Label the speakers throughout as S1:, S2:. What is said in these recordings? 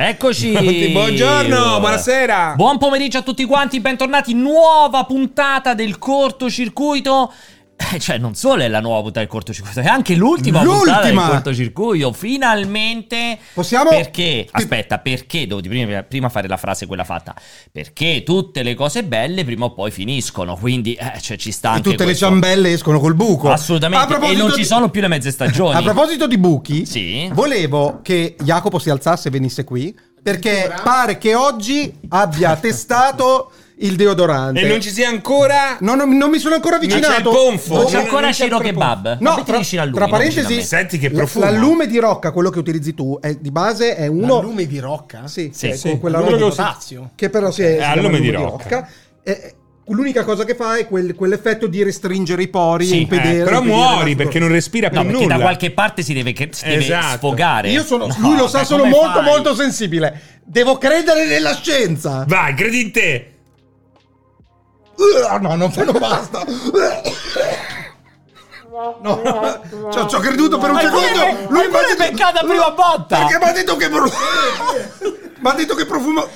S1: Eccoci!
S2: Tutti, buongiorno, buonasera.
S1: Buon pomeriggio a tutti quanti, bentornati. Nuova puntata del cortocircuito. Eh, Cioè, non solo è la nuova puntata del cortocircuito, è anche l'ultima, puntata del
S2: L'ultima!
S1: cortocircuito. Finalmente.
S2: Possiamo-
S1: Perché? Aspetta, perché? Devo di- prima, prima fare la frase quella fatta. Perché tutte le cose belle prima o poi finiscono. Quindi, eh, cioè, ci sta
S2: E
S1: anche
S2: tutte le
S1: questo.
S2: ciambelle escono col buco. A
S1: Assolutamente. E
S2: proposito
S1: non ci
S2: di-
S1: sono più le mezze stagioni.
S2: A proposito di buchi,
S1: Sì.
S2: volevo che Jacopo si alzasse e venisse qui, perché pare che oggi abbia testato il deodorante.
S3: E non ci sia ancora.
S2: No, no, non mi sono ancora avvicinato.
S3: Non c'è il ponfo.
S1: Non
S3: Non
S1: c'è ancora Ciro Kebab.
S2: No,
S1: Abiti
S2: tra,
S1: vicino a lui,
S2: tra
S1: non vicino a
S2: parentesi,
S1: me.
S3: Senti che profumo.
S2: L'allume di rocca, quello che utilizzi tu, è- di base è uno.
S4: L'allume di rocca?
S2: Sì,
S1: Sì,
S2: sì,
S1: sì.
S2: con quella
S3: Quello
S2: roba
S3: che ho
S4: sentito.
S2: che però si è, si chiama
S3: allume
S2: allume
S3: di
S2: di
S3: rocca.
S2: rocca. E- L'unica cosa che fa è quel- quell'effetto di restringere i pori e
S1: Sì,
S2: impedere.
S3: Eh, però
S2: impedire
S3: muori
S2: la-
S3: perché non respira più
S1: No, perché
S3: nulla.
S1: da qualche parte si deve, che- si deve
S3: Esatto.
S1: sfogare.
S2: Io sono,
S1: No,
S2: lui lo
S1: ma
S2: sa, Cioè, sono
S1: Cioè, come
S2: molto
S1: fai?
S2: molto sensibile. Devo credere nella scienza.
S3: Vai, credi in te.
S2: Uh, no, non fanno basta. No, ci ho- ci ho creduto per un
S1: Ma come-
S2: secondo.
S1: ma come l'hai beccata a prima botta?
S2: Perché mi ha detto che profumo. mi ha detto che profumo.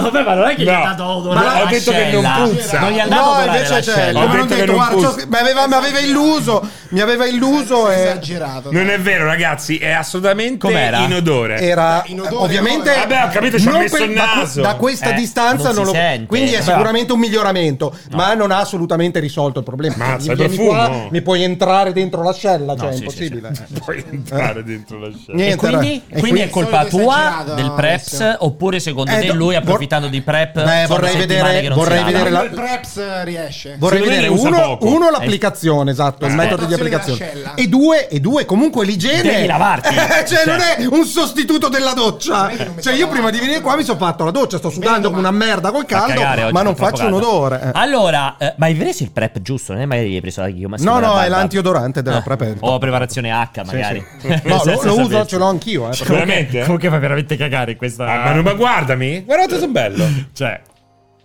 S4: Vabbè, ma non è che gli
S3: No.
S4: ha dato odore.
S3: Ma
S1: Ma
S3: ho detto che non
S1: l'ascella.
S3: puzza.
S1: Non gli andava
S2: No,
S1: a
S2: invece c'è.
S3: Ho
S2: Come
S3: detto
S2: non
S3: che
S2: detto,
S3: non
S2: guarda,
S3: puzza.
S2: ci ho- mi aveva, mi aveva illuso. Mi aveva illuso e.
S4: esagerato.
S3: Non è vero, ragazzi, è assolutamente
S1: Com'era?
S3: inodore.
S2: Era
S4: in odore,
S2: ovviamente.
S4: no,
S3: vabbè, ho capito, ci ho
S2: non
S3: messo il
S2: da que-
S3: naso.
S2: Da, questa
S1: Eh,
S2: distanza
S1: non
S2: non,
S1: si
S2: lo.
S1: sente.
S2: Quindi è
S1: Però-
S2: sicuramente un miglioramento, ma non ha assolutamente risolto il problema.
S3: Mazza,
S2: Mi
S3: il
S2: vieni
S3: profumo.
S2: qua, mi puoi entrare dentro l'ascella, cioè è
S1: sì, sì,
S2: impossibile.
S3: Puoi entrare dentro la scena.
S1: E
S2: Niente,
S1: quindi,
S2: era- e
S1: quindi è
S2: quindi-
S1: colpa
S4: Solo che
S1: tua
S4: esagerato,
S1: del Preps
S4: Alessio.
S1: oppure secondo
S2: Eh,
S1: te
S2: do-
S1: lui
S2: vor-
S1: approfittando di Prep
S2: Beh,
S1: sono
S2: vorrei
S1: settimane
S2: vedere-
S1: che non
S2: vorrei
S1: si
S2: vedere
S1: lavano?
S2: la-
S4: il Preps riesce.
S2: Vorrei
S3: Secondo me
S2: vedere
S3: ne usa
S2: uno,
S3: poco.
S2: uno l'applicazione, esatto, il
S3: Eh.
S2: metodo di
S4: L'applicazione
S2: applicazione.
S4: della
S2: E due, e due, comunque l'igiene.
S1: Devi lavarti.
S2: cioè,
S1: Cioè.
S2: non è un sostituto della doccia.
S4: Non è che non mi
S2: Cioè,
S4: sto
S2: io prima
S4: lavando.
S2: di venire qua mi sono fatto la doccia, sto sudando
S4: metto
S2: come una
S4: male.
S2: merda col
S1: Fa cagare
S2: caldo,
S1: oggi,
S2: ma non
S1: fa troppo
S2: faccio un
S1: caldo.
S2: odore. Eh.
S1: Allora, eh, ma hai preso il Prep giusto? Non è mai eh, hai preso la chiamata?
S2: No, no, è l'antiodorante della Prep, è il
S1: Ah, O preparazione H magari.
S2: Sì, sì. No, lo,
S1: Senza
S2: lo uso,
S1: sapersi.
S2: ce l'ho anch'io. Eh, perché-
S3: Veramente?
S1: Comunque fai veramente cagare questa.
S3: Ah, ma, non- ma guardami. Guardate sono bello.
S1: Cioè.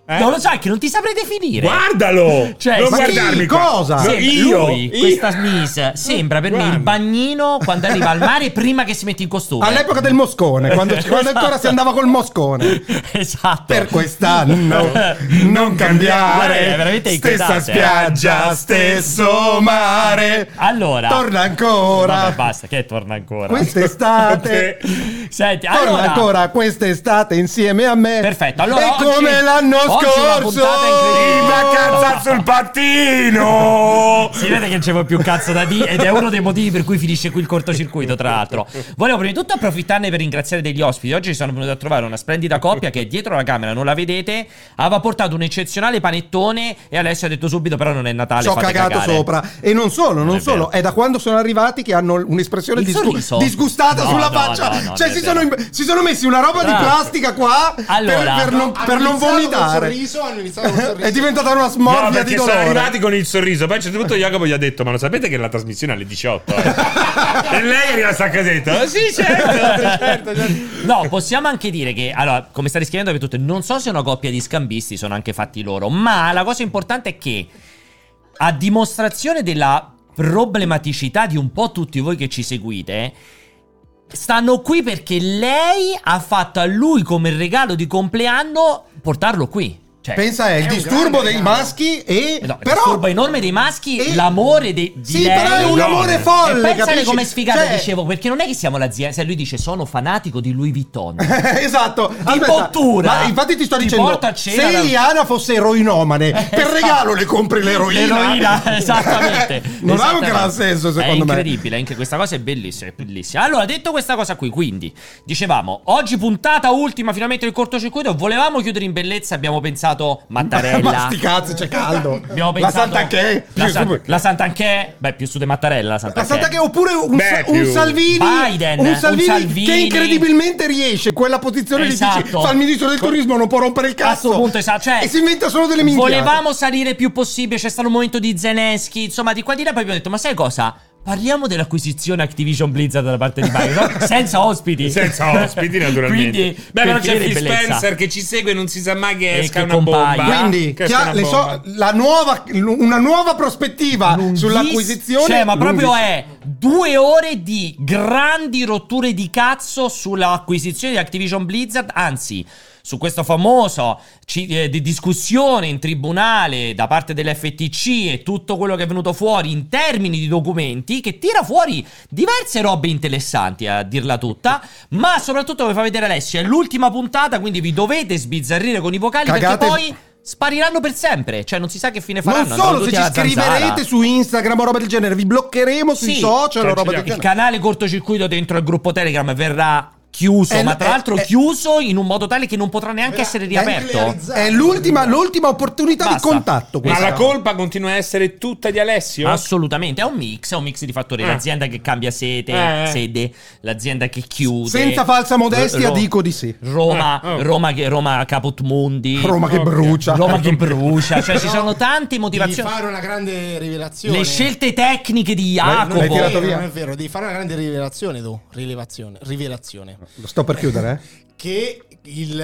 S3: Eh?
S1: Non lo sai che non ti saprei definire.
S3: Guardalo.
S1: Cioè,
S3: non
S1: ma
S2: chi?
S3: guardarmi qua.
S2: Cosa?
S3: No,
S1: Sembra-
S3: io.
S1: lui,
S3: io-
S1: questa miss sembra per me
S3: Guarda.
S1: il bagnino quando arriva al mare prima che si mette in costume.
S2: All'epoca del moscone, quando, quando ancora si andava col moscone.
S1: esatto.
S2: Per quest'anno non cambiare.
S1: Guarda, è veramente
S2: stessa
S1: inquietante, eh.
S2: spiaggia, stesso mare.
S1: Allora.
S2: Torna ancora.
S1: Vabbè, basta, che torna ancora.
S2: Quest'estate.
S1: Senti,
S2: Torna
S1: allora,
S2: ancora quest'estate insieme a me.
S1: Perfetto, allora
S2: E
S1: oggi-
S2: come l'anno
S1: oggi una
S2: scorso.
S1: puntata incredibile.
S3: In vacanza sul pattino.
S1: Si vede che non c'è più cazzo da dire ed è uno dei motivi per cui finisce qui il cortocircuito, tra l'altro. Volevo prima di tutto approfittarne per ringraziare degli ospiti. Oggi sono venuto a trovare una splendida coppia che è dietro la camera, non la vedete, aveva portato un eccezionale panettone e Alessio ha detto subito però non è Natale,
S2: Ci ho
S1: fate
S2: cagato
S1: cagare.
S2: sopra. E non solo, non
S1: è
S2: solo.
S1: vero.
S2: È da quando sono arrivati che hanno un'espressione
S1: Il
S2: disgu-
S1: sorriso?
S2: disgustata
S1: No,
S2: sulla
S1: no,
S2: faccia.
S1: no, no,
S2: cioè,
S1: non
S2: si
S1: è vero. Esatto.
S2: sono, im- si sono messi una roba di
S1: Bravo.
S2: plastica qua per-
S1: Allora.
S2: per, non,
S4: Hanno
S2: per non
S4: iniziato col
S2: vomitare. Eh,
S4: sorriso, hanno iniziato col sorriso.
S2: È diventata una
S3: No,
S2: smorfia di
S3: perché sono
S2: dolore.
S3: arrivati con il sorriso. Poi a un certo punto Jacopo gli ha detto: Ma lo sapete che la trasmissione è alle 18? eh?" e lei è rimasta a casetta. "Oh, Sì,
S2: Eh,
S3: certo, certo, certo.
S1: No, possiamo anche dire che, allora, come sta rischiando per tutto, non so se è una coppia di scambisti sono anche fatti loro, ma la cosa importante è che, a dimostrazione della problematicità di un po' tutti voi che ci seguite, stanno qui perché lei ha fatto a lui come regalo di compleanno portarlo qui. Cioè,
S2: Pensa, è il
S4: È un
S2: disturbo
S4: grande
S2: dei
S4: regalo.
S2: maschi e...
S1: Eh No, il
S2: però...
S1: disturbo enorme dei maschi,
S2: E-
S1: l'amore dei, di
S2: Sì,
S1: lei.
S2: però è un
S3: No.
S2: amore
S3: E
S1: E
S2: folle.
S1: pensale
S2: capisci?
S1: come sfigata
S2: Cioè-
S1: dicevo, perché non è che siamo l'azienda, se lui dice sono fanatico di Louis Vuitton.
S2: esatto, Aspetta,
S1: bottura.
S2: Ma infatti ti sto
S1: Ti
S2: dicendo:
S1: porta a cena
S2: se
S1: da-
S2: Iana fosse eroinomane, per
S1: esatto.
S2: regalo le compri l'eroina.
S1: L'eroina, esattamente.
S2: non ha un
S1: Esattamente.
S2: gran senso, secondo
S1: è
S2: me.
S1: incredibile, anche questa cosa è bellissima, è bellissima. Allora, detto questa cosa qui, quindi, dicevamo, oggi puntata ultima finalmente del cortocircuito, volevamo chiudere in bellezza, abbiamo pensato
S2: Ma
S1: Mattarella.
S2: sti cazzi, c'è caldo.
S1: Abbiamo
S2: la
S1: pensato
S2: Santa Che.
S1: La, San- la Sant'Anchè, beh, più su di Mattarella, la Sant'Anchè.
S2: La Santa Che oppure un,
S3: Beh,
S2: un
S3: più-
S2: Salvini,
S1: Biden,
S2: un
S1: un
S2: Salvini
S1: Salvini.
S2: che incredibilmente riesce in quella posizione lì dici
S1: Esatto.
S2: fa il ministro del turismo non può rompere il
S1: A
S2: cazzo
S1: sto punto, esatto, cioè,
S2: e si inventa solo delle minchiate
S1: Volevamo salire il più possibile, c'è stato un momento di Zelensky, insomma, di qua di là, poi abbiamo detto, ma sai cosa? Parliamo dell'acquisizione Activision Blizzard da parte di Microsoft, senza ospiti.
S3: Senza ospiti, naturalmente.
S1: Quindi,
S3: Beh, però
S1: perché
S3: c'è Phil
S1: bellezza.
S3: Spencer che ci segue, non si sa mai che
S1: E
S3: esca
S1: che
S3: una bomba.
S1: compaia.
S2: Quindi chia-
S3: Che esca una
S2: le so-
S3: bomba.
S2: la nuova, una nuova prospettiva
S1: Lunghissimo.
S2: sull'acquisizione.
S1: Cioè, ma proprio
S2: Lunghissimo.
S1: è Due ore di grandi rotture di cazzo sull'acquisizione di Activision Blizzard, anzi su questo famoso ci- eh, di discussione in tribunale da parte dell'FTC e tutto quello che è venuto fuori in termini di documenti che tira fuori diverse robe interessanti a dirla tutta, ma soprattutto come fa vedere Alessio è l'ultima puntata, quindi vi dovete sbizzarrire con i vocali
S2: Cagate-
S1: perché poi spariranno per sempre, cioè non si sa che fine
S2: Non
S1: faranno.
S2: solo, se
S1: andranno tutti
S2: ci
S1: alla zanzara.
S2: scriverete su Instagram o roba del genere, vi bloccheremo sui
S1: Sì,
S2: social o roba del
S3: canceliamo.
S1: il
S2: genere.
S1: canale cortocircuito dentro il gruppo Telegram verrà chiuso,
S2: È-
S1: ma tra
S2: è-
S1: l'altro
S2: è-
S1: chiuso in un modo tale che non potrà
S2: Eh,
S1: neanche essere riaperto.
S2: È l'ultima, l'ultima opportunità
S1: Basta.
S2: di contatto
S3: Ma
S2: eh, questa.
S3: la colpa continua a essere tutta di Alessio?
S1: Assolutamente, è un mix, è un mix di fattori.
S3: Eh.
S1: L'azienda che cambia sete,
S3: Eh, eh.
S1: sede, l'azienda che chiude.
S2: Senza falsa modestia, dico di sì.
S1: Roma,
S3: Eh, oh.
S1: Roma, che- Roma Caput Mundi.
S2: Roma che
S3: Ok.
S2: brucia.
S1: Roma che brucia. Cioè, ci
S4: No,
S1: sono tante
S4: Devi
S1: motivazioni.
S4: fare una grande rivelazione.
S1: Le scelte tecniche di
S4: Ah, non, è
S2: L'hai
S1: Jacopo.
S4: vero,
S2: tirato via?
S4: non è vero, devi fare una grande rivelazione tu. Rilevazione, rivelazione.
S2: Sto per chiudere, eh.
S4: Che il,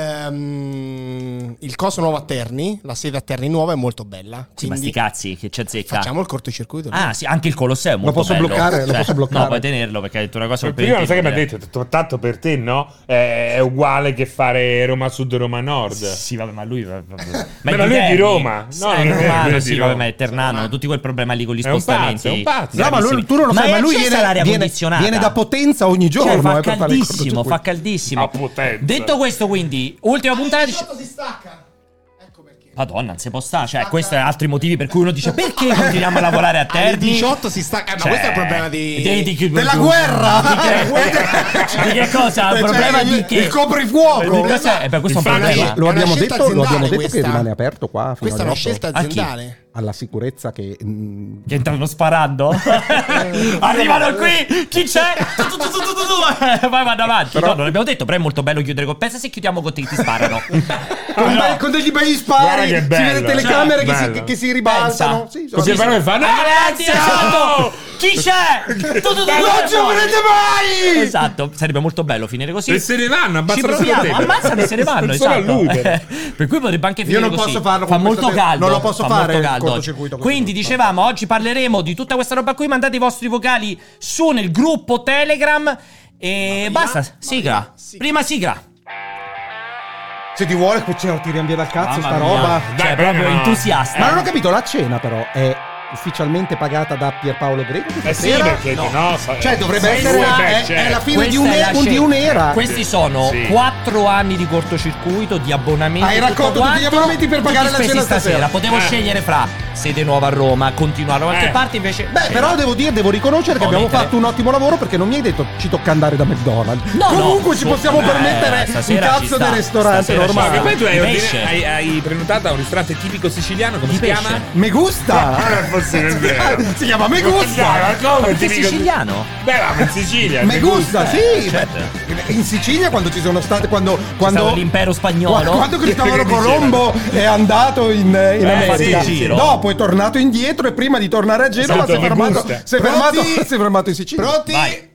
S4: ehm, il coso nuovo a Terni, la sede a Terni nuova è molto bella.
S1: Sì, ma
S4: Quindi
S1: sti cazzi, che c'è zecca.
S4: facciamo il cortocircuito.
S1: Ah, sì, anche il Colosseo. è molto
S2: posso
S1: bello. Cioè,
S2: bloccare? Lo posso bloccare?
S1: No, puoi tenerlo perché hai detto una cosa
S3: Cioè, Prima lo sai che mi ha
S1: impertinente.
S3: detto, T- tanto per te no, è è uguale che fare Roma Sud Roma Nord.
S1: Sì, vabbè, ma lui. vabbè, vabbè.
S3: Ma
S1: è
S3: lui è di
S1: Terni.
S3: Roma. No,
S1: è
S3: non è
S1: romano,
S3: vero
S1: sì,
S3: di
S1: vabbè,
S3: eh, Roma.
S1: ma è Ternano. Tutti quel problema lì con gli
S3: È un pazzo,
S1: spostamenti.
S3: è un pazzo.
S2: No, ma lui, tu non lo sai, ma lui viene,
S1: l'aria
S2: viene-
S1: condizionata.
S2: viene da Potenza ogni giorno.
S1: Cioè,
S2: eh,
S1: fa
S2: per fare il
S1: caldissimo, fa
S2: cortocircuito.
S1: caldissimo.
S3: A Potenza.
S1: Detto questo, quindi, ultima puntata.
S4: Il
S1: dice-
S4: si stacca. Ecco perché.
S1: Madonna, non si può stare. Cioè, questo è altri motivi per cui uno dice perché continuiamo a lavorare a
S4: Alle
S1: Terni?
S4: 18 si stacca. Eh, ma
S1: Cioè,
S4: questo è il problema di.
S1: dei- di chi-
S2: Della
S1: di-
S2: guerra!
S1: Di che, di che cosa? Il
S2: Cioè,
S1: problema di
S2: il-
S1: che?
S2: Il coprifuoco!
S1: Di cosa è? Beh, questo è un
S3: Infatti-
S1: problema.
S2: Lo
S4: È una
S2: abbiamo
S4: scelta
S2: detto, lo abbiamo
S4: aziendale
S2: detto che
S4: questa.
S2: rimane aperto qua. Fino
S4: Questa è una
S2: alle otto.
S4: scelta
S1: A chi?
S4: aziendale.
S2: Alla sicurezza che. mm,
S1: Che entrano sparando.
S2: Eh,
S1: Arrivano qui. Chi c'è? Tu, tu, tu, tu, tu, tu, tu. Eh, Vai, vado avanti. No, non l'abbiamo detto, però è molto bello chiudere con. Pensa se chiudiamo con te che ti sparano.
S2: Con, be- con degli bei spari,
S3: Guarda che
S2: si
S3: bello.
S2: vede telecamere che,
S3: Cioè,
S2: si,
S3: bello.
S2: che si ribaltano.
S1: Pensa.
S2: Sì, sono-
S3: Così però che fa, no,
S1: Ragazzi, esatto. Chi c'è? Tu, tu, tu, tu,
S2: Non ci
S1: tu.
S2: volete mai!
S1: Esatto, sarebbe molto bello finire così.
S3: E se ne vanno,
S1: Ci
S3: ammazzano solo
S1: proviamo,
S3: te.
S1: ammazzano e se ne vanno.
S3: Sono a
S1: Esatto.
S3: Lugano.
S1: per cui potrebbe anche finire
S2: non
S1: così.
S2: posso farlo
S1: Fa
S2: con
S1: molto
S2: questa te-
S1: caldo.
S2: non lo posso
S1: fa
S2: fare
S1: molto
S2: il
S1: caldo oggi.
S2: cortocircuito con
S1: Quindi
S2: questo.
S1: dicevamo, oggi parleremo di tutta questa roba qui. Mandate i vostri vocali su nel gruppo Telegram. E basta. Sigla.
S4: sigla.
S1: Prima sigla.
S2: Se ti vuole, c'è, tiriamo via dal cazzo
S1: Mamma
S2: sta
S1: mia.
S2: roba.
S1: Cioè,
S3: Dai,
S1: proprio
S3: prima.
S1: entusiasta.
S2: Ma non ho capito, la cena però è ufficialmente pagata da Pierpaolo Greco? questa
S3: Eh sì,
S2: sera?
S3: perché no, no sa-
S2: Cioè, dovrebbe
S3: sei
S2: essere
S3: due,
S2: la,
S3: beh,
S2: è,
S3: certo.
S2: è la fine di,
S1: eh. Questa è la
S2: un'era- un- di
S1: scelta.
S2: un'era.
S1: Questi sono
S3: Sì.
S1: quattro anni di cortocircuito, di abbonamenti.
S2: Hai
S1: tutto
S2: raccolto
S1: quanto,
S2: tutti gli abbonamenti per pagare
S1: tutti
S2: la
S1: spesi
S2: cena
S1: stasera.
S2: stasera.
S1: Potevo
S3: Eh.
S1: scegliere fra sede nuova a Roma, continuare da qualche
S3: Eh.
S1: parte invece.
S2: Beh,
S1: Sì.
S2: però devo dire, devo riconoscere che
S1: No,
S2: abbiamo
S1: mi inter-
S2: fatto un ottimo lavoro perché non mi hai detto ci tocca andare da McDonald's.
S1: No,
S2: Comunque
S1: no,
S2: ci possiamo
S1: eh,
S2: permettere un
S1: stasera ci
S2: cazzo
S1: sta,
S2: di ristorante
S1: stasera ci
S3: Ma che
S1: sta.
S2: normale.
S3: poi tu hai,
S1: Di
S3: ordine-
S1: pesce.
S3: hai- hai prenotato a un ristorante tipico siciliano, come
S1: Di
S3: si
S1: pesce.
S3: chiama? Eh,
S2: Me gusta!
S3: è possibile,
S2: Si chiama Me
S3: Dai,
S2: gusta!
S3: ma come
S1: Perché è
S3: tipico-
S1: siciliano?
S3: Beh, ma in Sicilia. Eh,
S2: Me
S3: ti
S2: gusta, sì!
S1: certo.
S2: In Sicilia quando ci sono state quando
S1: Quando
S2: quando
S1: l'impero
S2: Qua-
S1: spagnolo.
S2: Quando Cristoforo
S3: Che diceva?
S2: Colombo è andato in, in America,
S1: sì, sì.
S2: dopo è tornato indietro e prima di tornare a Genova
S3: Esatto,
S2: si, è
S3: mi
S2: fermato,
S3: gusta.
S2: si è fermato-
S4: Pronti?
S2: si è fermato in Sicilia.
S4: Pronti?
S1: Vai.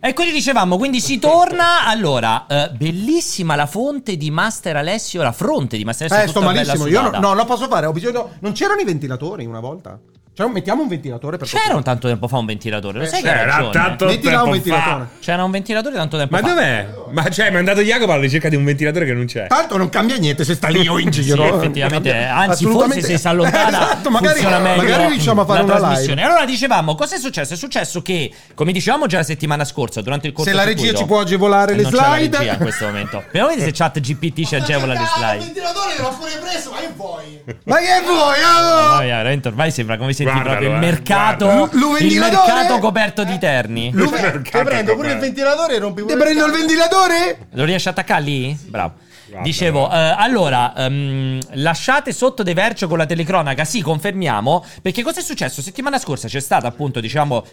S1: E quindi dicevamo, quindi si torna. Allora, eh, bellissima la fonte di Master Alessio, la fronte di Master Alessio.
S2: Eh, sto
S1: tutta bella
S2: malissimo. Io no,
S1: sudata.
S2: no, non posso fare. Ho bisogno. Non c'erano i ventilatori una volta. Cioè, mettiamo un ventilatore per
S1: C'era un tanto tempo fa un ventilatore, lo sai che hai
S3: Eh, C'era
S1: ragione?
S3: tanto
S2: Metti là
S3: tempo
S2: un
S3: fa.
S2: ventilatore.
S1: C'era un ventilatore tanto tempo
S3: Ma
S1: fa.
S3: dov'è? Ma cioè, mi è mandato Jacopo alla ricerca di un ventilatore che non c'è.
S2: Tanto non cambia niente se sta lì o in
S1: Sì,
S2: giro.
S1: effettivamente, eh, anzi, forse
S2: Assolutamente.
S1: se si allontana,
S2: Esatto, magari,
S1: funziona meglio
S2: magari riusciamo a fare
S1: la
S2: una
S1: trasmissione.
S2: live.
S1: Allora dicevamo, cosa è successo? È successo che, come dicevamo già la settimana scorsa, durante il corso eh,
S2: Se la regia ci può agevolare le
S1: non c'è la
S2: slide.
S1: regia in questo momento. Però vedete se Chat GPT ci agevola le
S4: Il
S1: slide.
S4: ventilatore l'ho pure preso, ma che vuoi?
S2: Ma che vuoi?
S1: Mamma
S2: ah?
S1: mia, veramente ormai sembra come senti
S3: Guardalo,
S1: proprio il
S3: eh,
S1: mercato.
S2: guardalo. Lu- lu
S1: il
S2: ventilatore?
S1: mercato coperto di terni.
S2: Lu-
S3: Cacca,
S4: Ti prendo pure
S3: com'è.
S4: il ventilatore e rompi pure
S2: Ti prendo il
S4: cazzo.
S2: ventilatore?
S1: Lo riesci a attaccare lì? Bravo.
S3: Guarda,
S1: Dicevo, eh, allora, ehm, lasciate sotto De Vercio con la telecronaca, sì, confermiamo, perché cosa è successo? Settimana scorsa c'è stata appunto, diciamo,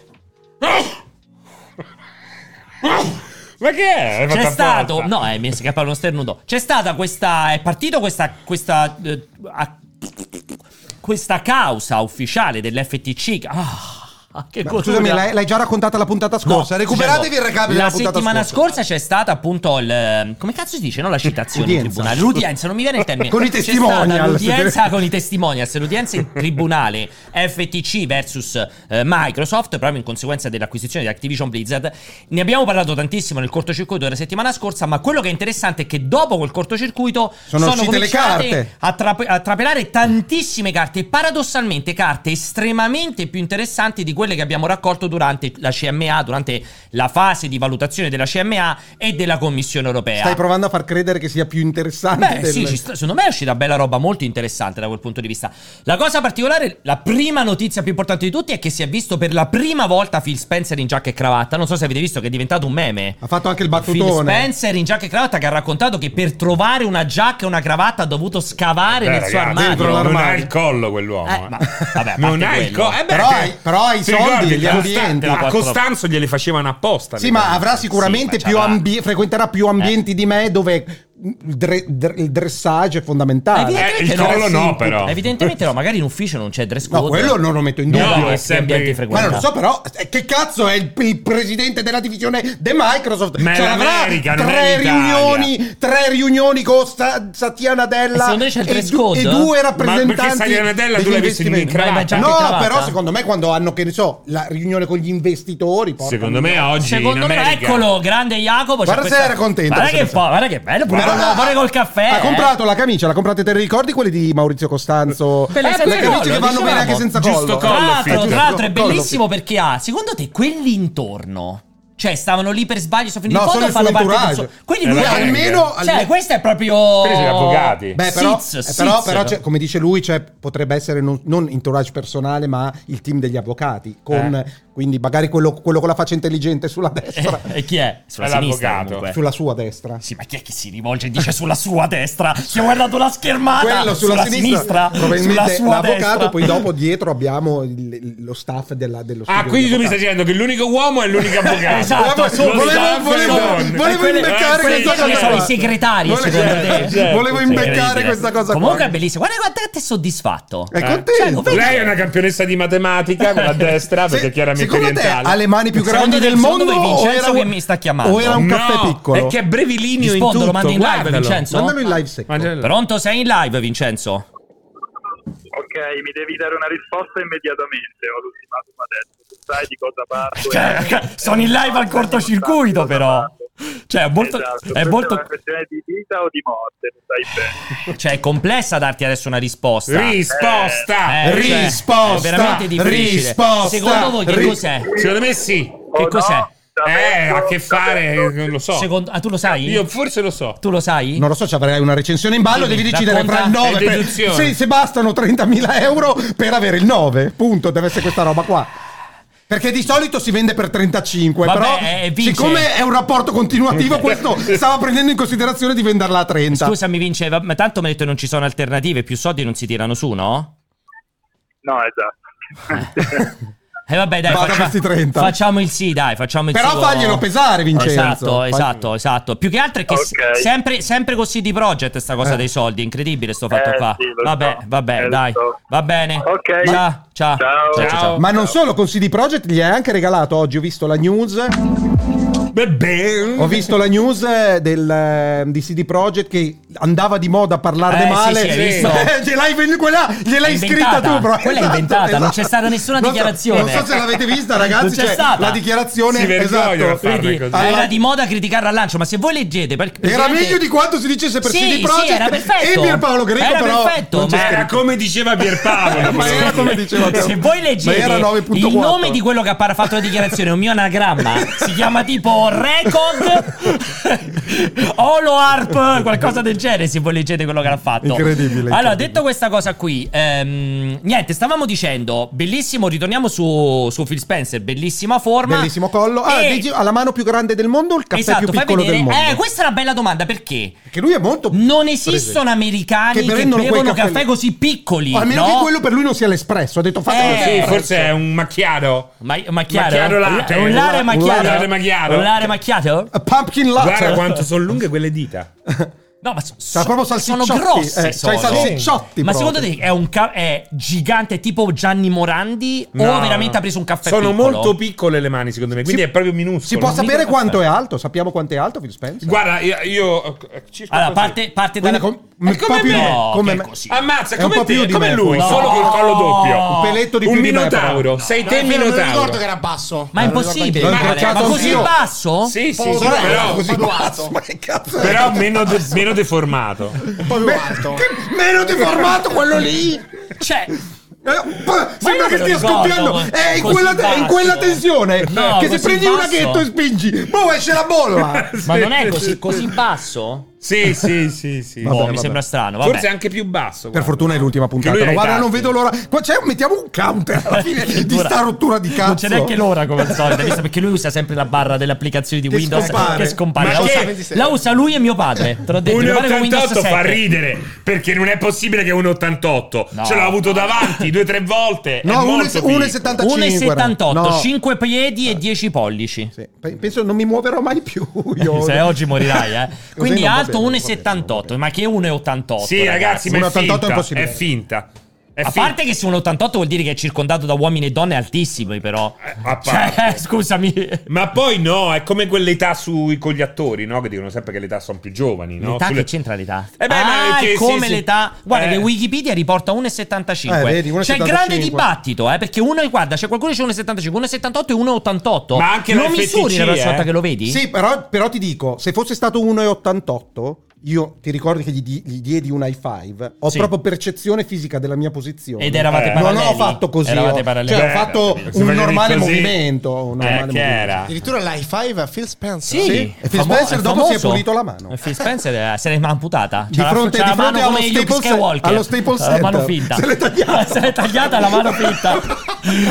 S3: Ma che è? L'hai fatto
S1: c'è stato...
S3: apposta?
S1: No, eh, mi è scappato uno sternuto. C'è stata questa... è partita questa... questa... eh, a- questa causa ufficiale dell'FTC... Ah, Ah, che
S2: Ma
S1: goduria.
S2: Scusami, l'hai, l'hai già raccontata la puntata
S1: No,
S2: scorsa. Recuperatevi il
S1: diciamo,
S2: recap
S1: La
S2: della puntata
S1: settimana
S2: scorsa.
S1: scorsa c'è stata appunto il. eh, Come cazzo si dice? No, la citazione
S2: Udienza.
S1: in tribunale. L'udienza, non mi viene il termine.
S2: Con i
S1: C'è
S2: testimonial,
S1: stata L'udienza
S2: effettivamente.
S1: con i testimonials. L'udienza in tribunale FTC versus eh, Microsoft, proprio in conseguenza dell'acquisizione di Activision Blizzard. Ne abbiamo parlato tantissimo nel cortocircuito della settimana scorsa. Ma quello che è interessante è che dopo quel cortocircuito
S2: Sono uscite le
S1: cominciate
S2: carte.
S1: a, trap- a trapelare tantissime carte e paradossalmente carte estremamente più interessanti di quelle che abbiamo raccolto durante la CMA, durante la fase di valutazione della CMA e della Commissione Europea.
S2: Stai provando a far credere che sia più interessante.
S1: Beh,
S2: del-
S1: sì, ci sta- secondo me è uscita bella roba molto interessante da quel punto di vista. La cosa particolare, la prima notizia più importante di tutti è che si è visto per la prima volta Phil Spencer in giacca e cravatta. Non so se avete visto che è diventato un meme.
S2: Ha fatto anche il
S1: Phil
S2: battutone.
S1: Spencer in giacca e cravatta che ha raccontato che per trovare una giacca e una cravatta ha dovuto scavare
S3: Eh Beh,
S1: nel suo
S3: ragazzi,
S1: armadio.
S2: dentro
S3: Non ha
S2: l'armadio.
S3: il collo quell'uomo.
S1: Eh,
S3: eh.
S1: ma- vabbè, a
S3: non
S1: parte
S3: ha il
S1: quello.
S3: collo. Eh, beh,
S2: Però
S3: te-
S2: hai- però hai i
S3: ti
S2: soldi,
S3: ricordi,
S2: li
S3: a
S2: ambienti.
S3: Costanzo-
S1: Te la
S3: A
S1: porto-
S3: Costanzo glieli facevano apposta.
S2: Sì,
S3: le
S2: ma
S3: cose.
S2: avrà sicuramente
S1: Sì, ma Eh.
S2: più
S1: c'avrà.
S2: ambi- frequenterà più ambienti di me dove il, dre- dre- il dressage è
S1: Ma
S2: fondamentale.
S1: evidentemente
S3: Eh, il collo
S1: sì,
S3: no,
S1: input.
S3: però.
S1: Evidentemente no, magari in ufficio non c'è dress code.
S2: No, quello non lo metto in
S1: No,
S2: dubbio.
S1: no,
S3: è
S1: è
S3: sempre-
S1: sempre
S2: Guarda, lo so, però, eh, che cazzo è il, il presidente della divisione di Microsoft?
S3: Ma è
S2: Cioè, avrà
S3: l'America, non
S2: tre
S3: è l'Italia.
S2: riunioni, tre riunioni con Sta- Satya
S1: E
S2: Nadella
S1: secondo te c'è il dress
S2: du-
S1: code?
S2: e due
S3: Ma perché
S2: rappresentanti.
S3: Satya Nadella tu
S2: degli
S3: l'hai visto in
S2: investimenti.
S1: Ma- ma
S3: cravatta?
S1: già- anche
S2: No,
S1: cravatta?
S2: però secondo me quando hanno, che ne so, la riunione con gli investitori, porca
S3: Secondo
S2: miseria.
S3: me oggi
S1: Secondo
S3: in
S1: me,
S3: America...
S1: eccolo, grande Jacopo. c'è
S2: Guarda
S1: questa-
S2: se era contento,
S1: Guarda
S2: se
S1: che,
S2: ne
S1: fa- guarda che bello, pure,
S2: Guarda-
S1: con- pure col caffè.
S2: Ha
S1: eh.
S2: comprato la camicia, la comprate te, ricordi quelli di Maurizio Costanzo?
S1: Quelle
S2: Eh,
S1: senza
S2: le
S1: collo,
S2: camicie che vanno
S1: dicevamo.
S2: bene anche senza collo.
S3: Giusto
S2: eh.
S1: Tra
S3: collo,
S1: l'altro,
S3: fit.
S1: tra l'altro è
S2: Collo,
S1: bellissimo perché ha, secondo te, quelli intorno. Cioè, stavano lì per sbaglio, sono finiti
S2: No,
S1: in
S2: sono
S1: foto e
S2: il
S1: fanno
S2: suo
S1: parte del
S2: entourage.
S1: suo... Quindi
S3: Eh,
S1: lui
S3: beh,
S1: ha-
S2: almeno-
S1: Cioè, questo è proprio...
S3: Quelli sono avvocati.
S2: Beh, però,
S1: Sits,
S2: eh,
S1: sits.
S2: però, però c'è- come dice lui, c'è- potrebbe essere non, non entourage personale, ma il team degli avvocati. Con, Quindi magari quello, quello con la faccia intelligente sulla destra,
S1: Eh, E chi è? Sulla
S3: È
S1: sinistra,
S3: l'avvocato.
S1: comunque.
S2: sulla sua destra.
S1: Sì, ma chi è che si rivolge e dice sulla sua destra? Ti ho guardato la schermata.
S2: Quello sulla, sinistra,
S1: sulla
S2: probabilmente
S1: sua
S2: l'avvocato,
S1: destra.
S2: poi dopo dietro abbiamo il- lo staff della, dello studio.
S3: Ah, quindi tu mi stai dicendo che l'unico uomo è l'unico avvocato.
S1: Esatto,
S3: Lo
S1: volevo-
S3: staff
S1: volevo-
S3: è donna.
S1: volevo
S3: E quelli-
S1: imbeccare
S3: eh, quelli-
S1: questa cosa
S3: sono
S1: qua. i segretari, secondo te?
S3: Certo,
S2: Volevo
S3: sì.
S2: imbeccare questa cosa
S1: Comunque
S2: qua.
S1: è bellissimo. Guarda guarda che è soddisfatto.
S2: È
S3: Eh.
S2: contento.
S1: Cioè,
S3: Lei è una campionessa di matematica con la destra
S2: Eh. Se-
S3: perché è chiaramente
S2: secondo te
S3: orientale.
S2: ha le mani più
S1: Secondo
S2: grandi
S1: te-
S2: del
S1: secondo
S2: mondo
S1: te Vincenzo
S2: o era,
S1: che mi sta chiamando?
S2: o era un
S3: No,
S2: caffè piccolo
S3: È che è brevilinio in
S1: Rispondo,
S3: tutto.
S1: lo mando in live,
S3: guardalo.
S1: Vincenzo.
S2: mandalo in live secco
S3: Mangialo.
S1: Pronto? Sei in live, Vincenzo?
S5: Ok, mi devi dare una risposta immediatamente, ho l'ultimatum adesso, tu sai di cosa parlo. Eh,
S1: Cioè,
S5: e-
S1: sono in live al cortocircuito,
S5: Sai di cosa
S1: però.
S5: parlo.
S1: Cioè, è molto.
S5: Esatto,
S1: È
S5: questa
S1: molto-
S5: una questione di vita o di morte, lo sai bene.
S1: cioè, è complessa darti adesso una risposta.
S3: Risposta.
S1: Eh, cioè,
S2: Risposta,
S1: è veramente difficile.
S2: risposta,
S1: Secondo voi che
S2: ri-
S1: cos'è?
S3: Secondo me sì.
S1: Che
S5: O
S1: cos'è?
S3: Eh,
S5: sapendo-
S3: ha a che fare,
S5: sapendo-
S3: non lo so.
S1: Secondo- ah, tu lo sai?
S3: Io forse lo so.
S1: Tu lo sai?
S2: non lo so, ci avrai una recensione in ballo,
S1: Quindi,
S2: devi decidere fra il
S1: racconta-
S2: 9
S3: è deduzione.
S2: se, se bastano 30.000 euro per avere il 9, punto, deve essere questa roba qua. Perché di solito si vende per 35,
S1: Vabbè,
S2: però
S1: eh, vince.
S2: siccome è un rapporto continuativo, questo stava prendendo in considerazione di venderla a 30.
S1: Scusami, Vince, va- ma tanto mi hai detto che non ci sono alternative, più soldi non si tirano su, no?
S5: No, esatto.
S1: E Eh, vabbè, dai,
S2: Vada questi 30.
S1: facciamo il sì, dai, facciamo il
S2: Però
S1: suo-
S2: faglielo pesare, Vincenzo.
S1: Esatto,
S2: Fagli-
S1: esatto, esatto. Più che altro è che s-
S5: Ok.
S1: sempre, sempre con CD Projekt sta
S2: Eh.
S1: cosa dei soldi, incredibile sto fatto
S5: Eh,
S1: qua.
S5: sì, lo
S1: vabbè,
S5: so.
S1: vabbè,
S5: Eh, lo
S1: dai.
S5: so.
S1: Va bene.
S5: Ok.
S1: Ciao, ciao.
S5: Ciao. Ciao.
S2: Ma non solo, con CD Projekt gli hai anche regalato oggi, ho visto la news.
S3: Beh,
S2: Ho visto la news eh, del, eh, di CD Projekt che andava di moda a parlarne
S1: Eh, sì,
S2: male.
S1: sì, hai visto?
S2: Eh, gliel'hai ven- quella gliel'hai
S1: inventata.
S2: scritta tu, bro. Esatto,
S1: Quella è inventata, non c'è stata nessuna
S2: Non so-
S1: dichiarazione.
S2: Non so, se l'avete vista,
S1: Non
S2: ragazzi.
S1: c'è
S2: cioè,
S1: stata.
S2: la dichiarazione
S3: Si vergognano a
S2: esatto.
S3: farne
S1: Vedi,
S3: così.
S1: era
S2: Allora-
S1: di moda criticare al lancio, ma se voi leggete per-
S2: Era
S1: praticamente-
S2: meglio di quanto si dicesse per
S1: Sì,
S2: CD
S1: sì, era
S2: Projekt e
S1: perfetto.
S2: Pierpaolo Greco,
S1: Era
S2: però
S1: perfetto,
S2: non c'è
S1: ma-
S3: era
S2: scritto.
S3: come diceva
S2: Eh,
S3: Pierpaolo.
S2: ma era come diceva te.
S1: Se voi
S2: Ma
S1: leggete
S2: era 9.4.
S1: il nome di quello che ha par- fatto la dichiarazione, è un mio anagramma, si chiama tipo Record Olo Harp, qualcosa del genere. Se voi leggete quello che l'ha fatto,
S2: Incredibile, incredibile.
S1: Allora, detto questa cosa qui, ehm, niente, stavamo dicendo, bellissimo, ritorniamo su, su Phil Spencer, bellissima forma,
S2: Bellissimo collo. Ah,
S1: E-
S2: dici, ha la mano più grande del mondo o il caffè
S1: esatto,
S2: più
S1: fai
S2: piccolo
S1: vedere.
S2: del mondo?
S1: Eh, questa è una bella domanda perché.
S2: Perché lui è molto
S1: Non
S2: presente.
S1: esistono americani che,
S2: Che prendono quei
S1: bevono
S2: caffè-
S1: caffè così piccoli.
S2: O almeno
S1: no?
S2: che quello per lui non sia l'espresso. Ha detto fatelo
S1: Eh,
S3: Sì,
S2: l'espresso.
S3: forse è un macchiaro.
S1: Ma, macchiaro?
S3: Macchiaro latte.
S1: Un lare
S3: Un
S1: macchiaro.
S3: lare macchiaro.
S1: Un lare macchiato?
S2: A pumpkin latte.
S3: Guarda quanto sono lunghe quelle dita.
S1: No, ma so-
S2: Cioè, proprio salsicciotti.
S1: sono grosse.
S2: eh,
S1: sono.
S2: cioè, i salsicciotti.
S1: Ma
S2: proprio.
S1: secondo te è un ca- è gigante tipo Gianni Morandi
S3: No,
S1: o veramente
S3: no.
S1: ha preso un caffè
S3: Sono
S1: piccolo?
S3: molto piccole le mani, secondo me. Quindi
S2: Si-
S3: è proprio minuscolo.
S2: Si può
S3: Non mi-
S2: sapere quanto è alto? Sappiamo quanto è alto, Phil Spencer?
S3: Guarda, io. io eh, circa
S1: Allora,
S3: così.
S1: parte, parte
S2: Quindi
S1: dalla...
S2: com-
S3: Ma
S2: un po'
S3: come
S2: più-
S3: me?
S1: No,
S2: come
S1: che
S2: me-
S1: è così.
S3: Ammazza,
S2: È un
S3: come,
S2: po' più
S3: te,
S2: di
S3: come
S2: me,
S3: lui,
S2: però.
S3: solo col collo doppio.
S2: Un peletto di
S3: un
S2: più di me,
S3: minotauro. Sei
S4: No,
S3: te
S4: è vero, me lo ricordo
S3: minotauro.
S4: che era basso.
S1: Ma è
S4: Me lo ricordo
S1: impossibile.
S2: L'ho
S1: Ma, cioè,
S2: incacciato
S1: ma così
S2: anch'io.
S1: basso?
S3: Sì, sì,
S4: anch'io.
S3: sì,
S4: Povero,
S3: però,
S4: così basso.
S2: Ma che cazzo è?
S3: però meno, de- meno deformato.
S4: Un po' più alto.
S2: Meno deformato quello lì! Eh,
S1: Cioè,
S2: p- Sembra
S1: io
S2: che
S1: me
S2: stia
S1: lo ricordo,
S2: scoppiando!
S1: ma-
S2: È in
S1: così
S2: quella, è in quella
S1: basso.
S2: tensione!
S1: No,
S2: che se
S1: così
S2: prendi un
S1: basso.
S2: laghetto e spingi, boh, esce la bolla!
S1: ma non è così, così basso?
S3: Sì, sì, sì, sì.
S1: Boh,
S2: Vabbè,
S1: mi
S2: vabbè.
S1: sembra strano. Vabbè.
S3: Forse anche più
S2: Per
S3: basso. guarda.
S2: fortuna è l'ultima puntata.
S3: lui ha
S2: No,
S3: i
S2: guarda,
S3: tasti.
S2: non vedo l'ora. Qua c'è- mettiamo un counter alla fine di
S1: Addirittura-
S2: sta rottura di cazzo.
S1: Non c'è neanche l'ora come al solito, visto? perché lui usa sempre la barra delle applicazioni di
S2: Che
S1: Windows
S2: scompare.
S1: che scompare.
S3: Ma
S1: la,
S3: che-
S1: usa, la usa lui e mio padre. Te l'ho detto, mio padre con Windows
S3: 1,88 fa
S1: 7.
S3: ridere perché non è possibile che 1,88
S1: No.
S3: ce l'ho avuto davanti due o tre volte. è
S2: No,
S3: molto piccolo.
S2: 1,75.
S1: 1,78,
S2: No.
S1: 5 piedi e 10 pollici.
S2: Sì, pe- Penso non mi muoverò mai più. Io.
S1: Eh, Se oggi morirai, eh. Quindi
S2: non va
S1: alto
S2: bene, non va bene,
S1: 1,78, ma che 1,88?
S3: Sì, ragazzi, ma è
S2: 1,88 è
S3: finta. È
S2: impossibile.
S3: finta. È
S1: A
S3: finta.
S1: parte che su 1,88 vuol dire che è circondato da uomini e donne altissimi, però.
S3: Eh, a parte.
S1: Cioè, scusami.
S3: Ma poi no, è come quell'età sui, con gli attori, no? Che dicono sempre che l'età sono più giovani, no?
S1: L'età
S3: Sulle-
S1: che c'entra l'età?
S3: Eh beh, ma
S1: ah,
S3: che-
S1: è come
S3: sì, sì.
S1: l'età. Guarda
S3: Eh.
S1: che Wikipedia riporta 1,75.
S2: Eh, vedi, 1,75.
S1: C'è grande dibattito, eh, perché uno guarda, c'è qualcuno che dice 1,75, 1,78 e 1,88.
S3: Ma anche la
S1: non
S3: FTC,
S1: misuri la persona
S3: eh.
S1: che lo vedi?
S2: Sì, però, però ti dico, se fosse stato 1,88, io ti ricordi che gli, di- gli diedi un high five. Ho
S1: Sì.
S2: proprio percezione fisica della mia posizione.
S1: Ed eravate
S3: Eh.
S2: Non
S1: paralleli.
S2: ho fatto così.
S1: Eravate
S2: ho-
S1: paralleli.
S2: cioè, ho
S3: Beh,
S2: fatto
S3: capito, se
S2: un
S3: facevi
S2: normale
S3: così-
S2: movimento. Un
S3: Eh,
S2: normale
S3: che
S2: movimento.
S3: era?
S4: Addirittura l'high five a Phil Spencer.
S1: Sì,
S2: Sì, e Phil
S1: famo-
S2: Spencer
S1: è
S2: dopo
S1: famoso.
S2: si è pulito la mano. Cioè,
S1: E Phil Spencer eh, se l'è amputata. C'ha
S2: Di
S1: la-
S2: fronte-
S1: c'ha
S2: di
S1: la mano
S2: fronte
S1: come
S2: allo
S1: Luke
S2: Staples-
S1: Skywalker.
S2: allo Staples
S1: Ha La mano
S2: Center.
S1: finta.
S2: Se l'è tagliata.
S1: Se l'è tagliata la mano finta.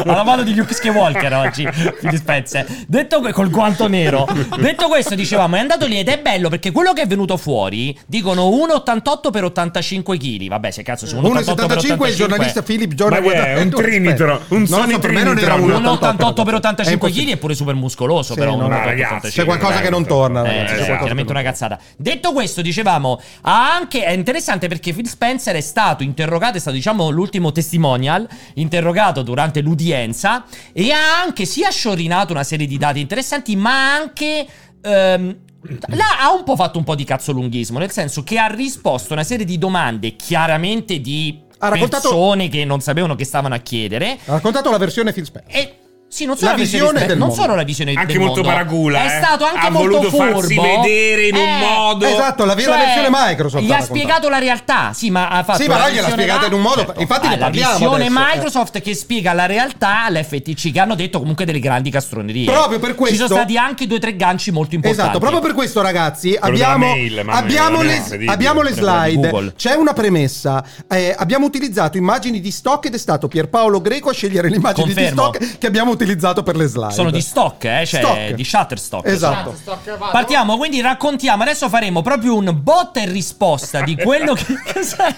S1: Ha la mano di Luke Skywalker oggi. Phil Spencer. Detto que- col guanto nero. Detto questo, dicevamo, è andato lì ed è bello perché quello che è venuto fuori dicono 1,88 per 85 kg. Vabbè, se cazzo, sono 1,88 per
S2: 1,75 il giornalista Philip Jordan. Eh,
S3: Ma che è, un trimitro, un
S2: Non lo so,
S3: Sony
S2: per me non era
S3: trimitro.
S1: 1,88 per 85
S2: È
S1: kg è pure super muscoloso,
S2: Sì,
S1: però
S2: no,
S1: uno
S2: no,
S1: 88,
S3: ragazzi,
S1: 85.
S2: C'è qualcosa
S3: Dai,
S2: che non
S3: questo.
S2: torna,
S3: Eh,
S2: ragazzi.
S1: Eh,
S2: c'è
S1: sì,
S3: esatto.
S2: qualcosa che
S1: chiaramente
S2: non
S1: una cazzata. Detto questo, dicevamo, ha anche, è interessante perché Phil Spencer è stato interrogato, è stato diciamo l'ultimo testimonial, interrogato durante l'udienza e ha anche sia sciorinato una serie di dati interessanti, ma anche... ehm, là ha un po' fatto un po' di cazzolunghismo, nel senso che ha risposto a una serie di domande chiaramente di
S2: Ha raccontato-
S1: persone che non sapevano che stavano a chiedere.
S2: Ha raccontato la versione Phil Spencer.
S1: E sì, non solo
S2: La
S1: la, visione,
S2: visione
S1: di Spe-
S2: del
S1: non
S2: mondo.
S1: solo la visione
S3: Anche
S1: del
S3: molto
S1: mondo.
S3: paragula,
S1: È
S3: eh.
S1: stato anche
S3: Ha
S1: molto
S3: voluto
S1: furbo.
S3: farsi vedere in un
S1: Eh,
S3: modo.
S2: Esatto, la, la
S1: cioè,
S2: versione Microsoft.
S1: Gli
S2: ha
S1: ha
S2: raccontato.
S1: spiegato la realtà. Sì, ma ha fatto
S2: Sì, ma
S1: la
S2: là gliel'ha
S1: versione
S2: spiegata
S1: ma-
S2: in un modo- infatti ne
S1: Ah, la
S2: parliamo
S1: visione
S2: adesso, eh.
S1: Microsoft che spiega la realtà all'FTC che hanno detto comunque delle grandi castronerie.
S2: Proprio per questo-
S1: Ci sono stati anche due o tre ganci molto importanti.
S2: Esatto, proprio per questo ragazzi
S3: della
S2: abbiamo,
S3: mail, mamma mia,
S2: abbiamo
S3: quello
S2: le,
S3: incredibile.
S2: abbiamo le
S1: Quello della
S2: slide,
S1: Google.
S2: c'è una premessa, eh, abbiamo utilizzato immagini di stock ed è stato Pierpaolo Greco a scegliere le immagini
S1: Confermo.
S2: di stock che abbiamo utilizzato per le slide.
S1: Sono di stock, eh, cioè
S2: Stock.
S1: di Shutterstock.
S2: Esatto.
S1: Partiamo, quindi raccontiamo. Adesso faremo proprio un botta e risposta di quello che. Cos'è?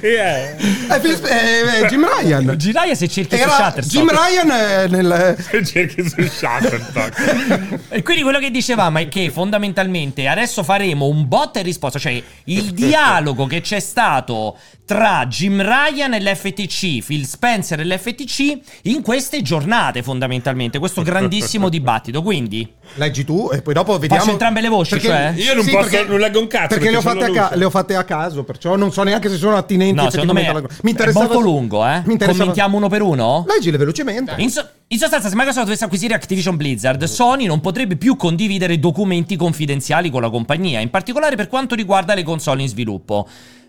S3: Eh.
S2: Eh, Phil- eh, eh, Jim Ryan.
S1: Giraia se cerchi su
S2: Era
S1: Shutterstock.
S2: Jim Ryan eh, nel...
S3: Cerchi su Shutterstock.
S1: E quindi quello che dicevamo è che fondamentalmente adesso faremo un botta e risposta, cioè il dialogo che c'è stato tra Jim Ryan e l'FTC, Phil Spencer e l'FTC in queste giornate fondamentalmente, questo grandissimo dibattito. Quindi
S2: Leggi tu e poi dopo vediamo.
S1: entrambe le voci, cioè?
S3: Io non posso- non leggo un cazzo,
S2: Perché, le, ho
S3: perché
S2: fatte a
S3: sono
S2: ca-
S3: luce.
S2: le ho fatte a caso, perciò non so neanche se sono attinenti.
S1: no, secondo me
S2: effettivamente alla- Mi
S1: è
S2: interessava-
S1: molto lungo, eh.
S2: Mi interessava-
S1: Commentiamo uno per uno?
S2: Leggile velocemente.
S1: In, so- in sostanza, se Microsoft dovesse acquisire Activision Blizzard, Sony non potrebbe più condividere documenti confidenziali con la compagnia, in particolare per quanto riguarda le console in sviluppo.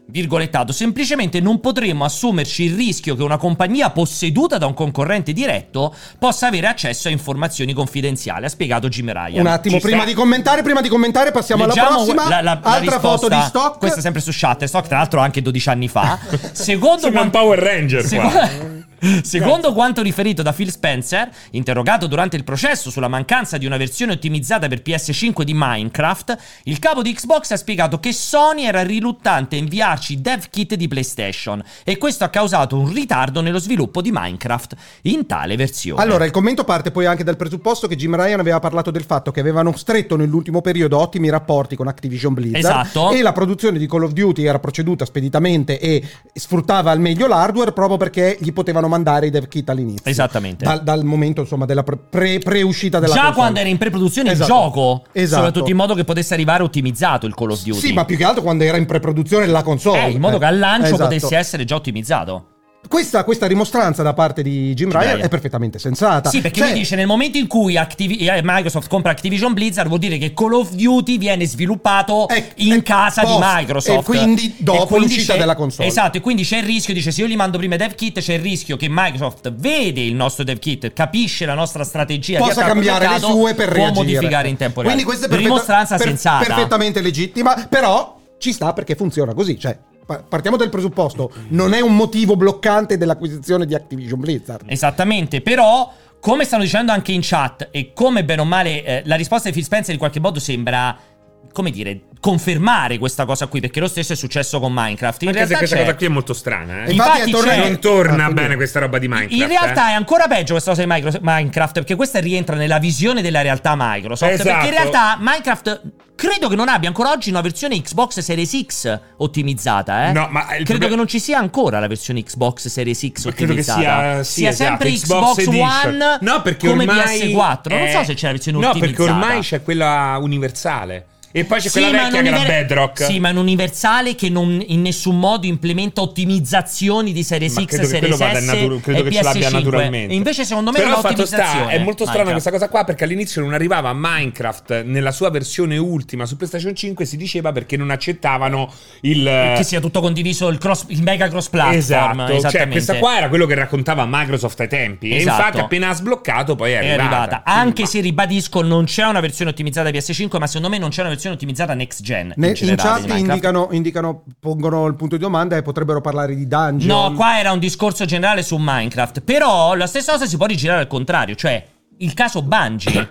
S1: Virgolettato, semplicemente non potremmo assumerci il rischio che una compagnia posseduta da un concorrente diretto possa avere accesso a informazioni confidenziali, ha spiegato Jim Ryan.
S2: Un attimo,
S3: Ci
S2: prima
S3: sta.
S2: di commentare, prima di commentare, passiamo alla
S1: Leggiamo
S2: prossima.
S1: la- la- la
S2: Altra foto
S1: risposta.
S2: di stock.
S1: Questa è sempre su Shutterstock, tra l'altro anche 12 anni fa. Secondo
S3: Sembra un
S1: quanto-
S3: Power Ranger qua.
S1: Secondo- Secondo quanto riferito da Phil Spencer, interrogato durante il processo sulla mancanza di una versione ottimizzata per PS5 di Minecraft, il capo di Xbox ha spiegato che Sony era riluttante a inviarci i dev kit di PlayStation e questo ha causato un ritardo nello sviluppo di Minecraft in tale versione.
S2: Allora, il commento parte poi anche dal presupposto che Jim Ryan aveva parlato del fatto che avevano stretto nell'ultimo periodo ottimi rapporti con Activision Blizzard
S1: Esatto.
S2: e la produzione di Call of Duty era proceduta speditamente e sfruttava al meglio l'hardware proprio perché gli potevano mandare i dev kit all'inizio.
S1: Esattamente.
S2: Dal, dal momento insomma della pre- pre- pre-uscita della
S1: Già
S2: console.
S1: quando era in pre-produzione
S2: Esatto.
S1: il gioco,
S2: Esatto.
S1: soprattutto in modo che potesse arrivare ottimizzato il Call of Duty.
S2: Sì, ma più che altro quando era in pre-produzione la console.
S1: Eh, in modo
S2: Eh,
S1: che al lancio
S2: esatto.
S1: potesse essere già ottimizzato.
S2: Questa, questa rimostranza da parte di Jim
S1: Jim
S2: Ryan,
S1: Ryan.
S2: è perfettamente sensata.
S1: Sì, perché
S2: Cioè,
S1: lui dice nel momento in cui Activi- eh, Microsoft compra Activision Blizzard vuol dire che Call of Duty viene sviluppato
S2: Ec-
S1: in
S2: ec-
S1: casa
S2: post-
S1: di Microsoft.
S2: e quindi dopo l'uscita
S1: c'è-
S2: della console.
S1: Esatto, e quindi c'è il rischio, dice se io gli mando prima i dev kit c'è il rischio che Microsoft vede il nostro dev kit, capisce la nostra strategia, di
S2: possa
S1: attacco al
S2: cambiare le
S1: mercato,
S2: sue per
S1: può
S2: reagire.
S1: modificare in tempo reale.
S2: Quindi questa è perfetta-
S1: Rimostranza
S2: per-
S1: sensata.
S2: perfettamente legittima, però ci sta perché funziona così, cioè pa- Partiamo dal presupposto, non è un motivo bloccante dell'acquisizione di Activision Blizzard.
S1: Esattamente, però come stanno dicendo anche in chat e come bene o male eh, la risposta di Phil Spencer in qualche modo sembra, come dire, confermare questa cosa qui, perché lo stesso è successo con Minecraft. In
S3: Anche se
S1: realtà
S3: questa
S1: c'è-
S3: cosa qui è molto strana, eh.
S1: Infatti
S2: è
S1: c'è-
S2: tornato-
S3: non torna
S2: Ah, quindi-
S3: bene questa roba di Minecraft.
S1: in realtà
S3: eh.
S1: è ancora peggio questa cosa di Micro- Minecraft, perché questa rientra nella visione della realtà Microsoft.
S3: Esatto.
S1: Perché in realtà Minecraft credo che non abbia ancora oggi una versione Xbox Series X ottimizzata. Eh?
S3: No, ma il
S1: credo
S3: problema-
S1: che non ci sia ancora la versione Xbox Series X
S3: Ma credo che sia,
S1: ottimizzata.
S3: sì, esatto,
S1: sempre Xbox,
S3: Xbox Edition.
S1: One
S3: no, perché
S1: come
S3: ormai
S1: PS4. Non
S3: è-
S1: so se c'è la versione
S3: No, perché
S1: ottimizzata.
S3: ormai c'è quella universale. E poi c'è
S1: Sì,
S3: quella
S1: ma
S3: vecchia
S1: un
S3: che è la
S1: univer-
S3: Bedrock.
S1: Sì, ma è un universale che non in nessun modo implementa ottimizzazioni di Series
S3: Ma
S1: X,
S3: credo che quello
S1: Series S
S3: vada natu-
S1: e
S3: credo che ce l'abbia
S1: PS5.
S3: naturalmente.
S1: Invece secondo me
S3: Però
S1: è
S3: fatto sta,
S1: un'ottimizzazione.
S3: è molto strana
S1: Minecraft.
S3: questa cosa qua perché all'inizio non arrivava Minecraft nella sua versione ultima su PlayStation 5 si diceva perché non accettavano il
S1: che sia tutto condiviso il, cross- il mega cross platform
S3: eh, Esatto, cioè questa qua era quello che raccontava Microsoft ai tempi
S1: Esatto.
S3: e infatti appena ha sbloccato poi è
S1: è
S3: arrivata.
S1: arrivata
S3: Quindi,
S1: anche
S3: ma-
S1: se ribadisco non c'è una versione ottimizzata PS5 ma secondo me non c'è una versione ottimizzata next gen
S2: Ne-
S1: in,
S2: in,
S1: generale, di
S2: chat
S1: Minecraft.
S2: indicano, indicano- pongono il punto di domanda e potrebbero parlare di dungeon.
S1: no qua era un discorso generale su Minecraft però la stessa cosa si può rigirare al contrario cioè il caso Bungie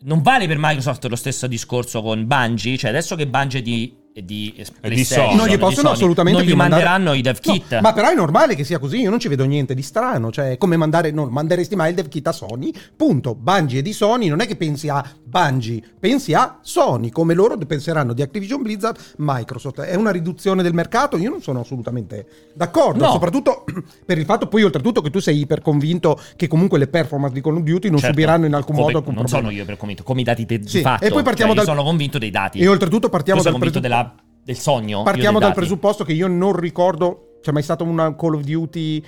S1: non vale per Microsoft lo stesso discorso con Bungie cioè adesso che Bungie è di di, PlayStation,
S3: Sony.
S2: non
S1: di
S2: gli possono
S1: Sony,
S2: assolutamente
S1: non gli
S2: più mandare-
S1: manderanno i dev
S2: No,
S1: kit
S2: ma però è normale che sia così, io non ci vedo niente di strano, cioè è come mandare no, manderesti mai il dev kit a Sony, punto. Bungie è di Sony, non è che pensi a Bungie, pensi a Sony, come loro penseranno di Activision Blizzard, Microsoft. È una riduzione del mercato, io non sono assolutamente d'accordo,
S1: No.
S2: soprattutto per il fatto poi oltretutto che tu sei iperconvinto che comunque le performance di Call of Duty non
S1: Certo.
S2: subiranno in alcun
S1: Come-
S2: modo alcun
S1: non
S2: problema.
S1: sono io per convinto come i dati de- di
S2: Sì,
S1: fatto
S2: e poi partiamo
S1: cioè, io
S2: dal-
S1: sono convinto dei dati
S2: E oltretutto partiamo
S1: Tu sei
S2: dal
S1: convinto
S2: presupp-
S1: della- del
S2: Partiamo
S1: sogno io dei
S2: dal
S1: dati.
S2: presupposto che io non ricordo. C'è mai stato una Call of Duty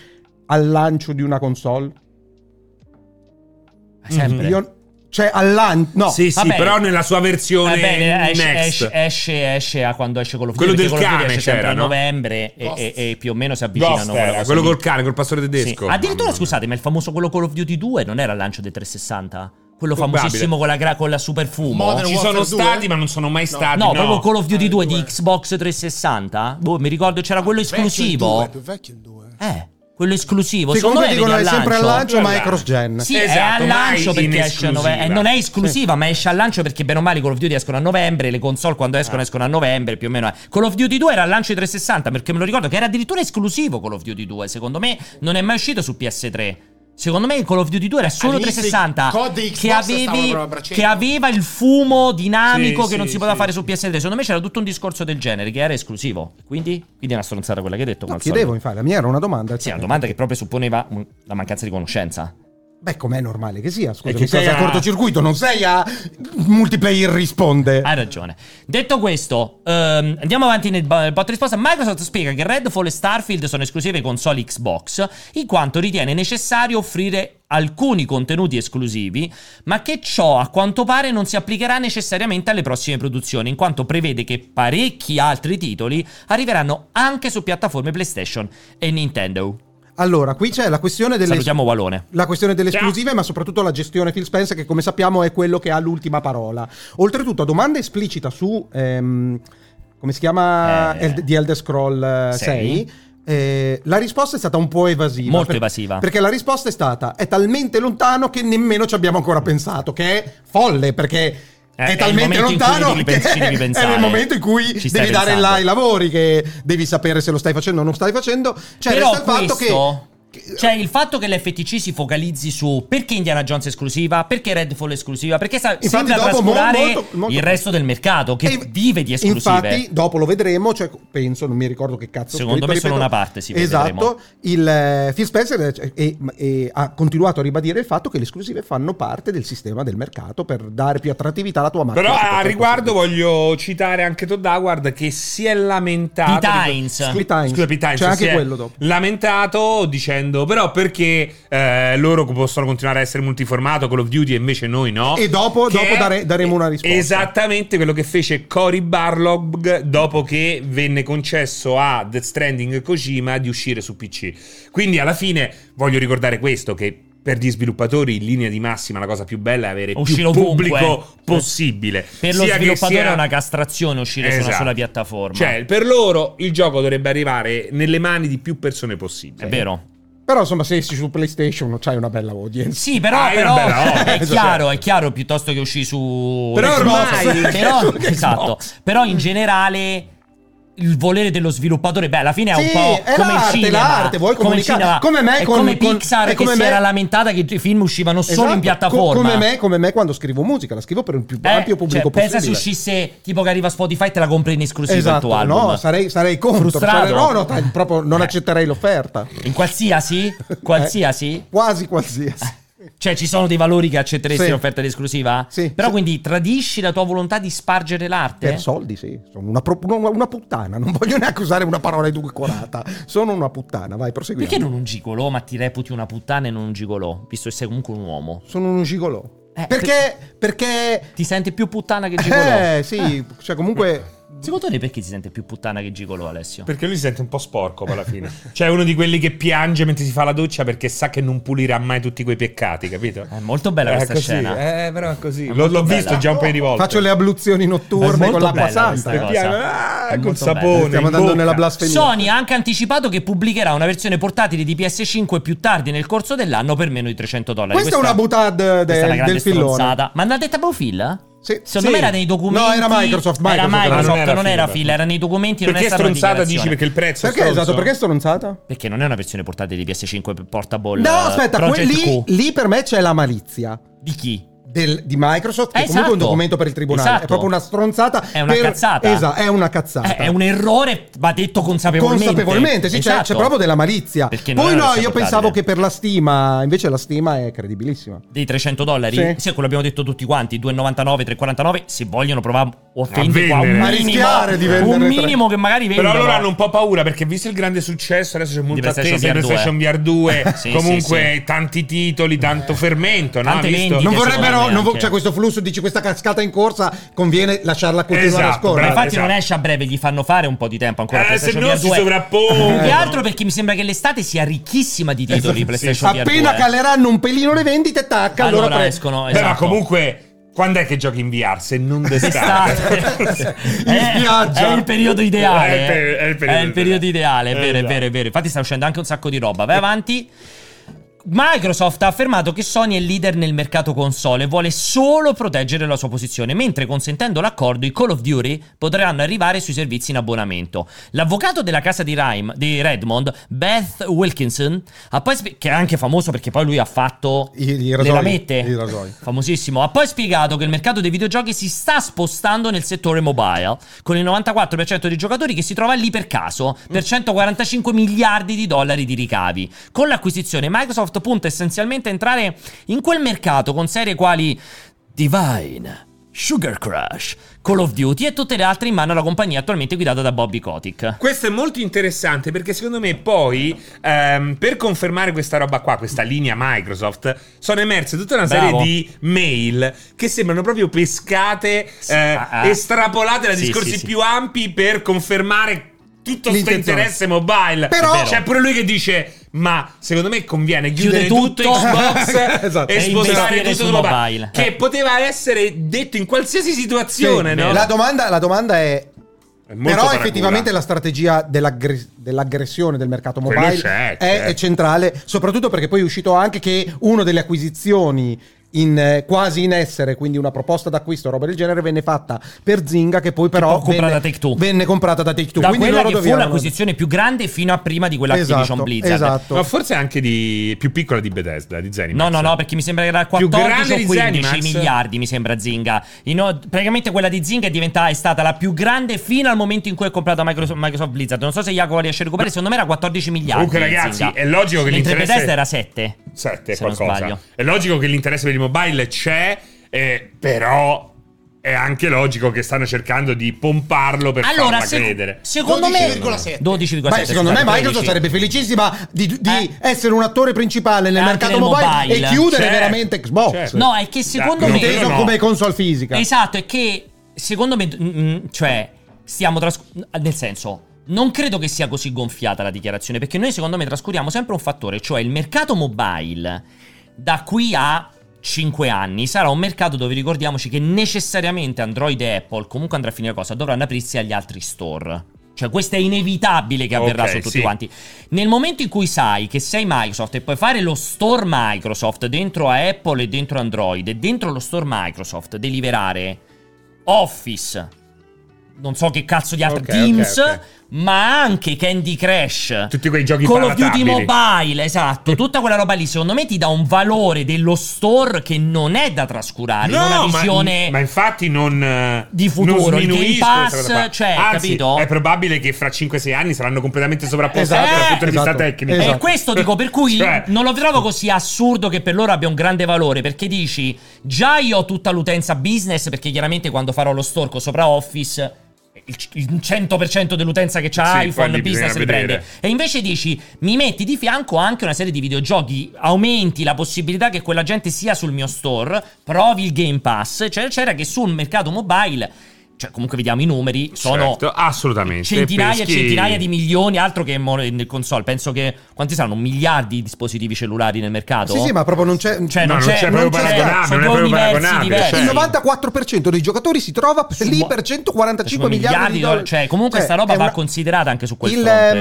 S2: al lancio di una console?
S1: Eh, sempre
S2: Io- cioè, al lancio. No.
S3: Sì, sì,
S1: Vabbè. eh,
S3: però nella sua versione
S1: Va bene, esce,
S3: next.
S1: esce, esce, esce a quando esce Call of Duty.
S3: Quello
S1: perché
S3: del
S1: Call of Duty
S3: cane
S1: esce sempre
S3: c'era,
S1: a
S3: no?
S1: novembre e,
S4: Ghost.
S1: e- e più o meno si avvicinano.
S3: Ghost
S1: quella
S3: era,
S1: cosa
S3: quello
S1: lì.
S3: col cane, col pastore
S1: Sì. Ah,
S3: tedesco.
S1: Addirittura,
S3: Mamma mia.
S1: scusate, ma il famoso quello Call of Duty 2 non era il lancio del 360? Quello
S3: Probabile.
S1: famosissimo con la, gra- con la super fumo?
S4: Modern
S3: Ci
S4: Warfare
S3: sono
S4: 2?
S3: stati, ma non sono mai stati.
S1: No,
S3: No,
S1: proprio Call of Duty
S4: Ah,
S1: 2 di
S4: due.
S1: Xbox 360. Boh, mi ricordo
S4: Ah,
S1: c'era quello esclusivo.
S4: È più vecchio il 2.
S1: Eh, quello esclusivo.
S2: Sì,
S1: Secondo
S2: comunque
S1: me
S2: dicono è
S1: vedi
S2: sempre al lancio, ma è
S3: Al
S2: cross gen.
S1: Sì,
S3: Esatto,
S1: è al lancio
S3: mai in
S1: perché esce a novembre. Eh,
S3: esclusiva.
S1: non è esclusiva, ma esce al lancio perché bene o male i Call of Duty escono a novembre. Le console quando
S3: Ah.
S1: escono escono a novembre, più o meno. eh. Call of Duty 2 era al lancio di 360, perché me lo ricordo che era addirittura esclusivo Call of Duty 2. Secondo me non è mai uscito su PS3. Secondo me Call of Duty 2 era solo
S4: All'inizio i
S1: 360
S4: code
S1: che,
S4: Xbox stavano
S1: avevi-
S4: proprio a braccetto.
S1: che aveva il fumo dinamico
S3: Sì,
S1: che non
S3: sì,
S1: si poteva
S3: sì,
S1: fare
S3: sì.
S1: su PS3. Secondo me c'era tutto un discorso del genere che era esclusivo. Quindi, quindi è una stronzata quella che hai detto.
S2: No,
S1: ma
S2: chiedevo, infatti, la mia era una domanda.
S1: Sì, è una domanda che proprio supponeva un- la mancanza di conoscenza.
S2: Beh, com'è normale che sia?
S3: E
S2: Scusa,
S3: che
S2: sei
S3: cosa-
S2: a cortocircuito, non sei a multiplayer risponde.
S1: Hai ragione. Detto questo, ehm, andiamo avanti nel bo- nel bot risposta. Microsoft spiega che Redfall e Starfield sono esclusive console Xbox, in quanto ritiene necessario offrire alcuni contenuti esclusivi, ma che ciò a quanto pare non si applicherà necessariamente alle prossime produzioni, in quanto prevede che parecchi altri titoli arriveranno anche su piattaforme PlayStation e Nintendo.
S2: Allora, qui c'è la questione delle.
S1: Salutiamo Walone.
S2: la questione delle esclusive, ma soprattutto la gestione Phil Spencer, che come sappiamo è quello che ha l'ultima parola. Oltretutto, domanda esplicita su. ehm, come si chiama?
S1: Eh.
S2: Eld- di Elder Scroll eh,
S1: Sei.
S2: 6. eh, la risposta è stata un po' evasiva.
S1: Molto evasiva.
S2: Perché la risposta è stata, è talmente lontano che nemmeno ci abbiamo ancora pensato, che è folle perché...
S1: Eh, è
S2: È,
S1: il
S2: talmente
S1: momento in cui
S2: lontano
S1: devi
S2: che
S1: pens- ci devi
S2: è
S1: pensare.
S2: nel momento in cui
S1: Ci
S2: devi
S1: stai
S2: dare
S1: pensando.
S2: là i lavori, che devi sapere se lo stai facendo o non lo stai facendo. Cioè,
S1: Però
S2: resta il fatto
S1: questo-
S2: che, che-
S1: Cioè, il fatto che l'FTC si focalizzi su perché Indiana Jones è esclusiva, perché Redfall è esclusiva, perché sa-
S2: Infatti
S1: sembra
S2: dopo mo-
S1: trascurare
S2: molto- molto-
S1: il resto del mercato che
S2: E-
S1: vive di esclusive.
S2: Infatti, dopo lo vedremo. Cioè, penso, non mi ricordo che cazzo. ho scritto,
S1: Secondo me
S2: ripeto.
S1: solo una parte, sì, poi vedremo.
S2: Esatto. Il eh, Phil Spencer eh, e- e ha continuato a ribadire il fatto che le esclusive fanno parte del sistema del mercato per dare più attrattività alla tua Cioè, marca.
S3: Però ah, a
S2: Per-
S3: riguardo voglio citare anche Todd Howard che si è lamentato.
S1: Pete Hines.
S3: Scu-
S2: Pete Hines.
S3: Scusa, Pete Hines,
S2: C'è
S3: si
S2: anche
S3: è
S2: quello dopo.
S3: Lamentato dicendo però perché eh, loro possono continuare a essere multiformato Call of Duty e invece noi no.
S2: E dopo-
S3: Che
S2: dopo dare- daremo una risposta.
S3: Esattamente quello che fece Cory Barlog dopo che venne concesso a Death Stranding e Kojima di uscire su PC. Quindi alla fine voglio ricordare questo che per gli sviluppatori in linea di massima la cosa più bella è avere
S1: Uscire
S3: più
S1: ovunque.
S3: pubblico possibile.
S1: Per lo
S3: Sia che
S1: sviluppatore
S3: sia-
S1: è una castrazione uscire su una
S3: Esatto.
S1: sola piattaforma.
S3: Cioè, per loro il gioco dovrebbe arrivare nelle mani di più persone
S1: è
S3: possibile.
S1: vero.
S2: Però, insomma, se esci su PlayStation, c'hai una bella audience.
S1: Sì, però,
S3: Ah, è
S1: però-
S3: una bella
S1: è
S3: opera,
S1: chiaro, è chiaro piuttosto che uscire su
S3: Però
S1: Xbox.
S3: ormai-
S1: però,
S2: su Xbox.
S1: Cioè, esatto. Però in generale il volere dello sviluppatore, beh, alla fine è un
S2: Sì,
S1: po'
S2: è
S1: come il
S2: l'arte,
S1: cinema,
S2: l'arte, vuoi
S1: come, il
S2: comunicare.
S1: cinema,
S2: Come me
S1: è
S2: con-
S1: come
S2: con-
S1: Pixar
S2: è
S1: che
S2: come
S1: si
S2: me-
S1: era lamentata che i film uscivano solo
S2: Esatto.
S1: in
S2: Co-
S1: piattaforma.
S2: come, me, come me quando scrivo musica, la scrivo per il più
S1: Eh,
S2: ampio pubblico
S1: cioè, pensa se
S2: possibile.
S1: uscisse tipo che arriva Spotify e te la compri in esclusiva il tuo
S2: Esatto,
S1: album.
S2: no, sarei, sarei contro.
S1: Frustrato.
S2: sarei- no, no, dai, proprio non
S1: Eh.
S2: accetterei l'offerta.
S1: In qualsiasi? Qualsiasi?
S2: Eh, quasi qualsiasi.
S1: Cioè, ci sono dei valori che accetteresti
S2: Sì.
S1: in offerta di esclusiva?
S2: Sì.
S1: Però
S2: Sì.
S1: quindi tradisci la tua volontà di spargere l'arte?
S2: Per soldi, sì. Sono una, pro- una- una puttana. Non voglio neanche usare una parola edulcorata. Sono una puttana. Vai, proseguiamo.
S1: Perché non un gigolò, ma ti reputi una puttana e non un gigolò? Visto che sei comunque un uomo.
S2: Sono un gigolò.
S1: Eh,
S2: perché? Perché.
S1: Ti senti più puttana che gigolò?
S2: Eh, sì. Cioè, comunque.
S1: Secondo te perché ti senti più puttana che gigolò, Alessio?
S3: Perché lui si sente un po' sporco poi alla fine. cioè, è uno di quelli che piange mentre si fa la doccia perché sa che non pulirà mai tutti quei peccati, capito?
S1: È molto bella
S3: Eh,
S1: questa
S3: così,
S1: scena.
S3: Eh, però è così.
S1: È
S3: L'ho, l'ho
S1: molto
S3: visto
S1: bella.
S3: già un paio di volte.
S2: Faccio le abluzioni
S1: È
S2: notturne
S1: molto
S2: con l'acqua
S1: bella questa
S2: santa.
S1: cosa.
S3: Piano, ah,
S1: È
S3: col
S1: molto bella.
S3: sapone.
S2: Stiamo
S3: in
S2: andando
S3: bocca.
S2: nella blasfemia.
S1: Sony ha anche anticipato che pubblicherà una versione portatile di PS5 più tardi nel corso dell'anno per meno di 300 dollari.
S2: Questa è una butad
S1: questa è una
S2: del,
S1: grande
S2: del fillone.
S1: stronzata. Ma l'ha detta proprio Phil?
S2: Sì,
S1: Secondo
S2: sì.
S1: me era nei documenti.
S2: No, era Microsoft,
S1: Era
S2: Microsoft,
S1: Microsoft,
S3: non era
S1: non era
S3: Phil.
S1: Phil, era nei documenti. non
S3: Perché
S1: è stata una
S3: stronzata dici
S1: dichiarazione.
S3: perché il prezzo
S2: Perché
S3: è stronzo?
S2: esatto? Perché è stronzata?
S1: Perché non è una versione portatile di PS5 portable.
S2: No,
S1: eh,
S2: aspetta, que-
S1: Project
S2: lì,
S1: Q.
S2: lì per me c'è la malizia.
S1: Di chi?
S2: del- di Microsoft, che
S1: Eh,
S2: comunque è
S1: esatto.
S2: un documento per il tribunale.
S1: Esatto.
S2: È proprio una stronzata.
S1: È una
S2: per-
S1: cazzata.
S2: Esa- è una cazzata.
S1: Eh, è un errore, va detto consapevolmente.
S2: Consapevolmente, sì, c'è-
S1: Esatto.
S2: c'è, proprio della malizia.
S1: Perché non
S2: Poi
S1: è una
S2: no,
S1: versione
S2: io
S1: portatile.
S2: pensavo che per la stima, invece la stima è credibilissima.
S1: Dei 300 dollari?
S2: Sì.
S1: Sì, quello abbiamo detto tutti quanti, 2,99, 3,49, se vogliono provare offendi
S3: A
S1: qua un
S3: vendere. A
S1: minimo,
S2: rischiare di venderne
S1: un
S2: tre.
S1: minimo che magari vendono.
S3: Però loro hanno un po' paura perché visto il grande successo adesso c'è molta
S1: PlayStation
S3: attesa di
S1: VR2.
S3: PlayStation VR 2,
S1: Sì,
S3: comunque
S1: sì,
S3: tanti titoli, tanto fermento, no?
S1: Tante
S3: Visto?
S1: vendite.
S2: Non
S1: Sì, secondo
S2: vorrebbero,
S1: me
S2: non vo-
S1: anche.
S2: cioè questo flusso, dici questa cascata in corsa, conviene lasciarla continuare
S3: Esatto,
S2: a
S1: Ma
S2: scorrere.
S1: infatti
S3: Esatto.
S1: non esce a breve, gli fanno fare un po' di tempo ancora.
S3: Eh, se
S1: PlayStation
S3: no
S1: VR
S3: si
S1: 2.
S3: sovrappongono.
S1: Più che altro perché mi sembra che l'estate sia ricchissima di titoli
S3: Esatto,
S1: PlayStation VR 2.
S2: Appena caleranno un pelino le vendite, tacca, allora,
S1: allora,
S2: pre-
S1: escono.
S3: Però
S1: esatto.
S3: comunque, quando è che giochi in VR se non d'estate?
S1: Estate.
S2: In
S1: È-
S2: spiaggia.
S1: È il periodo ideale.
S3: È il per- è il periodo
S1: È il periodo ideale, è
S3: ideale.
S1: vero, è
S3: Esatto.
S1: vero, è vero. Infatti sta uscendo anche un sacco di roba. Vai avanti. Microsoft ha affermato che Sony è il leader nel mercato console e vuole solo proteggere la sua posizione, mentre consentendo l'accordo i Call of Duty potranno arrivare sui servizi in abbonamento. L'avvocato della casa di, Rhyme, di Redmond, Beth Wilkinson, ha poi spe- che è anche famoso perché poi lui ha fatto
S2: I- i
S1: le
S2: rasoi,
S1: lamette,
S2: i rasoi.
S1: famosissimo, ha poi spiegato che il mercato dei videogiochi si sta spostando nel settore mobile, con il 94% dei giocatori che si trova lì per caso, per 145 miliardi di dollari di ricavi. Con l'acquisizione Microsoft punta essenzialmente a entrare in quel mercato con serie quali Divine, Sugar Crush, Call of Duty e tutte le altre in mano alla compagnia attualmente guidata da Bobby Kotick.
S3: Questo è molto interessante perché secondo me poi ehm, per confermare questa roba qua, questa linea Microsoft, sono emerse tutta una serie
S1: Bravo.
S3: di mail che sembrano proprio pescate,
S1: Sì,
S3: eh,
S1: ah, ah.
S3: estrapolate da
S1: Sì,
S3: discorsi
S1: sì, sì.
S3: più ampi per confermare tutto questo
S2: L'intenzione.
S3: interesse mobile.
S2: Però-
S3: È vero. c'è pure lui che dice "Ma secondo me conviene
S1: Chiude
S3: chiudere tutto,
S1: tutto.
S3: Xbox
S2: Esatto.
S3: e
S1: E
S3: spostare
S1: investire
S3: tutto
S1: su
S3: su mobile",
S1: mobile.
S3: Che poteva essere detto in qualsiasi situazione,
S2: Sì,
S3: no?
S2: la, domanda, la domanda è:
S3: È molto
S2: Però
S3: paracula.
S2: effettivamente la strategia dell'aggre- dell'aggressione del mercato
S3: Quello
S2: mobile
S3: c'è,
S2: è,
S3: c'è.
S2: è centrale, soprattutto perché poi è uscito anche che una delle acquisizioni in, eh, quasi in essere, quindi una proposta d'acquisto o roba del genere, venne fatta per Zinga che poi però
S1: poi comprata
S2: venne,
S1: da Take-Two.
S2: venne comprata da Take-Two.
S1: da
S2: quindi
S1: quella
S2: loro
S1: che fu
S2: dovevano-
S1: l'acquisizione più grande fino a prima di quella Activision
S2: eh? esatto,
S1: Blizzard.
S2: Esatto.
S3: No, forse anche di più piccola di Bethesda, di Zenimax.
S1: No, no, no, perché mi sembra che era
S3: Più
S1: 14
S3: grande
S1: o
S3: di
S1: 15
S3: Zenimax?
S1: miliardi, mi sembra Zinga. In o- praticamente quella di Zinga è, diventata, è stata la più grande fino al momento in cui è comprata Microsoft, Microsoft Blizzard. Non so se Jacopo la riesce a recuperare, secondo me era 14 miliardi.
S3: Comunque, ragazzi,
S1: Zynga.
S3: è logico che
S1: Mentre
S3: l'interesse-
S1: Bethesda era 7.
S3: 7
S1: se non sbaglio.
S3: qualcosa. È logico che l'interesse per il mobile c'è, eh, però è anche logico che stanno cercando di pomparlo per
S1: Allora,
S3: farla
S1: se-
S3: credere.
S1: secondo me
S4: 12,7.
S1: 12,7.
S2: Beh, secondo me
S1: scusate,
S2: Microsoft
S1: 13.
S2: sarebbe felicissima di, di
S1: Eh.
S2: essere un attore principale nel
S1: Anche
S2: mercato
S1: nel
S2: mobile,
S1: mobile.
S2: e chiudere
S3: Certo.
S2: veramente Xbox.
S3: Certo.
S1: No, è che secondo
S3: No,
S1: me
S2: inteso
S3: quello no.
S2: come console fisica.
S1: Esatto, è che secondo me, mm, cioè, stiamo trascurando. Nel senso, non credo che sia così gonfiata la dichiarazione, perché noi secondo me trascuriamo sempre un fattore, cioè il mercato mobile da qui a 5 anni sarà un mercato dove ricordiamoci che necessariamente Android e Apple, comunque andrà a finire la cosa, dovranno aprirsi agli altri store. Cioè, questo è inevitabile che avverrà
S3: Ok,
S1: su tutti
S3: sì.
S1: quanti. Nel momento in cui sai che sei Microsoft e puoi fare lo store Microsoft dentro a Apple e dentro Android e dentro lo store Microsoft deliverare Office, non so che cazzo di altri
S3: Ok, ok,
S1: Teams,
S3: ok.
S1: ma anche Candy Crash,
S3: Tutti quei giochi
S1: Call of Duty
S3: palatabili.
S1: Mobile, esatto, tutta quella roba lì secondo me ti dà un valore dello store che non è da trascurare, in una
S3: ma-
S1: visione
S3: ma, infatti non eh,
S1: di futuro,
S3: non
S1: il Game
S3: sminuisco
S1: Pass,
S3: questa cosa qua.
S1: cioè,
S3: Anzi,
S1: capito?
S3: è probabile che fra 5-6 anni saranno completamente sovrapposti
S2: Esatto,
S3: dal punto di vista
S2: esatto,
S3: tecnico
S2: esatto.
S1: E Eh, questo dico, per cui
S3: Cioè-
S1: non lo trovo così assurdo che per loro abbia un grande valore, perché dici, già io ho tutta l'utenza business, perché chiaramente quando farò lo storco sopra Office, il c- il 100% dell'utenza che
S3: Sì,
S1: c'ha
S3: poi
S1: iPhone
S3: lì bisogna
S1: business riprende.
S3: vedere.
S1: E invece dici, mi metti di fianco anche una serie di videogiochi, aumenti la possibilità che quella gente sia sul mio store, provi il Game Pass, eccetera, eccetera, che sul mercato mobile, cioè comunque vediamo i numeri, sono
S3: Certo, assolutamente
S1: centinaia e
S3: Peschi-
S1: centinaia di milioni, altro che mo- nel console. Penso che quanti saranno? Miliardi di dispositivi cellulari nel mercato?
S2: Sì, sì, ma proprio non c'è.
S1: Cioè,
S3: No,
S1: non,
S3: non
S1: c'è,
S3: c'è
S1: non
S2: proprio
S1: c'è-
S2: paragonabile,
S3: non
S1: sono
S3: è
S1: due
S3: proprio
S1: universi
S3: paragonabile,
S1: diversi.
S3: cioè-
S2: il 94% dei giocatori si trova
S1: Su
S2: lì
S1: mo-
S2: per 145
S1: su
S2: miliardi, di dollari.
S1: Cioè, comunque sta roba
S2: è
S1: va cioè.
S2: una-
S1: considerata anche su quel
S2: il,
S1: fronte.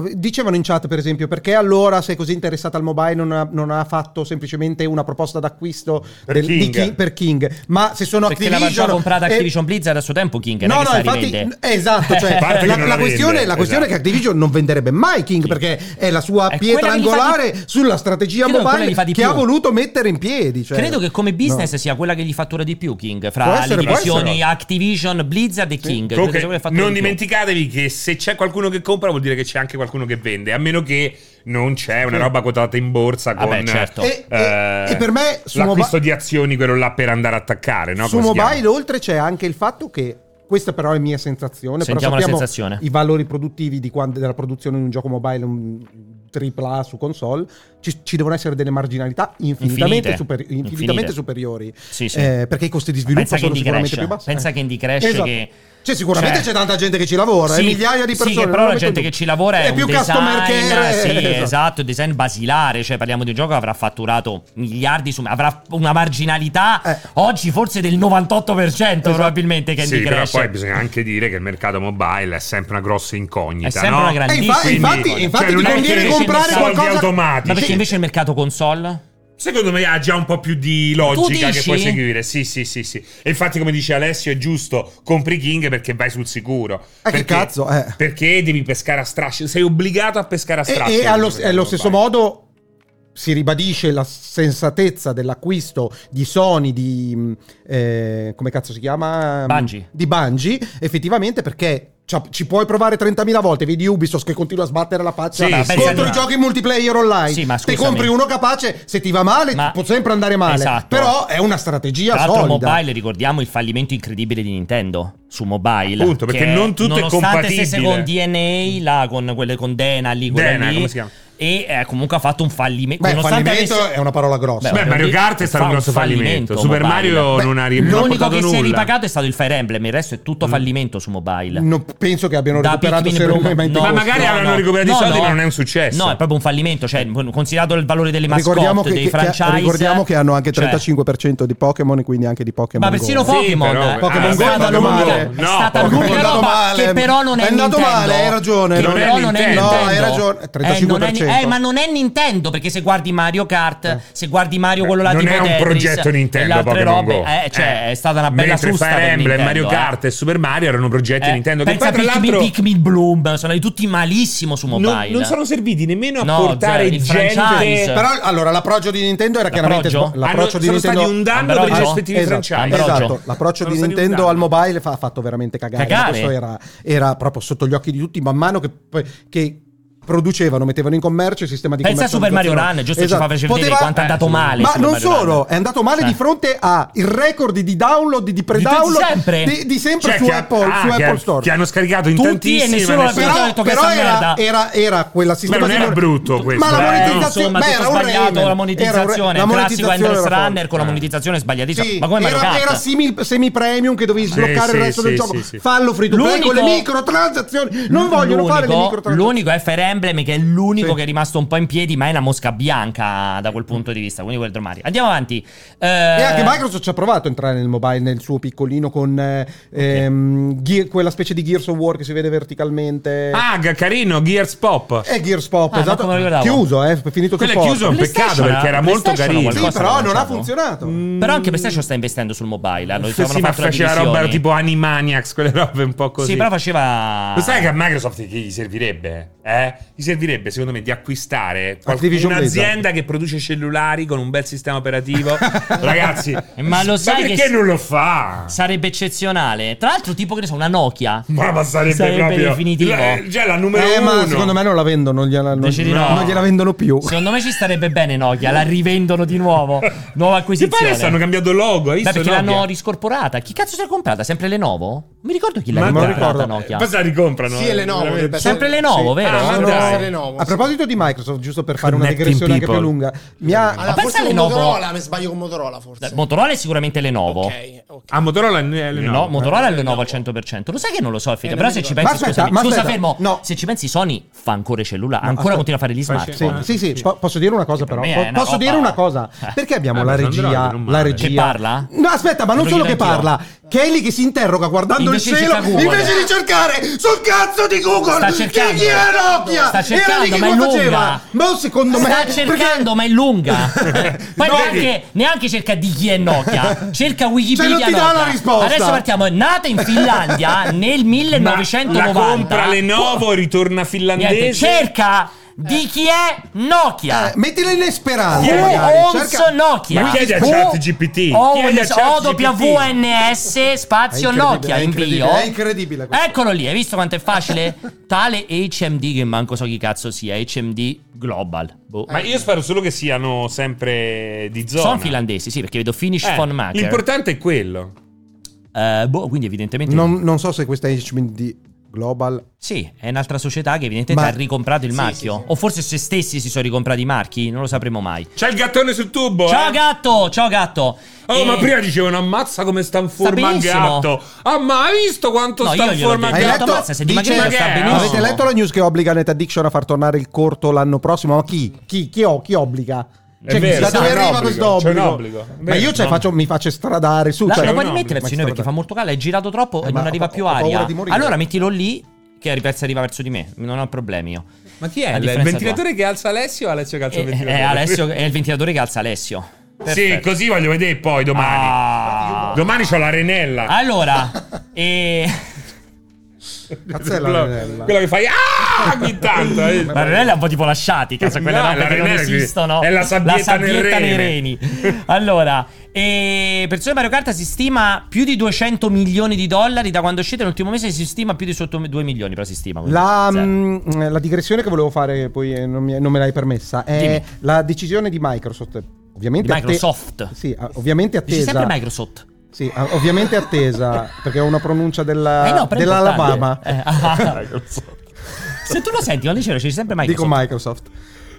S2: ehm, dicevano in chat per esempio perché allora sei così interessata al mobile non ha, non ha fatto semplicemente una proposta d'acquisto
S3: Per
S2: del- di
S3: King.
S2: Ki- per King ma se sono
S1: perché l'aveva già
S2: Activision
S1: comprata
S2: e-
S1: Activision Blizzard a suo tempo King
S2: No,
S1: non è che
S2: no,
S1: se la
S2: infatti,
S1: rivende.
S2: eh, esatto. Cioè,
S3: A parte che
S2: la,
S3: non
S2: la
S3: la
S2: questione,
S3: vende,
S2: la questione è
S3: esatto.
S2: che Activision non venderebbe mai King perché è la sua
S1: È
S2: pietra
S1: quella che gli fa di-
S2: angolare sulla strategia
S1: Credo che quella
S2: mobile
S1: gli fa di
S2: che
S1: più.
S2: ha voluto mettere in piedi. cioè.
S1: Credo che come business
S2: No.
S1: sia quella che gli fattura di più
S2: Può
S1: King fra
S2: essere,
S1: le
S2: può
S1: divisioni
S2: essere.
S1: Activision, Blizzard e King. Credo
S3: Comunque,
S1: sia quella che fattura
S3: non
S1: di più.
S3: dimenticatevi che se c'è qualcuno che compra vuol dire che c'è anche qualcuno che vende, a meno che non c'è una roba quotata in borsa
S1: Vabbè,
S3: con
S1: certo.
S2: E, e-
S3: eh,
S2: e per me su,
S3: l'acquisto
S2: mobi-
S3: di azioni quello là per andare a attaccare, no?
S2: su
S3: Come si chiama?
S2: mobile oltre c'è anche il fatto che questa però è mia sensazione.
S1: Sentiamo la
S2: però sappiamo
S1: sensazione.
S2: I valori produttivi di quando- della produzione di un gioco mobile, un AAA su console, ci, ci devono essere delle marginalità infinitamente,
S1: Infinite.
S2: superi- infinitamente
S1: Infinite.
S2: superiori.
S1: Sì, sì.
S2: Eh, perché i costi di sviluppo
S1: Pensa che
S2: sono
S1: Candy
S2: sicuramente
S1: Crush.
S2: più bassi.
S1: Pensa
S2: Eh.
S1: che Candy Crush
S2: Esatto.
S1: che-
S2: Cioè, sicuramente
S1: cioè-
S2: c'è tanta gente che ci lavora,
S1: Sì,
S2: eh, migliaia di
S1: sì,
S2: persone.
S1: che però
S2: non
S1: la gente
S2: metto
S1: che
S2: tu.
S1: ci lavora è,
S2: È
S1: un
S2: più
S1: design,
S2: customer care,
S1: sì,
S2: eh,
S1: esatto. un design basilare, cioè parliamo di un gioco che avrà fatturato miliardi, su, avrà una marginalità
S2: Eh. Esatto.
S1: oggi forse del 98% probabilmente Candy
S3: Sì, però
S1: Crush.
S3: poi bisogna anche dire che il mercato mobile è sempre una grossa incognita.
S1: È sempre
S3: no?
S1: una grande-
S2: E infa-
S1: Quindi-
S2: infatti, infatti
S3: Cioè,
S2: ti
S3: non è
S2: conviene
S3: che
S2: comprare
S1: soldi
S2: qualcosa
S3: automatici.
S1: Ma perché
S3: Sì.
S1: invece il mercato console?
S3: Secondo me ha già un po' più di logica
S1: Tu dici?
S3: che puoi seguire. Sì, sì, sì, sì. E infatti, come dice Alessio, è giusto, compri King perché vai sul sicuro.
S2: che
S3: perché,
S2: cazzo, eh.
S3: Perché devi pescare a strascio. Sei obbligato a pescare a
S2: E,
S3: strascio.
S2: e allo,
S1: eh,
S2: e allo stesso modo si ribadisce la sensatezza dell'acquisto di Sony di mh, eh, come cazzo si chiama Mm,
S1: Bungie.
S2: di Bungie effettivamente perché c'ha- ci puoi provare 30.000 volte vedi Ubisoft che continua a sbattere la faccia
S3: Sì, sì,
S2: contro
S3: sì.
S2: i giochi multiplayer online
S1: Sì, ma
S2: te
S1: scusami.
S2: compri uno capace se ti va male
S1: Ma-
S2: può sempre andare male
S1: Esatto.
S2: però è una strategia
S1: Tra l'altro
S2: solida
S1: mobile ricordiamo il fallimento incredibile di Nintendo su mobile.
S3: Appunto, perché
S1: che
S3: non tutto è
S1: nonostante stesse con
S3: compatibile.
S1: DNA, là, con quelle con Dena lì, quella
S3: Dena,
S1: lì,
S3: come si chiama?
S1: e eh, comunque ha fatto un fallimento.
S2: Beh,
S1: nonostante
S2: fallimento
S1: avesse-
S2: è una parola grossa.
S3: Beh,
S1: voglio
S3: Mario
S1: dire,
S3: Kart è stato
S1: fa
S3: un grosso fallimento. Super
S1: mobile.
S3: Mario non ha ri- non ha
S1: L'unico
S3: portato
S1: che si è
S3: nulla. Mm.
S1: ripagato è stato il Fire Emblem, il resto è tutto fallimento su mobile.
S2: Non penso che abbiano
S1: Da
S2: recuperato
S1: Pikmin Blue-
S2: seriamente
S1: no,
S3: Ma
S2: questo.
S3: magari avevano recuperato i soldi, ma non è un successo.
S1: No, è proprio un fallimento. Cioè, considerato il valore delle
S2: Ricordiamo
S1: mascotte,
S2: che,
S1: dei
S2: che- che-
S1: franchise.
S2: ricordiamo che hanno anche
S1: cioè,
S2: 35% di Pokémon, quindi anche di Pokémon.
S1: ma persino
S2: Go.
S1: Pokémon, eh.
S3: però-
S2: eh,
S3: eh,
S2: Pokémon
S1: è
S2: Go è
S1: stata
S2: andato
S1: l'unica-
S2: male.
S1: è stata
S3: No,
S2: Pokémon Go
S1: l'unica
S2: è andato
S1: roba
S2: male.
S1: che però non è,
S2: È andato
S1: Nintendo.
S2: male, hai ragione,
S1: Che
S2: non
S1: però
S3: è
S1: non è
S3: Nintendo.
S1: Nintendo.
S3: No,
S2: hai ragione,
S1: Eh, non è-
S2: 35%.
S1: eh, ma non è Nintendo perché se guardi Mario Kart,
S2: Eh.
S1: se guardi Mario
S3: Beh,
S1: quello là
S3: Eh, non
S1: tipo
S3: è un
S1: Tetris,
S3: progetto Nintendo,
S1: e le altre
S3: Pokémon
S1: robe,
S3: Go.
S1: eh, cioè,
S3: Eh.
S1: è stata una bella
S3: Mentre
S1: frusta
S3: Fire
S1: per
S3: Emblem,
S1: Nintendo,
S3: Mario
S1: eh.
S3: Kart e Super Mario erano progetti
S1: Eh,
S3: Nintendo che poi,
S1: pensa a
S3: tra
S1: Pikmin,
S3: l'altro
S1: Pikmin Bloom, sono tutti malissimo su
S3: non,
S1: mobile. eh.
S3: non sono serviti nemmeno a
S1: No,
S3: portare
S1: zero, il franchise.
S3: gente
S2: Però allora l'approccio di Nintendo era chiaramente
S1: L'approccio?
S2: sba- l'approccio
S3: Hanno-
S2: di Nintendo
S3: sono stati un danno per i
S1: Ambrogio?
S3: rispettivi
S2: Esatto,
S3: franchise.
S1: Ambrogio.
S2: esatto, l'approccio
S3: Sono
S2: di
S3: stati un
S2: Nintendo
S3: danno.
S2: al mobile fa- ha fatto veramente cagare.
S1: Cagare.
S2: Questo era, era proprio sotto gli occhi di tutti, man mano che, che producevano, mettevano in commercio il sistema di Esatto.
S1: Pensa a Super Mario Run, giusto? Ci fa vedere quanto è andato male
S2: Eh, Ma
S1: Super
S2: non
S1: Mario
S2: solo,
S1: Run.
S2: è andato male
S1: Cioè.
S2: di fronte a il record di download, di
S1: Di tutti
S2: pre-download
S1: sempre?
S2: di, di sempre
S3: Cioè,
S2: su,
S3: che-
S2: Apple,
S3: ah,
S2: su
S3: che-
S2: Apple Store.
S3: Che hanno scaricato in
S1: Tutti e
S3: tantissimi.
S1: nessuno
S3: ma
S1: l'ha
S3: nessuno-
S1: Abbiamo
S2: però,
S1: detto che
S2: però
S1: sta
S2: era,
S1: merda.
S2: era, eh, era quella sistema
S3: non
S2: di
S3: era brutto questo,
S2: ma la
S3: eh,
S2: monetizzazione
S1: insomma,
S2: beh,
S1: tutto
S2: era un
S1: sbagliato
S2: reme.
S1: la
S2: Era un re- la
S1: monetizzazione, il classico
S2: monetizzazione
S1: Endless
S2: era forte.
S1: Runner con la monetizzazione
S3: Eh.
S1: sbagliatissima.
S2: Sì,
S1: ma come Mario
S2: era,
S1: Kart?
S2: era semi, premium che dovevi sbloccare
S3: sì,
S2: il resto
S3: sì,
S2: del
S3: sì,
S2: gioco.
S3: sì.
S2: Fallo free to play con le
S1: L'unico-
S2: microtransazioni. Non vogliono fare le
S1: L'unico-
S2: microtransazioni.
S1: L'unico è Fire Emblem che è l'unico
S2: Sì.
S1: che è rimasto un po' in piedi, ma è una mosca bianca da quel punto di vista. Quindi quello domani. Andiamo avanti. Eh,
S2: E anche Microsoft ci ha provato a entrare nel mobile, nel suo piccolino, con eh, ehm, Gear- quella specie di Gears of War che si vede verticalmente.
S3: Ah, g- carino, Gears Pop.
S2: È Eh, Gears Pop,
S1: Ah, ma
S2: esatto.
S1: come lo ricordavo?
S2: Chiuso, eh, finito il
S3: Quello è
S2: supporto.
S3: chiuso, è un peccato
S1: PlayStation
S3: perché era
S1: ha-
S3: molto
S1: PlayStation ha
S3: carino. Mm.
S2: Sì,
S1: qualcosa
S2: però
S1: che
S2: non ha
S1: lanciato. Mm.
S2: funzionato.
S1: Però anche PlayStation sta investendo sul mobile. Hanno,
S3: Sì,
S1: avevano
S3: ma
S1: fatto le
S3: faceva roba
S1: divisioni.
S3: tipo Animaniacs, quelle robe un po' così.
S1: Sì, però faceva.
S3: Lo sai che a Microsoft chi gli servirebbe? Eh? Gli servirebbe, secondo me, di acquistare qual-
S2: Activision
S3: un'azienda che produce cellulari con un bel sistema operativo. Ragazzi,
S1: Eh, Ma lo sai che
S3: perché
S1: s-
S3: non lo fa?
S1: Sarebbe eccezionale. Tra l'altro, tipo che ne so, una Nokia.
S3: Ma, ma sarebbe,
S1: Sarebbe
S3: proprio
S1: definitivo.
S3: La, già la numero
S2: Eh,
S3: uno.
S2: ma secondo me non la vendono, non gliela, non-
S1: Dici di
S3: no.
S2: non gliela vendono più.
S1: Secondo me ci starebbe bene Nokia. La rivendono di nuovo. Nuova
S3: Ti pare
S1: acquisizione.
S3: adesso hanno cambiato logo? Hai
S1: Beh,
S3: visto?
S1: perché
S3: Nokia?
S1: l'hanno riscorporata. Chi cazzo si è comprata? Sempre Lenovo? Non mi ricordo chi l'ha
S3: Ma non
S1: comprata
S2: ricordo.
S1: Nokia.
S3: Poi se la ricomprano.
S4: Sì, e
S3: eh,
S4: Lenovo,
S3: veramente.
S4: dovrebbe
S1: Sempre Lenovo,
S2: Sì.
S1: vero?
S3: Ah, ma
S2: Sono-
S3: dai.
S4: Lenovo,
S2: A
S4: sì.
S2: proposito di Microsoft, giusto per fare una
S3: Connecting
S2: digressione anche più
S3: people.
S2: lunga, mi ha-
S4: Allora,
S1: pensa
S4: forse
S1: alle
S4: con
S1: Lenovo.
S4: Motorola, mi sbaglio con Motorola forse.
S1: Eh, Motorola è sicuramente Lenovo.
S4: ok, ok.
S3: A Motorola e e
S1: No,
S3: Lenovo.
S1: Motorola è Lenovo al 100%. Lo sai che non lo so, Fede,
S4: Eh,
S1: però
S4: non
S1: se
S4: mi
S1: ci
S4: ricordo.
S1: pensi,
S2: Ma aspetta,
S1: scusami,
S2: ma
S1: scusa,
S2: aspetta,
S1: fermo.
S2: no.
S1: Se ci pensi, Sony fa ancora i cellulari, ancora
S2: aspetta.
S1: continua a fare gli
S3: Facci-
S1: smartphone.
S2: Sì, sì, sì, po- posso dire una cosa
S1: per
S2: però.
S1: me
S2: Po-
S1: è una
S2: posso
S1: roba-
S2: dire una cosa.
S1: Eh.
S2: Perché abbiamo
S3: Eh,
S2: la
S3: ma sono
S2: regia,
S3: droide, non
S2: la
S3: male.
S2: regia
S1: Che parla?
S2: No, aspetta, ma non
S1: Lo
S2: solo che
S1: chiedo anch'io.
S2: parla. Kelly che si interroga guardando
S1: Invece
S2: il
S1: cerca
S2: cielo
S1: Google.
S2: invece di cercare sul cazzo di Google
S1: Sta cercando.
S2: che chi era Nokia.
S1: Sta
S2: era
S1: cercando,
S2: lì che
S1: ma è
S2: lo
S1: lunga.
S2: faceva. Ma secondo me
S1: Sta
S2: perché-
S1: cercando, ma è lunga. Poi
S2: No,
S1: neanche, neanche cerca di chi è Nokia. Cerca
S2: Cioè,
S1: Wikipedia.
S2: non ti dà la
S1: Nokia.
S2: risposta.
S1: Adesso partiamo. È nata in Finlandia nel
S3: Ma
S1: 1990.
S3: La compra Lenovo, ritorna finlandese.
S1: Oh! Niente, cerca di chi è Nokia.
S2: Eh, mettila in esperanto
S1: Q
S2: magari.
S1: OMS
S2: Cerca-
S1: Nokia
S3: Ma chiedi a ChatGPT. Chiedi a ChatGPT.
S1: OWNS spazio
S2: È incredibile,
S1: Nokia
S2: è incredibile,
S1: invio
S2: è incredibile questo.
S1: Eccolo lì, hai visto quanto è facile? Tale HMD che manco so chi cazzo sia HMD Global Boh.
S3: Ma io spero solo che siano sempre di zona.
S1: Sono finlandesi, sì, perché vedo Finish
S3: Eh,
S1: Phone Maker
S3: L'importante è quello.
S1: Eh, Boh, quindi evidentemente
S2: Non, non so se questa è di Global
S1: Sì, è un'altra società che evidentemente
S2: Ma-
S1: ha ricomprato il
S4: Sì,
S1: marchio
S4: sì, sì.
S1: O forse se stessi si sono ricomprati i marchi, non lo sapremo mai
S3: C'è il gattone sul tubo.
S1: Ciao
S3: eh?
S1: gatto, ciao gatto
S3: Oh,
S1: E-
S3: ma prima dicevano ammazza come sta in forma il
S1: benissimo.
S3: gatto. Ah, ma hai visto quanto
S1: No,
S3: sta
S1: io
S3: in
S1: glielo ho
S3: forma il
S1: detto.
S3: gatto?
S1: Hai letto? Ammazza, se dimagrito
S2: Dice-
S3: sta benissimo.
S2: Avete letto la news che obbliga NetAddiction a far tornare il corto l'anno prossimo? Ma chi? Chi, chi, o- chi obbliga? Cioè,
S3: È vero,
S2: da
S3: sì,
S2: dove
S3: c'è un
S2: arriva
S3: obbligo,
S2: questo
S3: c'è un
S2: obbligo?
S3: obbligo. È
S2: Ma
S3: vero,
S2: io cioè,
S3: no?
S2: faccio- mi faccio stradare su.
S1: La,
S2: cioè-
S1: lo puoi
S3: no,
S1: rimettere verso di
S2: ma
S1: noi perché fa
S2: stradare.
S1: molto caldo. Hai girato troppo
S2: Eh, ma
S1: e non
S2: ho
S1: arriva
S2: pa-
S1: più
S2: ho paura
S1: aria.
S2: di morire.
S1: Allora mettilo lì che riversa arriva verso di me. Non ho problemi. io.
S3: Ma chi
S1: A
S3: è? Eh, Il
S1: differenza
S3: ventilatore che alza Alessio o Alessio che alza
S1: Eh,
S3: il
S1: eh,
S3: ventilatore?
S1: Alessio- è il ventilatore che alza Alessio.
S3: Sì,
S1: Perfetto.
S3: così voglio vedere poi domani.
S1: Ah.
S3: Domani c'ho l'arenella.
S1: Allora, e...
S2: Cazzo, è la
S3: Quello-
S2: Renella.
S3: Quello che fai ah ogni tanto. eh.
S1: la Renella è un po' tipo lasciati, casa quelle
S3: No,
S1: robe
S3: la
S1: che non
S3: Renella è qui.
S1: esistono.
S3: È la sabbietta
S1: sabbietta
S3: nel rene.
S1: nei reni. Allora, e persone Mario Kart si stima più di 200 milioni di dollari da quando è uscita L'ultimo mese si stima più di sotto 2 milioni, però si stima. quindi
S2: La,
S1: zero.
S2: mh, la digressione che volevo fare, poi eh, non, mi- non me l'hai permessa, è
S1: Dimmi.
S2: la decisione di Microsoft. Ovviamente
S1: Di
S2: atte-
S1: Microsoft.
S2: Sì, a- ovviamente
S1: Dici
S2: attesa.
S1: sempre Microsoft.
S2: Sì, a- ovviamente attesa, perché ho una pronuncia della,
S1: Eh no, però è
S2: dell'Alabama.
S1: ah. importante. Eh, ah. Se tu lo senti, quando dicevo, c'è sempre Microsoft.
S2: Dico Microsoft.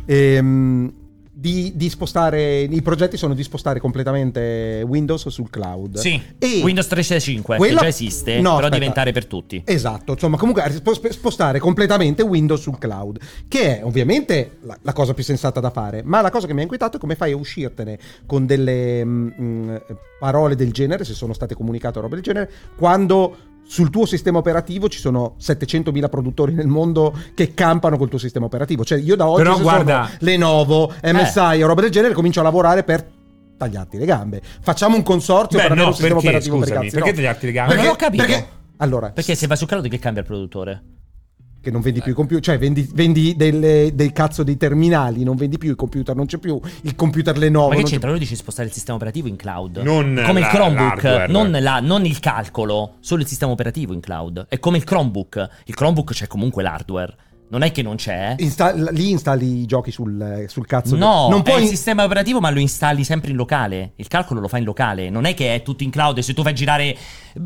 S2: Ehm, di, di spostare, i progetti sono di spostare completamente Windows sul cloud.
S1: Sì,
S2: E-
S1: Windows 365 che
S2: Quello-
S1: già esiste,
S2: No,
S1: però
S2: aspetta.
S1: diventare per tutti.
S2: Esatto, insomma, comunque spo- sp- spostare completamente Windows sul cloud, che è ovviamente la, la cosa più sensata da fare, ma la cosa che mi ha inquietato è come fai a uscirtene con delle mm, mm, parole del genere, se sono state comunicate o robe del genere, quando sul tuo sistema operativo ci sono 700.000 produttori nel mondo che campano col tuo sistema operativo. Cioè io da oggi
S3: Però
S2: se
S3: guarda-
S2: sono Lenovo,
S1: Eh.
S3: Eh.
S2: MSI o roba del genere comincio a lavorare per tagliarti le gambe. Facciamo un consorzio
S3: Beh,
S2: per avere
S3: no,
S2: un sistema
S3: perché,
S2: operativo per i
S3: scusami,
S2: cazzi.
S3: perché
S2: No.
S3: tagliarti le gambe?
S1: Ma non ho capito.
S2: allora,
S1: Perché se va sul cloud che cambia il produttore?
S2: che non vendi più i computer, cioè vendi, vendi delle- del cazzo dei terminali, non vendi più i computer, non c'è più il computer Lenovo.
S1: Ma che
S2: Oh, non c'è
S1: c'entra? Lui dice spostare il sistema operativo in cloud.
S3: Non
S1: come il
S3: la-
S1: Chromebook,
S3: l'hardware.
S1: non, la- non il calcolo, solo il sistema operativo in cloud. È come il Chromebook. Il Chromebook c'è comunque l'hardware. Non è che non c'è. eh?
S2: più- Insta- lì installi i giochi sul, sul cazzo.
S1: No, eh,
S2: del- non
S1: è
S2: puoi.
S1: il sistema operativo, ma lo installi sempre in locale. Il calcolo lo fa in locale. Non è che è tutto in cloud. E se tu fai girare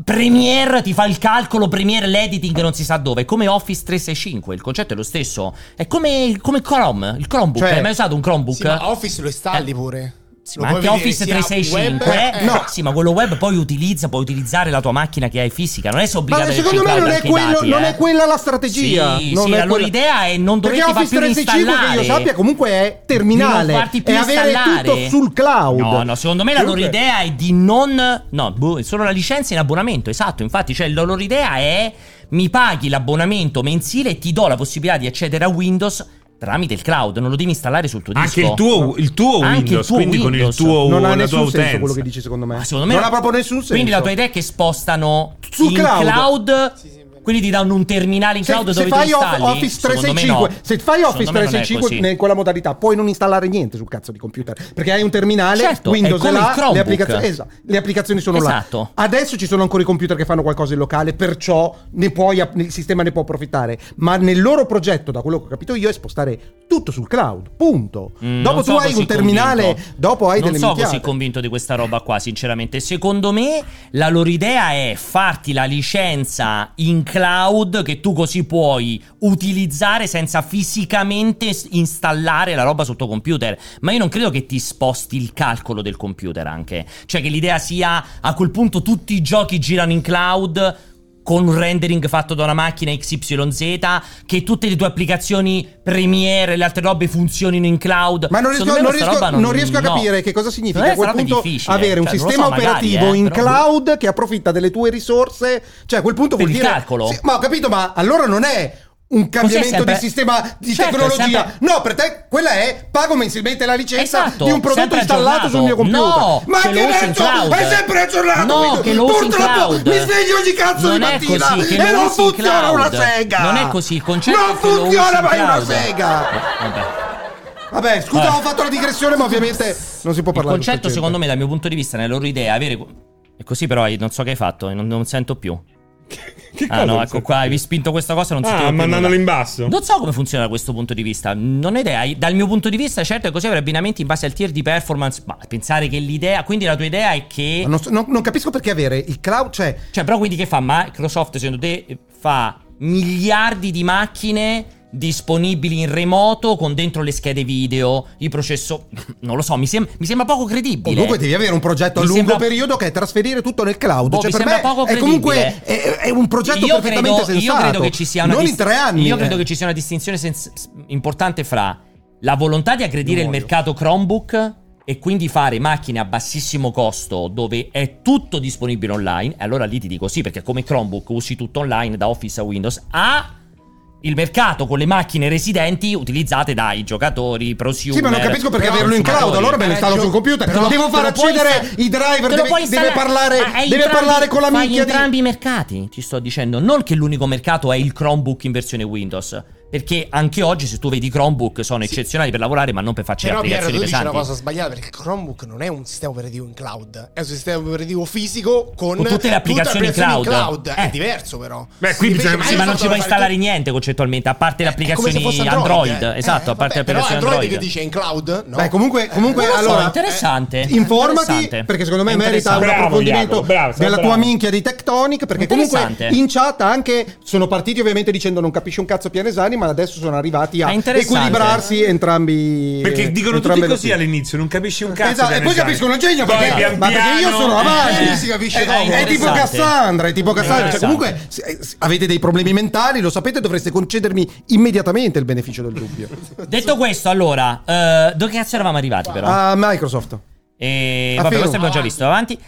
S1: Premiere, ti fa il calcolo, Premiere, l'editing, non si sa dove. È come Office 365. Il concetto è lo stesso. È come, come Chrome. Il Chromebook.
S2: Cioè-
S1: Hai mai usato un Chromebook?
S4: Sì, ma Office lo installi pure.
S1: Eh. Sì,
S4: Lo
S1: ma
S4: puoi
S1: anche
S4: vedere
S1: Office
S4: sia
S1: 365,
S4: web, eh,
S1: eh, sì, ma quello web poi utilizza, puoi utilizzare la tua macchina che hai fisica, non è se
S2: Ma
S1: obbligata
S2: secondo me non è, quello- non
S1: eh.
S2: è quella la strategia.
S1: Sì,
S2: non
S1: sì,
S2: è
S1: allora
S2: quella-
S1: l'idea è non
S2: Perché
S1: doverti far
S2: Office
S1: più
S2: 365 che io
S1: installare.
S2: sappia comunque è terminale.
S1: Di non farti più
S2: è avere
S1: installare.
S2: tutto sul cloud.
S1: No, no, secondo me la loro
S2: Comunque-
S1: idea è di non no, boh, solo la licenza in abbonamento, esatto, infatti, cioè la loro idea è mi paghi l'abbonamento mensile e ti do la possibilità di accedere a Windows tramite il cloud, non lo devi installare sul tuo
S3: Anche
S1: disco.
S3: il tuo, il tuo
S1: Anche il
S3: Windows,
S1: tuo
S3: quindi con il
S1: Windows.
S3: tuo,
S2: Non ha
S3: la tua
S2: nessun
S3: utenza.
S2: senso quello che dici, secondo me.
S1: Ma secondo me
S2: non ha proprio nessun senso.
S1: Quindi la tua idea è che spostano
S2: Sul
S1: in
S2: cloud.
S1: cloud,
S4: Sì, sì, vero.
S1: quindi ti danno un terminale in
S2: se,
S1: cloud
S2: se
S1: dove
S2: fai
S1: tu
S2: off-
S1: installi?
S2: Office
S1: Secondo me
S2: 365,
S1: no.
S2: se fai Office
S1: Secondo me non è
S2: 365
S1: così.
S2: ne- con la modalità, puoi non installare niente sul cazzo di computer perché hai un terminale,
S1: Certo,
S2: Windows
S1: è come
S2: è
S1: il
S2: là,
S1: Chromebook.
S2: le applicazioni, esatto, le applicazioni sono
S1: Esatto.
S2: là. Adesso ci sono ancora i computer che fanno qualcosa in locale, perciò ne puoi app- il sistema ne può approfittare. Ma nel loro progetto, da quello che ho capito io, è spostare tutto sul cloud. Punto.
S1: Mm,
S2: dopo
S1: non
S2: tu
S1: so
S2: hai
S1: così
S2: un terminale,
S1: convinto.
S2: dopo hai
S1: non
S2: delle
S1: so
S2: minchiate.
S1: così convinto di questa roba qua, sinceramente. Secondo me la loro idea è farti la licenza in cloud che tu così puoi utilizzare senza fisicamente s- installare la roba sul tuo computer. Ma io non credo che ti sposti il calcolo del computer anche. Cioè che l'idea sia a quel punto tutti i giochi girano in cloud con un rendering fatto da una macchina XYZ, che tutte le tue applicazioni Premiere e le altre robe funzionino in cloud.
S2: Ma Ah, non
S1: Secondo
S2: riesco,
S1: me
S2: non
S1: questa
S2: riesco-
S1: roba
S2: non riesco a
S1: no.
S2: capire che cosa significa a
S1: Secondo
S2: quel
S1: me questa roba è
S2: punto
S1: difficile.
S2: avere un
S1: Cioè, non lo
S2: sistema
S1: so, magari,
S2: operativo
S1: eh,
S2: in
S1: però-
S2: cloud che approfitta delle tue risorse. Cioè, a quel punto
S1: Per
S2: vuol
S1: il
S2: dire.
S1: calcolo.
S2: Sì, ma ho capito, ma allora non è un cambiamento
S1: sempre-
S2: di sistema di
S1: Certo, è
S2: tecnologia.
S1: sempre-
S2: No, per te quella è pago mensilmente la licenza
S1: Esatto,
S2: di un prodotto
S1: sempre
S2: installato
S1: aggiornato.
S2: sul mio computer.
S1: No,
S2: ma
S1: che
S2: che
S1: lo usi in
S2: cazzo?
S1: cloud.
S2: È sempre aggiornato.
S1: No,
S2: quindi
S1: che lo usi in
S2: Purtroppo
S1: cloud.
S2: mi sveglio ogni cazzo di
S1: Non è
S2: mattina
S1: così, che
S2: e
S1: lo
S2: non
S1: usi in
S2: funziona
S1: cloud.
S2: una sega.
S1: Non è così, il concetto
S2: Non
S1: è che lo usi in
S2: funziona mai una
S1: cloud.
S2: sega.
S1: Vabbè.
S2: Vabbè, scusa,
S1: Vabbè.
S2: ho fatto la digressione, ma ovviamente non si può
S1: Eh. Il
S2: parlare.
S1: concetto, secondo me, dal mio punto di vista, nella loro idea, avere. È così, però, eh, non so che hai fatto, non, non sento più.
S3: Che cosa
S1: Ah, no,
S3: mi
S1: ecco
S3: stai-
S1: qua, hai spinto questa cosa, non sentivo
S3: Ah,
S1: più
S3: mandandolo
S1: nulla.
S3: in basso.
S2: Certo.
S1: Non so come funziona da questo punto di vista, non ho idea. Dal mio punto di vista, certo, è così avere abbinamenti in base al tier di performance. Ma pensare che l'idea. Quindi la tua idea è che.
S2: Non, so- non- non capisco perché avere il cloud, cioè.
S1: Cioè, però quindi che fa? Microsoft, secondo te, eh, fa miliardi di macchine disponibili in remoto con dentro le schede video, i processo... Non lo so, mi, sem- mi sembra poco credibile.
S2: Comunque devi avere un progetto a
S1: Mi
S2: lungo
S1: sembra-
S2: periodo che è trasferire tutto nel cloud.
S1: Boh,
S2: cioè,
S1: mi
S2: per
S1: sembra
S2: me
S1: poco
S2: è comunque è,
S1: credibile.
S2: è un progetto
S1: io
S2: perfettamente
S1: credo,
S2: sensato.
S1: Io credo che ci sia una
S2: non in
S1: dist-
S2: tre anni.
S1: Io credo
S2: eh.
S1: che ci sia una distinzione sens- importante fra la volontà di aggredire il
S2: muoio.
S1: mercato Chromebook e quindi fare macchine a bassissimo costo dove è tutto disponibile online. E allora lì ti dico sì, perché come Chromebook usi tutto online da Office a Windows a il mercato con le macchine residenti utilizzate dai giocatori, prosumer
S2: Sì, ma non capisco perché
S1: però
S2: averlo in cloud,
S1: consumatori.
S2: allora me ne
S4: Eh,
S2: installo
S4: gio-
S2: sul computer.
S4: però-
S2: devo far
S1: cioè, Te lo puoi
S2: accedere
S1: insta-
S2: i driver,
S1: te lo
S2: deve,
S1: puoi
S2: deve
S1: installare-
S2: parlare,
S1: Ma Ah, è
S2: deve
S1: entrambi-
S2: parlare con la
S1: fai
S2: minchia di.
S1: entrambi i mercati, ti sto dicendo. Non che l'unico mercato è il Chromebook in versione Windows. Perché anche oggi, se tu vedi i Chromebook, sono eccezionali per lavorare, ma non per farci
S4: Però Cioè, Piero,
S1: applicazioni
S4: tu dici una
S1: pesanti.
S4: cosa sbagliata perché Chromebook non è un sistema operativo in cloud, è un sistema operativo fisico con,
S1: Con tutte le applicazioni in cloud.
S4: È
S1: Eh.
S4: diverso però.
S3: Beh, qui
S4: Invece
S3: bisogna-
S1: Sì, ma non
S4: Microsoft
S1: ci puoi
S4: deve fare
S1: installare
S4: tutto-
S1: niente concettualmente, a parte le
S4: è come se
S1: applicazioni
S4: fosse
S1: Android.
S4: eh.
S1: Esatto,
S4: Eh, vabbè,
S1: a parte
S4: però
S1: applicazioni
S4: Android.
S1: Android.
S4: che dice in cloud? No. Eh,
S2: Beh, comunque, comunque
S1: Non lo so,
S2: allora,
S1: interessante.
S2: eh, informati
S1: Ah, Interessante.
S2: perché secondo me merita
S1: Interessante.
S2: un
S3: Bravo,
S2: approfondimento
S3: Jacopo, bravo, sei
S2: della
S3: bravo.
S2: tua minchia di Tectonic perché comunque
S1: Interessante.
S2: in chat anche sono partiti ovviamente dicendo non capisci un cazzo Pianesani ma adesso sono arrivati a
S1: È interessante.
S2: equilibrarsi entrambi.
S3: Perché dicono tutti
S2: entrambe le
S3: così
S2: opzioni.
S3: all'inizio, non capisci un cazzo. cioè,
S2: Esatto, e poi capiscono il genio
S3: Poi
S2: perché,
S3: pian
S2: ma perché io
S3: piano,
S2: sono avanti,
S3: eh,
S2: si capisce
S1: eh,
S2: dopo. È,
S1: interessante.
S2: tipo Cassandra, è tipo Cassandra. Cioè,
S1: Interessante.
S2: comunque, se- se avete dei problemi mentali, lo sapete, dovreste concedermi immediatamente il beneficio del dubbio.
S1: Detto questo, allora, eh, dove cazzo eravamo arrivati però?
S4: Ah,
S2: A Microsoft.
S1: E
S2: Ah,
S1: vabbè,
S2: figo.
S1: questo abbiamo già visto. Avanti.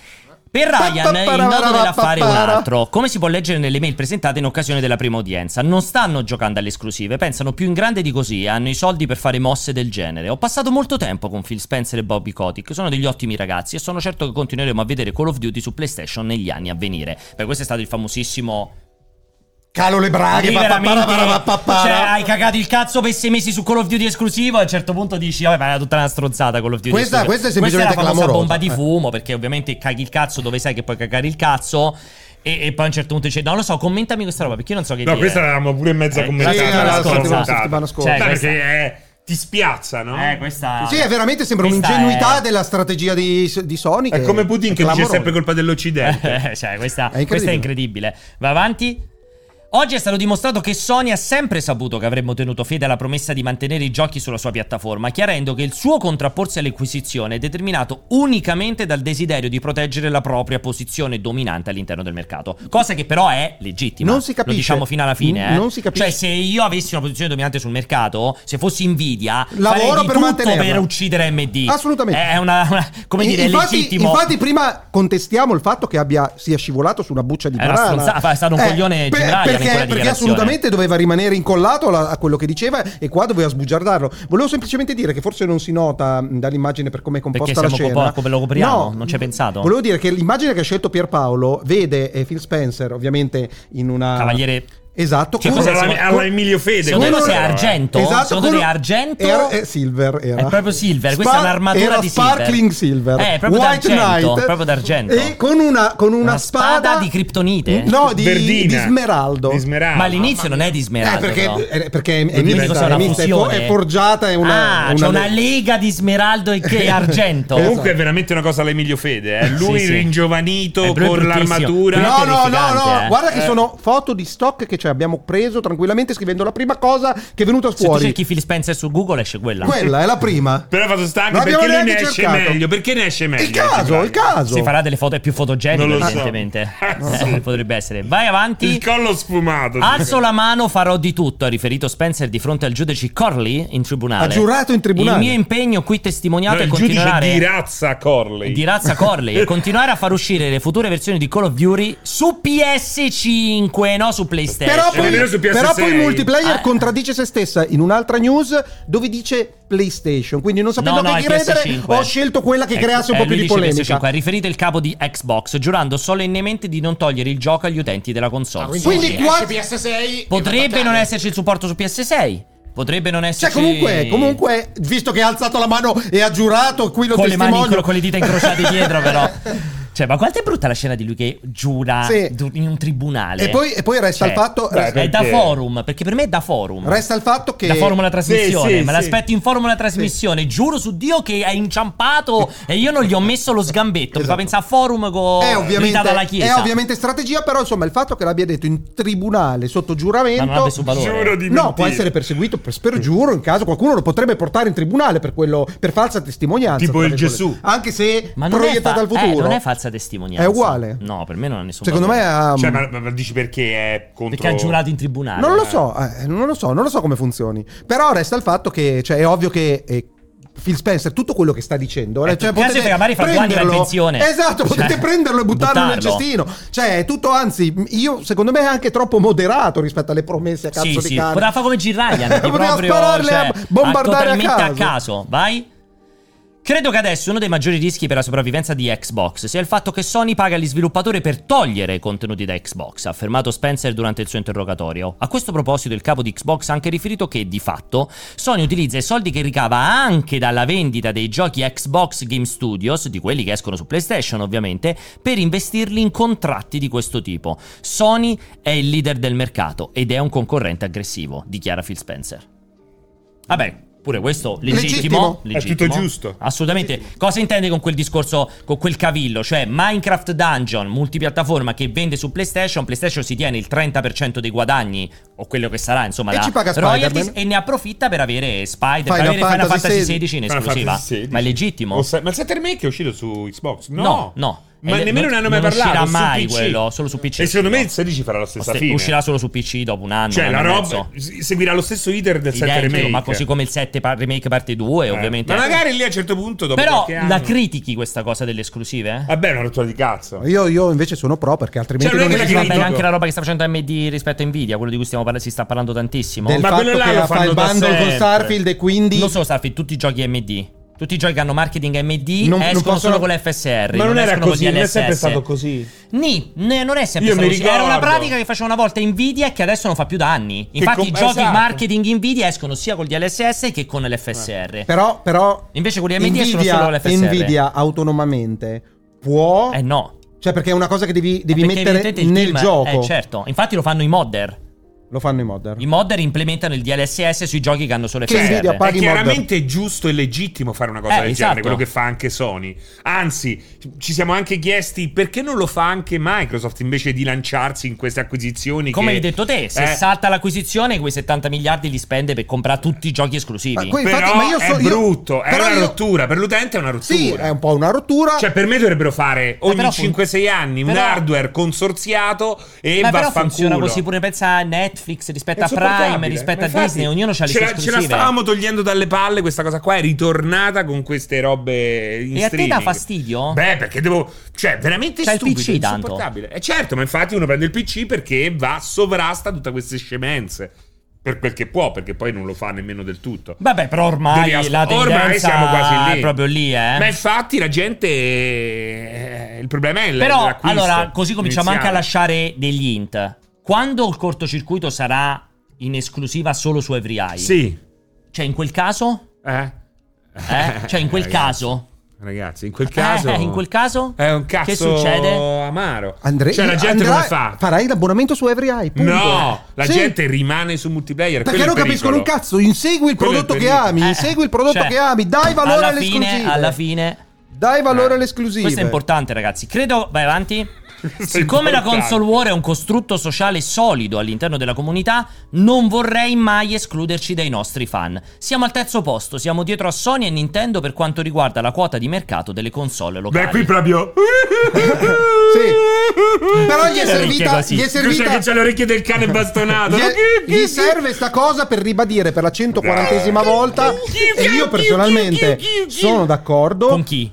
S1: Per Ryan il nodo dell'affare è un altro. Come si può leggere nelle mail presentate in occasione della prima udienza? Non stanno giocando alle esclusive, pensano più in grande di così, hanno i soldi per fare mosse del genere. Ho passato molto tempo con Phil Spencer e Bobby Kotick, sono degli ottimi ragazzi e sono certo che continueremo a vedere Call of Duty su PlayStation negli anni a venire. Per questo è stato il famosissimo
S2: Calo le braghe,
S1: Lì
S2: pa- pa- para- para- pa- pa-
S1: veramente,
S2: para.
S1: cioè, hai
S3: Esatto.
S1: cagato il cazzo per sei mesi su Call of Duty esclusivo. A un certo punto dici, vabbè, ma era tutta una stronzata. Call of Duty
S2: Questa-
S1: esclusiva.
S2: questa è
S1: Questa
S2: semplicemente
S1: è la famosa
S2: clamorosa,
S1: bomba di
S2: eh.
S1: fumo, perché ovviamente caghi il cazzo dove sai che puoi cagare il cazzo. E, e poi a un certo punto dici, no, lo so, commentami questa roba, perché io non so che
S3: No,
S1: dire.
S3: questa l'avevamo pure in mezzo
S1: Eh,
S3: a commentata.
S1: sì,
S2: era la
S3: l'avevamo
S2: settimana
S3: commentata.
S2: settimana scorsa.
S3: Cioè,
S1: Cioè,
S3: perché eh, ti spiazza, no?
S1: Eh, questa...
S2: Sì, è veramente sembra
S1: questa
S2: un'ingenuità
S1: è-
S2: della strategia di, di Sony.
S3: È
S2: che
S3: come Putin che dice
S2: clamorosa.
S3: sempre colpa dell'Occidente.
S1: cioè, questa,
S2: È incredibile.
S1: questa è incredibile. Va avanti. Oggi è stato dimostrato che Sony ha sempre saputo che avremmo tenuto fede alla promessa di mantenere i giochi sulla sua piattaforma, chiarendo che il suo contrapporsi all'acquisizione è determinato unicamente dal desiderio di proteggere la propria posizione dominante all'interno del mercato. Cosa che però è legittima.
S2: Non si capisce.
S1: Lo diciamo fino alla fine.
S2: Mm,
S1: eh.
S2: non si capisce.
S1: Cioè, se io avessi una posizione dominante sul mercato, se fossi Nvidia,
S2: Lavoro
S1: farei di
S2: per
S1: tutto
S2: mantenerla.
S1: per uccidere MD.
S2: Assolutamente.
S1: È una, una- come
S2: In-
S1: dire, è
S2: infatti,
S1: legittimo.
S2: infatti prima contestiamo il fatto che abbia, sia scivolato su una buccia di
S1: Era
S2: banana. Eh,
S1: stronzata, è stato un coglione Gibran in
S2: perché,
S1: quella
S2: perché
S1: dichiarazione.
S2: assolutamente doveva rimanere incollato alla- a quello che diceva e qua doveva sbugiardarlo. Volevo semplicemente dire che forse non si nota mh, dall'immagine per come è composta
S1: Perché
S2: la
S1: siamo
S2: scena.
S1: un po' come lo copriamo,
S2: No,
S1: non ci hai pensato?
S2: Volevo dire che l'immagine che ha scelto Pierpaolo vede eh, Phil Spencer ovviamente in una
S1: Cavaliere
S2: Esatto,
S1: Cioè,
S2: con-
S1: cos'è,
S3: Alla,
S1: siamo-
S3: alla Emilio Fede.
S1: Secondo
S2: Quello
S1: te è
S2: era-
S1: argento?
S2: Esatto,
S1: Secondo te
S2: quello-
S1: è eh, argento?
S2: Era- è silver, era.
S1: È proprio silver, questa è
S2: Spar-
S1: un'armatura
S2: era
S1: di silver.
S2: sparkling silver.
S1: Eh, è proprio
S2: White
S1: d'argento,
S2: Knight.
S1: proprio d'argento.
S2: E con una, con una, Mm,
S1: Una spada di criptonite?
S2: No, di,
S3: Verdina.
S2: di smeraldo.
S3: Di smeraldo.
S1: Ma all'inizio non è di smeraldo.
S2: Eh, perché,
S1: però.
S2: eh, perché è, è
S1: Non dico
S2: mista,
S1: se è una
S2: è mista, è fo-
S1: fusione.
S2: è forgiata, è una...
S1: ah, c'è una lega di smeraldo e che è argento. Esatto.
S3: Comunque è veramente una cosa alla Emilio Fede. Eh. Lui
S1: Sì, sì.
S3: ringiovanito
S1: Eh, lui è
S3: con
S1: bruttissimo.
S3: l'armatura.
S1: Lui è
S2: No, no, no, no,
S1: terrificante, eh.
S2: guarda che sono foto di stock che ci abbiamo preso tranquillamente scrivendo la prima cosa che è venuta
S1: Se tu
S2: fuori.
S1: cerchi Phil Spencer su Google esce quella.
S2: Quella è la prima.
S3: Però vado stanco
S2: Non
S3: perché
S2: abbiamo
S3: lui ne
S2: neanche
S3: esce
S2: cercato.
S3: meglio. Perché ne esce meglio?
S2: Il caso, il caso.
S1: Si farà delle foto è più fotogeniche,
S3: Non lo so.
S1: evidentemente.
S3: Non lo so.
S1: Eh, potrebbe essere. Vai avanti.
S3: Il collo sfumato.
S1: Alzo la mano, farò di tutto, ha riferito Spencer di fronte al giudice Corley in tribunale.
S2: Ha giurato in tribunale.
S1: Il mio impegno qui testimoniato
S3: No,
S1: è
S3: il giudice
S1: continuare
S3: di razza Corley.
S1: di razza Corley e continuare a far uscire le future versioni di Call of Duty su PS5, no su PlayStation.
S2: Però
S3: È vero
S2: poi,
S3: Eh, su PS6.
S2: però poi il multiplayer
S1: Ah.
S2: contraddice se stessa in un'altra news dove dice PlayStation. Quindi non sapevo
S1: No, no,
S2: che
S1: è
S2: credere,
S1: PS5.
S2: ho scelto quella che
S1: Ecco,
S2: creasse un
S1: eh,
S2: po' più
S1: lui
S2: di
S1: dice
S2: polemica.
S1: PS5, ha riferito il capo di Xbox, giurando solennemente di non togliere il gioco agli utenti della console.
S2: Ah, Quindi qua-
S4: PS6
S1: Potrebbe non esserci il supporto su PS6. Potrebbe non
S2: Cioè,
S1: esserci.
S2: comunque, comunque, visto che ha alzato la mano e ha giurato, qui lo
S1: con le mani
S2: testimonio.
S1: incro- con le dita incrociate dietro, però. Cioè, ma quanto è brutta la scena di lui che giura
S2: Sì.
S1: du- in un tribunale. Cioè,
S2: E poi- e poi resta il fatto-
S1: È
S3: Beh,
S1: da
S3: perché-
S1: forum, perché per me è da forum.
S2: Resta il fatto che.
S1: Da forum alla trasmissione,
S3: sì,
S1: me
S3: sì.
S1: l'aspetto in forum alla trasmissione. Giuro su Dio che è inciampato e io non gli ho messo lo sgambetto. Mi fa
S2: Esatto.
S1: pensare a forum con
S2: È ovviamente,
S1: dalla
S2: è
S1: chiesa.
S2: ovviamente strategia, però insomma il fatto che l'abbia detto in tribunale sotto
S1: Ma non ha
S2: giuramento
S1: nessun valore.
S3: Giuro di
S2: No, può
S3: mentire.
S2: essere perseguito per spergiuro. In caso qualcuno lo potrebbe portare in tribunale per, quello, per falsa testimonianza.
S3: Tipo
S2: tra
S3: il
S2: virgolette. Ah,
S3: Gesù.
S2: Anche se
S1: Ma non è, fa-
S2: proiettata al
S1: eh,
S2: futuro.
S1: non è falsa testimonianza.
S2: È uguale.
S1: No, per me non ha nessun
S2: Secondo me
S1: valore.
S2: ha. mm,
S3: Cioè, ma, ma- ma dici perché è contro...
S1: Perché ha giurato in tribunale.
S2: non lo so, eh, non lo so, non lo so come funzioni. Però resta il fatto che cioè, è ovvio che. eh, Phil Spencer, tutto quello che sta dicendo,
S1: Eh,
S2: eh, cioè,
S1: tu- cazzo, perché magari fra due anni va in pensione.
S2: esatto,
S1: Cioè,
S2: potete prenderlo e buttarlo, nel
S1: buttarlo.
S2: cestino. Cioè, è tutto, anzi, io secondo me è anche troppo moderato rispetto alle promesse a cazzo
S1: sì,
S2: di
S1: sì.
S2: cane.
S1: Poteva fare come Jim Ryan, che
S2: Poteva
S1: proprio,
S2: spararle,
S1: cioè,
S2: a bombardare a
S1: totalmente
S2: caso.
S1: Vai. Credo che adesso uno dei maggiori rischi per la sopravvivenza di Xbox sia il fatto che Sony paga gli sviluppatori per togliere contenuti da Xbox, ha affermato Spencer durante il suo interrogatorio. A questo proposito il capo di Xbox ha anche riferito che, di fatto, Sony utilizza i soldi che ricava anche dalla vendita dei giochi Xbox Game Studios, di quelli che escono su PlayStation ovviamente, per investirli in contratti di questo tipo. Sony è il leader del mercato ed è un concorrente aggressivo, dichiara Phil Spencer. Vabbè, pure questo legittimo,
S2: Legittimo.
S3: È
S1: legittimo.
S3: tutto giusto.
S1: Assolutamente. Cosa intendi con quel discorso, con quel cavillo? Cioè Minecraft Dungeon, multipiattaforma che vende su PlayStation, PlayStation si tiene il 30% dei guadagni o quello che sarà, insomma,
S2: E
S1: la
S2: ci paga
S1: royalties
S2: Spider-Man.
S1: e ne approfitta per avere Spider, per
S2: Final
S1: avere Final
S2: Fantasy
S1: Fantasy
S2: XVI.
S1: XVI in esclusiva. Ma è legittimo.
S3: O sa- ma il 7 remake è uscito su Xbox? No,
S1: No, no.
S3: Ma
S1: E le-
S3: nemmeno
S1: non-
S3: ne hanno mai
S1: non
S3: parlato.
S1: uscirà
S3: su
S1: mai
S3: PC.
S1: quello, solo su PC
S3: E secondo me
S1: uscirà.
S3: il 16 farà la stessa
S1: Oste-
S3: fine.
S1: uscirà solo su PC dopo un anno.
S3: Cioè,
S1: un
S3: la
S1: anno e
S3: roba
S1: mezzo.
S3: s- seguirà lo stesso iter del 7
S1: Identico,
S3: remake.
S1: ma così come il 7 pa- remake parte 2,
S3: Eh.
S1: ovviamente.
S3: Ma magari lì a un certo punto dopo
S1: Però
S3: qualche
S1: la
S3: anno-
S1: critichi questa cosa delle esclusive? eh?
S3: Vabbè, è una rottura di cazzo.
S2: Io, io invece sono pro perché altrimenti
S3: Cioè, non
S2: non
S3: è
S2: è
S3: che
S1: Quindi va
S3: critico.
S1: bene anche la roba che sta facendo AMD rispetto a Nvidia, quello di cui stiamo parla- si sta parlando tantissimo.
S2: del
S3: Ma
S2: fatto
S3: quello là lo
S2: che fa
S3: fanno
S2: il
S3: da
S2: bundle con
S3: sempre.
S2: Starfield e quindi
S1: Non solo Starfield, tutti i giochi AMD. Tutti i giochi che hanno marketing AMD
S2: Non- non
S1: escono
S2: possono-
S1: solo con l'FSR.
S3: Ma non, era
S1: escono con
S3: così, non è sempre
S1: DLSS.
S3: stato così.
S1: Ni, ne- non è sempre
S3: Io
S1: stato
S3: mi
S1: così. Era una
S3: ricordo.
S1: pratica che faceva una volta Nvidia e che adesso non fa più da anni. Infatti
S3: com-
S1: i giochi
S3: esatto.
S1: marketing Nvidia escono sia col DLSS che con l'FSR.
S2: però, però
S1: Invece con gli AMD sono
S2: Nvidia-
S1: solo l'FSR.
S2: Nvidia autonomamente può
S1: Eh no. Eh,
S2: cioè perché è una cosa che devi, devi
S1: Perché
S2: mettere
S1: evidentemente il
S2: nel
S1: team-
S2: gioco
S1: Eh certo, infatti lo fanno i modder.
S2: lo fanno i modder
S1: I modder implementano il DLSS sui giochi che hanno solo
S2: Che
S1: FSR.
S2: Nvidia
S3: Cioè, eh, È
S2: Paghi
S3: chiaramente giusto e legittimo fare una cosa
S1: Eh,
S3: del
S1: esatto.
S3: genere, quello che fa anche Sony. Anzi, ci siamo anche chiesti perché non lo fa anche Microsoft invece di lanciarsi in queste acquisizioni.
S1: Come
S3: che-
S1: hai detto te, se
S3: Eh,
S1: salta l'acquisizione, quei 70 miliardi li spende per comprare tutti i giochi esclusivi.
S2: que-
S3: Però
S2: Infatti, ma io so-
S3: è
S2: io-
S3: brutto, è
S2: però
S3: una
S2: io-
S3: rottura. Per l'utente è una rottura.
S2: sì è un po' una rottura
S3: Cioè, per me dovrebbero fare ogni
S1: però fun-
S3: 5-6 anni un
S1: però-
S3: hardware consorziato e
S1: Ma però
S3: vaffanculo.
S1: funziona così pure pensa a Netflix rispetto
S3: È
S1: a Prime,
S3: insopportabile.
S1: rispetto
S3: Ma
S1: a
S3: infatti,
S1: Disney, ognuno ha
S3: ce
S1: le sue
S3: la, ce la
S1: esclusive.
S3: stavamo togliendo dalle palle questa cosa qua, è ritornata con queste robe in
S1: E a te dà
S3: streaming.
S1: fastidio?
S3: Beh, perché devo... Cioè, veramente
S1: C'è il
S3: stupido,
S1: PC tanto.
S3: insopportabile. Eh, certo, ma infatti uno prende il PC perché va, sovrasta tutte queste scemenze. Per quel che può, perché poi non lo fa nemmeno del tutto.
S1: Vabbè, però
S3: Devi
S1: ormai
S3: as-
S1: la tendenza
S3: ormai siamo quasi lì.
S1: è proprio lì, eh.
S3: Ma infatti la gente... eh, il problema è l-
S1: Però,
S3: l'acquisto
S1: allora, così cominciamo anche a
S3: iniziale.
S1: lasciare degli int. Quando il cortocircuito sarà in esclusiva solo su Every Eye?
S3: Sì.
S1: Cioè, in quel caso?
S3: Eh?
S1: Eh? Cioè, in quel
S3: Ragazzi,
S1: caso?
S3: Ragazzi, in quel caso...
S1: Eh, in quel caso?
S3: È un cazzo
S1: Che succede?
S3: amaro.
S2: Andre-
S3: cioè, la gente
S2: andrà-
S3: come fa?
S2: farai l'abbonamento su Every Eye punto.
S3: No, la
S2: Sì.
S3: gente rimane su multiplayer.
S2: perché non capiscono un
S3: cazzo.
S2: cazzo insegui il
S3: Quello è il
S2: prodotto che
S3: pericolo.
S2: ami insegui il prodotto
S1: Cioè,
S2: che ami dai valore
S1: alla
S2: alle
S1: fine,
S2: esclusive
S1: Alla fine,
S2: dai valore
S3: Eh.
S2: alle esclusive
S1: questo è importante, ragazzi. Credo, vai avanti.
S3: Questo è
S1: Siccome la
S3: importante.
S1: console war è un costrutto sociale solido all'interno della comunità, non vorrei mai escluderci dai nostri fan. Siamo al terzo posto, siamo dietro a Sony e Nintendo per quanto riguarda la quota di mercato delle console locali.
S3: Beh, qui proprio.
S2: Sì. Però gli è
S1: Perché
S2: servita
S1: Cioè, così?
S2: gì è
S3: Cos'è
S2: servita
S3: che c'ha le orecchie del cane bastonato?
S2: Gli, gli serve sta cosa per ribadire per la 140esima volta. E io personalmente sono d'accordo
S1: Con chi?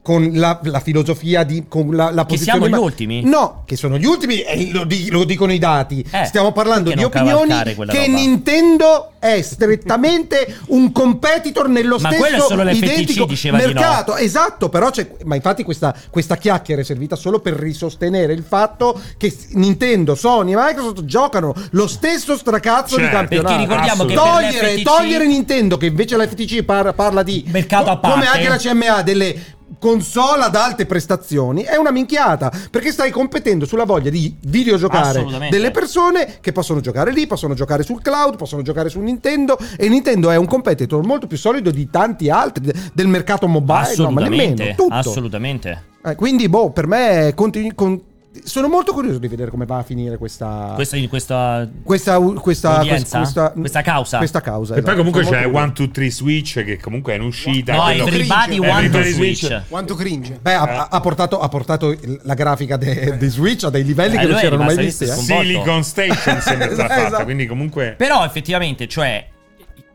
S2: con la, la filosofia di con la, la
S1: Che
S2: posizione
S1: siamo
S2: di-
S1: gli ultimi?
S2: no che sono gli ultimi e lo, di- lo dicono i dati
S1: Eh,
S2: stiamo parlando
S1: perché
S2: di
S1: non
S2: opinioni
S1: cavalcare quella
S2: che
S1: roba?
S2: Nintendo è strettamente un competitor nello
S1: Ma
S2: stesso
S1: quello è solo l'FTC
S2: identico
S1: diceva di no.
S2: mercato esatto però c'è ma infatti questa, questa chiacchiera è servita solo per risostenere il fatto che s- Nintendo Sony e Microsoft giocano lo stesso stracazzo di
S3: Certo,
S2: campionato
S1: Cioè, perché ricordiamo che per
S2: togliere,
S1: l'FTC
S2: togliere Nintendo che invece la FTC par- parla di
S1: Mercato a
S2: co- come
S1: parte.
S2: anche la CMA delle console ad alte prestazioni è una minchiata perché stai competendo sulla voglia di videogiocare
S1: Assolutamente.
S2: delle persone che possono giocare lì possono giocare sul cloud possono giocare su Nintendo e Nintendo è un competitor molto più solido di tanti altri de- del mercato mobile no, ma nemmeno
S1: assolutamente,
S2: tutto
S1: assolutamente.
S2: Eh, quindi boh per me continu- con- sono molto curioso di vedere come va a finire questa
S1: Questa, questa
S2: questa, questa,
S1: Eh, Udienza? Questa causa?
S2: questa causa
S3: E poi
S2: esatto.
S3: comunque
S2: Sono
S3: c'è
S2: molto
S3: One, Two, Three Switch che comunque è in uscita.
S1: No,
S3: quello-
S1: everybody
S4: cringe.
S1: want to
S3: Everybody
S1: switch.
S3: switch.
S4: Quanto cringe.
S2: Beh, ha, ha portato, ha portato il- la grafica de- di Switch a dei livelli
S1: Eh,
S2: che non
S1: lui
S2: si
S1: è
S2: erano mai visti.
S1: rimasto lì
S2: eh.
S1: sconvolto.
S3: Silicon Station sembra stata
S2: Esatto.
S3: fatta, quindi comunque...
S1: Però effettivamente, cioè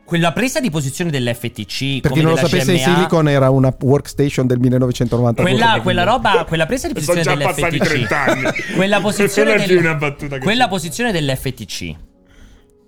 S1: quella presa di posizione dell'FTC
S2: Per chi
S1: come
S2: non lo
S1: della
S2: sapesse,
S1: CMA,
S2: Silicon era una workstation del 1992.
S1: Quella, quella roba, quella presa di
S3: Sono
S1: posizione
S3: già passati
S1: dell'FTC.
S3: 30 anni.
S1: Quella posizione,
S3: Non è più
S1: del-
S3: una battuta che
S1: quella
S3: si-
S1: posizione dell'FTC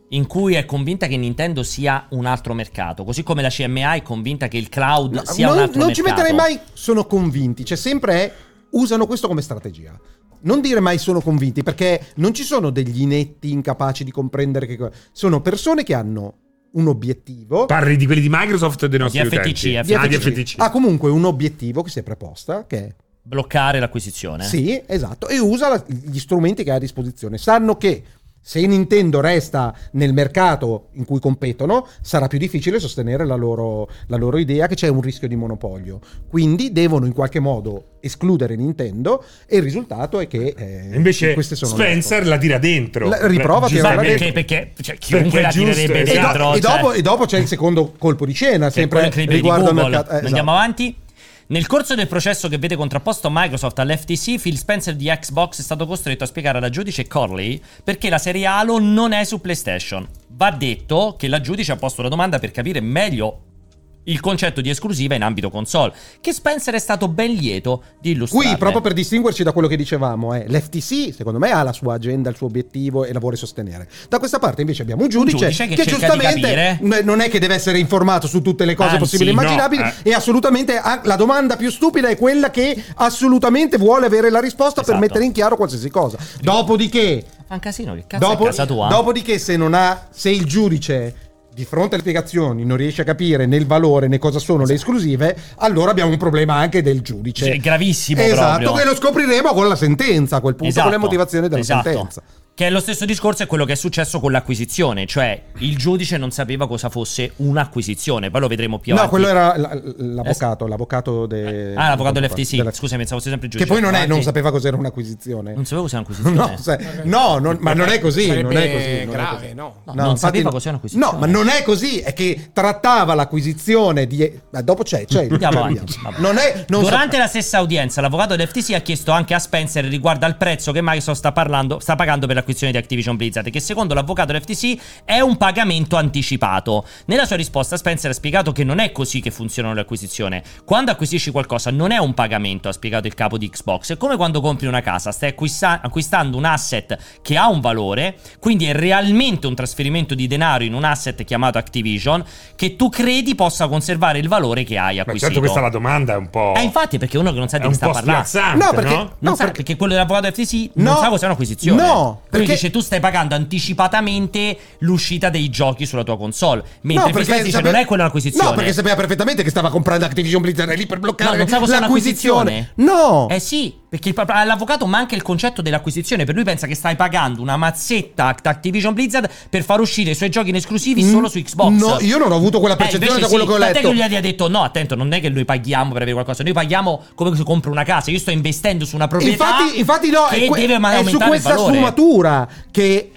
S1: in cui è convinta che Nintendo sia un altro mercato, così come la CMA è convinta che il cloud
S2: No,
S1: sia
S2: non
S1: un altro mercato.
S2: non ci metterei mai sono convinti, cioè sempre è, usano questo come strategia. Non dire mai sono convinti, perché non ci sono degli inetti incapaci di comprendere che co- sono persone che hanno un obiettivo
S3: Parli di quelli di Microsoft o dei nostri
S1: FTC,
S3: utenti?
S1: FTC.
S3: Ah, di FTC.
S2: ha comunque un obiettivo che si è preposta, che è
S1: bloccare l'acquisizione.
S2: Sì, esatto, e usa la- gli strumenti che ha a disposizione. Sanno che se Nintendo resta nel mercato in cui competono, sarà più difficile sostenere la loro, la loro idea che c'è un rischio di monopolio. Quindi devono in qualche modo escludere Nintendo e il risultato è che... eh,
S3: Invece
S2: queste sono le
S3: Spencer
S2: cose.
S3: la tira dentro.
S2: La- riprova a
S1: Beh,
S2: tirarla
S3: Giustamente.
S1: perché, perché cioè, chiunque
S3: Perché è
S1: la
S3: giusto,
S1: tirerebbe
S2: E, do-
S3: esatto.
S1: dentro.
S2: e
S1: cioè-
S2: dopo, e dopo c'è il secondo colpo di cena,
S1: Che è quello
S2: sempre
S1: incredibile di
S2: riguardo al
S1: Google.
S2: mercato. eh,
S1: Andiamo
S2: esatto.
S1: avanti. Nel corso del processo che vede contrapposto Microsoft all'FTC, Phil Spencer di Xbox è stato costretto a spiegare alla giudice Corley perché la serie Halo non è su PlayStation. Va detto che la giudice ha posto una domanda per capire meglio il concetto di esclusiva in ambito console, che Spencer è stato ben lieto di illustrare.
S2: Qui, proprio per distinguerci da quello che dicevamo, eh, l'FTC, secondo me, ha la sua agenda, il suo obiettivo e la vuole sostenere. Da questa parte, invece, abbiamo un giudice,
S1: giudice che
S2: che,
S1: cerca di
S2: giustamente
S1: capire.
S2: n- non è che deve essere informato su tutte le cose
S1: Anzi,
S2: possibili e
S1: no,
S2: immaginabili.
S3: eh.
S2: E assolutamente ha- la domanda più stupida è quella che assolutamente vuole avere la risposta
S1: Esatto.
S2: per mettere in chiaro qualsiasi cosa. Dopodiché,
S1: Fa un casino, che cazzo
S2: Dopo-
S1: è casa tua?
S2: Dopodiché, se non ha, se il giudice di fronte alle spiegazioni non riesce a capire né il valore né cosa sono le esclusive, allora abamo un problema anche del giudice.
S1: Cioè, gravissimo
S2: Esatto,
S1: proprio.
S2: che lo scopriremo con la sentenza a quel punto,
S1: Esatto,
S2: con le motivazioni della
S1: esatto.
S2: sentenza.
S1: Che è lo stesso discorso è quello che è successo con l'acquisizione, cioè il giudice non sapeva cosa fosse un'acquisizione, poi lo vedremo più
S2: No,
S1: avanti. Eh,
S2: quello era l- l- l'avvocato, l'avvocato de-
S1: Ah, l'avvocato dell'FTC,
S2: della-
S1: scusa, pensavo fosse sempre il
S2: Che
S1: giudice.
S2: poi non, è, non
S1: Avanti.
S2: sapeva cos'era un'acquisizione.
S1: Non sapevo cos'è un'acquisizione.
S2: No, sai- no, non- ma non è così.
S4: Sarebbe
S2: non è così, non è
S4: grave,
S2: così.
S4: no?
S1: No, non
S2: infatti
S1: sapeva
S2: no.
S1: cos'è un'acquisizione.
S2: No, ma non è così. È che trattava l'acquisizione di. Ma dopo c'è, c'è.
S1: Andiamo
S2: c'è-
S1: avanti. vabbè.
S2: Non è. Non
S1: Durante
S2: sa-
S1: la stessa udienza, l'avvocato dell'FTC ha chiesto anche a Spencer riguardo al prezzo che Microsoft sta, parlando- sta pagando per l'acquisizione di Activision Blizzard, che secondo l'avvocato dell'FTC è un pagamento anticipato. Nella sua risposta, Spencer ha spiegato che non è così che funzionano le acquisizioni. Quando acquisisci qualcosa non è un pagamento, ha spiegato il capo di Xbox. È come quando compri una casa, stai acquista- acquistando un asset che ha un valore, quindi è realmente un trasferimento di denaro in un asset chiamato Activision che tu credi possa conservare il valore che hai
S3: Ma
S1: acquisito.
S3: certo questa è la domanda è un po'...
S1: Eh, infatti, perché uno che non sa di
S3: è
S1: che
S3: un
S1: sta
S3: po'
S1: parlando.
S3: spiazzante,
S2: No,
S3: no?
S2: perché-
S1: Non
S2: No,
S1: sa, perché...
S2: perché-
S1: quello dell'avvocato FTC non
S2: No,
S1: sa cos'è un'acquisizione.
S2: no,
S1: Lui
S2: perché-
S1: dice tu stai pagando anticipatamente l'uscita dei giochi sulla tua console. Mentre no, dice
S2: sape-
S1: non è quella un'acquisizione.
S2: No, perché sapeva perfettamente che stava comprando Activision Blizzard è lì per
S1: No,
S2: bloccare
S1: non sa cos'è
S2: l'acquisizione.
S1: un'acquisizione.
S2: No,
S1: Eh sì, perché il pap- all'avvocato manca il concetto dell'acquisizione. Per lui pensa che stai pagando una mazzetta a Activision Blizzard per far uscire i suoi giochi in esclusivi
S2: Mm.
S1: solo su Xbox.
S2: No, io non ho avuto quella percezione
S1: Eh, invece
S2: da quello che ho
S1: tant'è
S2: letto.
S1: che lui gli ha detto: no, attento, non è che noi paghiamo per avere qualcosa, noi paghiamo come se compro una casa. Io sto investendo su una proprietà.
S2: infatti, infatti no,
S1: che
S2: è, que-
S1: deve
S2: è
S1: ma-
S2: su
S1: aumentare il
S2: questa
S1: valore.
S2: sfumatura che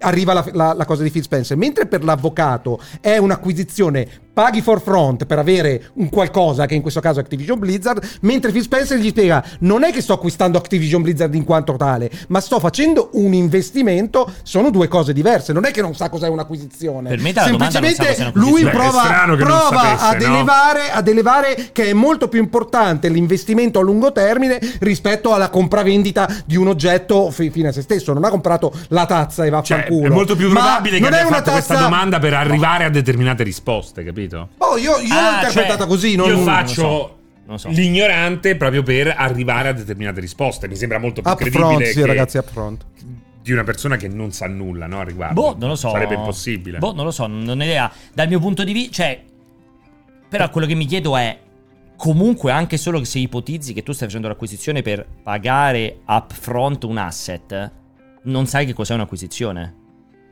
S2: arriva la, la- la cosa di Phil Spencer. Mentre per l'avvocato è un'acquisizione paghi for front per avere un qualcosa che in questo caso è Activision Blizzard, mentre Phil Spencer gli spiega non è che sto acquistando Activision Blizzard in quanto tale, ma sto facendo un investimento, sono due cose diverse, non è che non sa cos'è un'acquisizione.
S1: Per me la domanda non sa
S2: Semplicemente
S1: cos'è
S2: lui
S1: un'acquisizione.
S3: Beh, è
S2: prova,
S3: strano che non
S2: prova
S3: sapesse,
S2: ad
S3: no?
S2: elevare elevare- ad elevare che è molto più importante l'investimento a lungo termine rispetto alla compravendita di un oggetto fi- fine a se stesso. Non ha comprato la tazza e
S3: Cioè,
S2: vaffanculo.
S3: è molto più
S2: Ma
S3: probabile che
S2: non è
S3: abbia fatto
S2: una
S3: questa
S2: tazza-
S3: domanda per arrivare a determinate risposte, capito?
S2: Oh, io, io
S1: Ah,
S2: l'ho interpretata
S1: cioè,
S2: così. Non...
S3: Io
S1: non
S3: faccio
S1: lo so.
S3: l'ignorante proprio per arrivare a determinate risposte. Mi sembra molto più
S2: Up
S3: credibile
S2: front, sì,
S3: che-
S2: Ah, ragazzi, up front.
S3: di una persona che non sa nulla no, al riguardo.
S1: Boh, non lo so.
S3: Sarebbe impossibile.
S1: Boh, non lo so, non ho idea. Dal mio punto di vista, cioè. Però quello che mi chiedo è. Comunque, anche solo se ipotizzi che tu stai facendo l'acquisizione per pagare upfront un asset, non sai che cos'è un'acquisizione.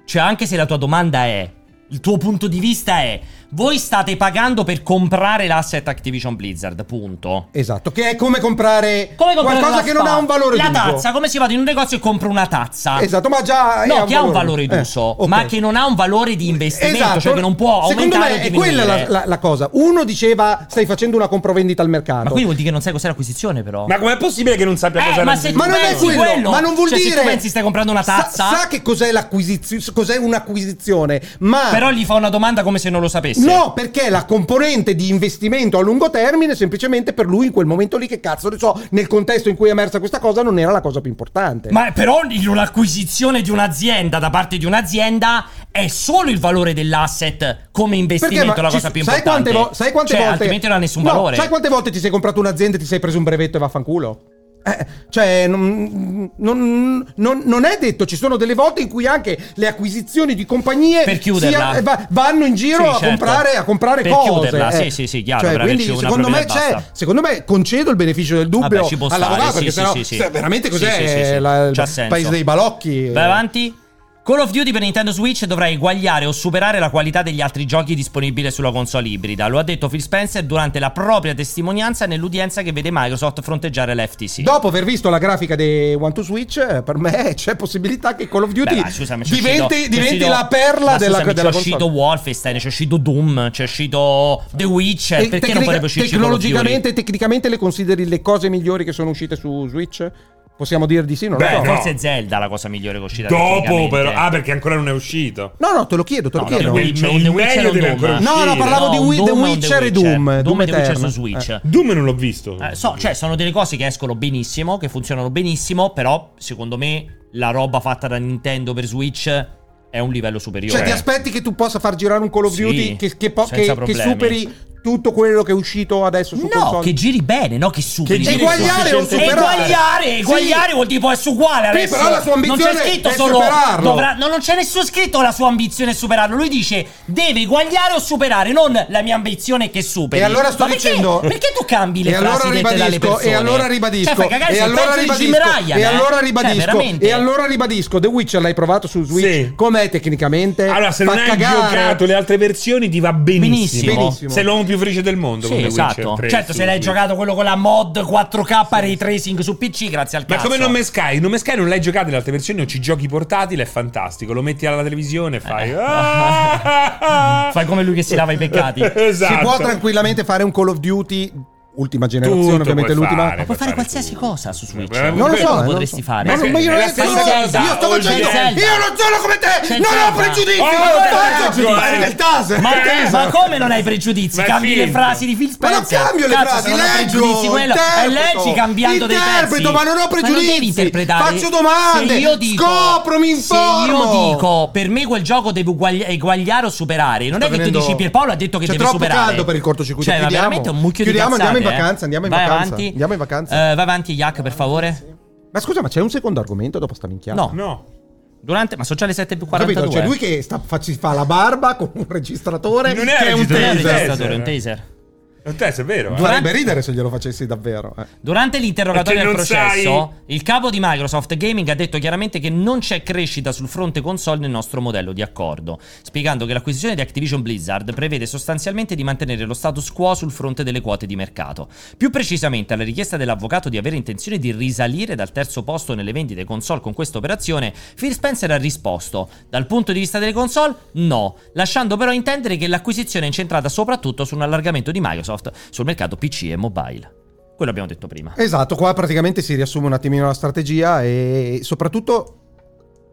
S1: Cioè, anche se la tua domanda è. Il tuo punto di vista è. Voi state pagando per comprare l'asset Activision Blizzard, punto.
S2: Esatto, che è come comprare,
S1: Come comprare
S2: qualcosa
S1: una
S2: che non
S1: spa?
S2: ha un valore
S1: La
S2: d'uso.
S1: tazza, come si va in un negozio e compro una tazza?
S2: Esatto, ma già
S1: No, che ha un valore
S2: eh,
S1: d'uso,
S2: ok. Esatto.
S1: ma che non ha un valore di investimento, cioè che non può
S2: Secondo me
S1: aumentare o
S2: è
S1: diminuire.
S2: quella la, la- la cosa. Uno diceva stai facendo una compravendita al mercato.
S1: Ma quindi vuol dire che non sai cos'è l'acquisizione, però.
S3: Ma com'è possibile che non sappia
S1: Eh,
S3: cosa
S1: ma
S3: non-
S1: se tu
S2: Ma non è
S1: pensi
S2: quello,
S1: quello,
S2: ma non vuol
S1: cioè, se
S2: dire
S1: tu pensi stai comprando una
S2: Sa-
S1: tazza?
S2: Sa, che cos'è l'acquisizione, cos'è un'acquisizione, ma
S1: Però gli fa una domanda come se non lo sapesse.
S2: No, perché la componente di investimento a lungo termine, semplicemente per lui in quel momento lì, che cazzo ne so, nel contesto in cui è emersa questa cosa, non era la cosa più importante.
S1: Ma però in un'acquisizione di un'azienda da parte di un'azienda è solo il valore dell'asset come investimento
S2: ma
S1: la
S2: ci-
S1: cosa più
S2: sai
S1: importante.
S2: quante, vo- sai quante
S1: Cioè,
S2: volte
S1: altrimenti non ha nessun
S2: No,
S1: valore.
S2: Sai quante volte ti sei comprato un'azienda e ti sei preso un brevetto e vaffanculo? Eh, cioè, non, non- non- non è detto, ci sono delle volte in cui anche le acquisizioni di compagnie
S1: Per chiuderla.
S2: sia- eh, va- vanno in giro
S1: Sì,
S2: a,
S1: certo.
S2: comprare, a comprare
S1: Per
S2: cose.
S1: chiuderla,
S2: eh.
S1: sì, sì, sì, chiaro, per
S2: quindi,
S1: averci una
S2: secondo me,
S1: proprietà e
S2: c'è-
S1: basta.
S2: secondo me concedo il beneficio del dubbio
S1: Vabbè, ci può stare,
S2: all'avvocato,
S1: sì,
S2: perché
S1: sì,
S2: sennò
S1: sì, sì.
S2: se- veramente
S1: Sì,
S2: cos'è
S1: sì, sì, sì.
S2: la- il
S1: C'ha senso.
S2: eh. paese dei balocchi.
S1: Vai avanti. Call of Duty per Nintendo Switch dovrà eguagliare o superare la qualità degli altri giochi disponibili sulla console ibrida. Lo ha detto Phil Spencer durante la propria testimonianza nell'udienza che vede Microsoft fronteggiare l'FTC.
S2: Dopo aver visto la grafica di One to Switch, eh, per me c'è possibilità che Call of Duty
S1: Beh, ma scusami, c'è
S2: diventi,
S1: uscito-
S2: diventi
S1: c'è uscito-
S2: la perla
S1: ma
S2: della,
S1: scusami,
S2: della
S1: C'è uscito
S2: console.
S1: Wolfenstein, c'è uscito Doom, c'è uscito The Witcher.
S2: E
S1: cioè, perché
S2: tecnica-
S1: non potrebbe uscire Call of Duty?
S2: Eh, tecnologicamente, tecnicamente le consideri le cose migliori che sono uscite su Switch? Possiamo dire di sì? Non lo
S3: Beh,
S2: so.
S1: Eh,
S3: no.
S1: Forse è Zelda la cosa migliore che è uscita
S3: Dopo,
S1: tecnicamente.
S3: però. Ah, perché ancora non è uscito.
S2: No, no, te lo chiedo, te lo
S1: No,
S2: chiedo.
S1: no,
S3: Quel-
S1: un The
S3: il meglio
S1: Witcher o un
S3: deve
S1: Doom?
S3: ancora
S2: No, no,
S3: uscire.
S2: parlavo di
S1: un
S2: Wi- The
S1: o un
S2: Witcher e Doom.
S1: Doom,
S2: Doom
S1: e The Witcher su
S2: Eternal. Eh.
S1: Switch.
S3: Doom non l'ho visto.
S1: Eh, so, cioè, sono delle cose che escono benissimo, che funzionano benissimo, però secondo me la roba fatta da Nintendo per Switch è un livello superiore.
S2: Cioè, ti aspetti che tu possa far girare un Call of
S1: eh. Sì,
S2: Duty che, che po-
S1: senza
S2: che- che
S1: problemi.
S2: superi tutto quello che è uscito adesso su
S1: No,
S2: console?
S1: che giri bene, no che superi.
S3: giri
S2: Eguagliare o
S3: sufficientemente-
S2: superare?
S1: Eguagliare, eguagliare
S2: Sì.
S1: vuol dire può essere uguale
S2: Sì,
S1: adesso.
S2: però la sua ambizione
S1: non c'è scritto
S2: è
S1: solo
S2: superarlo.
S1: dovrà- no, non c'è nessuno scritto la sua ambizione è superarlo. Lui dice "Deve eguagliare o superare, non la mia ambizione è che superi".
S2: E allora sto
S1: Ma perché-
S2: dicendo-
S1: Perché tu cambi le
S2: e allora
S1: frasi dette dalle
S2: ribadisco,
S1: persone?
S2: e allora ribadisco,
S1: Cioè, fai cagare
S2: e
S1: sul
S2: allora
S1: pezzo di Jim
S2: ribadisco,
S1: Ryan,
S2: e
S1: eh.
S2: allora
S1: Cioè,
S2: ribadisco,
S1: veramente.
S2: e allora ribadisco, The Witcher l'hai provato su Switch,
S3: Sì.
S2: com'è tecnicamente?
S3: Allora, se
S2: Fa
S3: non hai
S2: cagare.
S3: giocato le altre versioni, ti va benissimo.
S1: Benissimo.
S2: Benissimo.
S3: Sei l'uomo più felice del mondo.
S1: Sì,
S3: con The
S1: esatto.
S3: Witcher 3
S1: Certo,
S3: su
S1: se l'hai
S3: Switch.
S1: giocato quello con la mod 4K ray tracing su PC, grazie al
S3: Ma
S1: cazzo.
S3: come non me Sky? Non me Sky non l'hai giocato le altre versioni, o ci giochi portatile, è fantastico. Lo metti alla televisione e fai. "Ah!"
S1: Eh, Fai come lui che si lava i peccati.
S3: esatto.
S2: Si può tranquilamente fare un Call of Duty ultima generazione,
S3: Tutto
S2: ovviamente
S3: puoi
S2: l'ultima.
S3: fare.
S1: Ma puoi fare qualsiasi
S3: tutto.
S1: cosa su Switch.
S3: Beh,
S2: Non lo so,
S1: Quello
S2: eh, non
S1: potresti
S2: lo so.
S1: fare.
S2: Ma non- ma io
S3: È
S2: non
S3: la
S2: ne-
S3: stessa
S2: no,
S3: cosa.
S2: Io sto
S3: Oggi
S2: facendo.
S1: è Zelda.
S2: Io non sono come te.
S1: C'è
S2: non ho
S1: Zelda.
S2: pregiudizi. non
S3: Oh,
S2: ho
S3: Zelda.
S2: pregiudizi.
S3: Eh.
S2: È del taser.
S1: Ma,
S2: È
S1: che-
S2: del
S1: ma
S2: taser.
S1: come non hai pregiudizi?
S3: Ma
S1: Cambi le
S3: finto.
S1: frasi di Phil
S2: Ma
S1: Spencer.
S2: non cambio le
S1: Cazzo,
S2: frasi,
S1: se non ho pregiudizi
S2: leggo,
S1: quello- e
S2: interpreto,
S1: leggi cambiando dei pezzi.
S2: interpreto, ma non ho
S1: Ma non devi
S2: pregiudizi,
S1: interpretare.
S2: faccio domande,
S1: Se io dico,
S2: scopro, mi
S1: Se io
S2: informo.
S1: dico, per me quel gioco deve uguagli- eguagliare o superare, non
S2: Sta
S1: è che tu
S2: venendo-
S1: dici Pierpaolo ha detto che
S2: C'è
S1: deve
S2: troppo
S1: superare.
S2: caldo per il cortocircuito,
S1: Cioè, ma
S2: chiudiamo.
S1: veramente un mucchio
S2: Chiudiamo,
S1: di
S2: andiamo
S1: cazzate,
S2: in
S1: eh.
S2: vacanza, andiamo in
S1: Vai
S2: vacanza,
S1: avanti.
S2: andiamo in vacanza.
S1: Eh, vai avanti, Yak, per favore.
S2: Ma scusa, ma c'è un secondo argomento dopo sta minchiata?
S1: No.
S3: No.
S1: Durante, ma sono già le 7 più
S2: Capito?
S1: 42.
S2: C'è lui che sta, fa, ci fa la barba con un registratore
S3: Non è
S2: che è un
S1: eh. Non è un
S3: registratore.
S2: taser.
S1: registratore, un taser.
S3: È un test, è vero. eh.
S1: Due-
S2: Farebbe ridere se glielo facessi davvero. eh.
S1: Durante l'interrogatorio
S3: Perché
S1: del
S3: non
S1: processo, il capo di Microsoft Gaming ha detto chiaramente che non c'è crescita sul fronte console nel nostro modello di accordo, spiegando che l'acquisizione di Activision Blizzard prevede sostanzialmente di mantenere lo status quo sul fronte delle quote di mercato. Più precisamente, alla richiesta dell'avvocato di avere intenzione di risalire dal terzo posto nelle vendite console con questa operazione, Phil Spencer ha risposto: Dal punto di vista delle console, no, lasciando però intendere che l'acquisizione è incentrata soprattutto su un allargamento di Microsoft sul mercato PC e mobile. Quello abbiamo detto
S3: Eh,
S1: prima.
S2: Esatto, qua praticamente si riassume un attimino la strategia e soprattutto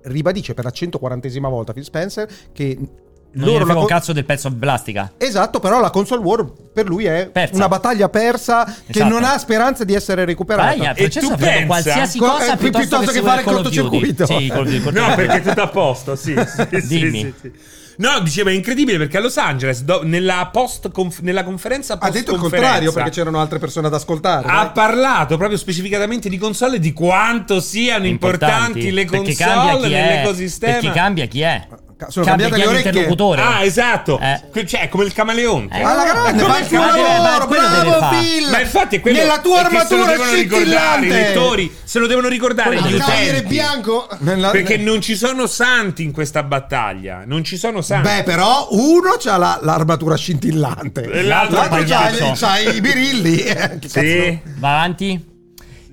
S2: ribadisce per la 140esima volta Phil Spencer che
S1: Non Loro
S2: loro la
S1: un
S2: co-
S1: cazzo del pezzo di plastica.
S2: Esatto, però la console war per lui è
S1: Persa.
S2: una battaglia persa che
S1: Esatto.
S2: non ha speranza di essere recuperata.
S1: Vai, eh, il
S3: E
S1: processo
S3: tu
S1: ha fatto
S3: pensa-
S1: qualsiasi
S2: Co-
S1: cosa
S2: eh, pi-
S1: piuttosto,
S2: piuttosto
S1: che,
S2: che
S1: seguire
S2: fare il
S1: Call of Duty.
S2: cortocircuito.
S1: Sì, col- col- col-
S3: No, perché è tutto a posto, sì. sì, sì,
S1: Dimmi.
S3: sì, sì. No, diceva è incredibile perché a Los Angeles, do- nella, post conf- nella conferenza
S2: Ha detto il
S3: post-conferenza,
S2: contrario perché c'erano altre persone ad ascoltare.
S3: Ha
S2: no?
S3: parlato proprio specificatamente di console e di quanto siano importanti, le
S1: Perché cambia
S3: console
S1: chi è,
S3: nell'ecosistema.
S1: Perché cambia chi è.
S2: Ah, Ca- Sono
S1: cambia
S2: cambiate
S1: chi
S2: le
S1: è
S2: orecchie.
S1: l'interlocutore.
S3: Ah, esatto.
S1: Eh.
S3: Que- Cioè, è come il camaleonte.
S1: Eh.
S2: Alla grande,
S1: Ma
S2: fai il tuo
S1: infatti, eh, ma
S2: lavoro,
S1: quello deve
S2: bravo
S1: fare.
S2: Phil!
S3: Ma infatti è quello
S2: Nella tua
S3: è che se lo
S2: armatura
S3: devono ricordare i
S2: scintillante!
S3: lettori, se lo devono ricordare
S1: Quello
S3: gli
S1: del
S4: Cavaliere
S3: utenti.
S4: bianco.
S2: Nella-
S3: Perché non ci sono santi in questa battaglia. Non ci sono santi.
S2: Beh, però uno c'ha la- l'armatura scintillante,
S3: E l'altro
S2: l'altro c'ha,
S1: pagliaccio.
S2: c'ha i birilli. eh, che
S3: sì.
S1: Va avanti.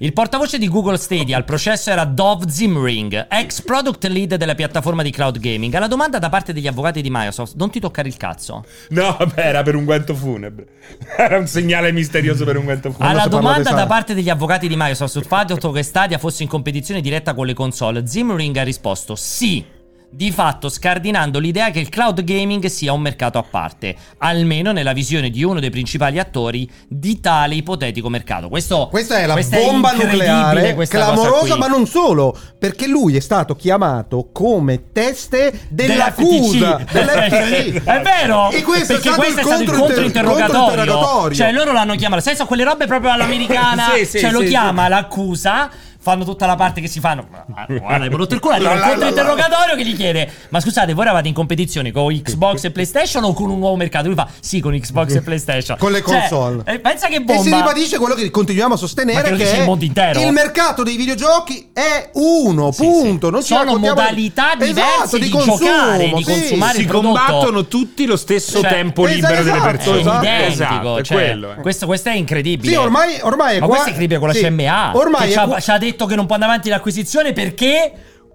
S1: Il portavoce di Google Stadia al processo era Dov Zimring, ex product lead della piattaforma di cloud gaming. Alla domanda da parte degli avvocati di Microsoft, non ti toccare il cazzo.
S3: No, vabbè, era per un guanto funebre. Era un segnale misterioso per un guanto funebre.
S1: Alla
S2: si parla
S1: domanda
S2: dei
S1: da
S2: Sara.
S1: parte degli avvocati di Microsoft sul fatto che Stadia fosse in competizione diretta con le console, Zimring ha risposto sì. Di fatto scardinando l'idea che il cloud gaming sia un mercato a parte, almeno nella visione di uno dei principali attori di tale ipotetico mercato. Questo,
S2: Questa è la
S1: questa
S2: bomba
S1: incredibile,
S2: nucleare,
S1: questa cosa
S2: clamorosa,
S1: qui.
S2: ma non solo, perché lui è stato chiamato come teste dell'accusa
S1: dell'FTC. è vero
S2: E questo è
S1: perché
S2: stato
S1: questo
S2: il
S1: è stato il
S2: controinter-
S1: controinterrogatorio
S2: controinterrogatorio.
S1: cioè loro l'hanno chiamato sai so quelle robe proprio all'americana
S3: Sì, sì,
S1: cioè lo
S3: sì,
S1: chiama
S3: sì.
S1: l'accusa fanno tutta la parte che si fanno. Ma Guarda, hai rotto il culo, arriva
S4: La,
S1: il
S4: la, la,
S1: controinterrogatorio che gli chiede: Ma scusate, voi eravate in competizione con Xbox e PlayStation o con un nuovo mercato? Lui fa: Sì, con Xbox e PlayStation.
S2: Con le
S1: Cioè,
S2: console.
S1: eh, pensa che
S2: E si
S1: bomba.
S2: ribadisce quello che continuiamo a
S1: Ma
S2: sostenere:
S1: credo
S2: che
S1: sia il mondo intero.
S2: il mercato dei videogiochi è uno,
S1: Sì,
S2: punto.
S1: sì.
S2: Non ci
S1: Sono
S2: raccontiamo-
S1: modalità diverse
S2: Esatto,
S1: di giocare, di
S2: sì.
S1: consumare
S3: si
S1: il prodotto-
S3: combattono tutti lo stesso
S1: Cioè,
S3: tempo
S2: esa-
S3: libero delle
S2: esatto,
S1: È
S3: persone.
S2: esatto.
S1: identico.
S3: Esatto, è
S1: cioè,
S3: quello. eh.
S1: questo, questo è incredibile.
S2: Sì, ormai, ormai è
S1: Ma
S2: qua-
S1: questo è incredibile con la
S2: sì.
S1: CMA.
S2: Ormai
S1: che
S2: è
S1: Cioè, ci, ha,
S2: qua-
S1: ci ha detto che non può andare avanti l'acquisizione perché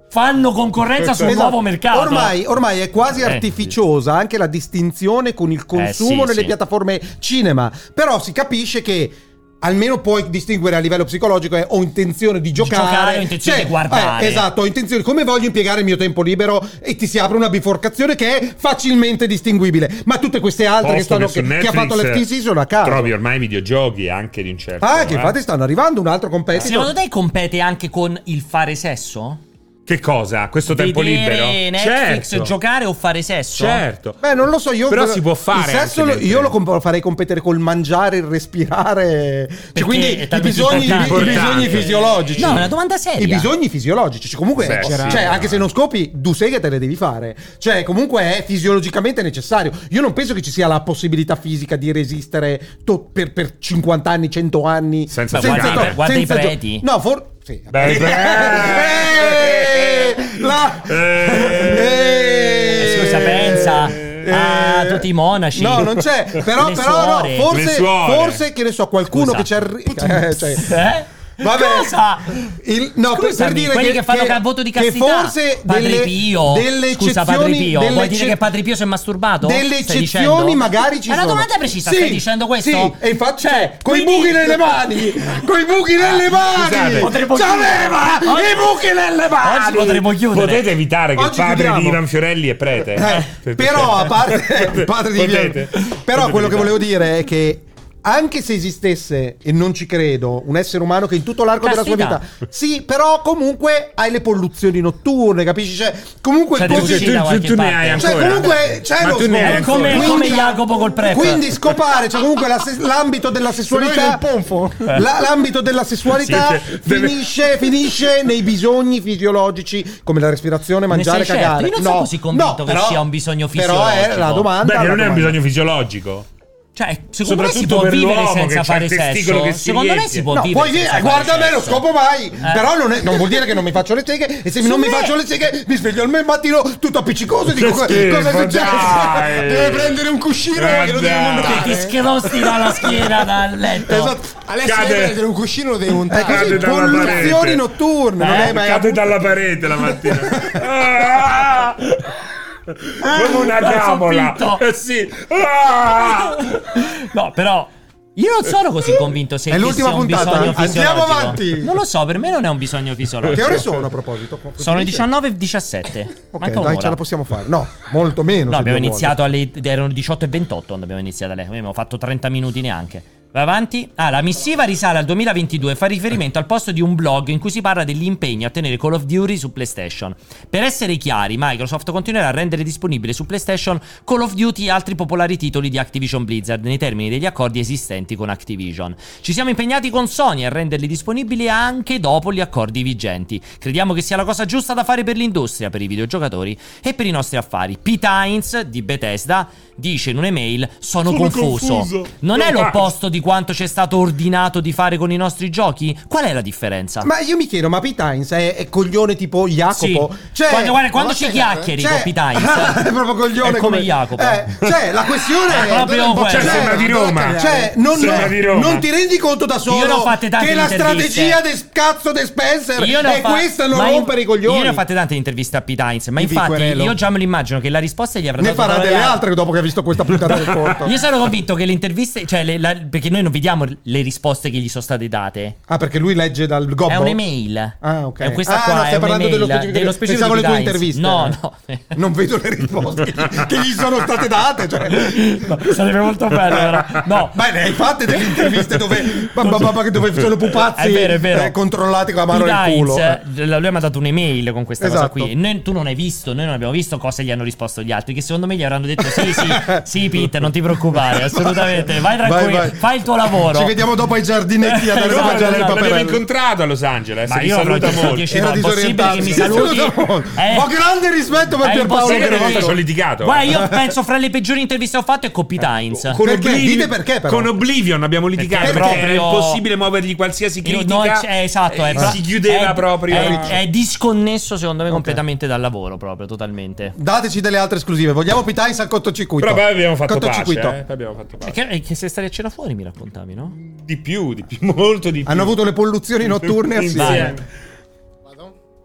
S1: fanno concorrenza sul
S2: Esatto.
S1: nuovo mercato.
S2: Ormai, ormai è quasi
S1: Eh,
S2: artificiosa anche la distinzione con il consumo
S1: sì,
S2: nelle
S1: sì.
S2: piattaforme cinema. Però si capisce che. Almeno puoi distinguere a livello psicologico eh, ho intenzione di giocare,
S1: giocare, ho intenzione di guardare.
S2: eh, esatto, ho intenzione come voglio impiegare il mio tempo libero e ti si apre una biforcazione che è facilmente distinguibile. Ma tutte queste altre che,
S3: Posto
S2: stanno,
S3: su
S2: che, che ha
S3: Netflix
S2: fatto l'FTC sono a caso.
S3: Trovi ormai videogiochi anche di un certo.
S2: Ah, che
S3: eh.
S2: infatti stanno arrivando un altro competitor.
S1: Secondo te compete anche con il fare sesso?
S3: Che cosa? Questo tempo libero?
S1: Vedere Netflix,
S3: certo.
S1: giocare o fare sesso?
S3: certo.
S2: Beh, non lo so, io
S3: Però
S2: ve-
S3: si può
S2: il
S3: fare
S2: sesso
S3: anche
S2: lo-
S3: nel
S2: io lo
S3: tempo.
S2: comp- farei competere col mangiare, il respirare. Cioè,
S1: Perché
S2: quindi
S1: è
S2: i
S1: talmente
S2: bisogni, i
S1: importante.
S2: bisogni fisiologici.
S1: No, è una domanda
S2: I
S1: seria.
S2: bisogni fisiologici, cioè, comunque,
S3: Beh,
S2: cioè,
S3: sì,
S2: cioè,
S3: no.
S2: anche se non scopi, due seghe te le devi fare. Cioè, comunque è fisiologicamente necessario. Io non penso che ci sia la possibilità fisica di resistere to- per, per 50 anni, 100 anni.
S3: Senza
S1: guarda-
S2: to-
S1: guarda i
S2: senza gio-
S1: preti.
S2: No, for- sì.
S3: Beh, beh.
S2: Eh, la-
S3: Eh.
S2: Eh.
S1: Scusa, pensa a tutti i monaci.
S2: No, non c'è. Però,
S1: Le
S2: però no,
S1: suore.
S2: forse,
S3: Le suore.
S2: forse che ne so, qualcuno
S1: Scusa.
S2: che ci arriva.
S1: Eh?
S2: Vabbè.
S1: Cosa?
S2: Il- no, per-
S1: Scusami,
S2: per dire
S1: quelli
S2: che-
S1: che, fanno
S2: che-
S1: ca- voto di
S2: che
S1: castità.
S2: forse
S1: Ah, Padre
S2: delle-
S1: Pio.
S2: delle
S1: Scusa, Padre
S2: eccezioni-
S1: Pio.
S2: delle
S1: Vuoi dire
S2: ecce-
S1: che Padre Pio si è masturbato?
S2: Delle
S1: Stai
S2: eccezioni
S1: dicendo?
S2: magari ci
S1: È una
S2: sono.
S1: domanda precisa,
S2: Sì,
S1: stai dicendo questo?
S2: Sì, e infatti,
S1: Cioè,
S2: cioè, coi
S1: quindi-
S2: buchi nelle mani, coi buchi nelle mani,
S3: Scusate. eh,
S1: Potremmo
S2: c'aveva
S1: chiudere.
S2: i buchi nelle
S1: Oggi
S2: mani.
S1: potremmo chiudere.
S3: Potete evitare che
S2: Oggi
S3: il padre di
S2: chiudiamo.
S3: Ivan Fiorelli è prete.
S2: Eh, però a parte il padre di
S3: Potete.
S2: però quello
S3: Potete
S2: che
S3: evitare.
S2: volevo dire è che anche se esistesse, e non ci credo, un essere umano che in tutto l'arco della sua
S1: Caspita.
S2: vita. Sì, però comunque hai le polluzioni notturne, capisci? Cioè, comunque
S1: Cioè,
S2: il tuo-
S1: devo uscire da
S3: tu- tu-
S1: qualche
S3: tu ne
S1: parte.
S3: hai ancora.
S2: cioè, comunque c'è
S3: Ma
S2: lo
S3: tu ne hai
S1: È
S2: scopo.
S1: come-
S3: ancora.
S1: come Jacopo col prep.
S2: Quindi scopare, cioè comunque la se- l'ambito della sessualità. La- l'ambito della sessualità
S3: Sì, cioè, deve-
S2: finisce, finisce nei bisogni fisiologici come la respirazione, mangiare,
S1: sei certo?
S2: cagare.
S1: Io non sono
S2: No,
S1: così convinto
S2: no,
S1: che
S2: però-
S1: sia un bisogno
S2: Però è
S1: fisiologico.
S2: la domanda.
S3: Beh, che
S2: la
S3: non è un
S2: domanda.
S3: bisogno fisiologico.
S1: Cioè, secondo me si
S3: Soprattutto
S1: può
S3: per
S1: vivere
S3: l'uomo che
S1: senza
S3: c'ha
S1: fare
S3: il testicolo
S1: sesso.
S3: che si
S1: Secondo me
S3: riempie.
S1: si può
S2: No,
S1: vivere
S2: poi
S1: senza
S2: vi-
S1: fare
S2: guarda me lo
S1: sesso. Eh.
S2: scopo mai. Però non, è- non vuol dire che non mi faccio le seghe. E se non mi
S1: me-
S2: faccio le seghe, mi sveglio al mattino tutto appiccicoso e dico:
S3: Che
S2: "Co-
S3: schifo,
S2: Cosa è successo?
S3: dai."
S2: Deve prendere un cuscino
S3: Eh,
S2: e lo devi
S3: dai.
S2: montare.
S1: Che scherossi dalla schiena dal letto.
S2: Esatto.
S4: Alessio
S3: Cade.
S4: deve prendere un cuscino lo devi
S2: È
S4: montare.
S2: così,
S3: Cade dalla
S2: polluzioni
S3: parete.
S2: notturne. Non
S1: Eh,
S2: è mai
S3: Cade
S2: avuto-
S3: dalla parete la mattina. Ah!
S2: Ah!
S3: Come una
S1: dal
S3: cavola.
S1: soffitto.
S3: Eh sì. Ah!
S1: No, però io non sono così convinto se
S2: È l'ultima
S1: sia un
S2: puntata.
S1: bisogno
S2: Andiamo
S1: fisiologico.
S2: avanti.
S1: Non lo so, per me non è un bisogno
S2: Che
S1: fisiologico.
S2: ore sono a proposito?
S1: Sono le 19 e 17.
S2: Ok,
S1: Manca
S2: dai,
S1: un'ora.
S2: ce la possiamo fare. No, molto meno.
S1: No,
S2: se
S1: abbiamo
S2: Dio vuole.
S1: iniziato alle erano 18 e 28 quando abbiamo iniziato alle, quindi abbiamo fatto 30 minuti neanche. Vai avanti. Ah, la missiva risale al 2022 e fa riferimento al posto di un blog in cui si parla dell'impegno a tenere Call of Duty su PlayStation. Per essere chiari, Microsoft continuerà a rendere disponibile su PlayStation Call of Duty e altri popolari titoli di Activision Blizzard nei termini degli accordi esistenti con Activision. Ci siamo impegnati con Sony a renderli disponibili anche dopo gli accordi vigenti. Crediamo che sia la cosa giusta da fare per l'industria, per i videogiocatori e per i nostri affari. Pete Hines di Bethesda dice in un'email: Sono,
S3: Sono
S1: confuso.
S3: confuso.
S1: Non è
S3: No,
S1: l'opposto di quanto ci è stato ordinato di fare con i nostri giochi? Qual è la differenza?
S2: Ma io mi chiedo, ma Pete Hines è, è coglione tipo
S1: Sì.
S2: Jacopo? Cioè,
S1: quando, guarda, quando
S4: ma
S1: ci
S4: sai che-
S1: chiacchieri con Pete Hines,
S2: è proprio coglione
S1: È come Jacopo.
S2: Eh, cioè, la questione
S1: È
S2: è
S1: Ah, proprio
S2: dove-
S1: quello.
S3: Cioè, sembra di Roma.
S2: Cioè, non,
S3: Sembra
S2: non-
S3: di Roma.
S2: non ti rendi conto da solo
S1: Io ne ho fatte tante
S2: che la
S1: interviste.
S2: strategia del cazzo di Spencer
S1: Io ne ho
S2: è
S1: fa-
S2: questa, non
S1: ma in-
S2: rompere i coglioni.
S1: Io ne ho fatte tante interviste a Pete Hines, ma
S4: Di
S1: infatti
S4: Picquerello.
S1: io già me lo immagino che la risposta gli avrà
S2: Ne
S1: dato
S2: farà
S1: Paolo
S2: delle
S1: Reale.
S2: altre dopo che ha visto questa puntata del corto.
S1: Io sono convinto che le interviste, cioè le- la- perché noi non vediamo le risposte che gli sono state date.
S2: Ah, perché lui legge dal gobbo?
S1: È un'email.
S2: Ah, ok.
S1: È Eh, questa
S2: Ah,
S1: qua
S2: no,
S1: è
S2: stai parlando dello
S1: un'email,
S2: specifico- pensavo
S1: di
S2: alle tue
S1: Heinz.
S2: interviste.
S1: No, no.
S2: Non vedo le risposte che, che gli sono state date. Cioè.
S1: No, Sarebbe molto bello, però. No.
S2: Beh, ne hai fatte delle interviste dove, ba- ba- ba- dove sono pupazzi
S1: È vero, è vero.
S2: eh, controllati con la mano
S1: Pete
S2: nel culo.
S1: Heinz, eh, lui mi ha dato un'email con questa cosa
S2: Esatto.
S1: qui. E noi- tu non hai visto, noi non abbiamo visto cosa gli hanno risposto gli altri. Che secondo me gli avranno detto: Sì, sì, sì, Pete, non ti preoccupare, assolutamente. Vai tranquillo,
S2: Vai, vai.
S1: fai il il tuo lavoro.
S2: Ci vediamo dopo ai giardinetti a dare
S1: Esatto,
S2: da mangiare il
S1: esatto.
S3: L'abbiamo
S2: paperello.
S3: incontrato a Los Angeles.
S1: Ma
S3: mi
S1: io avrò
S3: Eh, saluta
S1: chiesto
S3: molto.
S1: dieci-
S3: Eh,
S1: Era disorientato. Mi saluti?
S2: Era disorientato.
S1: Eh.
S2: Ma grande rispetto per
S1: È
S2: Pierpaolo
S1: impossibile
S3: Una volta
S1: Sì.
S3: ci ho
S2: Veronesi.
S3: litigato.
S1: Guarda, io penso fra le peggiori interviste che ho fatto è Copy Times.
S3: Eh, Con
S2: Perché?
S3: Oblivion,
S2: Dite perché, però.
S3: con Oblivion abbiamo litigato
S1: Perché
S3: perché, era
S1: proprio-
S3: impossibile muovergli qualsiasi
S1: Io-
S3: critica.
S1: no, è- esatto, è,
S3: eh, si chiudeva
S1: è-
S3: proprio.
S1: È, è disconnesso, secondo me, completamente dal lavoro, proprio, totalmente.
S2: Dateci delle altre esclusive. Vogliamo Pitains al cottocircuito.
S3: Però poi abbiamo fatto pace.
S2: Cottocircuito.
S3: eh, poi abbiamo fatto pace.
S1: E che, e che se stavi a cena fuori mi raccontavi, no?
S3: Di più, di più, molto di più.
S2: Hanno avuto le polluzioni notturne assieme.
S3: Insieme.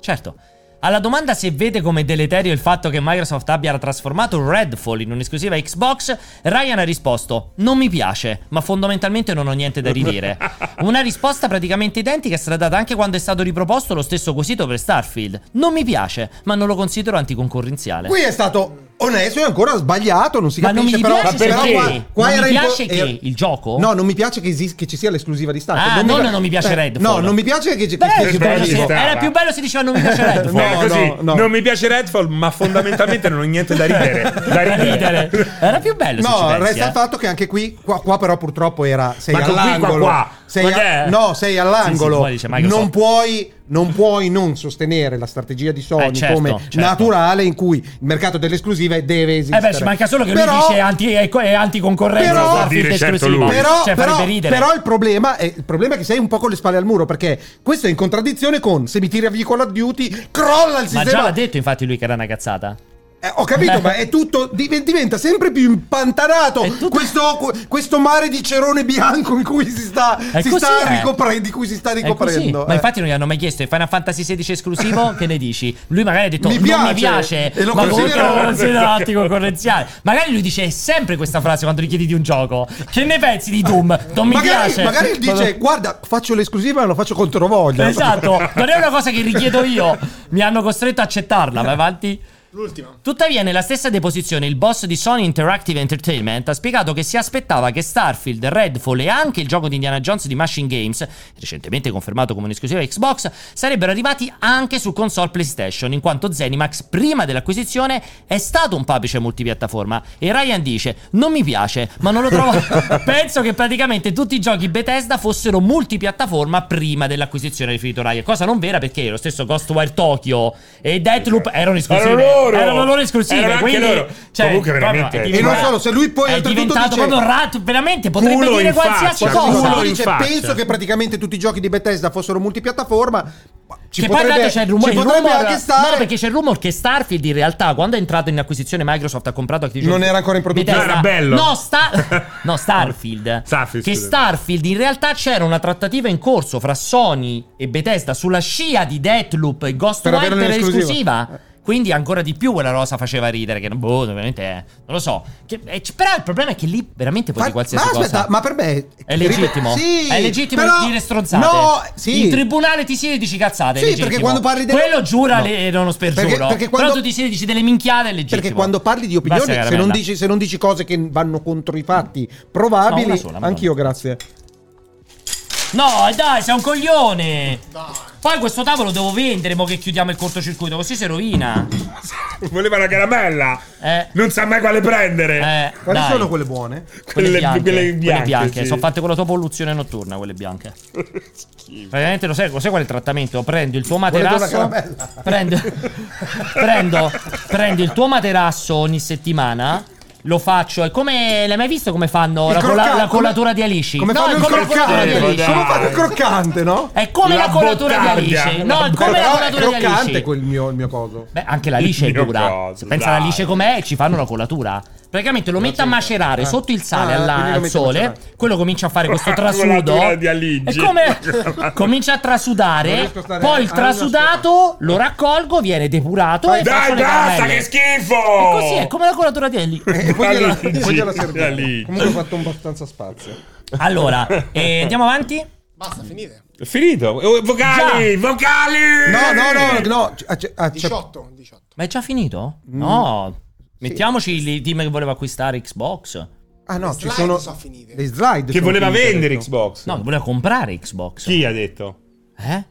S1: Certo. Alla domanda se vede come deleterio il fatto che Microsoft abbia trasformato Redfall in un'esclusiva Xbox, Ryan ha risposto: Non mi piace, ma fondamentalmente non ho niente da ridire. Una risposta praticamente identica è stata data anche quando è stato riproposto lo stesso quesito per Starfield. Non mi piace, ma non lo considero anticoncorrenziale.
S2: Qui è stato onesto e ancora sbagliato, non si
S1: Ma non
S2: capisce
S1: mi
S2: però.
S1: piace
S2: però
S1: perché?
S2: qua, qua
S1: Non
S2: era
S1: mi
S2: impo-
S1: piace che
S2: era-
S1: il gioco?
S2: No, non mi piace che, esi- che ci sia l'esclusiva di Starfield.
S1: Ah, non non mi piace
S2: eh,
S1: Redfall.
S2: No, non mi piace che, che,
S1: Beh,
S2: che
S1: era
S2: si
S1: più
S3: Beh,
S1: bello
S2: parli
S1: se-
S3: ci
S2: di-
S3: sta.
S1: era più bello se diceva non mi piace Redfall.
S3: No,
S2: No,
S3: così.
S2: no, no.
S3: Non mi piace Redfall, ma fondamentalmente non ho niente da ridere. Da
S1: Da
S3: ridere.
S1: ridere. Era più bello se ci
S2: No,
S1: pensi,
S2: resta
S1: eh.
S2: il fatto che anche qui, qua, qua però purtroppo era sei
S3: Ma con qui,
S2: all'angolo.
S3: qua, qua.
S2: Sei
S3: Ma che
S2: a-
S3: è?
S2: no, sei
S1: Sì, sì,
S2: all'angolo.
S1: poi dice Microsoft.
S2: non, puoi, non puoi non sostenere la strategia di Sony
S1: Eh, certo,
S2: come
S1: certo.
S2: naturale in cui il mercato delle esclusive deve
S1: Eh
S2: esistere.
S1: beh, ci manca solo che
S2: Però-
S1: lui dice anti, è, è anticoncorrenza
S2: Però-
S1: Starfield
S3: Dire certo
S1: esclusiva.
S3: lui.
S2: Però,
S1: cioè,
S2: però-
S1: farebbe ridere.
S2: però il, problema è, il problema è che sei un po' con le spalle al muro perché questo è in contraddizione con se mi tiri a via Call of Duty crolla il
S1: Ma già
S2: sistema
S1: l'ha detto infatti lui che era una cazzata.
S2: Eh, ho capito, ma è tutto. div- diventa sempre più impantanato
S1: È tutto-
S2: questo, qu- questo mare di cerone bianco in cui si sta,
S1: È
S2: si
S1: così,
S2: sta
S1: eh.
S2: ricopre- di cui si sta
S1: È così.
S2: ricoprendo.
S1: Ma
S2: eh.
S1: infatti non gli hanno mai chiesto il Final Fantasy XVI esclusivo, che ne dici? Lui magari ha detto
S2: Mi
S1: non
S2: piace,
S1: mi piace,
S2: e lo
S1: ma comunque
S2: considero-
S1: lo considero anticoncorrenziale. Magari lui dice sempre questa frase quando gli chiedi di un gioco. Che ne pensi di Doom? Non mi
S2: eh. magari,
S1: piace.
S2: magari
S1: Ma-
S2: dice: Guarda, faccio l'esclusiva e lo faccio contro voglia.
S1: Esatto, non è una cosa che richiedo io. Mi hanno costretto a accettarla. Vai avanti.
S4: L'ultima.
S1: Tuttavia, nella stessa deposizione, il boss di Sony Interactive Entertainment ha spiegato che si aspettava che Starfield, Redfall e anche il gioco di Indiana Jones di Machine Games, recentemente confermato come un'esclusiva Xbox, sarebbero arrivati anche su console PlayStation, in quanto Zenimax, prima dell'acquisizione, è stato un publisher multipiattaforma. E Ryan dice: Non mi piace, ma non lo trovo. Penso che praticamente tutti i giochi Bethesda fossero multipiattaforma prima dell'acquisizione di Finito Ryan, cosa non vera perché lo stesso Ghostwire Tokyo e Deathloop erano esclusive.
S3: Erano loro!
S1: Erano loro esclusive,
S3: Erano anche
S1: quindi cioè,
S3: loro. Comunque, veramente-
S1: proprio, è
S2: E non
S1: diventato-
S2: solo, se lui poi
S1: è
S2: oltretutto
S1: diventato
S2: dice-
S1: proprio rat, veramente potrebbe
S3: Culo
S1: dire
S3: in
S1: qualsiasi
S3: faccia,
S2: Qualcuno
S1: cosa.
S3: culo in
S2: dice,
S3: faccia.
S2: penso che praticamente tutti i giochi di Bethesda fossero multipiattaforma. ma Ci
S1: che poi
S2: potrebbe,
S1: tanto c'è il rumore,
S2: ci
S1: il
S2: potrebbe
S1: rumor-
S2: anche
S1: no,
S2: stare.
S1: perché c'è il rumor che Starfield in realtà quando è entrato in acquisizione Microsoft ha comprato Activision
S2: Non era ancora in produzione.
S1: Bethesda.
S3: No, era bello.
S1: No, Sta- no, Starfield.
S3: Starfield,
S1: che
S3: scusa.
S1: Starfield in realtà c'era una trattativa in corso fra Sony e Bethesda sulla scia di Deathloop e
S2: Per
S1: Ghostwire
S2: avere
S1: per
S2: un'esclusiva. Eh.
S1: l'esclusiva. Quindi ancora di più quella rosa faceva ridere che boh, veramente eh, non lo so. Che- eh, c- però il problema è che lì veramente puoi
S2: Fa-
S1: dire qualsiasi
S2: ma
S1: cosa.
S2: aspetta, ma per me
S1: È legittimo.
S2: Sì,
S1: è legittimo
S2: però-
S1: dire stronzate.
S2: No, sì.
S1: In tribunale ti siedi e dici cazzate. è
S2: Sì,
S1: legittimo.
S2: perché quando parli delle-
S1: Quello giura
S2: No.
S1: le- e non spergiuro.
S2: Perché- perché quando-
S1: Però tu ti siedi e dici delle minchiate è legittimo.
S2: Perché quando parli di
S1: Basta,
S2: opinioni, se non,
S1: Caramella.
S2: dici, se non dici cose che vanno contro i fatti
S1: No, una
S2: probabili,
S1: sola, madonna.
S2: anch'io grazie.
S1: No, dai, sei un coglione. Poi questo tavolo devo vendere mo che chiudiamo il cortocircuito, così si rovina.
S3: Voleva la caramella.
S1: Eh.
S3: Non sa mai quale prendere.
S1: Eh,
S2: Quali
S1: dai.
S2: sono quelle buone?
S1: Quelle, bianche,
S3: quelle bianche, sì.
S1: sono fatte con la tua polluzione notturna, quelle bianche. Praticamente lo sai, lo sai qual è il trattamento? Prendo il tuo
S2: Volete una
S1: materasso.
S2: caramella?
S1: Prendo, prendo, prendo il tuo materasso ogni settimana. Lo faccio. È come. L'hai mai visto come fanno
S2: Il
S1: la, colla-
S2: crocca-
S1: la
S2: come-
S1: collatura di Alici?
S2: Come
S1: No,
S2: fanno
S1: è
S2: il
S1: come la collatura
S2: croccante?
S1: di Alici.
S3: dai.
S2: Come fanno il croccante, no?
S1: È come la,
S3: La
S1: collatura di
S3: bottaglia.
S1: Alice. No, è come Eh, la
S2: Però è
S1: collatura di
S2: croccante
S1: Alice.
S2: quel mio, il mio coso.
S1: Beh, anche la lice è
S3: Il mio
S1: dura.
S3: coso,
S1: Se pensa
S3: dai.
S1: alla lice com'è, ci fanno la colatura. Praticamente lo metti a macerare sotto il sale
S2: Ah,
S1: alla-
S2: quindi lo
S1: al
S2: metti a
S1: sole,
S2: macerare.
S1: quello comincia a fare questo
S3: La
S1: trasudo.
S3: colatura di
S1: E
S3: Aligi.
S1: come comincia a
S2: Non
S1: trasudare,
S2: riesco a stare-
S1: poi il
S2: ah, non riesco a stare.
S1: trasudato lo raccolgo, viene depurato e faccio
S3: Dai,
S1: le
S3: basta,
S1: caramelle.
S3: che schifo.
S1: E così è come la colatura di Alice.
S2: E poi gliela,
S3: Alici,
S2: poi gliela servivo.
S3: Alici.
S2: Comunque ho fatto abbastanza spazio.
S1: Allora, eh, andiamo avanti.
S4: Basta, finite.
S3: È Finito. Oh, Vocali, vocali.
S2: No, no, no, Ah, no. cioè, c- acce- acce-
S4: 18, 18.
S1: Ma è già finito? No. Mettiamoci il team che voleva acquistare Xbox.
S2: Ah no,
S4: Le
S2: ci
S4: slide
S2: sono
S4: sono finite.
S2: le slide.
S3: Che
S2: sono
S3: voleva
S2: finite,
S3: vendere
S2: detto.
S3: Xbox.
S1: No, che voleva comprare Xbox.
S3: Chi ha detto?
S1: Eh?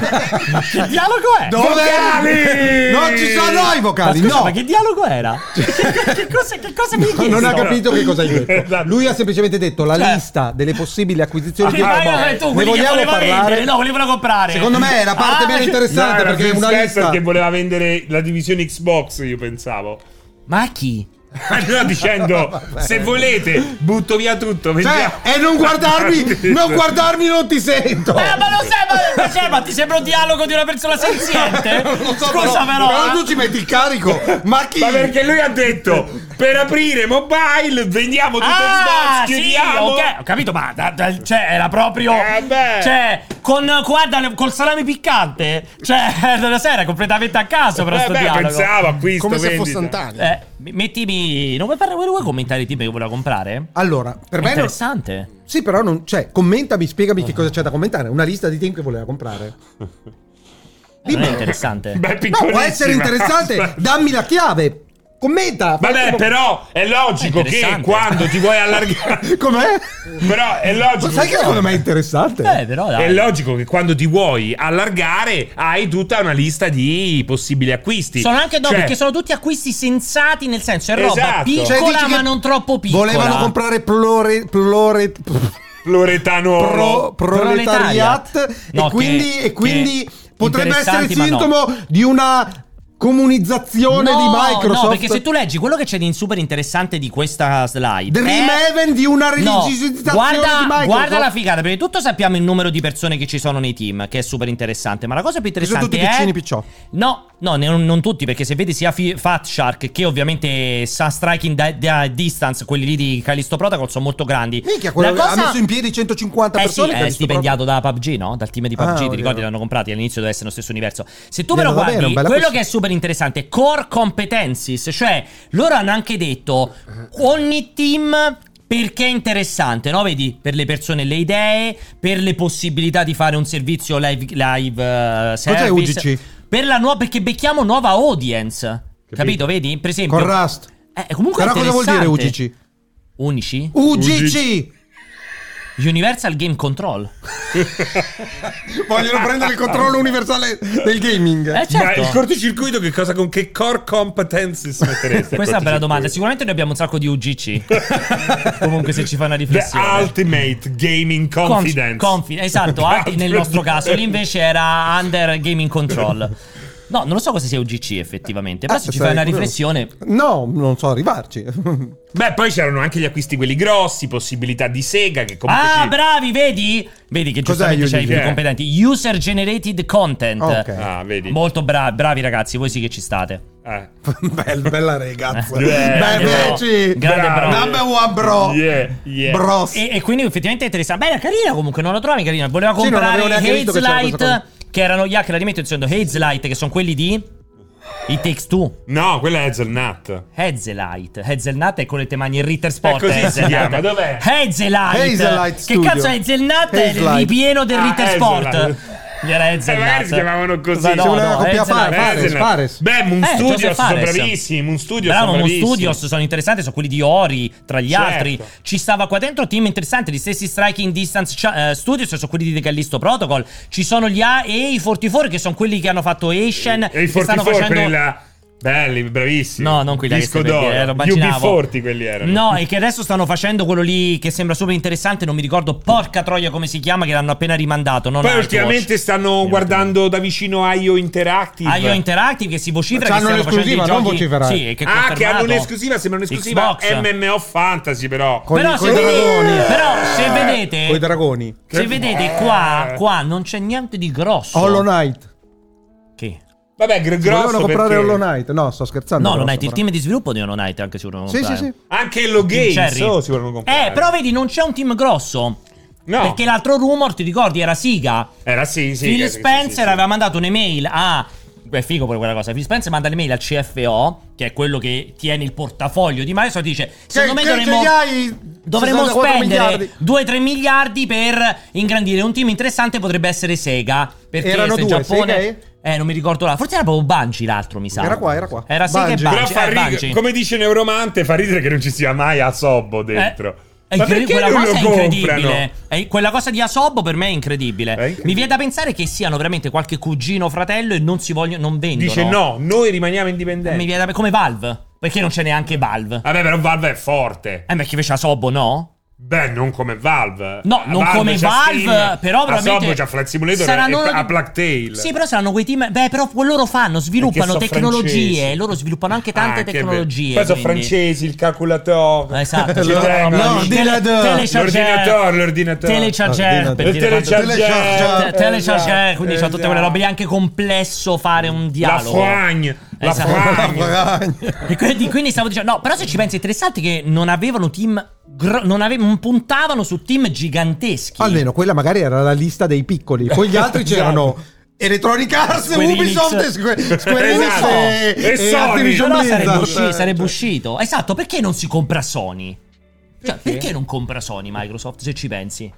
S1: che dialogo è?
S2: Dove-
S3: Vocali!
S2: Non ci sono i
S1: Ma
S2: vocali,
S1: scusa,
S2: no!
S1: ma che dialogo era? Che, che cosa, che cosa mi hai chiesto?
S2: Non ha capito che cosa hai detto.
S3: Esatto.
S2: Lui ha semplicemente detto la
S1: Cioè-
S2: lista delle possibili acquisizioni
S1: Ah,
S2: di
S1: ma io
S2: robot.
S1: ho detto,
S2: cioè, diciamo, Ne
S1: quelli che
S2: vogliamo
S1: voleva
S2: parlare?
S1: vendere, no, volevano comprare.
S2: Secondo me è la parte
S1: Ah,
S2: meno
S1: che-
S3: No,
S2: interessante
S3: era
S2: perché è
S3: Phil
S2: una
S3: Spencer
S2: lista.
S3: che voleva vendere la divisione Xbox, io pensavo.
S1: Ma a chi?
S3: Allora dicendo, se volete, butto via tutto. vendiamo-
S2: Cioè, e non guardarmi, non guardarmi, non ti sento.
S1: Eh, ma non sai, ma, cioè, ma ti sembra un dialogo di una persona senziente?
S2: Non lo so,
S1: Scusa, però. eh.
S2: tu ci metti il carico. Ma chi?
S3: Ma perché lui ha detto, per aprire mobile, vendiamo tutto
S1: Ah,
S3: il box,
S1: sì,
S3: chiudiamo.
S1: ok, ho capito, ma da- da- cioè, era proprio.
S3: Eh, beh.
S1: cioè, con guarda, le- col salame piccante. Cioè, la sera era completamente a caso, però
S3: Eh,
S1: sto
S3: beh,
S1: dialogo.
S3: pensavo acquisto,
S4: Come se
S3: vendita.
S4: fosse Antani.
S1: Eh, mi- mettimi. Non vuoi, parlare, vuoi commentare il tipo che voleva comprare?
S2: Allora, per me non-
S1: Interessante.
S2: Sì, però non cioè, commentami, spiegami che cosa c'è da commentare. Una lista di team che voleva comprare.
S1: Eh, Non è
S2: Dimmi.
S1: interessante.
S3: Beh,
S2: No, può essere
S3: piccolissima.
S2: interessante. Dammi la chiave. Commenta.
S3: Eh, Vabbè, però è logico
S1: È
S3: che
S1: interessante.
S3: quando ti vuoi
S1: eh.
S3: allargare.
S2: Com'è?
S3: però è logico.
S2: Ma sai che secondo me è interessante?
S1: Eh, però dai.
S3: È logico che quando ti vuoi allargare hai tutta una lista di possibili acquisti.
S1: Sono anche no,
S3: Cioè,
S1: perché sono tutti acquisti sensati, nel senso, è roba
S3: Esatto.
S2: Cioè,
S1: piccola,
S2: dici
S1: ma
S2: che
S1: non troppo piccola.
S2: Volevano comprare plore, plore,
S3: Loretano.
S2: pro- proletariat
S1: Proletariat. No,
S2: e quindi,
S1: che-
S2: e quindi
S1: che
S2: potrebbe essere
S1: interessanti, ma no.
S2: sintomo di una comunizzazione
S1: No,
S2: di Microsoft.
S1: No, perché se tu leggi quello che c'è di super interessante di questa slide.
S2: Del Remeven di una religiosizzazione
S1: guarda,
S2: di Microsoft.
S1: Guarda la figata, prima di tutto sappiamo il numero di persone che ci sono nei team, che è super interessante. Ma la cosa più
S2: Che sono
S1: interessante
S2: tutti
S1: è.
S2: piccini picciò.
S1: No, no, ne- non, non tutti, perché se vedi sia Fi- Fat Shark che ovviamente Sun Striking da- da Distance, quelli lì di Callisto Protocol, sono molto grandi.
S2: Minchia, quello
S1: La
S2: che ha messo in piedi 150
S1: eh sì,
S2: persone. che ha
S1: è
S2: visto
S1: stipendiato da PUBG, no? Dal team di
S2: Ah,
S1: PUBG, ti
S2: ok.
S1: ricordi, l'hanno comprati all'inizio doveva essere lo stesso universo. Se tu
S2: Bella,
S1: però
S2: davvero,
S1: guardi,
S2: bella
S1: quello
S2: questa.
S1: che è super interessante, core competencies, cioè loro hanno anche detto ogni team perché è interessante, no? Vedi, per le persone e le idee, per le possibilità di fare un servizio live, live eh, service.
S2: UGC?
S1: Per la nuova, perché becchiamo nuova audience. Capito? Vedi? Per esempio...
S2: Con Rust.
S1: Eh, comunque
S2: Però
S1: è
S2: cosa vuol dire
S1: interessante.
S2: UGC?
S1: Unici?
S2: UGC!
S1: Universal Game Control.
S2: Vogliono prendere il controllo universale del gaming.
S1: Eh certo.
S3: Ma il cortocircuito che cosa con che core competenze si mettereste?
S1: Questa è una bella domanda. Sicuramente noi abbiamo un sacco di UGC. Comunque, se ci fa una
S3: The
S1: riflessione.
S3: Ultimate Gaming
S1: Con-
S3: Confidence.
S1: confi- esatto, alti nel nostro caso. Lì invece era under gaming control. No, non lo so cosa sia UGC effettivamente. Però
S2: Ah,
S1: se ci
S2: sai,
S1: fai una
S2: quello-
S1: riflessione.
S2: No, non so arrivarci.
S3: Beh, poi c'erano anche gli acquisti quelli grossi, possibilità di Sega che comunque
S1: Ah,
S3: ci- Eh.
S1: bravi, vedi? Vedi che
S2: Cos'è
S1: giustamente c'hai i
S2: UGC?
S1: più competenti. User generated content.
S2: Ok.
S3: Ah, vedi.
S1: Molto bravi, bravi ragazzi, voi sì che ci state.
S3: Eh.
S2: Bel- bella ragazza.
S3: Eh,
S2: Beh,
S3: bravo.
S2: invece,
S1: Grande
S3: Bravi.
S1: bravo.
S2: number one bro.
S3: Yeah, yeah.
S2: Bros.
S1: E, e quindi effettivamente è interessante. Beh, era carina comunque, non la trovavi carina. Voleva
S2: Sì, non
S1: comprare
S2: avevo neanche visto che
S1: Haze
S2: c'era questa
S1: Light,
S2: cosa.
S1: che erano gli hack, la rimetto dicendo Haze Light, che sono quelli di... I Takes Two.
S2: Mm.
S3: No, quella è Hazelnut.
S1: Hazelite. Hazelnut è quello che te mangi il Ritter Sport.
S3: Eh, così si
S1: Hazelnut.
S3: chiama, dov'è?
S1: Hazelite.
S2: Hazelite
S1: Che
S2: Studio.
S1: cazzo è Hazelnut? È il
S2: Hazelite.
S1: ripieno del
S3: Ah,
S1: Ritter
S3: Hazelite.
S1: Sport. Gli Era
S3: Eh, magari
S1: Hazelnut.
S3: si chiamavano così.
S1: Ma
S2: Sembra una coppia
S1: Hazelnut.
S2: Eh, Fares,
S3: Hazelnut.
S2: Fares.
S3: Beh, Moon
S1: Eh, Joseph
S3: Studios sono
S1: Fares.
S3: bravissimi. Moon Studios
S1: Bravo,
S3: sono
S1: Moon
S3: bravissimi.
S1: Studios sono interessanti, sono quelli di Ori, tra gli
S3: Certo.
S1: altri. Ci stava qua dentro team interessanti, gli stessi Striking Distance Cha- eh, Studios, sono quelli di Callisto Protocol. Ci sono gli A e i 44 che sono quelli che hanno fatto Asian
S3: E i
S1: che stanno
S3: 44
S1: facendo
S3: quelli là. Belli, bravissimi.
S1: No, non quelli là che
S3: Disco
S1: stai per dire,
S3: d'oro.
S1: ero
S3: Gli
S1: immaginavo.
S3: UB40 quelli erano.
S1: No, e che adesso stanno facendo quello lì che sembra super interessante, non mi ricordo porca troia come si chiama che l'hanno appena rimandato, non
S3: Poi
S1: Nightwatch.
S3: ultimamente stanno guardando da vicino IO Interactive.
S1: Ah, IO Interactive che si vocifera che
S2: C'hanno
S1: stanno facendo i
S2: l'esclusiva, non
S1: giochi
S2: vociferare.
S1: Sì, e che è
S3: ah, che hanno
S1: confermato.
S3: un'esclusiva, sembra un'esclusiva
S1: Xbox.
S3: MMO Fantasy però.
S2: Con
S1: Però
S2: i-
S1: se
S2: con i
S1: vedi-
S2: dragoni.
S1: però se vedete-
S2: Con i dragoni.
S1: Se
S3: Che-
S1: vedete
S3: Eh.
S1: qua, qua Ah, non c'è niente di grosso.
S2: Hollow Knight.
S1: Che?
S3: Vabbè, gr-
S2: Grosso
S3: grosso
S2: Volevano comprare
S3: perché...
S2: Hollow Knight. No, sto scherzando.
S1: No, non
S2: grosso,
S1: hai il
S2: però.
S1: team di sviluppo di non hai anche se uno
S2: Sì, sì, sì.
S3: Anche lo Games oh, si vogliono comprare.
S1: Eh, però vedi, non c'è un team grosso.
S3: No.
S1: Perché l'altro rumor, ti ricordi, era Siga.
S3: Era sì, sì.
S1: Phil
S3: sì, sì,
S1: Spencer
S3: sì, sì.
S1: aveva mandato un'email a. È figo pure quella cosa. Phil Spencer manda l'email al CFO, che è quello che tiene il portafoglio di Microsoft. Dice: Secondo me
S2: che
S1: dovremmo.
S2: gli hai
S1: Dovremmo
S2: 64
S1: spendere
S2: miliardi.
S1: 2-3 miliardi per ingrandire un team interessante. Potrebbe essere Sega. Perché
S2: Erano
S1: se in
S2: due,
S1: Giappone.
S2: Sega e-
S1: Eh, non mi ricordo la. Forse era proprio Bungie l'altro, mi sa.
S2: Era qua, era qua.
S1: Era Sega
S2: Bungie.
S1: e
S3: Però
S1: Bungie.
S3: fa
S1: eh,
S3: ridere-
S1: Bungie.
S3: come dice Neuromante, fa ridere che non ci sia mai Asobbo dentro.
S1: Eh, È
S3: Ma
S1: incre-
S3: perché
S1: quella
S3: non
S1: cosa è
S3: lo
S1: incredibile.
S3: comprano?
S1: È- quella cosa di Asobbo per me è incredibile.
S3: incredibile.
S1: Mi viene da pensare che siano veramente qualche cugino fratello e non si vogliono. Non vendono.
S3: Dice no, noi rimaniamo
S1: Mi
S3: indipendenti.
S1: viene da- come Valve. Perché non c'è neanche Valve?
S3: Vabbè, però Valve è forte.
S1: Eh, ma chi fece Asobbo no?
S3: Beh, non come Valve.
S1: No, non
S3: Valve
S1: come
S3: c'ha
S1: Valve,
S3: Steam,
S1: però
S3: Asobo
S1: veramente.
S3: c'ha Flight Simulator e, e a Plague Tale.
S1: Sì, però saranno quei team. Beh, però loro fanno, sviluppano
S3: Perché so
S1: tecnologie.
S3: francesi.
S1: Loro sviluppano anche tante
S3: Ah, che
S1: tecnologie.
S3: bello. Poi sono
S1: quindi.
S3: francesi, il calcolatore.
S1: Esatto,
S3: Ci
S1: Loro-
S3: tengono.
S1: no,
S2: lì.
S1: tele-
S2: L'ordinatore.
S1: telecharger,
S3: L'ordinatore, l'ordinatore.
S1: Telecharger, per
S3: Il
S1: dire quanto-
S3: telecharger.
S1: Te-
S2: Telecharger.
S1: Telecharger,
S3: Esatto,
S1: quindi c'ha tutte
S3: esatto.
S1: quelle robe lì, è anche complesso fare un
S3: La
S1: dialogo.
S3: frogne. La
S1: Esatto.
S3: frogne.
S1: E quindi, quindi stavo dicendo, no, però se ci pensi è interessante che non avevano team, gro- non, ave- non puntavano su team giganteschi.
S2: Almeno quella magari era la lista dei piccoli, poi gli altri c'erano
S1: Esatto.
S2: Electronic Arts,
S1: Square Enix.
S2: Ubisoft, e Square, Square Enix
S1: Esatto.
S2: e,
S3: E
S2: e
S3: Sony.
S2: Activision
S1: Però
S2: Blizzard.
S1: sarebbe, usci- sarebbe uscito. Esatto, perché non si compra Sony? Cioè,
S3: Perché?
S1: perché non compra Sony Microsoft, se ci pensi?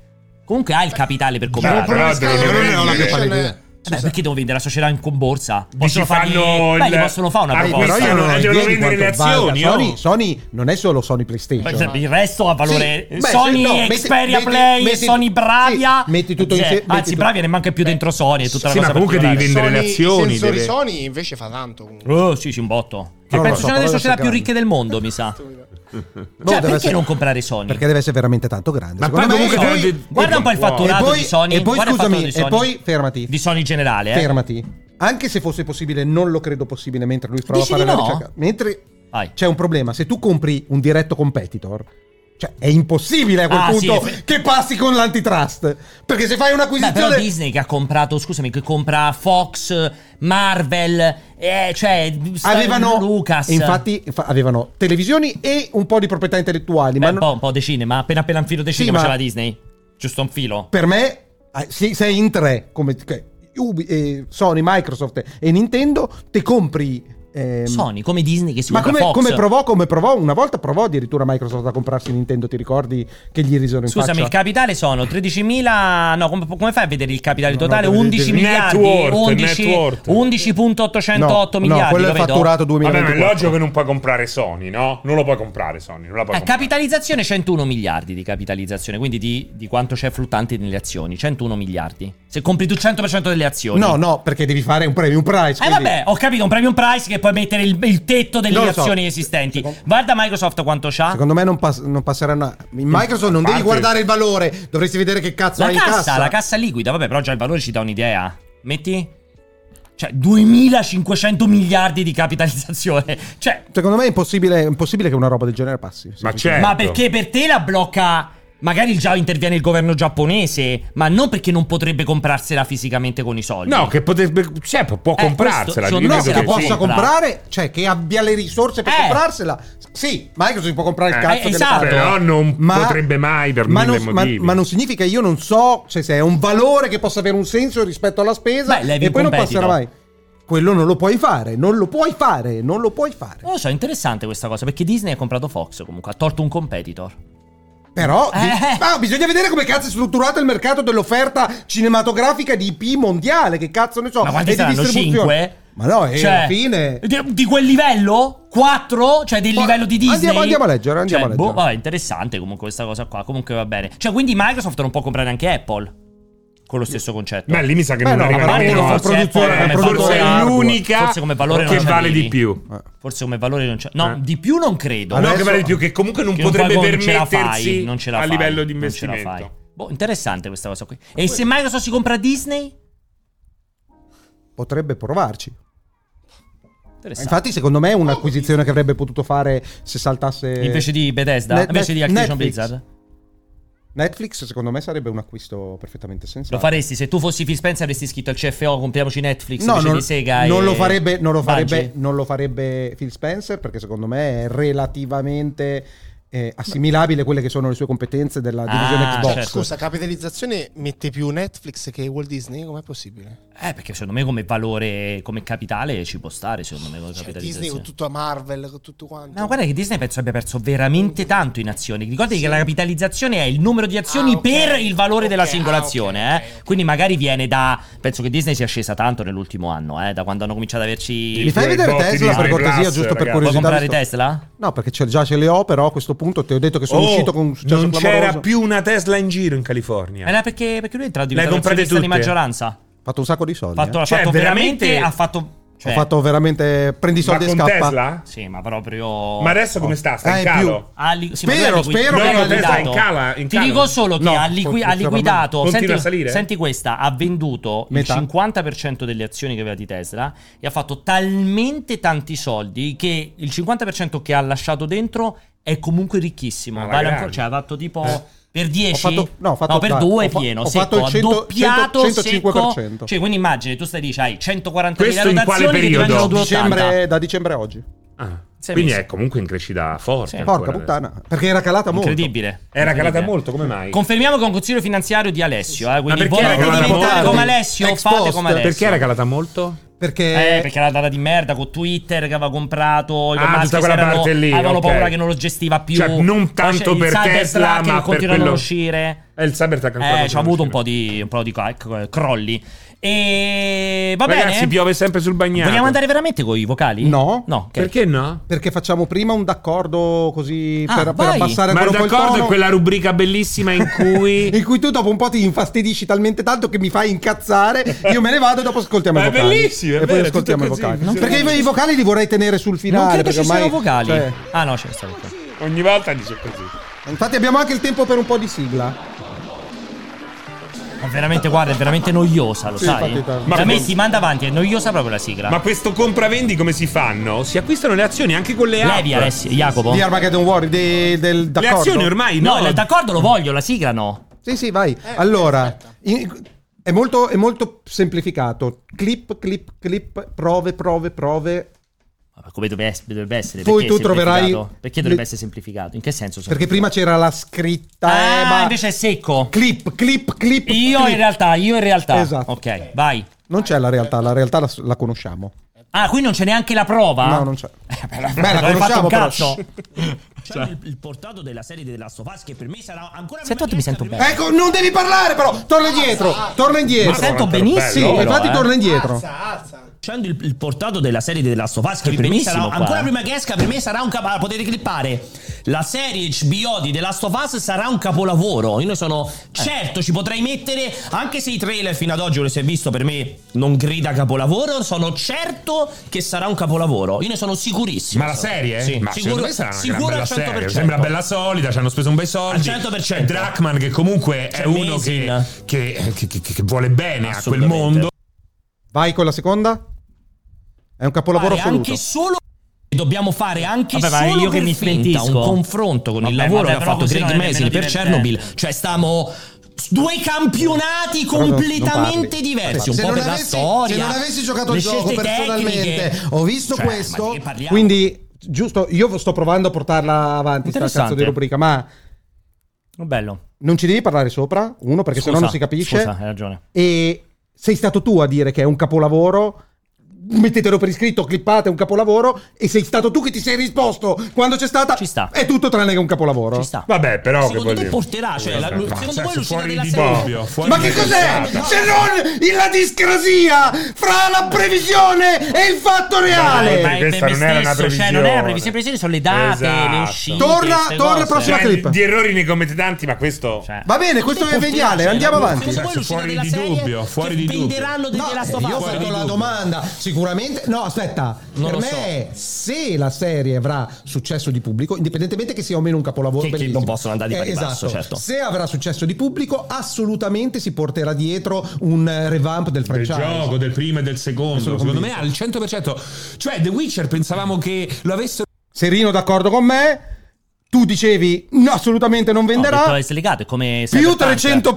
S1: Comunque ha il capitale per
S3: Però
S1: comprarla.
S3: però devono
S4: Sky-
S2: non ne ho la
S3: vendere.
S2: più pallida idea.
S1: Eh Beh, perché devo vendere la società in con borsa?
S3: Dici,
S1: Possono fargli...
S3: fanno
S1: Beh,
S3: il-
S1: gli possono fare una
S3: Ah,
S1: proposta.
S3: questo
S2: Però io non ho
S3: Devono
S2: idea di
S3: vendere le
S2: quanto valga.
S3: azioni,
S2: Sony,
S3: oh.
S2: Sony non è solo Sony PlayStation.
S1: Beh, Il resto ha valore
S2: Sì, beh,
S1: Sony
S2: se no, metti-
S1: Xperia
S2: metti-
S1: Play
S2: metti-
S1: Sony Bravia
S2: sì, metti tutto
S1: Cioè,
S2: insieme-
S1: anzi
S2: metti
S1: Bravia ne manca più dentro Sony è tutta
S3: sì,
S1: la
S3: ma
S1: cosa
S3: comunque devi
S1: particolare.
S3: vendere le azioni,
S4: I sensori
S3: deve-
S4: Sony invece fa tanto comunque.
S1: Oh sì c'è un botto Che
S2: lo
S1: penso
S2: so,
S1: sia una delle
S2: però
S1: società più
S2: adesso
S1: ricche del mondo mi sa
S2: Boh,
S1: Cioè
S2: deve
S1: perché
S2: essere-
S1: non comprare Sony?
S2: Perché deve essere veramente tanto grande.
S3: Ma
S2: Secondo
S3: poi
S2: me-
S3: comunque
S1: Sony.
S3: te lo de-
S1: Guarda un po' il
S3: Wow.
S2: e
S1: fatturato
S2: poi,
S1: di Sony
S2: e poi
S1: guarda il fatturato
S2: scusami,
S1: di Sony.
S2: e poi fermati.
S1: Di Sony in generale eh
S2: Fermati. Anche se fosse possibile, non lo credo possibile mentre lui prova
S1: Dici
S2: a fare
S1: di
S2: la
S1: no?
S2: ricerca. Mentre
S1: Vai.
S2: c'è un problema, se tu compri un diretto competitor, cioè è impossibile a quel
S1: Ah,
S2: punto
S1: sì.
S2: che passi con l'antitrust. Perché se fai
S1: Beh, però
S2: un'acquisizione
S1: Disney che ha comprato, scusami, che compra Fox, Marvel, eh, cioè Star-
S2: avevano
S1: Lucas.
S2: e infatti infa- avevano televisioni e un po' di proprietà intellettuali,
S1: Beh, boh,
S2: ma
S1: un,
S2: no-
S1: po', un po' di cinema, appena appena un filo di cinema
S2: ma-
S1: c'era Disney. Giusto un filo.
S2: per me eh, se- sei in tre come che- Ubi- eh, Sony, Microsoft e Nintendo, te compri ehm,
S1: Sony, come Disney che si
S2: Ma
S1: compra
S2: come,
S1: Fox.
S2: come provò, come provò, una volta provò addirittura Microsoft a comprarsi Nintendo, ti ricordi che gli risero in
S1: Scusami, il
S2: faccia?
S1: capitale sono 13.000. No, come, come fai a vedere il capitale
S2: No,
S1: totale?
S2: no, devi
S1: 11
S2: vedere.
S1: miliardi.
S3: Net worth,
S1: 11,
S3: net worth.
S1: 11.808
S2: no,
S1: miliardi.
S2: quello
S1: lo
S2: è
S1: vedo.
S2: fatturato
S3: Vabbè, ma è
S2: 2024.
S3: logico che non puoi comprare Sony, no? Non lo puoi comprare Sony, non la puoi
S1: Eh,
S3: comprare.
S1: capitalizzazione 101 miliardi di capitalizzazione, quindi di, di quanto c'è fluttante nelle azioni. 101 miliardi. Se compri tu il 100% delle azioni.
S2: No, no, perché devi fare un premium price.
S1: Eh
S2: quindi-
S1: vabbè, ho capito, un premium price che puoi mettere il, il tetto delle
S2: Non lo so.
S1: azioni esistenti. Guarda Microsoft quanto c'ha.
S2: Secondo me non, pass- non passeranno. a- In Microsoft non devi
S3: parte-
S2: guardare il valore, dovresti vedere che cazzo
S1: La
S2: hai
S1: cassa,
S2: in cassa.
S1: la cassa liquida, vabbè, però già il valore ci dà un'idea. Metti cioè 2500 miliardi di capitalizzazione. Cioè,
S2: Secondo me è impossibile, è impossibile che una roba del genere passi.
S3: Ma certo. c'è.
S1: ma perché per te la blocca Magari già interviene il governo giapponese, ma non perché non potrebbe comprarsela fisicamente con i soldi.
S3: No, che potrebbe. Cioè, può- può
S1: Eh,
S3: comprarsela.
S1: questo-
S3: io
S1: secondo
S2: No,
S1: Credo
S2: che
S1: che
S2: possa
S1: sì.
S2: comprare, cioè che abbia le risorse per
S1: Eh.
S2: comprarsela. Sì, Microsoft può comprare il
S3: Eh,
S2: cazzo
S1: eh,
S2: che le
S1: esatto.
S2: pare.
S3: Però non potrebbe mai per
S2: ma
S3: mille
S2: non,
S3: motivi.
S2: Ma, ma non significa io non so cioè, se è un valore che possa avere un senso rispetto alla spesa
S1: Beh, levi
S2: e
S1: un
S2: poi non
S1: competitor.
S2: passerà mai. Quello non lo puoi fare, non lo puoi fare, non lo puoi fare.
S1: Non lo so, è interessante questa cosa, perché Disney ha comprato Fox comunque, ha tolto un competitor.
S2: Però di-
S1: Eh.
S2: ah, bisogna vedere come cazzo è strutturato il mercato dell'offerta cinematografica di IP mondiale, che cazzo ne so,
S1: Ma
S2: e
S1: quanti
S2: di
S1: saranno?
S2: distribuzione.
S1: 5?
S2: Ma no, e alla fine
S1: Di, di quel livello? 4? Cioè del
S2: Ma-
S1: livello di Disney?
S2: andiamo- andiamo a leggere, andiamo
S1: Cioè,
S2: a leggere.
S1: Boh, vabbè, interessante comunque questa cosa qua, comunque va bene. Cioè, quindi Microsoft non può comprare anche Apple con lo stesso concetto.
S3: Beh, lì mi sa che
S2: Beh,
S3: non
S2: no,
S3: arriva
S2: a parte
S3: nemmeno.
S2: che fa
S3: Forse
S2: produzione,
S3: è-
S2: come
S3: Forse
S2: valore
S3: è
S2: hardware.
S3: l'unica
S1: Forse come valore
S3: che
S1: non
S3: vale
S1: c'è lì.
S3: di più.
S1: Forse come valore non c'è. No,
S3: Eh.
S1: di più non credo.
S3: Ah, no,
S2: Adesso-
S3: che vale di più, che comunque non
S1: Che
S3: potrebbe
S1: fai, non ce la
S3: permettersi
S1: fai, non ce la
S3: a
S1: fai,
S3: livello di
S1: non ce la fai.
S3: investimento.
S1: Boh, interessante questa cosa qui. E se Microsoft si compra Disney?
S2: potrebbe provarci.
S1: Interessante.
S2: Infatti, secondo me è un'acquisizione che avrebbe potuto fare se saltasse
S1: invece di Bethesda,
S2: Eh, Net-
S1: invece di
S2: Net-
S1: Activision
S2: Netflix.
S1: Blizzard.
S2: Netflix, secondo me sarebbe un acquisto perfettamente sensato.
S1: Lo faresti se tu fossi Phil Spencer avresti scritto al CFO compriamoci Netflix
S2: No,
S1: invece
S2: non,
S1: di Sega
S2: non
S1: e
S2: lo farebbe, non, lo farebbe,
S1: Bungie.
S2: non lo farebbe Phil Spencer perché secondo me è relativamente eh, assimilabile a quelle che sono le sue competenze della divisione
S1: Ah,
S2: Xbox.
S1: certo.
S4: Scusa, capitalizzazione mette più Netflix che Walt Disney? Com'è possibile?
S1: Eh perché secondo me come valore come capitale ci può stare secondo me come
S4: Cioè, Disney
S1: capitalizzazione
S4: con tutta Marvel, con tutto quanto.
S1: No, guarda che Disney penso abbia perso veramente tanto in azioni. Ricordati che la capitalizzazione è il numero di azioni
S4: Ah, ok.
S1: per il valore della
S4: Ok,
S1: singola
S4: ah, ok,
S1: azione.
S4: ok,
S1: eh.
S4: ok.
S1: Quindi magari viene da. Penso che Disney sia scesa tanto nell'ultimo anno, eh, da quando hanno cominciato ad averci.
S2: Mi fai
S3: Due
S2: vedere
S3: botti di
S2: Tesla per
S3: Disney
S2: cortesia,
S3: Plus,
S2: giusto per
S3: ragazzi.
S1: Vuoi
S2: curiosità?
S1: comprare
S2: visto-
S1: Tesla?
S2: No, perché ce- già ce le ho, però a questo punto ti ho detto che sono
S3: Oh,
S2: uscito con un successo
S3: non c'era
S2: clamoroso.
S3: più una Tesla in giro in California.
S1: Era Eh, perché, perché lui è entrato
S3: Le
S1: diventato
S3: comprate
S1: azionista di
S3: tutte?
S1: maggioranza. Ha
S2: Ho fatto un sacco di soldi.
S1: fatto, ha
S3: Cioè,
S1: fatto veramente,
S3: veramente-
S1: Ha fatto.
S2: eh.
S1: cioè,
S2: Ho fatto veramente prendi i
S3: Ma
S2: soldi e
S3: con
S2: scappa.
S3: Tesla?
S1: Sì, ma proprio.
S3: Ma adesso come sta? Sta
S2: Eh,
S3: in
S2: più.
S3: calo?
S1: Ha li- sì, ma
S2: Spero,
S1: lui ha liqui-
S2: spero
S1: lui
S2: che
S1: ha
S2: la Tesla
S1: liquidato.
S3: in cala- in
S1: Ti
S3: cala.
S1: dico solo che
S2: No,
S1: ha, liqui-
S2: continua
S1: ha liquidato.
S3: continua
S1: Senti,
S3: a salire?
S1: senti questa: ha venduto
S2: Metà.
S1: il 50% delle azioni che aveva di Tesla e ha fatto talmente tanti soldi che il 50% che ha lasciato dentro è comunque ricchissimo.
S3: Ma la
S1: Vale
S3: grande.
S1: ancora- cioè, ha fatto tipo.
S3: Eh.
S1: Per 10?
S2: Ho fatto- no, ho fatto-
S1: per
S2: dai,
S1: 2
S2: ho fa-
S1: pieno.
S2: ho
S1: secco,
S2: fatto il
S1: ha
S2: 100
S1: doppiato
S2: 105%.
S1: secco. Cioè, quindi immagini, tu stai lì, c'hai 140
S3: Questo in quale
S1: rotazioni che
S3: periodo?
S1: diventano
S2: Da
S1: 280.
S2: dicembre, da dicembre a oggi.
S3: Ah,
S1: Sei
S3: Quindi
S1: mesi.
S3: è comunque in crescita forte.
S1: Sì.
S3: ancora
S2: Porca
S3: adesso.
S2: puttana, perché era calata molto.
S1: Incredibile.
S3: Era calata
S1: Incredibile.
S3: molto, come mai?
S1: Confermiamo che è un consiglio finanziario di Alessio. Eh, quindi
S3: Ma perché
S1: volete
S3: era calata
S1: diventare
S3: molto?
S1: come Alessio,
S2: Ex
S1: fate
S2: post,
S1: come Alessio.
S3: Perché era calata molto?
S2: Perché
S1: Eh, perché era data di merda con Twitter che aveva comprato
S3: Ah,
S1: Elon Musk
S3: tutta
S1: si
S3: quella
S1: erano-
S3: parte lì,
S1: avevano
S3: ok.
S1: paura che non lo gestiva più
S3: Cioè, non tanto
S1: Poi c'è il
S3: per
S1: cyber
S3: Tesla,
S1: truck che
S3: ma per
S1: continuano
S3: quello-
S1: a uscire
S3: È il Cybertruck ancora
S1: eh
S3: non
S1: c'ha avuto un
S3: riuscito.
S1: po' di un po' di ca- c- crolli e va
S3: Ragazzi,
S1: bene
S3: piove sempre sul bagnato.
S1: vogliamo andare veramente con i vocali?
S2: No.
S1: no ok.
S3: Perché no?
S2: Perché facciamo prima un d'accordo così
S1: Ah,
S2: per, per
S1: vai.
S2: abbassare
S3: Ma
S2: ancora un po' il
S3: d'accordo è
S2: tono,
S3: quella rubrica bellissima in cui...
S2: In cui tu dopo un po' ti infastidisci talmente tanto che mi fai incazzare, io me ne vado e dopo ascoltiamo
S3: Ma
S2: i
S3: è
S2: vocali.
S3: bellissimo, è
S2: e poi
S3: vero,
S2: ascoltiamo i
S3: tutto così,
S2: vocali.
S3: funziona
S2: Perché
S3: così.
S2: i vocali li vorrei tenere sul finale.
S1: non credo ci
S2: perché
S1: siano
S2: ormai-
S1: vocali
S2: cioè,
S1: ah no c'è stato
S3: Ogni volta dice così.
S2: infatti abbiamo anche il tempo per un po' di sigla.
S1: Ma veramente, guarda, è veramente noiosa, Ah, lo
S2: Sì,
S1: sai? Cioè,
S2: infatti, tanto.
S1: Ma
S3: Ma-
S1: metti, manda avanti, è noiosa proprio la sigla.
S3: Ma questo compravendi come si fanno? Si acquistano le azioni anche con le app.
S1: Levi, Alessio, Jacopo.
S2: Di Armageddon War, de- del
S3: le
S2: d'accordo.
S3: azioni ormai no.
S1: No, la- d'accordo, lo voglio, la sigla no.
S2: Sì, sì, vai. allora, in- è, molto, è molto semplificato. Clip, clip, clip, prove, prove, prove.
S1: Ma Come dove es- dovrebbe essere?
S2: Poi
S1: Perché
S2: tu
S1: è semplificato?
S2: troverai-
S1: Perché dovrebbe
S2: le-
S1: essere semplificato? In che senso?
S2: Perché
S1: semplificato?
S2: prima c'era la scritta. eh,
S1: Ah,
S2: ma-
S1: invece è secco.
S2: Clip, clip, clip.
S1: Io
S2: clip.
S1: in realtà, io in realtà.
S2: Esatto.
S1: Ok, vai.
S2: Non c'è la realtà, la realtà la, la conosciamo.
S1: Ah, qui non c'è neanche la prova?
S2: No, non c'è.
S6: Eh,
S1: Beh,
S2: Beh, la conosciamo, però. Cioè.
S1: C'è Cioè, il, portato della serie della Sofas che per me sarà ancora Se tu mi sento bene.
S2: Ecco, non devi parlare però. Torna
S1: Ah,
S2: indietro, torna indietro.
S1: Mi sento
S3: quanto era
S2: Sì,
S1: benissimo.
S3: bello,
S1: però,
S2: infatti
S1: eh.
S2: torna indietro.
S6: Facendo il, il portato della serie della Sofas che per me
S1: benissimo
S6: sarà,
S1: qua,
S6: ancora
S1: eh.
S6: prima che esca per me sarà un capolavoro potete clippare la serie HBO di The Last of Us sarà un capolavoro io ne sono certo ci potrei mettere anche se i trailer fino ad oggi non li si è visto per me non grida capolavoro sono certo che sarà un capolavoro io ne sono sicurissimo
S3: Ma la serie?
S6: Sì,
S3: Ma
S6: sicuro,
S3: secondo me sarà una gran
S6: sicuro
S3: bella
S6: al 100%
S3: serie. Sembra bella solida, ci hanno speso un bei soldi.
S6: Al 100%.
S3: Drachman che comunque è
S1: Cioè,
S6: C'è
S3: uno che,
S6: Mason.
S3: che- che- che- che vuole bene a quel
S6: Assolutamente.
S3: mondo.
S2: Vai con la seconda. È un capolavoro
S6: fare
S2: assoluto.
S6: anche solo dobbiamo fare anche
S1: Vabbè, ma
S6: solo
S1: io che
S6: per
S1: mi
S6: finta
S1: smentisco.
S6: un confronto con il
S1: Vabbè,
S6: lavoro
S1: vabbè,
S6: che ha
S1: però
S6: fatto
S1: così non
S6: Greg
S1: è nemmeno
S6: Mason per
S1: divertente.
S6: Chernobyl cioè stiamo s- due campionati
S2: non- non
S6: completamente
S2: parli.
S6: diversi un
S7: Se
S6: po'
S7: non,
S6: per la
S7: avessi,
S6: storia
S7: se non avessi giocato
S6: le
S7: il gioco
S6: scelte
S7: personalmente,
S6: tecniche.
S7: ho visto
S6: Cioè, ma
S7: questo.
S6: di che parliamo?
S2: Quindi, giusto, io sto provando a portarla avanti sta
S1: Interessante.
S2: cazzo di rubrica, ma
S1: Oh, bello.
S2: non ci devi parlare sopra, uno perché
S1: Scusa,
S2: sennò non si capisce.
S1: Scusa, eh. hai ragione.
S2: e sei stato tu a dire che è un capolavoro. Mettetelo per iscritto, clippate è un capolavoro e sei stato tu che ti sei risposto quando c'è stata. Eh,
S1: Ci sta.
S2: È tutto tranne che un capolavoro.
S1: Ci sta.
S3: Vabbè, però
S6: Secondo
S3: che
S6: me
S3: vuol
S6: porterà, cioè, la-
S3: Vabbè,
S6: secondo
S3: cioè,
S6: voi l'uscita
S3: fuori
S6: della
S3: di
S6: serie-
S3: dubbio, fuori
S2: Ma
S3: di
S2: che cos'è?
S3: pensata.
S2: Se non la discrasia fra la previsione e il fatto reale.
S3: Dai,
S1: Ma è
S3: questa
S1: per me
S3: non era una
S1: stesso, Cioè, non è
S3: previsione.
S1: una previsione, previsioni sono le date, le
S3: Esatto.
S1: uscite.
S2: Torna-
S1: queste
S2: torna
S1: cose.
S2: prossima
S1: Cioè,
S3: Cioè,
S2: clip.
S3: di errori ne commette tanti, ma questo.
S1: Cioè,
S2: Va bene, questo è veniale, andiamo avanti.
S6: Secondo voi l'uscita
S3: Cioè, Fuori
S6: della
S3: di
S6: serie
S3: dubbio, fuori
S6: che
S3: di dubbio.
S6: venderanno
S7: No,
S6: della
S7: eh, io ho fatto la domanda. Sicuramente, no, aspetta.
S6: Non
S7: per
S6: lo
S7: me, se la serie avrà successo di pubblico, indipendentemente che sia o meno un capolavoro,
S6: Che- che
S7: bellissimo.
S6: non possono andare di pari
S7: esatto.
S6: passo, certo.
S7: Se avrà successo di pubblico, assolutamente si porterà dietro un eh, revamp del
S3: Del
S7: franchise.
S3: gioco, del primo e del secondo. Secondo me al 100%. Cioè, The Witcher pensavamo che lo avessero.
S2: Serino d'accordo con me. Tu dicevi no, assolutamente non
S1: No,
S2: venderà.
S1: ho detto, è legato, è come
S2: più
S1: Cyberpunk.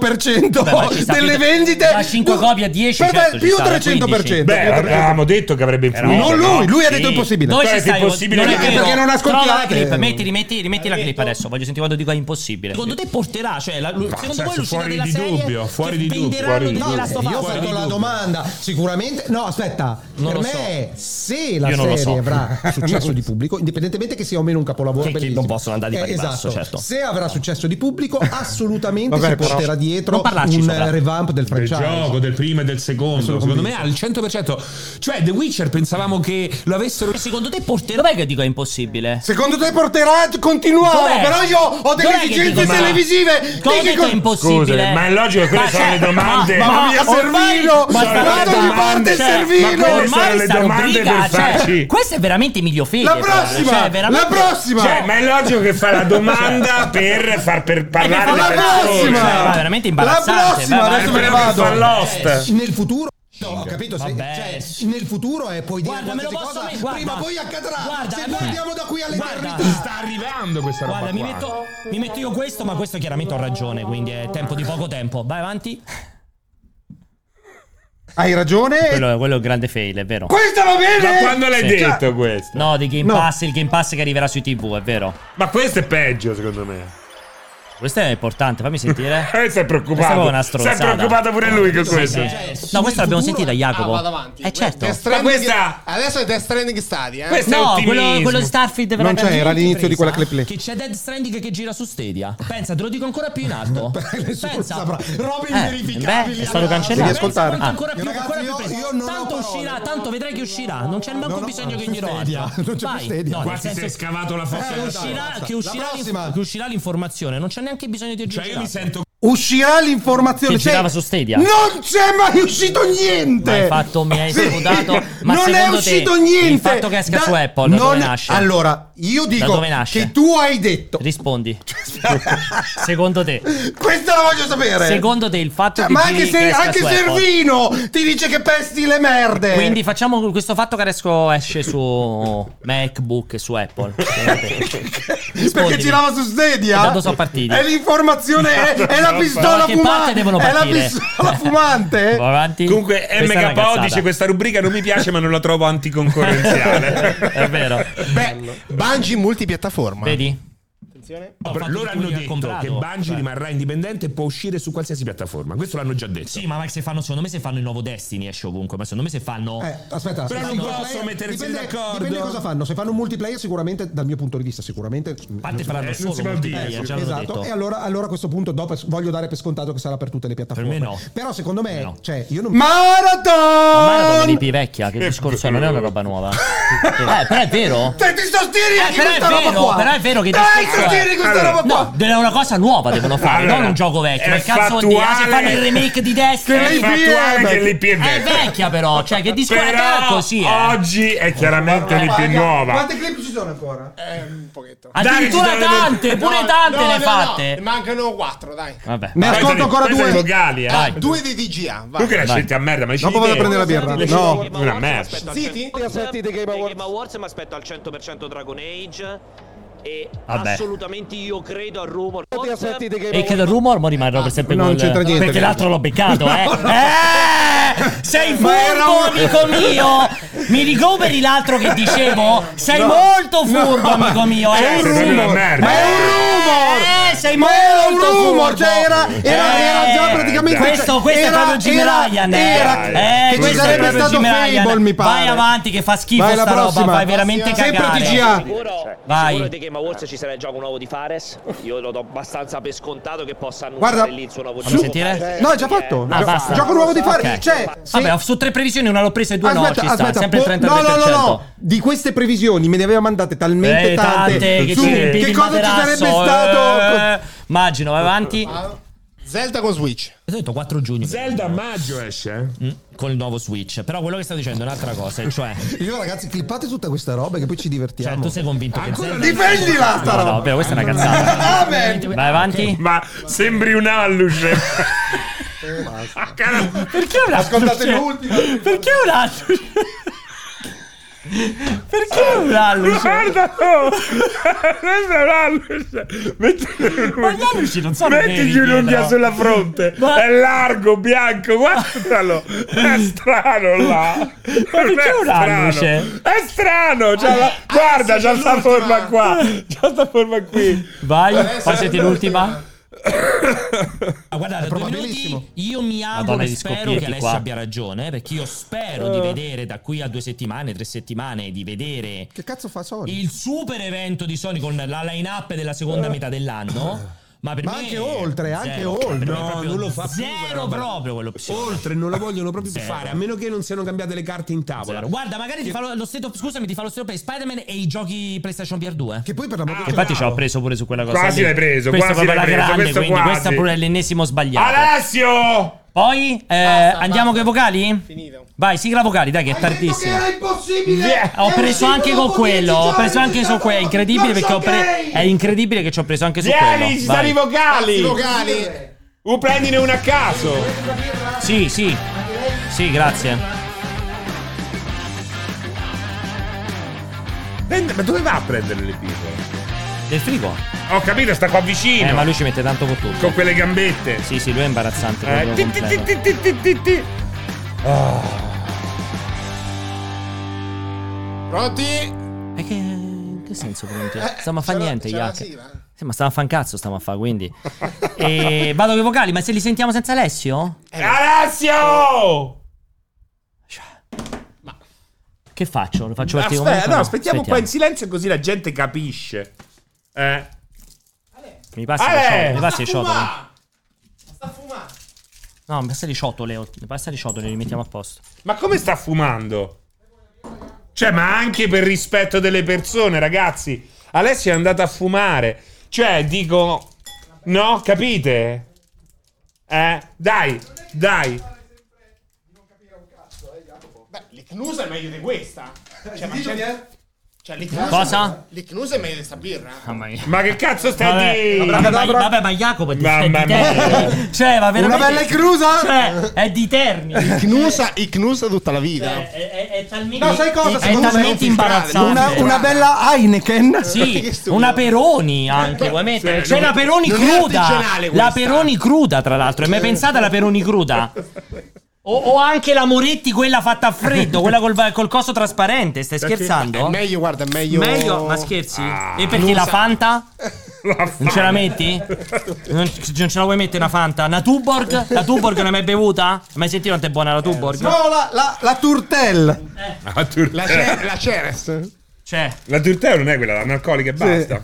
S1: Vabbè, ma
S2: 300%
S1: ci sta,
S2: delle
S1: più-
S2: vendite.
S1: da cinque
S2: Tu-
S1: copie a 10,
S2: Beh,
S1: certo,
S2: beh,
S1: ci
S2: più
S1: sta, da
S2: 300%.
S3: Beh, avevamo detto che avrebbe
S1: Però-
S3: influito.
S2: non lui,
S3: no?
S2: lui ha detto impossibile.
S1: Dove
S3: Cioè,
S1: ci
S3: è
S1: stai?
S3: impossibile
S1: è
S3: che-
S1: vero.
S2: perché non ascoltiate.
S1: Trova la clip, metti, rimetti, rimetti la clip adesso. Voglio sentire quando dico è impossibile.
S6: Secondo te porterà, cioè, la- secondo
S3: cioè,
S6: voi l'uscita
S3: fuori
S6: della
S3: di
S6: serie
S3: dubbio, fuori
S6: che
S3: di dubbio,
S6: venderanno
S3: fuori di
S6: di
S7: No,
S6: The
S3: dubbio.
S6: Last of
S7: io ho
S6: Us?
S3: Fuori di
S7: fatto la
S3: dubbio.
S7: domanda, sicuramente no, aspetta,
S6: Non
S7: per
S6: lo
S7: me se la
S1: Io non lo
S7: serie
S1: so.
S7: avrà successo di pubblico, indipendentemente che sia o meno un capolavoro,
S6: Che- che
S7: bellissimo.
S6: non possono andare domanda di
S7: Eh,
S6: pari passo,
S7: esatto.
S6: certo.
S7: Se avrà successo di pubblico, assolutamente
S2: Vabbè,
S7: si
S2: però-
S7: porterà dietro
S1: non parlarci
S7: un
S1: sopra.
S7: eh, revamp del
S3: del
S7: franchise.
S3: gioco, del primo e del secondo.
S7: Sono
S3: Secondo me al 100%. Cioè, The Witcher pensavamo che lo avessero.
S6: Secondo te porterà
S1: Dov'è che dico è impossibile?
S2: Secondo te porterà continuavo,
S1: Dov'è?
S2: però io ho delle
S1: Dov'è che
S2: esigenze
S1: dico, ma-
S2: televisive.
S1: Cosa
S2: Dici
S1: detto
S2: con-
S1: è impossibile?
S3: Scusa, ma è logico che quelle
S1: Ma
S3: sono
S1: cioè,
S3: le domande.
S1: ma-
S2: Mamma
S1: ma
S2: mia,
S1: ormai-
S2: Servino!
S1: ma
S3: Sono
S1: sta
S3: le
S1: roba-
S3: domande,
S1: cioè,
S2: Servino!
S1: ma quelle
S3: Ormai
S1: sono le
S3: sta
S1: domande
S3: rubrica,
S1: per
S3: cioè,
S1: farci. Questa è veramente miglio fede.
S2: La
S1: proprio,
S2: prossima!
S1: cioè, veramente-
S2: La prossima!
S3: Cioè, ma è logico che fa la domanda per far per parlare
S2: la
S3: le persone.
S2: prossima!
S1: Cioè, va veramente imbarazzante.
S2: La prossima,
S1: va- va-
S2: adesso
S3: È quello che fa Lost.
S7: Eh, Nel futuro No, ho capito, se-
S6: Vabbè.
S7: cioè, nel futuro è puoi
S6: Guarda,
S7: dire
S6: me lo
S7: qualsiasi
S6: posso
S7: cosa,
S6: me- guarda.
S7: prima o poi accadrà.
S6: Guarda,
S7: se
S6: eh,
S7: noi andiamo da qui all'eternità.
S6: guarda.
S3: Sta arrivando questa roba.
S6: Guarda, mi
S3: qua.
S6: metto, mi metto io questo, ma questo chiaramente ho ragione, quindi è tempo di poco tempo. Vai avanti.
S2: Hai ragione.
S1: Quello, quello è un grande fail, è vero.
S2: Questa va bene! Cioè,
S3: Ma quando l'hai
S1: Sì.
S3: detto questo?
S1: No, di Game
S2: No.
S1: Pass, il Game Pass che arriverà sui TV, è vero.
S3: Ma questo è peggio, secondo me.
S1: Questo è importante, fammi sentire.
S3: Eh, sei
S1: Questa è
S3: preoccupato.
S1: proprio una
S3: sei
S1: stronzata.
S3: preoccupato pure lui con questo.
S2: Eh,
S1: No, questo l'abbiamo sentito da Jacopo.
S4: Ah, vado avanti.
S1: Eh certo.
S4: Death Stranding-
S3: Ma questa-
S4: Adesso è Death Stranding Study, eh.
S3: Questo
S1: No,
S3: è
S1: quello,
S3: ottimismo.
S1: quello di Starfield
S2: Non
S1: veramente-
S2: c'era l'inizio di quella
S6: Presa,
S2: clip lì.
S6: Che c'è Dead Stranding che gira su Stadia. Pensa, te lo dico ancora più in alto.
S7: Nessuno
S6: Pensa.
S7: saprà. Robe
S1: Eh, beh,
S7: inverificabili.
S1: è stato
S7: ragazzi.
S1: cancellato. Ah.
S2: Devi ascoltare.
S6: Pensa quanto ancora più,
S7: Ragazzi,
S6: ancora più
S7: io-
S6: preso.
S7: io non ho
S6: tanto
S7: parole.
S6: uscirà, tanto vedrai che uscirà. Non c'è manco
S7: Non ho-
S6: bisogno che
S7: su
S6: ignoro
S7: Stadia,
S6: altro.
S7: non c'è più
S6: Vai.
S7: Stadia.
S6: No, nel
S3: Quasi si è
S6: senso-
S3: scavato la fossa.
S6: che
S7: Eh,
S3: della
S6: uscirà,
S7: basta.
S6: che,
S7: La
S6: uscirà
S7: prossima.
S6: l'inf- che uscirà l'informazione, non c'è neanche bisogno di
S3: Cioè,
S6: aggiungere.
S3: io mi sento
S2: Uscirà l'informazione.
S1: Che
S2: Cioè,
S1: girava su Stadia.
S2: Non c'è
S1: eh.
S2: mai uscito niente.
S1: Ma hai fatto- mi hai scudato, ma
S2: non è
S1: secondo te
S2: uscito
S1: il
S2: niente.
S1: fatto che esca su Apple, da dove nasce?
S2: Allora, io dico
S1: dove nasce?
S2: che tu hai detto.
S1: Rispondi. Secondo te?
S2: Questa la voglio sapere.
S1: Secondo te il fatto
S2: Cioè,
S1: che
S2: ma
S1: giri-
S2: anche,
S1: che
S2: se,
S1: esca
S2: anche
S1: su Apple-
S2: Servino ti dice che pesti le merde.
S1: Quindi facciamo questo fatto che adesso esce su MacBook e su Apple.
S2: perché
S1: rispondimi.
S2: girava su Stadia?
S1: Da dove sono partiti?
S2: È l'informazione, è, è la pistola
S1: qualche parte
S2: fumante.
S1: devono
S2: È la
S1: partire.
S2: pistola fumante.
S1: Va avanti.
S3: Comunque
S1: Questa è una
S3: MK
S1: cazzata.
S3: dice questa rubrica non mi piace ma non la trovo anticoncorrenziale.
S1: È vero.
S4: Beh, Bungie multipiattaforma.
S1: Vedi?
S3: Però Loro hanno detto che Bungie rimarrà indipendente e può uscire su qualsiasi piattaforma. Questo l'hanno già detto.
S6: Sì, ma Max, se fanno, secondo me se fanno il nuovo Destiny esce ovunque, ma secondo me se fanno...
S7: Eh, aspetta,
S3: Però
S7: aspetta,
S3: non
S7: no,
S3: posso
S7: player-
S3: mettersi
S7: dipende,
S3: d'accordo.
S7: Dipende cosa fanno. Se fanno un multiplayer, sicuramente, dal mio punto di vista, sicuramente.
S6: A parte
S3: Eh,
S6: faranno
S3: non
S6: solo
S3: si può
S6: multiplayer,
S3: dire,
S6: già l'ho
S7: Esatto,
S6: detto.
S7: e allora, allora a questo punto dopo voglio dare per scontato che sarà per tutte le piattaforme.
S6: Per me no.
S7: Però secondo me,
S6: Per me no.
S7: cioè, io non
S1: Ormai la
S2: Marathon!
S1: Domini P vecchia, che discorso è? non è una roba nuova. Eh, però è vero.
S2: Te ti sostieni
S1: Eh,
S2: anche
S1: però è
S2: questa roba
S1: vero,
S2: qua!
S1: però è vero che
S2: Dai,
S1: discorso è.
S2: sostieni questa
S3: Allora,
S2: roba qua!
S1: No, è una cosa nuova devono fare,
S3: Allora,
S1: non un gioco vecchio.
S3: è
S1: Ma il cazzo vuol dire? Ah, se
S3: fattuale-
S1: fanno il remake di
S3: Che è
S1: Destiny.
S2: l'IP
S3: fattuale
S2: è-
S3: che l'IP è
S1: È
S3: vecchia.
S1: vecchia però, cioè che discorso è però
S3: Però
S1: così, eh.
S3: oggi è chiaramente l'IP
S2: Guarda,
S3: nuova.
S2: Quante clip ci sono ancora?
S4: Eh, un pochetto.
S1: Addirittura
S3: Dai, ci sono le-
S1: tante, pure
S4: No,
S1: tante
S4: no,
S1: ne
S4: no,
S1: hai
S4: no,
S1: fatte.
S4: ne mancano quattro, dai.
S1: Vabbè.
S2: Ne
S3: Questa
S2: ascolto
S3: di-
S2: ancora
S3: questa di
S2: due.
S3: vocali, eh.
S1: Dai.
S4: Due dei DGA, vai.
S3: Tu che la
S1: Vai.
S3: scelta a merda, ma
S2: Dopo vado a prendere la birra. No.
S3: No, una merda.
S4: Ziti?
S8: aspetti dei Game Awards.
S9: Game Awards mi aspetto al 100% Dragon Age e
S1: Vabbè.
S9: assolutamente io credo al rumor
S8: Ti aspetti dei Game
S1: E che
S8: Awards.
S1: del rumor mo rimarrò per sempre
S2: Non
S1: col-
S2: c'entra niente,
S1: Perché
S2: credo.
S1: l'altro l'ho beccato, eh. Eh! Sei furbo,
S2: Ma era un-
S1: amico mio! Mi ricoveri l'altro che dicevo? Sei
S2: No.
S1: molto furbo,
S2: No.
S1: amico mio!
S2: È
S1: eh.
S2: un
S3: sei proprio una
S2: rumor.
S3: merda.
S2: Ma è un rumor.
S1: Eh, sei
S2: Ma era un
S1: molto
S2: rumor.
S1: furbo.
S2: Cioè era, era,
S1: Eh,
S2: era già praticamente. cioè
S1: Questo, questo
S2: era,
S1: è proprio Jim
S2: era-
S1: Ryan.
S2: Era,
S1: eh,
S2: che ci
S1: questo è
S2: sarebbe
S1: proprio
S2: stato
S1: Jim Ryan.
S2: Fable, mi pare.
S1: Vai avanti, che fa schifo
S2: Vai, la
S1: sta roba.
S2: prossima.
S1: Fai veramente
S2: Sempre
S1: cagare.
S2: TGA.
S9: Sicuro,
S1: Vai.
S9: sicuro dei Game Awards ci sarà il gioco nuovo di Fares. Io lo do abbastanza per scontato che possa annunciare
S2: Guarda,
S9: lì il suo nuovo
S1: Fammi
S9: gioco. Eh,
S1: sentire.
S2: No, è già fatto.
S1: Ah,
S2: Gio-
S1: basta.
S2: Gioco nuovo di fare.
S1: Ok.
S2: Cioè, se-
S1: Vabbè, su tre previsioni una l'ho presa e due no, ci sta, sempre il
S2: po-
S1: 33%.
S2: boh, no, no, no, no, di queste previsioni me ne aveva mandate talmente
S1: Eh,
S2: tante,
S1: tante che,
S2: su
S1: ci riempi
S2: che
S1: di
S2: cosa ci sarebbe
S1: materasso,
S2: stato.
S1: eh. immagino, vai avanti.
S4: Zelda con Switch.
S6: Ho detto 4 giugno.
S3: Zelda a maggio esce. eh?
S6: Con il nuovo Switch. Però quello che stavo dicendo è un'altra cosa. e Cioè,
S1: eh.
S7: Io ragazzi, clippate tutta questa roba che poi ci
S6: cioè
S7: divertiamo.
S6: tu sei convinto che Zelda...
S2: Difendila sta
S1: No,
S2: roba.
S1: no, però questa è una cazzata.
S2: Amen.
S1: Vai avanti.
S3: Ma sembri un alluce.
S1: Perché cioè, un altro?
S2: Ascoltate
S1: c'è?
S2: l'ultimo.
S1: Perché un altro? Perché un altro?
S3: Guarda, no. questo è un alluce. Mettiti un-
S1: Ma gli alluci non sono
S3: Mettigli
S1: neri
S3: un'unghia
S1: dietro.
S3: sulla fronte.
S1: Ma-
S3: È largo, bianco, guardalo. È strano là.
S1: Ma
S3: Non
S1: perché
S3: è
S1: un Ah, alluce?
S3: strano. È strano. c'ha la- Guarda, c'ha sta forma qua. C'ha sta forma qui.
S1: Vai, fai sentire l'ultima.
S6: Ah, guardate, due
S2: Probabilissimo.
S6: minuti, io mi auguro
S1: Madonna,
S6: e
S1: gli
S6: spero
S1: scoppietti
S6: che Alessio
S1: qua.
S6: abbia ragione, perché io spero di vedere da qui a due settimane, tre settimane, di vedere
S2: Che cazzo fa Sony?
S6: il super evento di Sony con la line-up della seconda metà dell'anno.
S1: Ah,
S6: Ma, per
S7: Ma
S6: me
S7: anche oltre, anche
S6: zero.
S7: oltre.
S6: Per me
S7: No,
S6: proprio
S7: non lo fa più quella
S6: Zero
S7: roba.
S6: proprio quell'opzione.
S7: Oltre, non
S1: Ah,
S7: la vogliono proprio più
S6: Zero.
S7: fare, a meno che non siano cambiate le carte in tavola.
S6: Zero. Guarda, magari ti fa lo, lo stesso. Scusami, ti fa lo stesso per Spider-Man e i giochi PlayStation VR 2.
S7: Che poi per l'amor
S1: Che
S7: di
S1: Ah, infatti ci ho preso pure su quella cosa.
S3: Quasi
S1: lì.
S3: l'hai preso,
S1: Questa
S3: quasi
S1: è proprio
S3: l'hai
S1: la
S3: preso,
S1: grande,
S3: questo
S1: quindi
S3: quasi.
S1: questa pure è l'ennesimo sbagliato.
S3: Alessio!
S1: Poi eh,
S4: Basta, basta.
S1: andiamo con i vocali?
S4: Finito.
S1: Vai, sigla vocali, dai che è tardissimo.
S2: impossibile!
S1: Ho preso anche con quello, ho preso anche su quello, è incredibile perché ho preso è incredibile che ci ho preso anche su
S3: Vieni,
S1: quello.
S3: ci stanno i
S1: Vai.
S3: vocali!
S4: Vocali.
S3: Uh, prendine uno a caso!
S1: Sì, sì. Sì, grazie.
S3: Prende- Ma dove va a prendere le pipole?
S1: Del frigo.
S3: Ho capito, sta qua vicino!
S1: Eh, ma lui ci mette tanto con tutto.
S3: Con quelle gambette!
S1: Sì, sì, lui è imbarazzante.
S3: Eh,
S1: proprio
S3: ti, ti,
S1: completo.
S3: ti, ti, ti, ti, ti.
S4: Pronti?
S1: E che in Eh, che senso pronti? Stiamo a fa
S4: c'era-
S1: niente,
S4: c'era la
S1: Iac.
S4: sigla?
S1: Sì, ma stiamo a fa un cazzo, stiamo a fa, quindi. e vado con i vocali, ma se li sentiamo senza Alessio?
S2: Eh,
S3: Alessio!
S1: Che faccio? Lo faccio partire
S3: Aspetta,
S1: comunque?
S3: no, aspettiamo un po' in silenzio così la gente capisce. Eh.
S1: Mi passi le
S3: Ale!
S1: ciotole, mi passi le ciotole.
S4: Sta fumando.
S1: No, mi passa le ciotole, oh, mi passa le ciotole, li mettiamo a posto.
S3: Ma come sta fumando? Cioè, ma anche per rispetto delle persone, ragazzi. Alessio è andata a fumare. Cioè, dico... No, capite? Eh, dai, dai.
S4: Beh, l'Icnusa è meglio di questa. Cioè, ma c'è... Cioè, l'Icnusa...
S1: Cosa?
S4: L'Icnusa è meglio di sta birra.
S1: Mamma mia.
S3: Ma che cazzo stai
S1: Vabbè,
S3: di...
S1: vabbè, ma, vabbè, ma Jacopo è di, è
S3: Mamma
S1: di Terni. Cioè, ma veramente...
S2: bella inclusa?
S1: Cioè, è di Terni.
S4: Icnusa, Icnusa tutta la vita.
S1: Cioè, è, è- è talmente...
S2: No, sai cosa?
S1: È
S2: Secondo me
S1: talmente
S2: è
S1: imbarazzante. Cioè,
S2: Una, una bella Heineken?
S1: Sì,
S4: Che stupido.
S1: una Peroni anche, vuoi mettere? C'è la Peroni
S4: Cioè, non è
S1: cruda.
S4: artigianale questa. Eh.
S1: La Peroni cruda, tra l'altro. Hai mai pensato alla Peroni cruda? O, o anche la Moretti, quella fatta a freddo, quella col, col coso trasparente. Stai
S4: È
S1: scherzando?
S4: meglio, guarda, è meglio... Ah.
S1: Meglio, ma scherzi? E perché la Fanta? Non ce la metti? Non, non ce la vuoi mettere una Fanta? Una Tuborg? La Tuborg l'hai mai bevuta? Hai mai sentito quanto è buona la
S4: Eh,
S1: Tuborg?
S2: No, la, la, la Turtel.
S3: La, tur- Eh.
S4: La, ce- la Ceres.
S1: Cioè,
S3: la Turteo non è quella, l'analcolica e basta.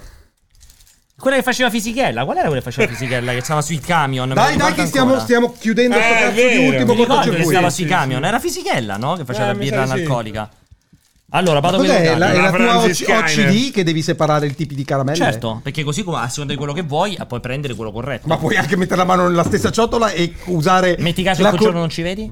S1: quella che faceva Fisichella, qual era quella che faceva Fisichella? Che stava sui camion? Me la
S2: Dai, dai,
S1: ricordo
S2: che stiamo,
S1: ancora.
S2: stiamo chiudendo
S3: Eh,
S2: questo
S3: è
S2: cazzo
S3: vero.
S2: di ultimo
S1: Mi ricordo
S2: conto
S1: che
S2: c'è
S1: stava
S2: voi.
S1: sui camion. Era Fisichella, no? Che faceva
S3: Eh,
S1: la
S3: mi
S1: birra
S3: sa di sì.
S1: analcolica. Allora, vado per
S2: Cos'è?
S1: i
S2: La,
S1: vocali.
S2: è la
S3: La
S2: tua O-
S3: Franziskaner.
S2: OCD che devi separare i tipi di caramelle?
S1: Certo, perché così come a seconda di quello che vuoi, puoi prendere quello corretto.
S2: Ma puoi anche mettere la mano nella stessa ciotola e usare.
S1: Metti caso
S2: la
S1: il
S2: co-
S1: cogiorno non ci vedi?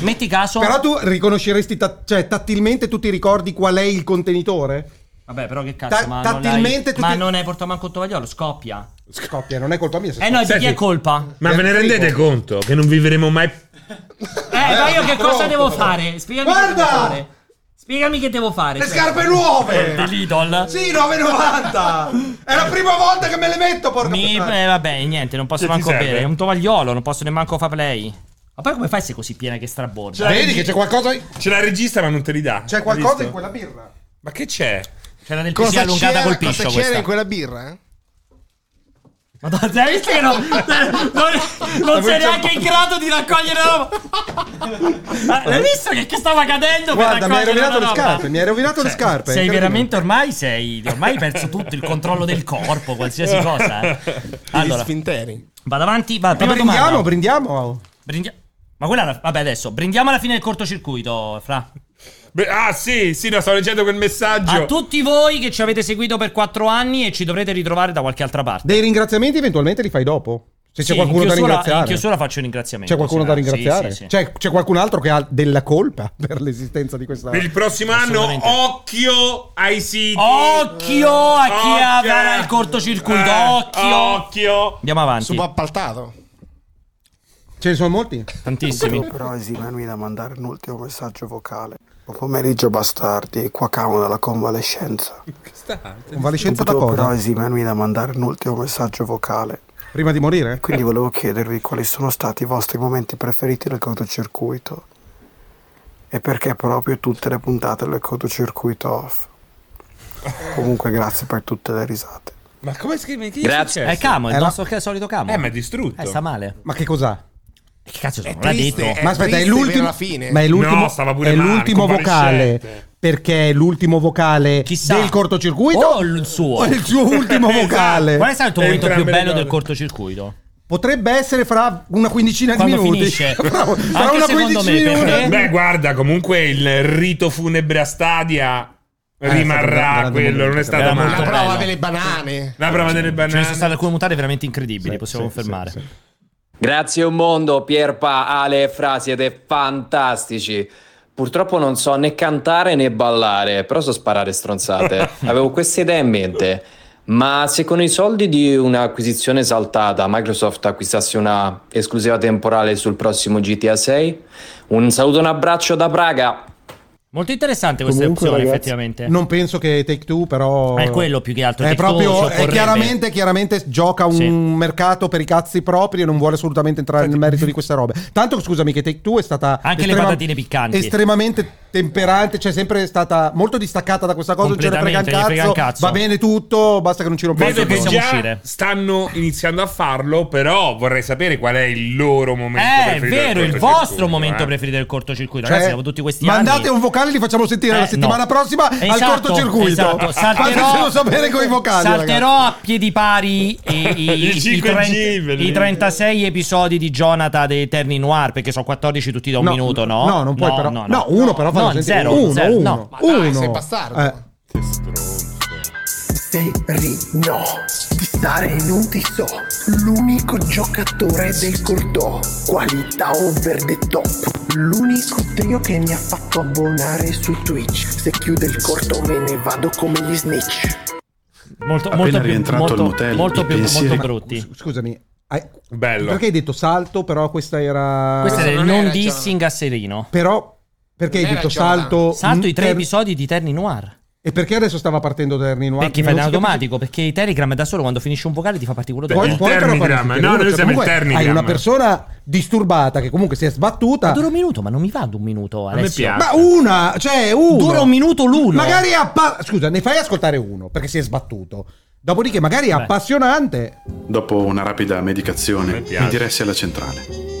S1: Metti caso.
S2: Però tu riconosceresti ta- cioè, tattilmente tu ti ricordi qual è il contenitore?
S1: Vabbè, però che cazzo,
S2: Ta-
S1: ma, non
S2: tattilmente
S1: l'hai-
S2: tutti-
S1: ma non hai portato manco il tovagliolo, scoppia.
S2: Scoppia, non è colpa mia. se
S1: Eh no, di
S3: Senti.
S1: chi è colpa?
S3: Ma ve ne rendete conto che non vivremo mai...
S1: Eh, ma io che cosa devo fare? Spiegami che
S2: Guarda!
S1: devo fare. Spiegami che devo fare.
S2: Le scarpe nuove!
S1: Lidl.
S2: Sì, 9,90! È la prima volta che me le metto, porca
S1: Mi, eh,
S2: puttana.
S1: vabbè, niente, non posso
S3: Che ti
S1: manco
S3: serve?
S1: bere. È un tovagliolo, non posso neanche fa play. Ma poi come fai se è così piena che straborda?
S2: Vedi che c'è qualcosa,
S3: Ce la regista ma non te li dà.
S2: c'è
S3: Hai
S2: qualcosa
S3: visto?
S2: in quella birra.
S3: Ma che c'è?
S1: C'era del PC allungata
S4: cosa
S1: col piscio
S4: c'era
S1: questa.
S4: in quella birra? eh?
S1: Madonna, hai visto che no- non, non sei neanche in grado di raccogliere la roba? L'hai visto che, che stava cadendo
S2: Guarda,
S1: per
S2: mi hai
S1: raccogliere
S2: rovinato
S1: la
S2: le
S1: roba?
S2: scarpe, mi hai rovinato le scarpe.
S1: cioè, Sei
S2: incredibile.
S1: veramente ormai sei ormai hai perso tutto il controllo del corpo, qualsiasi cosa. eh.
S4: Gli
S1: Allora,
S4: sfinteri.
S1: vado avanti, va,
S2: Ma
S1: prima
S2: brindiamo,
S1: domanda.
S2: brindiamo.
S1: Brindia- ma quella era- vabbè adesso, brindiamo alla fine del cortocircuito, fra.
S3: Beh, ah sì, sì, no, stavo leggendo quel messaggio.
S1: A tutti voi che ci avete seguito per quattro anni e ci dovrete ritrovare da qualche altra parte.
S2: Dei ringraziamenti eventualmente li fai dopo. Se
S1: Sì,
S2: c'è qualcuno
S1: in
S2: da
S1: chiusura-
S2: ringraziare.
S1: In chiusura faccio un ringraziamento.
S2: C'è qualcuno
S1: sì,
S2: da
S1: sì,
S2: ringraziare? Cioè,
S1: sì, sì.
S2: C'è, c'è qualcun altro che ha della colpa per l'esistenza di questa.
S3: Per il prossimo anno,
S1: Assolutamente.
S3: occhio ai siti.
S1: Occhio a chi
S3: Occhio.
S1: avrà il cortocircuito.
S3: Eh,
S1: Occhio.
S3: Occhio.
S1: Andiamo avanti.
S4: Subappaltato.
S2: Ce ne sono molti?
S1: Tantissimi.
S10: Però esimami da mandare un ultimo messaggio vocale. Buon pomeriggio bastardi, qua cavo dalla convalescenza.
S2: Convalescenza da
S10: Potevo però
S2: cosa?
S10: esimermi da mandare un ultimo messaggio vocale.
S2: Prima di morire?
S10: Quindi volevo chiedervi quali sono stati i vostri momenti preferiti del cortocircuito e perché proprio tutte le puntate del cortocircuito off. Comunque grazie per tutte le risate.
S3: Ma come scrivi? Che gli
S1: Grazie.
S3: È,
S1: È Camo, il
S2: Era-
S1: nostro ca- solito Camo.
S3: Eh, ma è distrutto.
S1: Eh, sta male. Eh,
S2: Ma che cos'ha?
S1: Che cazzo sono?
S4: È
S1: L'ha
S4: triste,
S1: detto.
S4: è-
S2: ma aspetta, è
S4: triste per
S2: l'ultimo,
S4: la fine.
S2: ma è l'ultimo,
S3: No, stava pure
S2: è
S3: male,
S2: l'ultimo vocale.
S3: convalescente.
S2: Perché è l'ultimo vocale
S1: Chissà.
S2: del cortocircuito?
S1: O il suo.
S2: O il suo ultimo
S3: Esatto.
S2: vocale?
S1: Qual è stato il tuo momento
S3: Entrambe
S1: più
S3: le
S1: bello
S3: cose.
S1: del cortocircuito?
S2: Potrebbe essere fra una quindicina di
S1: Quando
S2: minuti.
S1: finisce.
S2: Fra fra
S1: Anche
S2: una
S1: secondo
S2: quindicina
S1: me,
S2: di minuti.
S1: perché-
S3: Beh, guarda, comunque il rito funebre a Stadia
S4: Eh,
S1: Eh,
S2: è stato un
S3: rimarrà
S2: grande
S3: quello,
S2: momento,
S3: non è stato
S1: era
S3: male.
S1: molto
S4: La
S1: bello.
S4: cioè, prova delle banane.
S3: La prova delle
S1: Ce ne
S3: banane.
S1: sono state alcune mutate veramente incredibili,
S2: Sì,
S1: possiamo
S2: sì,
S1: confermare.
S2: sì, sì.
S11: Grazie un mondo, Pierpa, Ale e Fra, siete fantastici. Purtroppo non so né cantare né ballare, però so sparare stronzate. Avevo questa idea in mente, ma se con i soldi di un'acquisizione saltata Microsoft acquistasse una esclusiva temporale sul prossimo GTA 6? Un saluto e un abbraccio da Praga.
S1: Molto interessante questa
S10: Comunque,
S1: opzione,
S10: ragazzi,
S1: effettivamente.
S2: Non penso che Take Two, però.
S1: È quello più che altro,
S2: Oh. È
S1: Take Two ci
S2: proprio. È
S1: opporrebbe.
S2: chiaramente, chiaramente gioca un
S1: Sì.
S2: mercato per i cazzi propri e non vuole assolutamente entrare nel merito di queste robe. Tanto, scusami, che Take Two è stata.
S1: Anche le patatine piccanti.
S2: Estremamente temperante, cioè sempre stata molto distaccata da questa cosa. Non ce ne frega un
S1: Completamente,
S2: cazzo,
S1: gli frega un cazzo.
S2: Va bene tutto, basta che non ci rompiamo
S3: Vedo
S2: il
S3: che
S1: possiamo
S2: coglione.
S3: già
S1: uscire.
S3: stanno iniziando a farlo, però vorrei sapere qual è il loro momento
S1: Eh, è
S3: preferito. del
S1: vero, il
S3: cortocircuito,
S1: vostro momento
S3: eh.
S1: preferito del cortocircuito.
S2: Cioè,
S1: Ragazzi, dopo tutti questi
S2: mandate
S1: anni...
S2: un vocale e li facciamo sentire
S1: Eh,
S2: la settimana
S1: no.
S2: prossima al
S1: Esatto,
S2: cortocircuito.
S1: esatto.
S2: Fatecelo sapere con i vocali.
S1: salterò
S2: ragazzi.
S1: a piedi pari i, i-
S3: Il
S1: i
S3: 5G,
S1: tren-
S3: bellissimo.
S1: i 36 episodi di Jonathan dei Terni Noir perché sono 14 tutti da un
S2: No,
S1: minuto, no?
S2: No, non puoi però. No, uno però
S1: no,
S2: fa
S1: no, zero,
S2: uno,
S1: zero,
S2: uno,
S1: no.
S4: Ma dai,
S2: uno.
S4: sei bastardo.
S2: Eh.
S10: Serino, di stare in un so, l'unico giocatore del cordò, qualità over the top, l'unico trio che mi ha fatto abbonare su Twitch, se chiude il corto me ne vado come gli snitch.
S1: Molto,
S12: Appena
S1: molto, più,
S12: rientrato
S1: molto,
S12: al motel,
S1: molto,
S12: i
S1: più,
S12: pensieri-
S1: molto brutti.
S2: S- Scusami. hai-
S3: Bello.
S2: Perché hai detto salto, però questa era...
S1: Questo
S4: questo
S1: era il
S4: non
S1: non
S4: era
S1: dissing a Serino.
S2: Però perché hai
S4: Non era
S2: detto
S4: Jonah.
S2: salto...
S1: Salto i tre
S2: ter-
S1: episodi di Terni Noir.
S2: E perché adesso stava partendo Terni Noir?
S1: Perché
S2: Non
S1: fai in
S2: si capisce-
S1: automatico? Perché Telegram da solo quando finisce un vocale ti fa partire quello
S2: Puoi-
S1: dopo.
S2: puoi però fare
S3: Ternigram.
S2: sentire
S3: No,
S2: uno, cioè,
S3: noi siamo il
S2: comunque Hai
S3: Ternigram.
S2: una persona disturbata che comunque si è
S1: Ma
S2: sbattuta.
S1: dura un minuto, ma non mi va un minuto.
S3: me
S1: Alessio.
S3: piace.
S2: Ma una, cioè uno.
S1: Dura un minuto l'uno.
S2: Magari è appa- Scusa, ne fai ascoltare uno perché si è sbattuto. Dopodiché magari è
S1: Beh.
S2: appassionante.
S12: Dopo una rapida medicazione,
S3: piace.
S12: mi diressi alla centrale.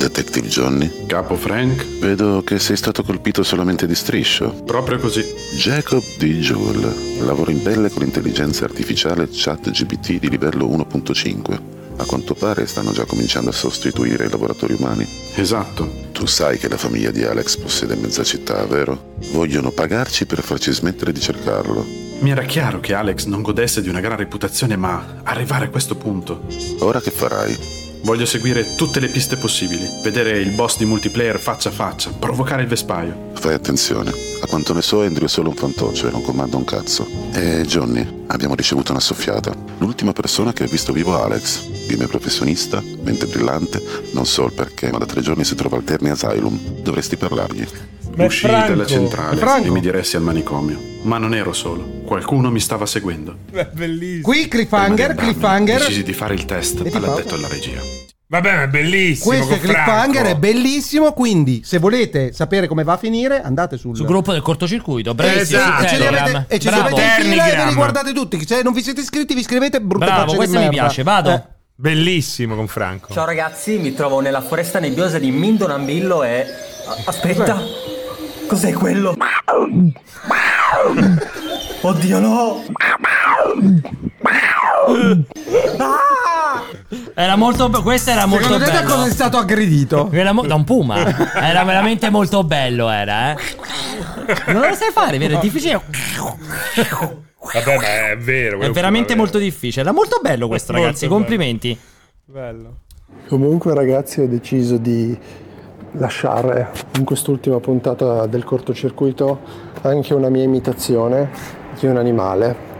S13: Detective Johnny,
S12: Capo Frank,
S13: vedo che sei stato colpito solamente di striscio.
S12: proprio così.
S13: Jacob D. Joule, lavoro in pelle con l'intelligenza artificiale ChatGPT di livello 1.5. A quanto pare stanno già cominciando a sostituire i lavoratori umani.
S12: Esatto.
S13: Tu sai che la famiglia di Alex possiede mezza città, vero? Vogliono pagarci per farci smettere di cercarlo.
S12: Mi era chiaro che Alex non godesse di una gran reputazione, ma arrivare a questo punto.
S13: Ora che farai?
S12: Voglio seguire tutte le piste possibili, vedere il boss di multiplayer faccia a faccia, provocare il vespaio.
S13: Fai attenzione. A quanto ne so, Andrew è solo un fantoccio e non comanda un cazzo. E Johnny, abbiamo ricevuto una soffiata. L'ultima persona che ha visto vivo Alex. Game professionista, mente brillante, non so il perché, ma da tre giorni si trova al Terni Asylum. Dovresti parlargli.
S3: Ma è
S12: Uscii
S3: Franco,
S12: dalla
S2: è
S12: centrale
S2: Franco.
S12: e mi diressi al manicomio. Ma non ero solo, qualcuno mi stava seguendo.
S3: Beh, Bellissimo.
S2: Qui
S12: Prima di
S2: cliffhanger,
S12: andarmene, Decisi
S2: cliffhanger.
S12: di fare il test
S2: Metti
S12: all'addetto
S2: pausa.
S12: alla regia.
S3: Vabbè, ma è bellissimo.
S2: Questo
S3: con
S2: è cliffhanger,
S3: Franco.
S2: è bellissimo. Quindi, se volete sapere come va a finire, andate sul.
S1: Sul gruppo del cortocircuito, bravissimo.
S3: Esatto.
S2: E ce li
S1: Telegram.
S2: avete, e ce li
S1: Bravo.
S2: avete in fila e ve
S3: Ternigram.
S2: li guardate tutti. Se non vi siete iscritti, vi iscrivete. Brutte
S1: Bravo,
S2: facce di
S1: questo mi
S2: merda.
S1: piace, vado.
S2: Eh,
S3: Bellissimo con Franco.
S9: Ciao ragazzi, mi trovo nella foresta nebbiosa di Mindonambillo e... a- Aspetta, cos'è quello? Oddio no! Ah!
S1: Era molto be- questo era molto
S2: secondo te, da
S1: bello.
S2: cosa è stato aggredito?
S1: Era mo- da un puma. Era veramente molto bello, era, eh. Non lo sai fare, vero? È difficile.
S3: Vabbè, ma è vero.
S1: È veramente molto difficile. Era molto bello questo,
S3: Molto
S1: ragazzi.
S3: bello.
S1: Complimenti.
S3: Bello.
S10: Comunque ragazzi ho deciso di lasciare in quest'ultima puntata del cortocircuito anche una mia imitazione di un animale.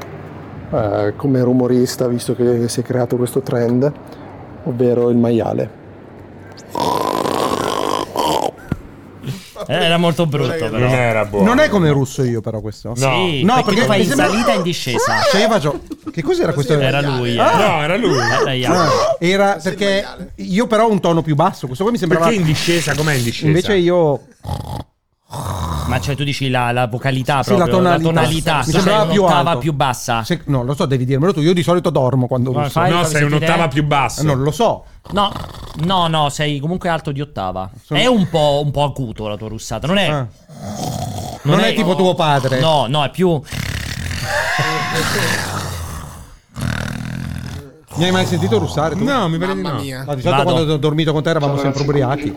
S10: eh, come rumorista, visto che si è creato questo trend, ovvero il maiale.
S1: Eh, Era molto brutto,
S3: Non
S1: però.
S3: era buono.
S2: Non è come russo io, però, questo.
S3: No.
S1: Sì,
S2: No,
S1: no,
S2: perché
S1: perché fai
S2: mi
S1: in
S2: sembra-
S1: salita e in discesa.
S2: Cioè, io faccio. Che cos'era questo?
S1: Era lui, eh.
S3: No, era lui.
S1: Era Iago.
S2: Ah, era perché io, però, ho un tono più basso. Questo qua mi sembrava.
S3: Perché in discesa? Com'è in discesa?
S2: Invece io.
S1: Ma cioè, tu dici la, la vocalità
S2: Sì, la
S1: proprio, la
S2: tonalità.
S1: tonalità.
S2: Mi sembrava più
S1: un'ottava
S2: alto.
S1: più bassa.
S2: Se- no, lo so, devi dirmelo tu. Io di solito dormo quando
S1: Guarda,
S2: russo.
S1: Ah. fai- No, fai sei sentire. un'ottava più
S3: bassa.
S2: Eh, Non lo so.
S1: No, no, no, sei comunque alto di ottava. È un po', un po' acuto la tua russata, non è...
S2: Ah. Non è tipo tuo padre.
S1: No, no, è più...
S2: Mi hai mai sentito russare? Tu?
S3: No, mi pare di
S4: Mamma
S3: no.
S4: mia.
S2: Ma di solito
S3: Vado.
S2: quando ho dormito con te eravamo sempre ubriachi.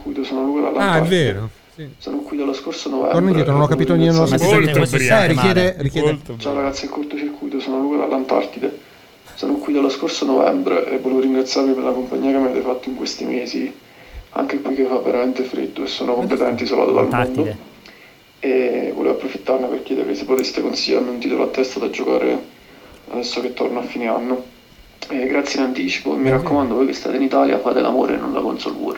S3: Ah, è vero.
S14: Sono qui dallo scorso novembre.
S2: Torna indietro, non ho capito niente. Non ho
S14: Sono
S2: sentito
S14: molto
S2: niente.
S14: ubriaco.
S2: Eh, richiede, richiede-
S14: Ciao ragazzi, il cortocircuito, sono Luca dall'Antartide. Sono qui dallo scorso novembre e volevo ringraziarvi per la compagnia che mi avete fatto in questi mesi, anche qui che fa veramente freddo e sono completamente isolato dal mondo. E volevo approfittarne per chiedervi se poteste consigliarmi un titolo a testa da giocare adesso che torno a fine anno. E grazie in anticipo, mi raccomando, voi che state in Italia fate l'amore e non la console war.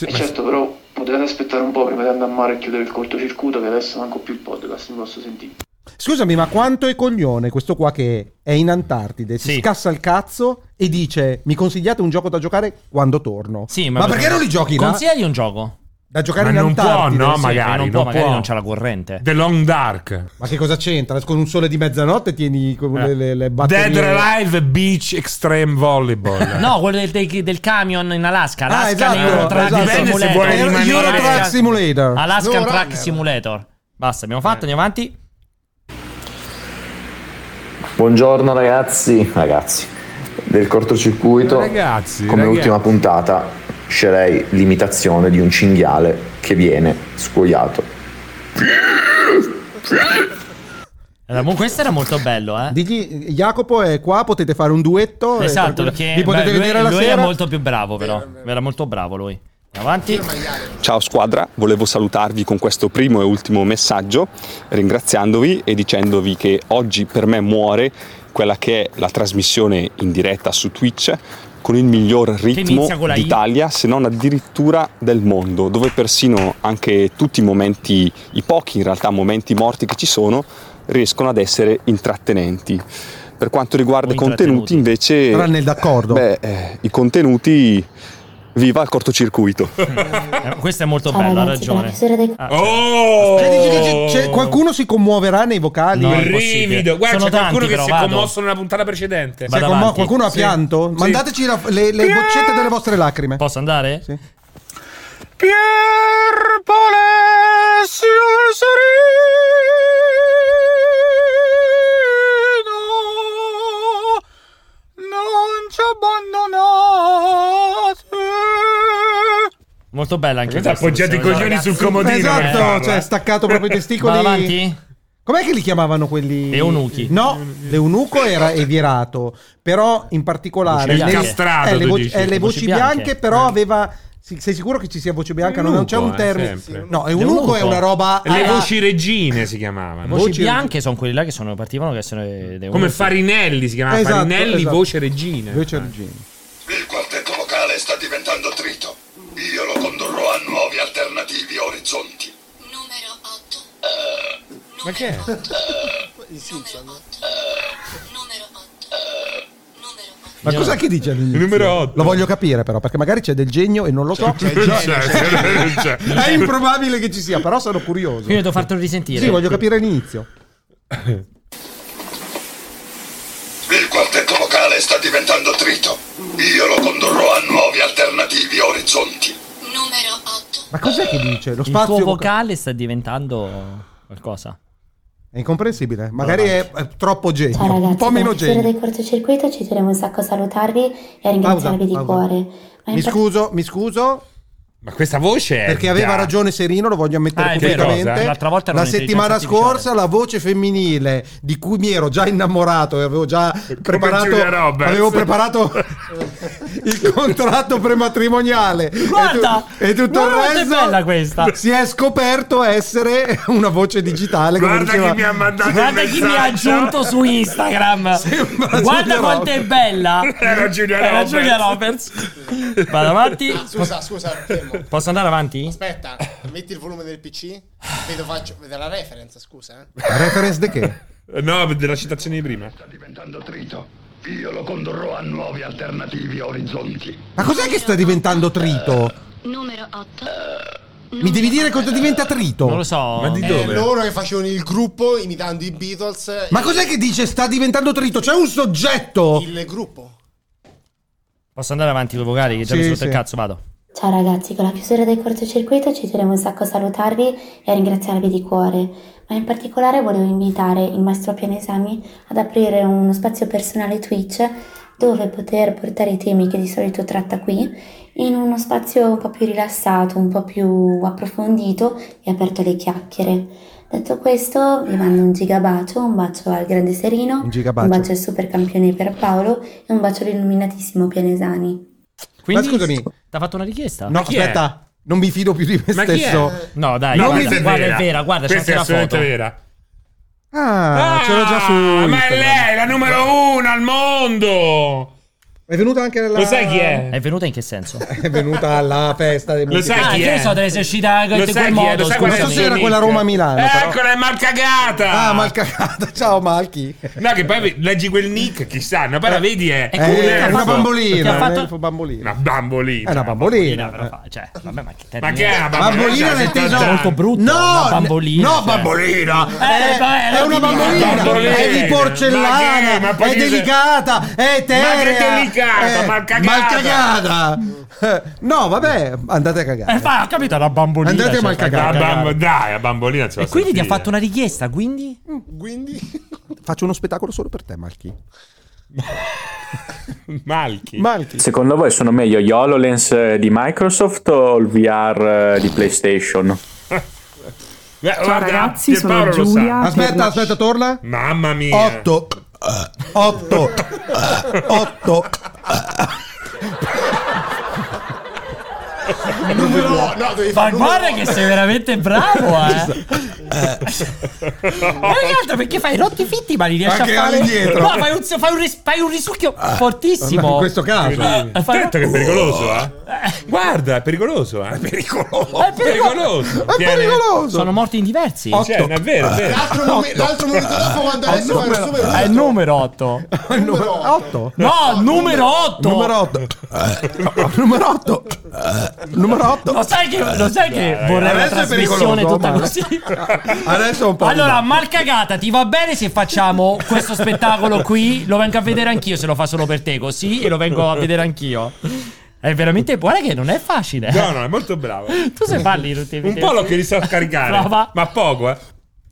S14: e certo, però potete aspettare un po' prima di andare a mare e chiudere il cortocircuito, che adesso manco più il podcast, mi posso sentire.
S2: Scusami, ma quanto è coglione questo qua che è in Antartide, si scassa il cazzo e dice mi consigliate un gioco da giocare quando torno.
S1: Sì,
S2: ma, perché non li giochi là?
S1: Consigliagli un gioco.
S2: Da giocare
S1: Ma
S2: in
S1: non può,
S2: Antartide.
S1: no,
S2: sì.
S1: magari, non può, magari non c'ha la corrente.
S3: The Long Dark.
S2: Ma che cosa c'entra? Con un sole di mezzanotte tieni con
S1: Eh.
S2: le, le, le batterie...
S3: Dead or Alive Beach Extreme Volleyball.
S1: No, quello del, del- del camion in
S2: Ah,
S1: Alaska. Alaska
S2: esatto,
S1: Eurotrack
S2: esatto.
S3: Dipende se
S1: Simulator.
S3: vuole
S1: Euro-
S3: rimanere-
S2: Eurotrack Simulator.
S1: Alaska
S2: No,
S1: Track
S2: runner.
S1: Simulator. Basta, abbiamo
S3: Eh.
S1: fatto, andiamo avanti.
S15: Buongiorno ragazzi, ragazzi del cortocircuito.
S3: Ragazzi,
S15: come
S3: ragazzi.
S15: ultima puntata sceglierei l'imitazione di un cinghiale che viene scuoiato.
S1: Allora, comunque questo era molto bello, eh.
S2: Digli, Jacopo è qua, potete fare un duetto. eh,
S1: Esatto,
S2: tranquillo.
S1: perché
S2: Vi potete
S1: beh, lui,
S2: vedere la
S1: lui
S2: sera.
S1: è molto più bravo, però. Era molto bravo lui. Andiamo avanti.
S16: Ciao squadra, volevo salutarvi con questo primo e ultimo messaggio, ringraziandovi e dicendovi che oggi per me muore quella che è la trasmissione in diretta su Twitch con il miglior ritmo
S17: inizia con la I.
S16: d'Italia, se non addirittura del mondo, dove persino anche tutti i momenti, i pochi in realtà momenti morti che ci sono, riescono ad essere intrattenenti. Per quanto riguarda i contenuti
S13: Eh,
S16: invece...
S2: Tranne il d'accordo.
S16: Beh, eh, i contenuti... Viva il cortocircuito!
S1: Eh, questo è molto bello, ha ragione. Ah.
S3: Oh!
S2: Cioè, dici che c'è- c'è- qualcuno si commuoverà nei vocali?
S1: No, è impossibile.
S3: Brivido. Guarda,
S1: Sono
S3: c'è qualcuno
S1: tanti,
S3: che
S1: però,
S3: si è
S1: vado.
S3: commosso nella puntata precedente.
S2: Si è commo- qualcuno ha
S3: Sì.
S2: pianto?
S3: Sì.
S2: Mandateci la- le, le boccette delle vostre lacrime.
S1: Posso andare?
S2: Sì.
S17: Pier Polesio Serino non ci abbandonate.
S1: Molto bella anche
S3: Questo
S1: questa.
S3: appoggiati i
S1: possiamo-
S3: coglioni
S1: Cioè, Ragazzi,
S3: sul comodino,
S1: eh,
S2: Esatto,
S1: farlo,
S2: cioè
S1: eh.
S2: staccato proprio i testicoli.
S1: Vado avanti?
S2: Com'è che li chiamavano quelli?
S1: Eunuchi.
S2: No, l'eunuco era evierato, però in particolare
S3: Voci
S2: nel-
S3: bianche. Castrato,
S2: eh, le,
S3: tu
S2: voci-
S3: dici.
S2: eh, le voci,
S3: Voci
S2: bianche,
S3: bianche.
S2: però aveva si- sei sicuro che ci sia voce bianca? No, non c'è un
S3: eh,
S2: termine.
S3: sempre.
S2: no, eunuco è una roba
S3: Le
S2: alla-
S3: voci regine si chiamavano.
S1: Voci bianche sono quelli là che sono, partivano che sono eh, dei- dei-
S3: Come Farinelli si chiamava
S2: Esatto,
S3: Farinelli Ah.
S2: esatto.
S3: voce regina.
S2: Voce regina.
S18: Il quartetto locale sta diventando trito. Io lo condurrò a nuovi alternativi orizzonti. Eh,
S3: Ma che è?
S4: I Simpson.
S2: Ma cos'è che dice all'inizio?
S3: Numero otto. Cioè,
S2: Lo voglio capire però, perché magari c'è del genio e non lo so. Cioè,
S3: C'è- c'è il genio, c'è- c'è.
S2: È improbabile che ci sia, però sono curioso.
S1: Quindi devo fartelo risentire.
S2: Sì, voglio capire l'inizio.
S18: Il quartetto locale sta diventando trito. Io lo condurrò a nuovi alternativi orizzonti.
S2: Ma cos'è che dice? Lo
S1: Il tuo
S2: spazio
S1: vocale,
S2: vocale
S1: sta diventando qualcosa.
S2: è incomprensibile, magari è, è troppo genio, un po' meno
S19: Sera
S2: genio.
S19: del cortocircuito ci tenevo un sacco a salutarvi e a ringraziarvi di
S2: pausa.
S19: cuore.
S2: Mi
S19: Ma in
S2: scuso, mi scuso.
S3: Ma questa voce è
S2: Perché aveva
S3: da-
S2: ragione Serino, lo voglio ammettere
S3: Ah, è vero,
S2: pubblicamente.
S3: cosa? L'altra volta era
S2: la
S3: un'intelligenza
S2: settimana
S3: artificiale.
S2: scorsa la voce femminile di cui mi ero già innamorato e avevo già preparato,
S3: Giulia Roberts.
S2: avevo preparato il contratto prematrimoniale
S1: Guarda!
S2: e, tu- e tutto il
S1: Guarda quanto è
S2: resto.
S1: bella questa!
S2: Si è scoperto essere una voce digitale. come
S3: Guarda
S2: diceva-
S3: chi mi ha mandato
S1: Guarda
S3: il
S1: chi mi ha
S3: messaggio.
S1: aggiunto su Instagram. Guarda
S3: Giulia
S1: quanto è
S3: Roberts.
S1: bella.
S3: Era Giulia
S1: Era
S3: Roberts.
S1: Giulia Roberts. Vado avanti.
S4: Scusa, scusa, fermo.
S1: Posso andare avanti?
S4: Aspetta, metti il volume del PC. Vedo, faccio, vedo la reference, scusa. eh.
S2: Reference de che?
S3: No, della citazione di prima.
S18: Diventando trito. Io lo condurrò a nuovi alternativi orizzonti.
S2: Ma cos'è che sta diventando trito?
S18: Numero 8.
S2: Mi devi dire cosa diventa trito.
S1: Non lo so.
S3: Ma di
S4: Eh,
S3: dove?
S4: loro che facevano il gruppo imitando i Beatles. eh,
S2: Ma cos'è che dice sta diventando trito? C'è un soggetto.
S4: Il gruppo.
S1: Posso andare avanti con i vocali? Che già
S2: Sì,
S1: mi sono rotto
S2: sì.
S1: il cazzo, vado.
S19: Ciao ragazzi, con la chiusura del cortocircuito ci tenevo un sacco a salutarvi e a ringraziarvi di cuore, ma in particolare volevo invitare il maestro Pianesami ad aprire uno spazio personale Twitch dove poter portare i temi che di solito tratta qui in uno spazio un po' più rilassato, un po' più approfondito e aperto alle chiacchiere. Detto questo, vi mando un gigabacio, un bacio al grande Serino,
S2: Un gigabacio.
S19: un bacio al super campione per Paolo e un bacio all'illuminatissimo Pianesani.
S1: Quindi,
S2: Ma scusami.
S1: Ti ha fatto una richiesta?
S2: No,
S1: Ma chi è?
S2: aspetta. Non mi fido più di me
S1: Ma chi
S2: stesso.
S1: è? No, dai,
S2: Non
S1: guarda,
S2: mi fido.
S1: guarda, è vera, guarda, c'è
S3: Questa è
S1: anche la
S3: assolutamente
S1: foto.
S3: vera.
S2: Ah, c'era già su.
S3: Ma è
S2: Instagram.
S3: lei, la numero uno al mondo.
S2: È venuta anche nella.
S3: Lo sai chi è?
S1: È venuta in che senso?
S2: È venuta alla festa dei
S3: Lo sai
S1: ah,
S3: chi
S1: io
S3: è?
S1: so, deve essere uscita in
S3: Lo
S1: quel
S3: sai chi è?
S1: modo.
S3: Lo sai
S1: scusami.
S3: qual è?
S2: Questa sera quella Roma-Milano. però.
S3: Eccola, è malcagata.
S2: Ah, mal cagata. Ciao, Malchi.
S3: No, che poi ve- leggi quel nick, chissà, no, poi la vedi è...
S2: È comunque
S3: Eh,
S2: una
S3: una
S2: bambolina.
S1: ha fatto-
S2: eh, fu bambolina.
S3: Una bambolina.
S2: È una bambolina.
S1: però fa- Cioè, vabbè, ma che te
S3: Ma che è una bambolina?
S2: Bambolina
S3: Cioè,
S2: nel
S3: settanta
S2: teso
S3: anni.
S1: molto brutto.
S2: No,
S1: una bambolina.
S2: no,
S1: cioè.
S2: bambolina.
S1: Eh,
S2: È-
S1: vabbè,
S2: è una
S1: la
S2: bambolina.
S3: bambolina.
S2: È di
S3: Ma che-
S2: porcellana.
S3: ma poi
S2: è
S3: dice-
S2: delicata. È eterea.
S3: Ma che delicata,
S2: eh,
S3: malcagata.
S2: malcagata. Eh, No, vabbè, andate a cagare.
S1: Eh, fa, ho capito, la bambolina.
S2: Andate
S1: cioè,
S2: mal
S1: fa-
S2: cagare.
S3: La bamb- dai, la bambolina non si
S1: E
S3: fa
S1: quindi ti ha
S3: sentire.
S1: fatto una richiesta, quindi?
S4: Quindi.
S2: Faccio uno spettacolo solo per te, Malchi.
S3: Malchi.
S2: Malchi.
S20: Secondo voi sono meglio gli HoloLens di Microsoft o il VR di PlayStation?
S3: Beh,
S21: Ciao
S3: Eh, guarda,
S21: ragazzi, sono
S3: Pierpaolo lo sa.
S21: Giulia. per
S2: Aspetta,
S21: la-
S2: aspetta, torna.
S3: Mamma mia.
S2: 8 8 8
S4: No, no, devi
S1: Ma
S4: fare il
S1: guarda
S4: numero- Esatto.
S1: che sei veramente bravo, eh! Ma che altro perché fai rotti fitti, ma li riesci
S2: Anche
S1: a fare
S2: là dietro. Ah,
S1: No, fai un, fai un ris- fai un risucchio fortissimo.
S2: in questo caso
S1: Eh, fai-
S3: Attento che è pericoloso, eh. Guarda, è pericoloso, eh. È pericoloso. È pericoloso.
S2: è
S3: Tiene-
S2: pericoloso
S1: sono morti in diversi.
S2: Otto.
S3: Cioè, non è vero, è vero.
S4: L'altro, momen- l'altro momento dopo quando adesso fai il numero
S1: È il numero 8.
S4: numero
S2: 8
S1: No, numero 8.
S2: numero 8 numero 8 numero 8
S1: Lo sai che, lo sai che
S3: Dai,
S1: vorrei una
S2: adesso è
S1: trasmissione
S2: pericoloso,
S1: tutta
S2: ma-
S1: così.
S2: adesso è un po'
S1: Allora,
S2: di-
S1: Malcagata, ti va bene se facciamo questo spettacolo qui? Lo vengo a vedere anch'io se lo fa solo per te, così e lo vengo a vedere anch'io. È veramente buona che non è facile.
S3: No, no, è molto bravo.
S1: Tu se parli tutti i
S3: Un po' lo che li so caricare,
S1: Prova.
S3: ma poco, eh.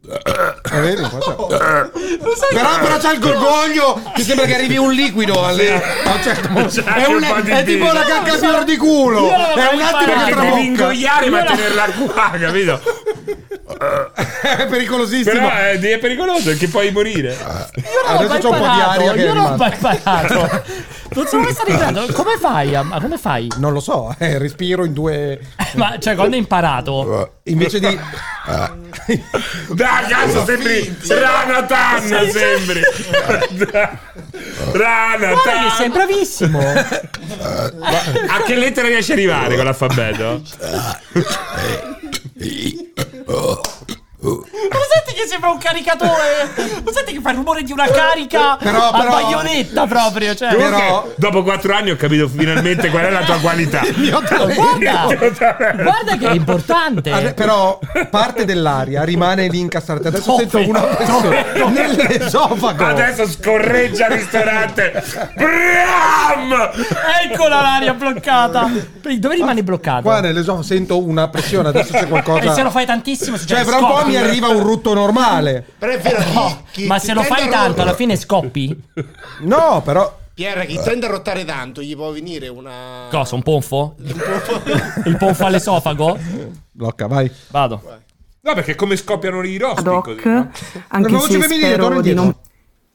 S2: È vero, faccio- però,
S1: Però
S2: però c'ha il gorgoglio che sembra che arrivi un liquido alle- a un certo momento.
S3: C'ha
S2: è,
S3: anche
S2: un-
S3: un po' di
S2: è tipo la
S3: dito.
S2: caccafior di culo Eh.
S1: Io l'avevo
S2: è un attimo
S1: imparato.
S2: che
S3: Perché devi
S2: trabocca
S3: ingoiare ma
S1: Io la-
S3: tenerla qua, capito?
S2: è pericolosissimo Ah,
S3: Però è, è pericoloso perché puoi morire.
S1: Io non ho
S2: Adesso
S1: mai
S2: c'ho un po' di
S1: imparato,
S2: aria che
S1: Io
S2: è
S1: non ho mai imparato. Non sono mai stato in grado. Come fai? a- Ma come fai?
S2: non lo so eh, respiro in due Eh,
S1: Ma cioè, quando hai imparato?
S2: invece di
S1: Eh.
S3: Dai, cazzo, sembri Ranatan, sembri.
S1: Guarda che
S3: Ranatan.
S1: sei bravissimo.
S3: A che lettera riesci ad arrivare con l'alfabeto?
S1: Ma lo senti che sembra un caricatore? Lo senti che fa il rumore di una carica
S2: Però-
S1: a
S2: però-
S1: baionetta proprio? Cioè,
S3: Comunque,
S2: Però-
S3: dopo quattro anni ho capito finalmente qual è la tua qualità.
S1: guarda, guarda che è importante.
S2: Ade- però parte dell'aria rimane lì incastrata. Adesso
S1: Dove?
S2: sento una persona nell'esofago.
S3: Adesso scorreggia al ristorante. Bram!
S1: Eccola l'aria bloccata. Dove rimane bloccato?
S2: Qua nell'esofago sento una pressione. Adesso c'è
S1: e Eh, se lo
S2: qualcosa.
S1: fai tantissimo succede
S2: Cioè, fra un po'
S1: scoppi.
S2: mi arriva un rutto normale.
S4: Però è vero, chi- chi-
S1: Ma
S4: chi
S1: se lo
S4: tende
S1: fai
S4: a
S1: tanto,
S4: ro-
S1: alla fine scoppi?
S2: No, però.
S4: Pier, chi tende a rottare tanto, gli può venire una.
S1: Cosa? Un ponfo? Il ponfo all'esofago?
S2: Blocca, vai.
S1: Vado.
S3: No, perché come scoppiano i
S21: ad
S3: rospi
S21: hoc,
S3: così, no?
S2: La
S21: anche
S2: voce
S21: se
S2: femminile, torna
S21: spero di
S2: indietro.
S21: non...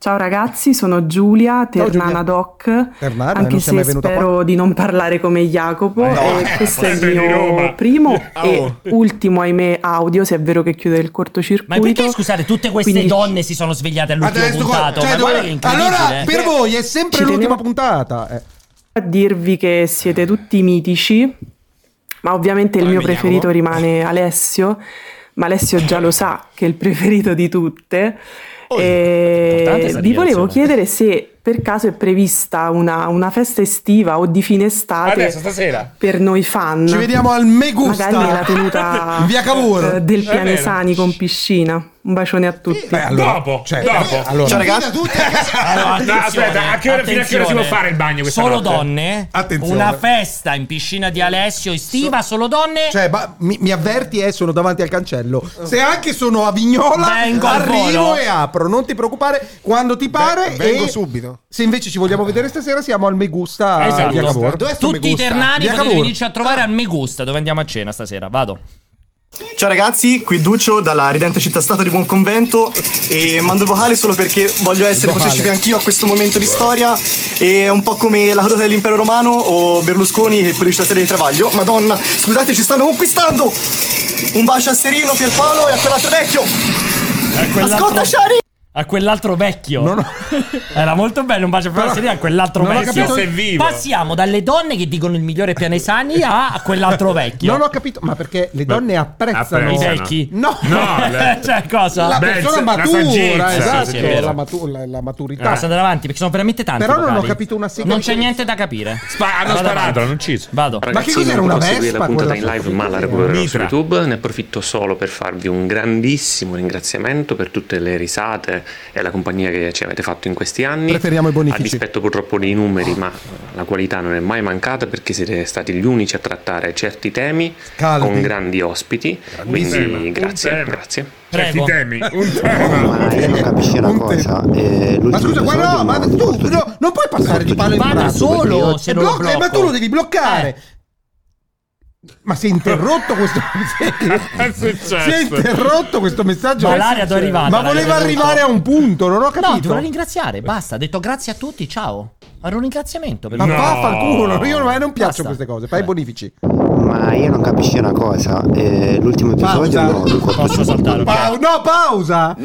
S21: Ciao ragazzi, sono Giulia
S2: Ciao, Giulia.
S21: Ternana ad hoc,
S2: Ternana, non
S21: anche
S2: sei mai Ah,
S21: se
S2: venuta
S21: spero di non parlare come Jacopo e questo è il
S3: sempre di Roma.
S21: mio primo
S3: Oh.
S21: e ultimo ahimè audio, se è vero che chiude il cortocircuito.
S1: Ma perché scusate, tutte queste
S21: Quindi-
S1: donne si sono svegliate all'ultimo
S2: Adesso qua-
S1: puntato?
S2: cioè,
S1: ma
S2: dove-
S1: guarda che incredibile.
S2: allora,
S1: eh.
S2: per voi è sempre
S21: Ci
S2: l'ultima
S21: tenevo-
S2: puntata. eh.
S21: a dirvi che siete tutti mitici, ma ovviamente il
S4: Come
S21: mio
S4: mi chiamo?
S21: preferito rimane Alessio, ma Alessio già lo sa che è il preferito di tutte.
S1: Oh,
S21: E
S1: importante sta
S21: vi volevo
S1: dichiarazione.
S21: chiedere se per caso è prevista una, una festa estiva o di fine estate
S3: Adesso, stasera.
S21: per noi fan.
S2: Ci vediamo al Megusta.
S21: Magari la tenuta
S2: In via Cavour.
S21: eh, del
S2: Va bene.
S21: Pianesani con piscina. Un bacione a tutti.
S2: Beh, allora,
S3: dopo,
S2: cioè,
S3: dopo.
S2: allora-
S3: Ciao,
S2: ragazzi.
S1: Allora,
S3: No,
S1: attenzione,
S3: aspetta, a che ora- fino a che ora si può
S1: attenzione.
S3: fare il bagno questa
S1: Solo
S3: notte?
S1: donne?
S2: Attenzione.
S1: Una festa in piscina di Alessio estiva, solo donne?
S2: Cioè, ma mi, mi avverti, eh, sono davanti al cancello. Se anche sono a Vignola,
S1: Vengo al
S2: arrivo
S1: volo.
S2: e apro. Non ti preoccupare, quando ti pare.
S4: vengo
S2: e
S4: subito.
S2: Se invece ci vogliamo vedere stasera, siamo al Megusta
S1: Esatto.
S2: di Acabor.
S4: Dov'è sto
S1: Tutti i
S4: Megusta?
S1: ternani
S2: Via
S1: potete
S2: Cavour. Ah.
S1: venirci a trovare al Megusta dove andiamo a cena stasera. Vado.
S5: Ciao ragazzi, qui Duccio dalla ridente città stata di Buon Convento e mando il vocale solo perché voglio essere
S2: Vocale.
S5: partecipe anch'io a questo momento di storia e è un po' come la caduta dell'impero romano o Berlusconi e quello di stasera di Travaglio. Madonna, scusate ci stanno conquistando! Un bacio a Serino, Pierpaolo e a quell'altro vecchio!
S1: quell'altro-
S5: Ascolta Shari!
S1: A quell'altro vecchio. Era molto bello, un bacio per la serie a quell'altro
S2: non ho
S1: vecchio.
S2: capito se è vivo.
S1: Passiamo dalle donne che dicono il migliore pianesani a a quell'altro vecchio.
S2: Non ho capito, ma perché le donne apprezzano
S1: I vecchi.
S2: No,
S1: cioè cosa?
S2: La persona matura, esatto,
S1: Sì, sì, è vero.
S2: la, matu- la- la maturità.
S1: Basta andare avanti perché sono veramente tanti.
S2: Però non
S1: vocali.
S2: ho capito una sega
S1: Non
S2: di
S1: c'è
S2: questo.
S1: niente da capire.
S3: hanno
S1: Vado
S3: sparato,
S1: avanti.
S3: l'hanno ucciso.
S1: Vado.
S22: Ragazzi,
S2: cos'era,
S22: non
S2: una
S22: potevo seguire
S2: Vespa
S22: la puntata in
S2: quella
S22: live,
S2: foto?
S22: ma la recupererò su
S2: Mitra.
S22: YouTube. Ne approfitto solo per farvi un grandissimo ringraziamento per tutte le risate e la compagnia che ci avete fatto in questi anni.
S2: Preferiamo i bonifici.
S22: A dispetto purtroppo dei numeri, ma la qualità non è mai mancata perché siete stati gli unici a trattare certi temi
S2: Caldi.
S22: con grandi ospiti.
S2: Grandissimo.
S22: Quindi
S2: Un
S22: grazie,
S2: tema.
S22: grazie.
S3: Certi temi. Un
S23: Ma lei non capisce una cosa. eh, lui
S2: Ma scusa,
S23: tutto
S2: guarda,
S23: solo
S2: no, ma
S23: di
S2: tu no, non puoi passare di palo in
S23: Vada
S2: braccio.
S23: solo,
S2: perché io-
S23: se non lo
S2: blocca- eh, Ma
S23: blocco.
S2: tu lo devi bloccare. Ma si è interrotto questo
S3: È
S2: si è interrotto questo messaggio.
S1: Ma l'aria dove è arrivata,
S2: Ma
S1: l'aria
S2: voleva
S1: dove è
S2: arrivare a
S1: arrivata?
S2: un punto, non ho capito.
S1: No, ti volevo ringraziare. Basta. Ha detto grazie a tutti. Ciao. Era un ringraziamento. Per
S2: Ma
S1: me.
S2: vaffanculo, io ormai non piaccio
S1: Basta.
S2: queste cose. Fai i bonifici.
S23: Ma io non capisco una cosa. eh, l'ultimo episodio
S2: Pausa.
S23: no, di quattro
S1: Posso saltare?
S2: Pau- no, pausa!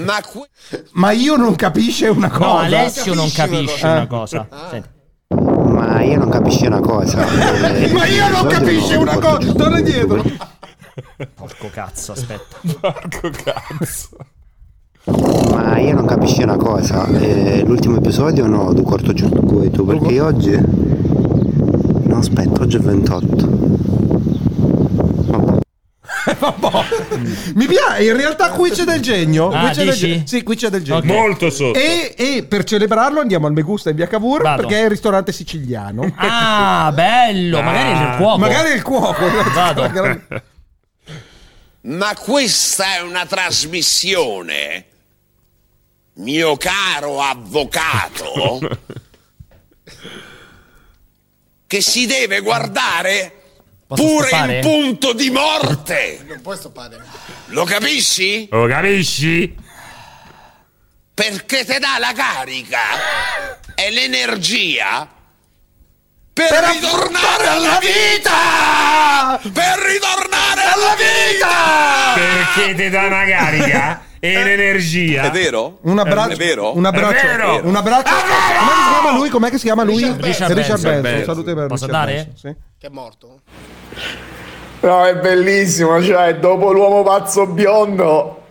S2: Ma, io non capisce una cosa.
S1: No, Alessio non capisce una
S23: Eh.
S1: cosa. Senti.
S23: Ma io non capisco una cosa. eh,
S2: Ma io non
S23: l'ultimo
S2: capisce
S23: episodio
S2: una
S23: no, di quattro
S2: cosa. Torna indietro.
S1: Porco cazzo, aspetta.
S3: Porco cazzo.
S23: Ma io non capisco una cosa, eh, l'ultimo episodio no, di quarto circuito, perché io oggi... No, aspetta, oggi è 28. Vabbè.
S2: Mi piace, in realtà qui c'è del genio.
S1: Ah,
S2: qui c'è del
S1: dici?
S2: genio. Sì, qui c'è del genio.
S1: Ok.
S3: Molto sotto.
S2: E, e per celebrarlo andiamo al Megusta in via Cavour
S1: Vado.
S2: perché è il ristorante siciliano.
S1: Ah, bello. Magari
S3: Ah.
S1: è il cuoco.
S2: Magari il cuoco.
S1: Vado.
S24: Ma questa è una trasmissione, mio caro
S3: Oh.
S24: avvocato, che si deve guardare
S4: Posso
S24: pure
S4: stoppare?
S24: in punto di morte.
S4: Non puoi stoppare.
S24: Lo capisci?
S3: Lo Oh, capisci?
S24: Perché ti dà la carica e l'energia per, ritornare alla vita! Per ritornare alla vita!
S3: Perché ti dà una carica e l'energia.
S24: È vero?
S2: Un abbraccio.
S24: È vero?
S2: Un abbraccio.
S3: È vero?
S2: Un abbraccio. Com'è che si chiama lui? Com'è che si chiama lui? Richard
S1: Richard Benson.
S2: Benson. Salute per
S1: Posso
S2: Richard
S1: dare?
S2: Benson, sì.
S4: Che è morto.
S25: No, è bellissimo, cioè, dopo l'uomo pazzo biondo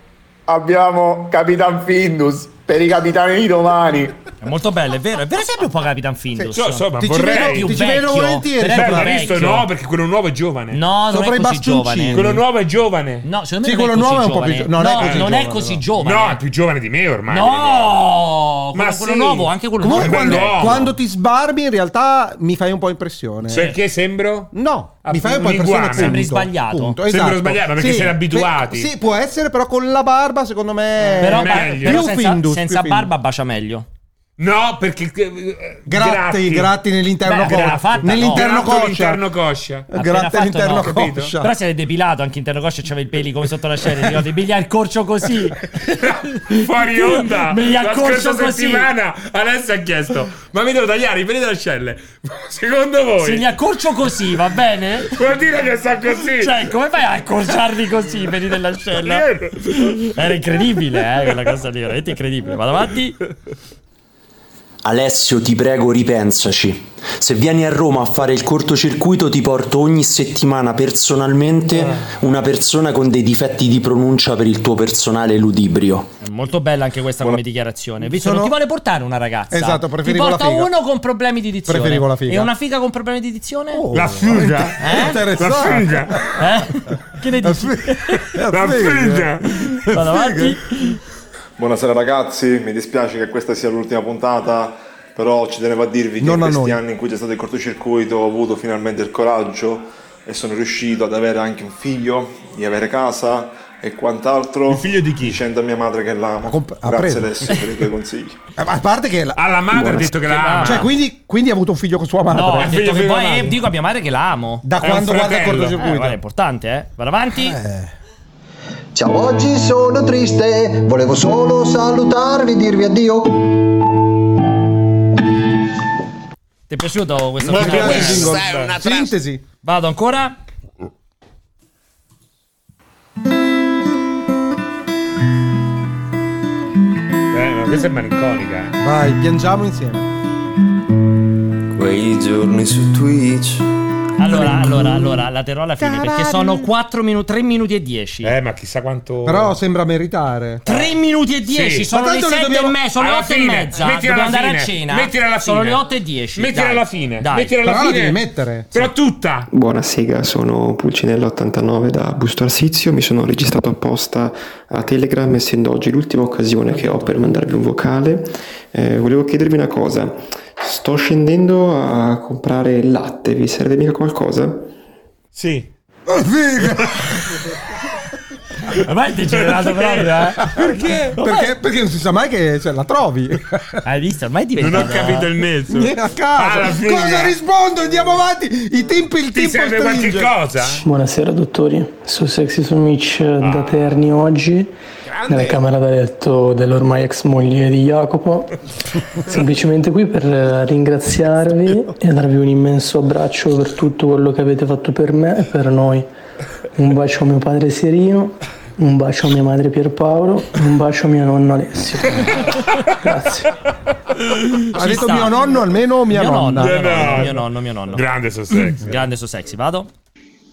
S25: abbiamo Capitan Findus per i capitani di domani.
S1: È molto bello, è vero. È vero sempre un po' Capitan Findus.
S3: Sì, so, so, ma
S1: Ti ci
S3: vorrei-
S1: vedo più
S3: ti ci
S1: vecchio,
S3: vedo
S2: volentieri.
S1: però è
S3: Beh,
S1: più
S3: hai visto?
S1: vecchio.
S3: No, perché quello nuovo è giovane.
S1: No, non
S2: Sopra
S1: è
S2: i
S1: così
S2: bastoncini.
S1: giovane.
S3: Quello nuovo è giovane.
S1: No, secondo me
S2: Sì,
S1: non
S2: quello nuovo
S1: è
S2: è un
S1: così
S2: po' più
S1: giovane.
S2: gio- non è
S1: No,
S2: così
S1: non è
S2: giovane,
S1: così
S2: no.
S1: giovane.
S3: No, è più giovane di me ormai.
S1: No,
S3: Ma
S1: Oh, quello, quello
S3: sì.
S1: nuovo, anche quello
S2: Comunque,
S1: nuovo.
S2: quando,
S3: bell'uomo.
S2: quando ti sbarbi, in realtà mi fai un po' impressione.
S3: Perché sembro?
S2: No,
S3: Ah,
S2: mi fai un po' impressione.
S3: un'iguana.
S2: punto.
S3: Sembri
S1: sbagliato.
S2: Punto,
S3: Sembri
S2: esatto.
S3: sbagliato, perché siete abituati.
S2: Sì, può essere, però con la barba, secondo me.
S1: Però,
S2: più
S1: bar- però senza,
S2: Findus,
S1: senza
S2: più Findus.
S1: barba bacia meglio.
S3: No, perché eh,
S2: Gratti, gratti nell'interno
S1: Beh, era
S2: coscia.
S1: fatta, no.
S2: Nell'interno
S3: Gratto
S2: coscia.
S3: l'interno coscia.
S1: Appena
S2: Grazie
S1: fatto,
S2: all'interno
S1: no.
S2: coscia.
S1: Però siete depilato anche interno coscia e c'aveva i peli come sotto la scena. Ti piglia il corcio così.
S3: Fuori onda.
S1: Me li
S3: La
S1: accorcio
S3: scorsa
S1: così.
S3: settimana Alessio ha chiesto: Ma mi devo tagliare i peli delle ascelle? Secondo voi?
S1: Se li accorcio così, va bene?
S3: Vuol dire che sta così.
S1: Cioè, come fai a accorciarli così i peli dell'ascella? Era incredibile, eh, quella cosa lì, veramente incredibile. Vado avanti.
S26: Alessio, ti prego, ripensaci. Se vieni a Roma a fare il cortocircuito, ti porto ogni settimana personalmente una persona con dei difetti di pronuncia per il tuo personale ludibrio.
S1: È molto bella anche questa come dichiarazione. Visto che non ti
S2: Sono-
S1: vuole portare una ragazza.
S2: Esatto,
S1: Ti
S2: preferivo la
S1: porta
S2: figa.
S1: uno con problemi di dizione.
S2: Preferivo la figa.
S1: E una figa con problemi di dizione?
S2: La
S1: figa. Eh?
S2: Oh, Interessante.
S1: La figa. Eh? Che ne dici?
S7: La figa.
S1: Vado avanti.
S7: Buonasera ragazzi, mi dispiace che questa sia l'ultima puntata, però ci tenevo a dirvi che
S2: Non
S7: in
S2: a
S7: questi
S2: noi.
S7: anni in cui c'è stato il cortocircuito ho avuto finalmente il coraggio e sono riuscito ad avere anche un figlio, di avere casa e quant'altro. Il figlio di chi? Dicendo a mia madre che l'amo.
S2: ah,
S7: Grazie
S2: prego.
S7: Alessio per i tuoi consigli.
S2: Eh, ma A parte che... La...
S3: Alla madre ha detto che Ah, la ama.
S2: Cioè, quindi, quindi ha avuto un figlio con sua madre.
S1: No, ha detto che poi eh, dico a mia madre che la amo.
S2: Da È un quando guarda il fratello. cortocircuito.
S1: Eh, guarda, è importante, eh. Vado avanti.
S11: Ciao, oggi sono triste, volevo solo salutarvi, dirvi addio.
S1: Ti è piaciuto questo
S2: Ma
S1: finale?
S2: questa è una tra-
S1: sintesi. Vado ancora.
S3: Eh, ma questa è malinconica. eh.
S2: Vai, piangiamo insieme.
S4: Quei giorni su Twitch.
S1: Allora, allora, allora, la terrò alla fine perché sono 4 minuti, 3 minuti e 10.
S3: Eh, ma chissà quanto.
S2: Però sembra meritare.
S1: 3 minuti e 10,
S3: Sì.
S1: sono
S3: Ma
S1: le
S3: tanto
S1: 7
S3: noi
S1: e
S3: dobbiamo-
S1: mezza, sono le
S3: alla
S1: 8 e
S3: fine,
S1: mezza.
S3: mettila
S1: Dobbiamo
S3: alla
S1: andare a
S3: fine,
S1: cena.
S3: mettila alla
S1: Sono
S3: fine.
S1: le 8 e 10.
S3: Mettila
S1: dai,
S3: alla fine,
S1: Dai.
S3: mettila alla fine. Però tutta.
S4: Buona sega, sono Pulcinella89 da Busto Arsizio, mi sono registrato apposta a Telegram essendo oggi l'ultima occasione che ho per mandarvi un vocale. Eh, volevo chiedervi una cosa, sto scendendo a comprare il latte, vi serve mica qualcosa?
S3: Sì.
S1: Ormai ti
S2: degenerato proprio, eh.
S3: Perché?
S2: Perché, perché non si sa mai che cioè, la trovi.
S1: Hai visto? Ormai
S3: diventata- Non ho capito il mezzo.
S2: A caso.
S3: Alla fine.
S2: Cosa rispondo? Andiamo avanti. I tempi, il tempo
S3: serve qualche
S2: stringe.
S3: cosa?
S5: Buonasera dottori, sono Sexy Sumic
S2: Ah.
S5: da Terni oggi, nella camera da letto dell'ormai ex moglie di Jacopo, semplicemente qui per eh, ringraziarvi e darvi un immenso abbraccio per tutto quello che avete fatto per me e per noi. Un bacio a mio padre Serino, un bacio a mia madre Pierpaolo, un bacio a mio nonno Alessio.
S2: Ha detto mio nonno, almeno mia
S1: mio
S2: nonna.
S1: nonno, mio nonno, mio nonno, mio nonno. Grande so sexy. Grande so sexy, vado.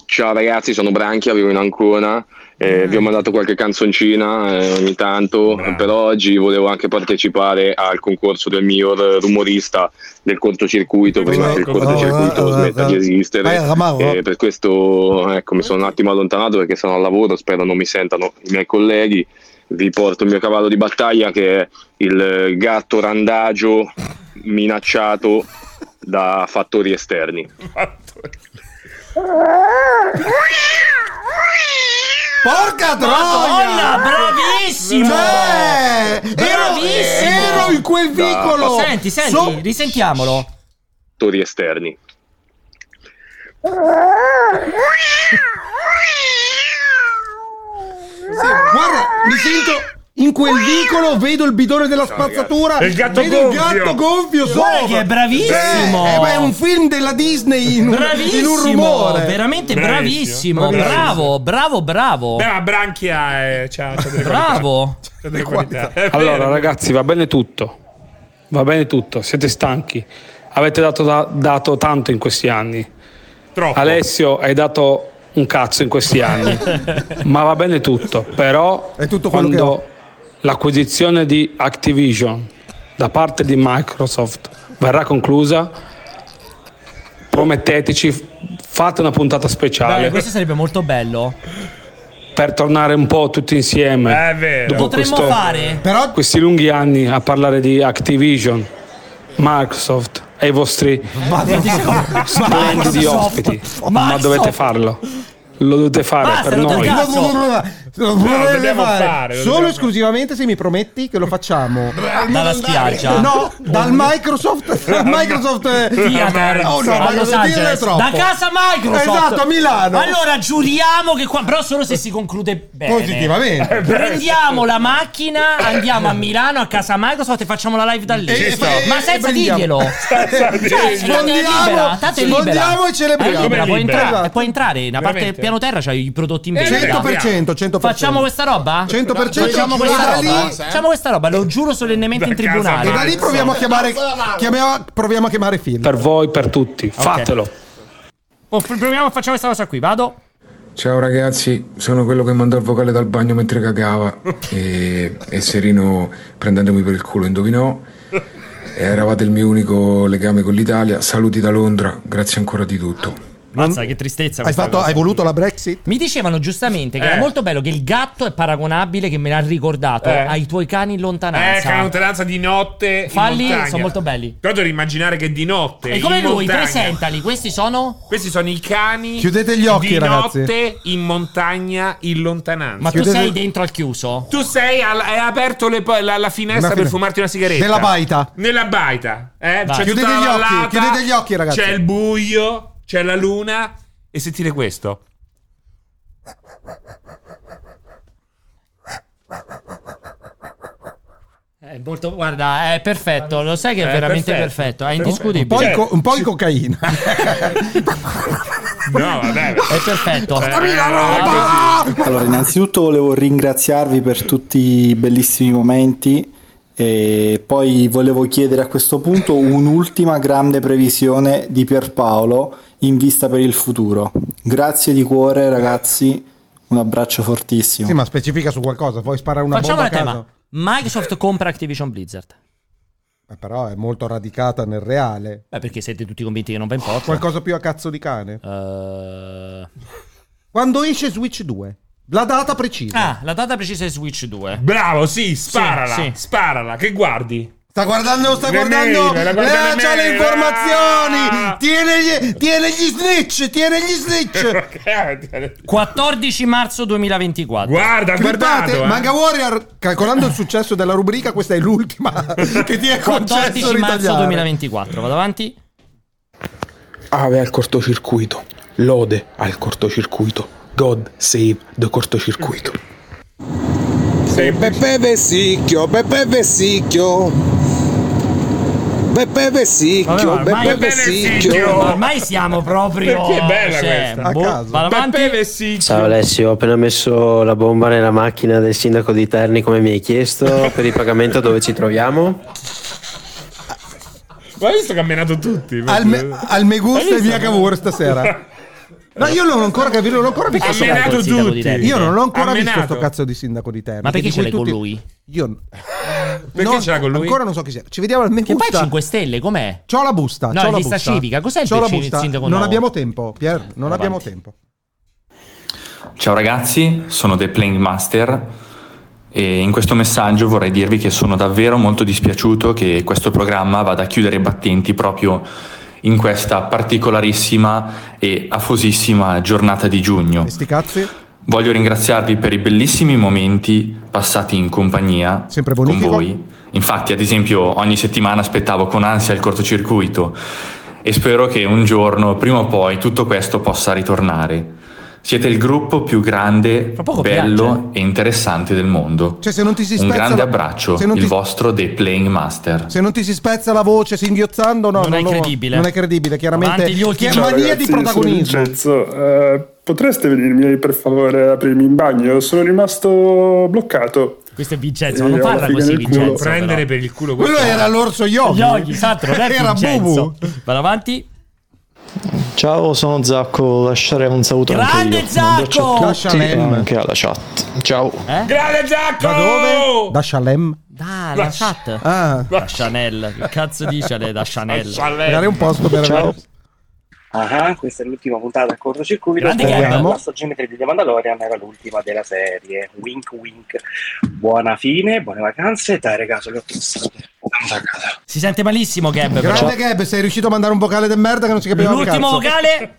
S27: Ciao ragazzi, sono Branchia, vivo in Ancona.
S2: Ah.
S27: eh, Vi ho mandato qualche canzoncina eh, ogni tanto, però oggi volevo anche partecipare al concorso del miglior rumorista del cortocircuito, prima che il cortocircuito smetta di esistere.
S2: eh, Vai, Ramaro.
S27: Eh, per questo ecco, mi sono un attimo allontanato perché sono al lavoro, spero non mi sentano i miei colleghi. Vi porto il mio cavallo di battaglia che è il gatto randagio minacciato da fattori esterni.
S2: Porca
S1: Madonna,
S2: troia!
S1: bravissimo!
S2: Cioè, ero,
S1: Bravissimo!
S2: ero in quel vicolo!
S1: Senti, senti,
S2: So-
S1: risentiamolo.
S27: Fattori esterni.
S2: guarda, mi sento in quel vicolo, vedo il bidone della spazzatura,
S3: E il gatto
S2: vedo il
S3: gonfio.
S2: gatto gonfio
S1: Guarda
S2: sopra.
S1: che è bravissimo.
S2: Eh, eh, ma è un film della Disney in un, in un rumore.
S1: veramente
S3: Bravissimo.
S1: bravissimo,
S3: Bravissimo.
S1: bravo, bravo, bravo.
S3: Beh, ma Branchia eh, c'ha, c'ha delle
S1: Oh. Bravo.
S3: qualità. C'ha delle qualità. È
S28: Allora,
S3: vero.
S28: ragazzi, va bene tutto. Va bene tutto. Siete stanchi. Avete dato, da- dato tanto in questi anni. Alessio, hai dato un cazzo in questi anni. Ma va bene tutto. Però,
S2: quello che
S28: quando l'acquisizione di Activision da parte di Microsoft verrà conclusa, prometteteci, fate una puntata speciale
S1: Dai, questo sarebbe molto bello.
S28: per tornare un po' tutti insieme.
S3: È vero.
S28: Dopo
S1: Potremmo
S28: questo-
S1: fare.
S28: questi lunghi anni a parlare di Activision, Microsoft e i vostri splendidi
S2: Microsoft.
S28: ospiti, ma dovete farlo. Lo dovete fare
S2: Basta,
S28: per
S2: non te
S28: noi.
S2: cazzo. No, no, no, no, no, no,
S28: dobbiamo
S2: dobbiamo
S28: fare,
S2: fare.
S28: lo
S2: Solo
S28: dobbiamo
S2: esclusivamente se mi prometti che lo facciamo
S1: Dalla spiaggia.
S2: No, dal Microsoft. dal Microsoft eh,
S1: Fiat
S2: Oh no,
S1: a
S2: ma
S1: Los
S2: non dirle
S1: Angeles.
S2: troppo.
S1: da casa Microsoft
S2: Esatto, a Milano.
S1: allora giuriamo che qua però solo se si conclude bene Eh,
S2: Positivamente.
S1: prendiamo la macchina andiamo a Milano a casa Microsoft e facciamo la live da lì
S2: E- e-
S1: ma
S2: e
S1: senza
S2: prendiamo.
S1: dirglielo
S2: Senza
S1: Cioè,
S2: dirglielo.
S1: tanto è
S2: Sfondiamo-
S1: libera, tanto è libera.
S2: sfondiamo e celebriamo.
S1: È libera, puoi
S2: Esatto.
S1: entrare, puoi entrare. nella parte
S2: Veramente.
S1: piano terra c'hai i prodotti in vendita
S2: 100%, 100%.
S1: Facciamo questa roba?
S2: 100%
S1: Facciamo questa
S2: da lì-
S1: roba? Facciamo questa roba, lo giuro solennemente in tribunale.
S2: E da lì proviamo a chiamare, chiamiamo- proviamo a chiamare Phil.
S28: Per voi, per tutti, fatelo.
S1: Oh, proviamo a facciamo questa cosa qui, vado.
S9: Ciao ragazzi, sono quello che mandò il vocale dal bagno mentre cagava e, e Serino prendendomi per il culo indovinò. Eravate il mio unico legame con l'Italia. Saluti da Londra, grazie ancora di tutto.
S1: Mazza, che tristezza.
S2: Hai,
S1: questa
S2: fatto,
S1: cosa.
S2: hai voluto la Brexit?
S1: Mi dicevano giustamente che
S2: Eh.
S1: era molto bello che il gatto è paragonabile, che me l'ha ricordato,
S3: Eh.
S1: ai tuoi cani in lontananza.
S3: Eh, canontananza di notte. in
S1: Falli
S3: montagna.
S1: sono molto belli.
S3: Però devi immaginare che di notte.
S1: E come
S3: in
S1: lui,
S3: montagna-
S1: presentali, questi sono?
S3: Questi sono i cani.
S1: Chiudete gli occhi,
S3: di
S1: ragazzi.
S3: notte in montagna, in lontananza.
S1: Ma tu sei dentro al chiuso?
S3: Tu sei al- hai aperto le po- la, la finestra
S1: Una
S3: per
S1: fine-
S3: fumarti una sigaretta.
S2: Nella baita.
S3: Nella baita. Eh?
S2: Vai.
S3: C'è
S2: Chiudete
S3: tutta
S2: gli
S3: la
S2: occhi,
S3: vallata,
S2: chiudete gli occhi, ragazzi.
S3: C'è il buio, c'è la luna. E sentire questo.
S1: È Eh, molto, guarda, è perfetto, lo sai che è, veramente Eh, perfetto, è indiscutibile.
S2: Un po' di, co- un po' di cocaina.
S1: Certo.
S3: No, vabbè.
S1: È perfetto.
S29: Allora, innanzitutto volevo ringraziarvi per tutti i bellissimi momenti e poi volevo chiedere a questo punto un'ultima grande previsione di Pierpaolo in vista per il futuro. Grazie di cuore ragazzi, un abbraccio fortissimo.
S2: Sì, ma specifica su qualcosa, puoi sparare una
S1: Facciamo un
S2: bomba a
S1: tema.
S2: caso.
S1: Microsoft compra Activision Blizzard.
S2: Eh, Però è molto radicata nel reale.
S1: Beh, perché siete tutti convinti che non va in porto.
S2: Qualcosa più a cazzo di cane.
S1: Eh.
S2: Quando esce Switch 2? La data precisa.
S1: Ah, la data precisa è Switch 2.
S3: Bravo, sì, sparala.
S1: Sì, sì.
S3: Sparala, che guardi.
S2: Sta guardando, sta
S3: Le
S2: guardando.
S3: mail, la guarda
S2: eh,
S3: le
S2: c'ha le
S3: mail.
S2: informazioni. Tiene gli, tiene gli snitch, tiene gli snitch.
S1: Eh. 14 marzo 2024.
S3: Guarda,
S2: Guardate,
S1: eh.
S2: Manga Warrior, calcolando il successo della rubrica, questa è l'ultima che ti è concesso
S1: 14 marzo
S2: ritagliare.
S1: 2024, vado avanti.
S10: Ave al cortocircuito. Lode al cortocircuito. God save the
S3: ah!
S10: cortocircuito. Pepe Vessicchio, Pepe Vessicchio. Pepe Vessicchio,
S1: Vabbè, ma ormai-
S10: Pepe
S1: Ma
S10: Vessicchio.
S1: ormai siamo proprio.
S10: Perché è bella
S1: cioè,
S10: questa? A
S1: boh,
S10: caso.
S1: vado avanti.
S8: Ciao Alessio, ho appena messo la bomba nella macchina del sindaco di Terni come mi hai chiesto. Per il pagamento dove ci troviamo?
S3: Ma hai visto che ha menato tutti?
S2: Al, me, al
S3: Hai
S2: Megusta
S3: visto?
S2: e via Cavour stasera. No, io non ho ancora capito, non ho ancora visto
S3: Ha
S2: sto
S3: menato
S2: cazzo di sindaco
S3: tutti.
S2: di Terni. Io non ho ancora
S3: Ha
S2: visto
S3: menato.
S2: sto cazzo di sindaco di Terni.
S1: Ma perché
S2: di
S1: ce l'hai
S2: cui
S1: con
S2: tutti-
S1: lui?
S2: Io
S1: Perché ce l'ha con lui?
S2: Ancora non so chi sia. Ci vediamo al
S1: Che
S2: Megusta.
S1: poi 5 Stelle, com'è?
S2: C'ho la busta.
S1: No,
S2: c'ho
S1: è
S2: la
S1: lista
S2: busta.
S1: civica. Cos'è il
S2: C'ho la
S1: PC del
S2: busta.
S1: sindaco
S2: Non
S1: nuovo?
S2: abbiamo tempo, Pier. Non
S1: avanti.
S2: abbiamo tempo.
S15: Ciao ragazzi, sono The Playing Master e in questo messaggio vorrei dirvi che sono davvero molto dispiaciuto che questo programma vada a chiudere i battenti proprio in questa particolarissima e afosissima giornata di giugno.
S2: Sti cazzi.
S15: Voglio ringraziarvi per i bellissimi momenti passati in compagnia con voi. Infatti, ad esempio, ogni settimana aspettavo con ansia il cortocircuito e spero che un giorno, prima o poi, tutto questo possa ritornare. Siete il gruppo più grande, bello e interessante del mondo.
S2: eh. Cioè, se non ti si
S15: un
S2: spezza.
S15: grande
S2: la-
S15: abbraccio,
S2: Se non,
S15: il
S2: ti,
S15: vostro The Playing Master.
S2: se non ti si spezza la voce singhiozzando, no.
S15: Non è
S2: lo-
S15: credibile.
S2: Non è credibile, chiaramente.
S15: Avanti gli occhi,
S2: Che è
S30: Ciao,
S2: mania
S30: ragazzi,
S2: di
S30: io sono
S2: protagonismo.
S30: Vincenzo, Eh, potreste venirmi per favore a aprirmi in bagno? Sono rimasto bloccato.
S1: Questo è Vincenzo,
S30: Eh,
S1: non
S30: ho la
S1: parla
S30: figa
S1: così
S30: nel culo.
S1: Vincenzo.
S30: Prendere
S1: però.
S30: per il culo
S2: Quello era l'orso Yogi.
S1: Yogi, esatto, non è
S2: Era
S1: Vincenzo.
S2: Bubu.
S1: Vado avanti.
S5: Ciao, sono Zacco, lasciare un saluto
S1: Grande
S5: anche io. Un abbraccio
S1: Zacco!
S5: a tutti
S1: Lasciale.
S5: e anche alla chat. Ciao.
S1: Eh?
S3: Grande Zacco!
S2: Da dove? Da Shalem.
S1: Ah, la chat.
S2: Ah.
S1: Da Chanel. Che cazzo dice lei da Chanel?
S2: Dare un posto per
S5: Ciao.
S4: Ah, questa è l'ultima puntata del cortocircuito.
S1: Grande Gab.
S4: La stagione 3 di The Mandalorian era l'ultima della serie. Wink wink. Buona fine, buone vacanze. Dai, ragazzi, le ho pensate.
S1: Si sente malissimo Gab. però.
S2: Grande Gab, sei riuscito a mandare un vocale del merda che non si capiva un
S1: L'ultimo
S2: cazzo.
S1: vocale.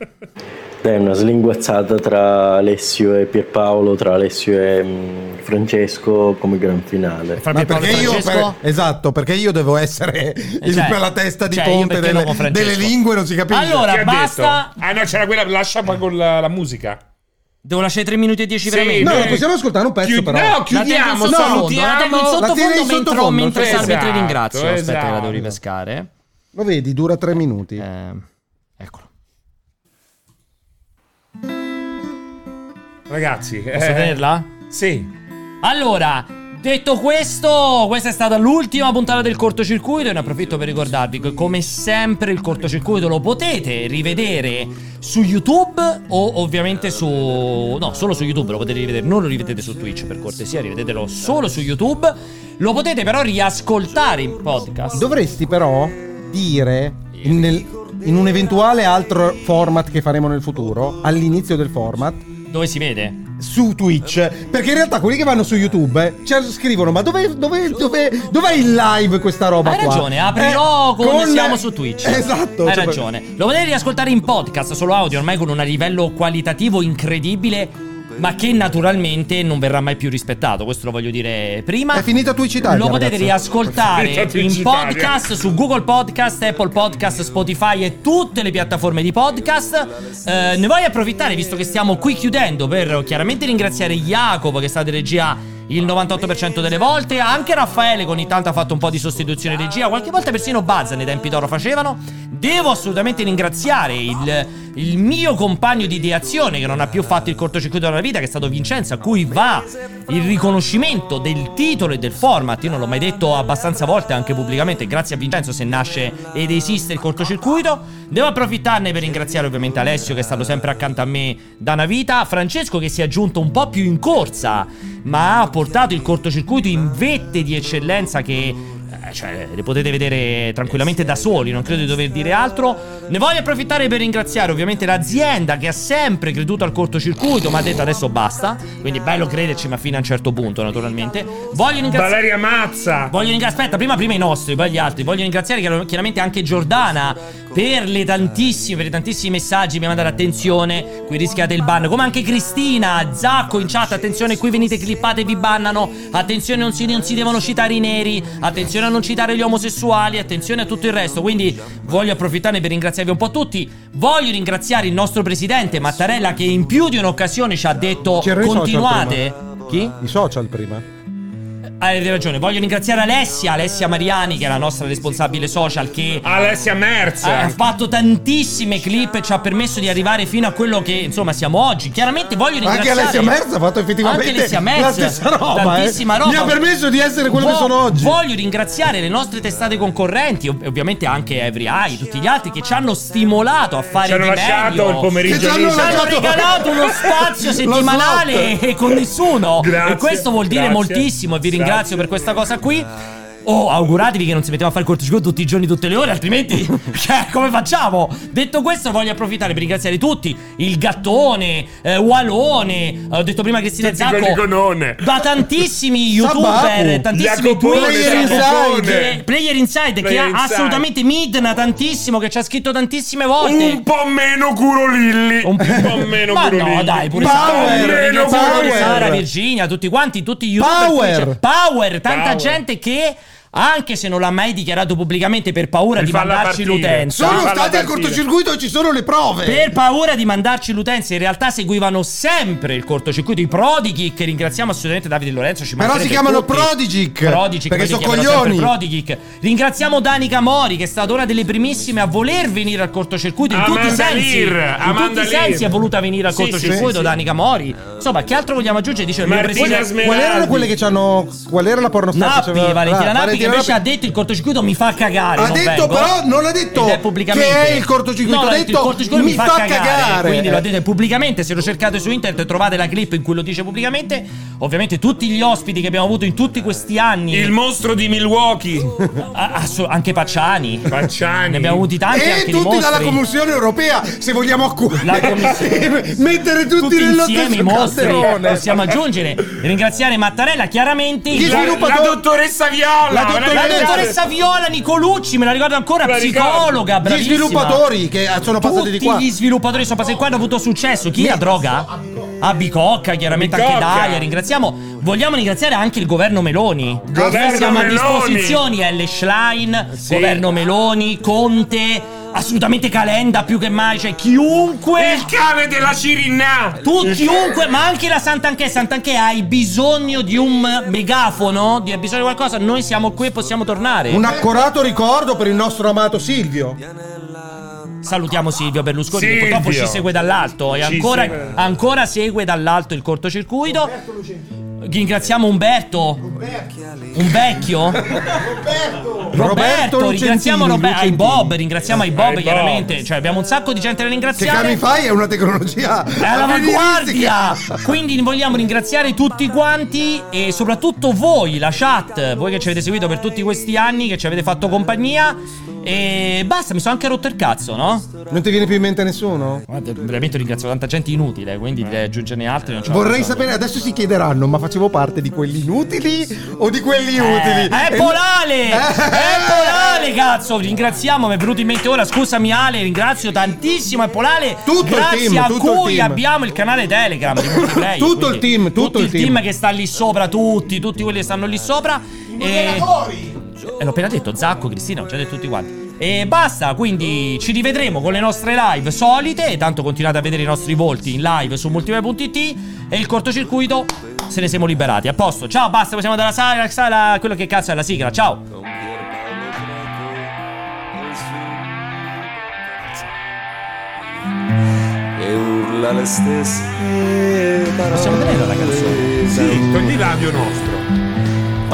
S8: Dai, una slinguazzata tra Alessio e Pierpaolo, tra Alessio e mm, Francesco come gran finale.
S2: Ma perché io per- esatto, perché io devo essere il-
S1: Cioè,
S2: la testa di
S1: cioè, io
S2: ponte
S1: perché
S2: delle,
S1: non con Francesco?
S2: delle lingue, non si capisce.
S1: Allora,
S3: Chi ha
S1: basta.
S3: detto? Ah, no, c'era quella. Lascia poi con la, la musica.
S1: Devo lasciare 3 minuti e 10
S3: Sì,
S1: veramente.
S3: no, possiamo
S2: ascoltare un pezzo,
S3: Chiud- però. no, chiudiamo, salutiamo.
S1: La tengo in
S2: La tieni in
S1: sottofondo mentre,
S2: sottofondo,
S1: mentre
S2: esatto,
S1: Sarvetri ringrazio. Aspetta, che la
S2: esatto.
S1: devo ripescare. Eh.
S2: Lo vedi, dura tre minuti.
S1: eccolo.
S3: Ragazzi,
S1: Eh. Posso tenerla?
S3: Eh. Sì.
S1: Allora, detto questo, questa è stata l'ultima puntata del cortocircuito e ne approfitto per ricordarvi che come sempre il cortocircuito lo potete rivedere su YouTube o ovviamente su... no, solo su YouTube lo potete rivedere, non lo rivedete su Twitch per cortesia, rivedetelo solo su YouTube. Lo potete però riascoltare in podcast.
S2: Dovresti però dire in, nel- in un eventuale altro format che faremo nel futuro, all'inizio del format,
S1: Dove si vede?
S2: su Twitch, perché in realtà quelli che vanno su YouTube eh, ci scrivono "Ma dove dove dove dov'è il live questa roba
S1: Hai
S2: qua?"
S1: ragione,
S2: Eh,
S1: aprirò come
S2: con-
S1: siamo su Twitch.
S2: Esatto,
S1: Hai
S2: cioè-
S1: ragione. Lo potete riascoltare in podcast, solo audio, ormai con un livello qualitativo incredibile, ma che naturalmente non verrà mai più rispettato. Questo lo voglio dire prima.
S2: È finita Twitch Italia,
S1: Lo potete
S2: ragazzi.
S1: riascoltare
S2: È finita Twitch
S1: in
S2: Italia.
S1: podcast su Google Podcast, Apple Podcast, Spotify e tutte le piattaforme di podcast. Eh, ne voglio approfittare, visto che stiamo qui chiudendo, per chiaramente ringraziare Jacopo che è stato in regia. Il 98% delle volte, anche Raffaele con ogni tanto ha fatto un po' di sostituzione regia, qualche volta persino Buzz nei tempi d'oro facevano. Devo assolutamente ringraziare il, il mio compagno di ideazione che non ha più fatto il cortocircuito della vita, che è stato Vincenzo, a cui va il riconoscimento del titolo e del format. Io non l'ho mai detto abbastanza volte, anche pubblicamente. Grazie a Vincenzo se nasce ed esiste il cortocircuito. Devo approfittarne per ringraziare ovviamente Alessio, che è stato sempre accanto a me da una vita. Francesco, che si è aggiunto un po' più in corsa, ma ha portato il cortocircuito in vette di eccellenza che eh, cioè, le potete vedere tranquillamente da soli, non credo di dover dire altro. Ne voglio approfittare per ringraziare ovviamente l'azienda che ha sempre creduto al cortocircuito, ma ha detto adesso basta. Quindi è bello crederci, ma fino a un certo punto, naturalmente. Voglio ringraziare.
S3: Valeria Mazza!
S1: Voglio ringra- Aspetta, prima, prima i nostri, poi gli altri. Voglio ringraziare chiaro- chiaramente anche Giordana per le tantissime, per i tantissimi messaggi. Mi ha mandato attenzione, qui rischiate il ban. Come anche Cristina, Zacco in chat, attenzione, qui venite clippate e vi bannano. Attenzione, non si, non si devono citare i neri. Attenzione a non citare gli omosessuali. Attenzione a tutto il resto. Quindi voglio approfittarne per ringraziarvi un po' tutti. Voglio ringraziare il nostro presidente Mattarella che in più di un'occasione ci ha detto
S2: C'erano i social
S1: continuate.
S2: prima.
S1: Chi?
S2: I social prima.
S1: Avete ragione, voglio ringraziare Alessia, Alessia Mariani che è la nostra responsabile social che
S3: Alessia Merza.
S1: ha fatto tantissime clip e ci ha permesso di arrivare fino a quello che insomma siamo oggi. Chiaramente voglio
S2: Anche
S1: ringraziare
S2: Alessia Merz ha fatto effettivamente
S1: anche Alessia Merz,
S2: la stessa roba, eh.
S1: tantissima roba.
S2: Mi ha permesso di essere quello che
S1: Vo-
S2: sono oggi.
S1: Voglio ringraziare le nostre testate concorrenti, ov- ovviamente anche Every Eye, tutti gli altri che ci hanno stimolato a fare
S3: Ci hanno
S1: di
S3: lasciato
S1: meglio.
S3: il pomeriggio
S1: Che ci hanno,
S3: libero.
S1: ci hanno regalato uno spazio
S3: Lo
S1: settimanale
S3: slot.
S1: e con nessuno.
S3: Grazie,
S1: e questo vuol dire
S3: grazie,
S1: moltissimo e
S3: grazie.
S1: vi ringrazio per questa cosa qui. Oh, auguratevi che non si metteva a fare il cortocircuito tutti i giorni, tutte le ore, altrimenti cioè, come facciamo? Detto questo, voglio approfittare per ringraziare tutti: il gattone, eh, Walone, eh, ho detto prima Cristina
S3: Tutti quelli
S1: Zacco,
S3: con one.
S1: da tantissimi youtuber,
S3: Sabaku,
S1: tantissimi
S3: Jacopone,
S1: player
S3: Jacopone.
S1: inside, player inside che
S3: Player
S1: ha
S3: Inside.
S1: assolutamente Midna tantissimo che ci ha scritto tantissime volte.
S3: Un po' meno Curolilli.
S1: Un po'
S3: meno
S1: Ma
S3: Curolilli.
S1: no, dai, pure
S3: Power,
S1: Sara,
S3: meno
S1: ringraziamo
S3: Curolilli.
S1: pure Sara, Virginia, tutti quanti, tutti gli youtuber
S2: Power.
S1: Twitch. Power, tanta
S2: Power.
S1: gente che anche se non l'ha mai dichiarato pubblicamente per paura
S2: Mi
S1: di
S2: fa la
S1: mandarci
S2: partita.
S1: l'utenza.
S2: Sono stati al cortocircuito e ci sono le prove.
S1: Per paura di mandarci l'utenza, in realtà seguivano sempre il cortocircuito. I prodighi, che ringraziamo assolutamente Davide Lorenzo. Ci
S2: Però
S1: mancherebbe
S2: si chiamano
S1: tutti.
S2: Prodigic,
S1: Prodigic,
S2: perché
S1: quelli
S2: sono
S1: chiamano sempre
S2: coglioni.
S1: Prodigic. Ringraziamo Danica Mori, che è stata una delle primissime a voler venire al cortocircuito. In tutti i
S3: Amanda
S1: sensi,
S3: Lear,
S1: in
S3: Amanda
S1: tutti i
S3: Lear.
S1: sensi è voluta venire al
S3: Sì,
S1: cortocircuito.
S3: sì, sì.
S1: Danica Mori. Insomma, che altro vogliamo aggiungere? Dice il mio
S3: Martina
S1: presidente-
S2: Qual erano quelle che c'hanno qual era la pornostar che
S1: Nappi,
S2: c'aveva-
S1: Valentina
S2: Ah,
S1: Nappi, che invece
S2: Nappi.
S1: ha detto il cortocircuito mi fa cagare.
S2: Ha
S1: non
S2: detto
S1: vengo.
S2: però, non ha detto
S1: Ed è pubblicamente.
S2: che è il cortocircuito,
S1: No,
S2: ha
S1: il
S2: detto,
S1: cortocircuito
S2: "Mi fa cagare".
S1: Quindi lo ha detto pubblicamente, se lo cercate su internet trovate la clip in cui lo dice pubblicamente. Ovviamente tutti gli ospiti che abbiamo avuto in tutti questi anni.
S3: Il mostro di Milwaukee.
S1: Ah, asso- anche Pacciani.
S3: Pacciani.
S1: Ne abbiamo avuti tanti anche
S2: E
S1: di
S2: tutti dalla
S1: mostri.
S2: Commissione europea, se vogliamo accu-
S1: La commissione.
S2: mettere tutti,
S1: tutti
S2: nello
S1: insieme
S2: stesso
S1: i mostri
S2: calderone.
S1: possiamo aggiungere ringraziare Mattarella chiaramente
S2: Gli
S1: La-
S2: sviluppatori-
S1: la
S3: La dottoressa Viola.
S1: la, dottor- la dottoressa Viola Nicolucci, me la ricordo ancora,
S2: Me la
S1: psicologa,
S2: ricordo.
S1: bravissima.
S2: Gli sviluppatori che sono passati di
S1: Tutti
S2: qua.
S1: gli sviluppatori sono passati qua hanno avuto successo. Chi la droga? A Bicocca, chiaramente
S3: Bicocca.
S1: anche Daria, ringraziamo. Vogliamo ringraziare anche il governo Meloni.
S3: Governo
S1: Siamo
S3: Meloni.
S1: a disposizione L. Schlein,
S3: Sì.
S1: governo Meloni, Conte, assolutamente Calenda più che mai, cioè chiunque
S3: Il cane della Cirinna.
S1: tu, chiunque, ma anche la Sant'Anchè, Sant'Anchè hai bisogno di un megafono, di, hai bisogno di qualcosa, noi siamo qui e possiamo tornare.
S2: Un accorato ricordo per il nostro amato Silvio.
S1: Salutiamo Silvio Berlusconi che
S3: Silvio!
S1: purtroppo ci segue dall'alto e
S3: Ci
S1: ancora,
S3: segue dall'alto.
S1: ancora segue dall'alto il cortocircuito. Ringraziamo Umberto. Un vecchio? Roberto,
S2: Roberto
S1: ringraziamo
S2: Lucentini,
S1: Roberto, ai
S2: Lucentini.
S1: Bob, ringraziamo ai Bob,
S2: Ai Bob.
S1: chiaramente. Cioè, abbiamo un sacco di gente
S2: Che
S1: da ringraziare.
S2: Camify è una tecnologia
S1: È all'avanguardia! Quindi vogliamo ringraziare tutti quanti e soprattutto voi, la chat, voi che ci avete seguito per tutti questi anni, che ci avete fatto compagnia. E basta, mi sono anche rotto il cazzo, no?
S2: Non ti viene più in mente nessuno?
S1: Guarda, veramente ringrazio tanta gente inutile, quindi direi aggiungerne altri. Non ce la
S2: Vorrei
S1: faccio.
S2: sapere, adesso si chiederanno, ma facevo parte di quelli inutili o di quelli utili?
S1: Eh, è
S2: E-
S1: Polale!
S2: Eh,
S1: È Polale, cazzo! Vi Ringraziamo, mi è venuto in mente ora. Scusami, Ale, ringrazio tantissimo. È Polale,
S2: Tutto il
S1: grazie
S2: team,
S1: a
S2: tutto il
S1: cui
S2: team.
S1: abbiamo il canale Telegram. Di Multiplay,
S2: Tutto
S1: quindi
S2: il team, tutto il team.
S1: che sta lì sopra, tutti, tutti quelli che stanno lì sopra. E... Eh, l'ho appena detto, Zacco, Cristina, ho già detto tutti quanti. E basta, quindi ci rivedremo con le nostre live solite. E tanto continuate a vedere i nostri volti in live su multiplayer.it. E il cortocircuito se ne siamo liberati. A posto, ciao, basta, possiamo andare alla sala, alla sala quello che cazzo è la sigla. Ciao.
S5: e urla le stesse parole.
S1: Possiamo tenere la canzone?
S5: Sì,
S3: togli l'audio nostro.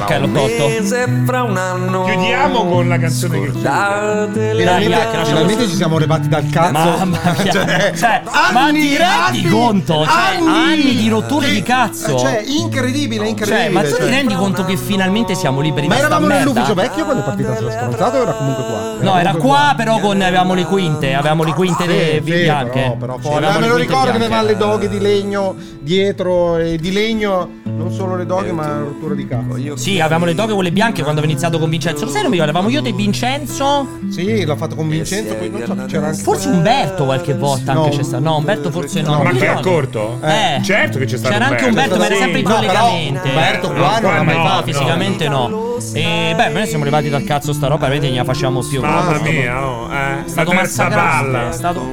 S5: Fra
S1: l'ho
S5: un
S1: tolto.
S5: mese, fra un anno.
S3: Chiudiamo con la canzone che
S5: Scordate
S2: eh.
S5: le
S2: Finalmente, finalmente ci siamo levati dal cazzo.
S1: Mamma mia.
S2: Cioè,
S1: Cioè, ma ti rendi conto? Cioè, anni di rotture di cazzo.
S2: Cioè, incredibile, incredibile.
S1: Cioè, ma tu ti
S2: cioè.
S1: rendi conto che finalmente siamo liberi
S2: Ma
S1: da sta
S2: eravamo
S1: merda?
S2: nell'ufficio vecchio quando è partita sulla stronzata o era comunque qua?
S1: No, era
S2: comunque
S1: qua, però con avevamo le quinte, avevamo le quinte
S2: Ah, Sì,
S1: de-
S2: sì,
S1: bianche.
S2: però, però
S1: Sì,
S2: poi-
S1: avevamo
S2: me
S1: le
S2: lo
S1: quinte
S2: ricordo che aveva
S1: bianche.
S2: le doghe di legno dietro e di legno non solo le doghe ma la rottura di cazzo
S1: Sì, avevamo le doghe quelle bianche quando avevo iniziato con Vincenzo. Lo Sai, non mi ricordo, avevamo io te Vincenzo.
S2: Eh, Sì, l'ho fatto con Vincenzo, poi non so, c'era anche
S1: Forse Umberto qualche volta anche c'è stato. No, Umberto forse no. non
S3: ma
S1: mi
S3: che è
S1: ricordo.
S3: accorto?
S1: Eh.
S3: Certo che c'è stato
S1: C'era anche Umberto, ma era sempre in
S3: Sì.
S1: collegamento.
S3: Umberto qua non l'ha mai fatto.
S1: Fisicamente no. E beh, noi siamo arrivati dal cazzo sta roba, vedete, ne la facciamo più.
S3: Mamma
S1: È stato-
S3: mia, oh, eh.
S1: è stato
S3: la terza
S1: massacrante,
S3: palla.
S1: È stato...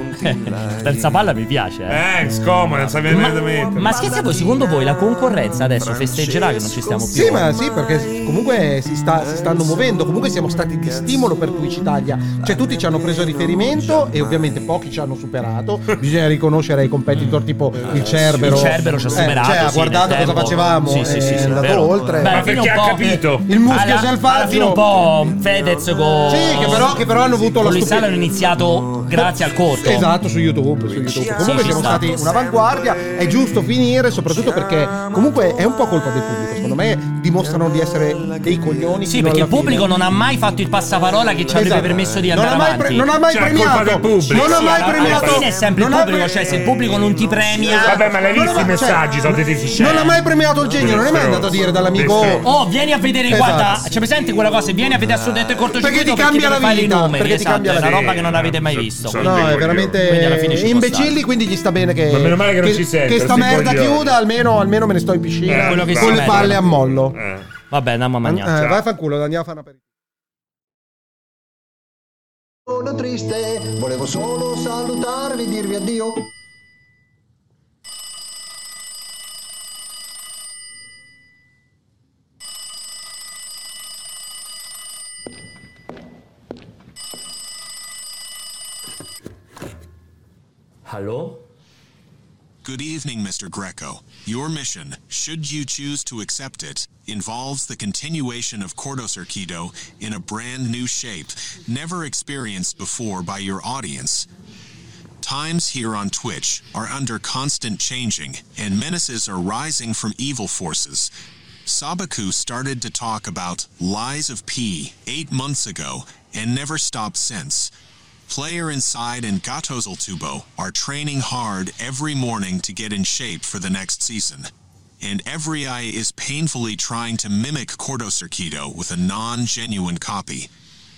S1: terza palla mi piace, eh.
S3: Eh, scomoda, non sapevo
S1: Ma-
S3: niente da mettere.
S1: Ma scherzi a voi, secondo voi la concorrenza adesso festeggerà che non ci stiamo più?
S2: Sì, ma sì, perché comunque si, sta- si stanno muovendo, comunque siamo stati di stimolo per Twitch Italia. Cioè tutti ci hanno preso a
S1: diciamo
S2: riferimento e ovviamente pochi ci hanno superato. Bisogna riconoscere ai competitor tipo il Cerbero.
S1: Eh, Il Cerbero ci ha
S2: Eh,
S1: superato,
S2: cioè, ha
S1: sì,
S2: guardato
S1: nel
S2: cosa
S1: tempo.
S2: facevamo
S1: Sì, sì,
S2: e
S1: sì,
S2: è
S1: sì,
S2: andato
S1: vero.
S2: oltre.
S1: Beh, fino a un po' che-
S2: Il muschio
S1: alla- Alla
S2: selvaggio.
S1: fine un po' Fedez con...
S2: Sì, che però- che però hanno avuto la
S1: Con
S2: stupi-
S1: Lissana hanno iniziato grazie al corto.
S2: Esatto, su YouTube. Su YouTube. Comunque
S1: ci
S2: siamo
S1: sta.
S2: stati un'avanguardia. È giusto finire, soprattutto perché comunque è un po' colpa del pubblico. Secondo me dimostrano di essere dei coglioni.
S1: Sì, perché il pubblico non ha mai fatto il passaparola che ci avrebbe
S2: Esatto.
S1: permesso di
S2: Non
S1: andare
S2: ha mai
S1: avanti.
S2: pre- non ha mai Cioè, è colpa premiato. del pubblico. Non ha
S1: Sì,
S2: mai
S1: alla- Alla
S2: premiato.
S1: fine è sempre
S2: Non
S1: il
S2: ha
S1: pubblico,
S2: pre-
S1: cioè se il pubblico non ti premia.
S3: Vabbè, ma l'hai
S1: Non
S3: visto
S1: ha-
S3: i
S1: cioè,
S3: messaggi? Sono deficienti.
S2: Non ha mai premiato il genio, non è mai andato a dire dall'amico.
S1: Oh, vieni a vedere,
S2: Esatto.
S1: guarda, c'è presente quella cosa? Vieni a vedere assolutamente il cortocircuito
S2: Perché ti cambia
S1: devi
S2: la
S1: fare i
S2: vita,
S1: numeri,
S2: perché ti
S1: esatto,
S2: cambia
S1: è
S2: la
S1: una
S2: vita.
S1: roba che non avete mai visto.
S2: No, è
S1: Quindi alla fine
S2: veramente Eh,
S1: ci può
S2: imbecilli, quindi gli sta bene che,
S3: Ma meno male che non ci sei,
S2: che
S3: per
S2: sta
S3: sti
S2: merda
S3: coglioni.
S2: chiuda, almeno, almeno me ne sto in piscina
S1: Eh, quello che si
S2: con le
S1: merita.
S2: palle a mollo.
S3: Eh.
S1: Vabbè, andiamo a
S2: Eh,
S1: mangiare.
S2: vai a fanculo, andiamo a fare una per-
S8: Sono triste, volevo solo salutarvi, dirvi addio.
S18: Hello? Good evening, Mr. Greco. Your mission, should you choose to accept it, involves the continuation of Cortocircuito in a brand new shape, never experienced before by your audience. Times here on Twitch are under constant changing, and menaces are rising from evil forces. Sabaku started to talk about lies of P eight months ago and never stopped since. Player Inside and Gatozel Tubo are training hard every morning to get in shape for the next season. And Every Eye is painfully trying to mimic Cortocircuito with a non genuine copy.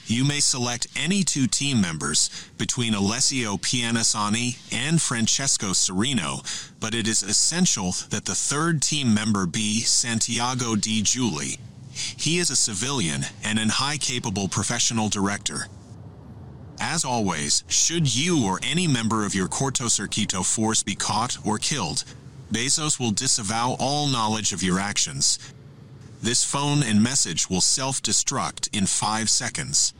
S18: You may select any two team members between Alessio Pianisani and Francesco Serino, but it is essential that the third team member be Santiago Di Giuli. He is a civilian and an high capable professional director. As always, should you or any member of your Cortocircuito force be caught or killed, Bezos will disavow all knowledge of your actions. This phone and message will self destruct in five seconds.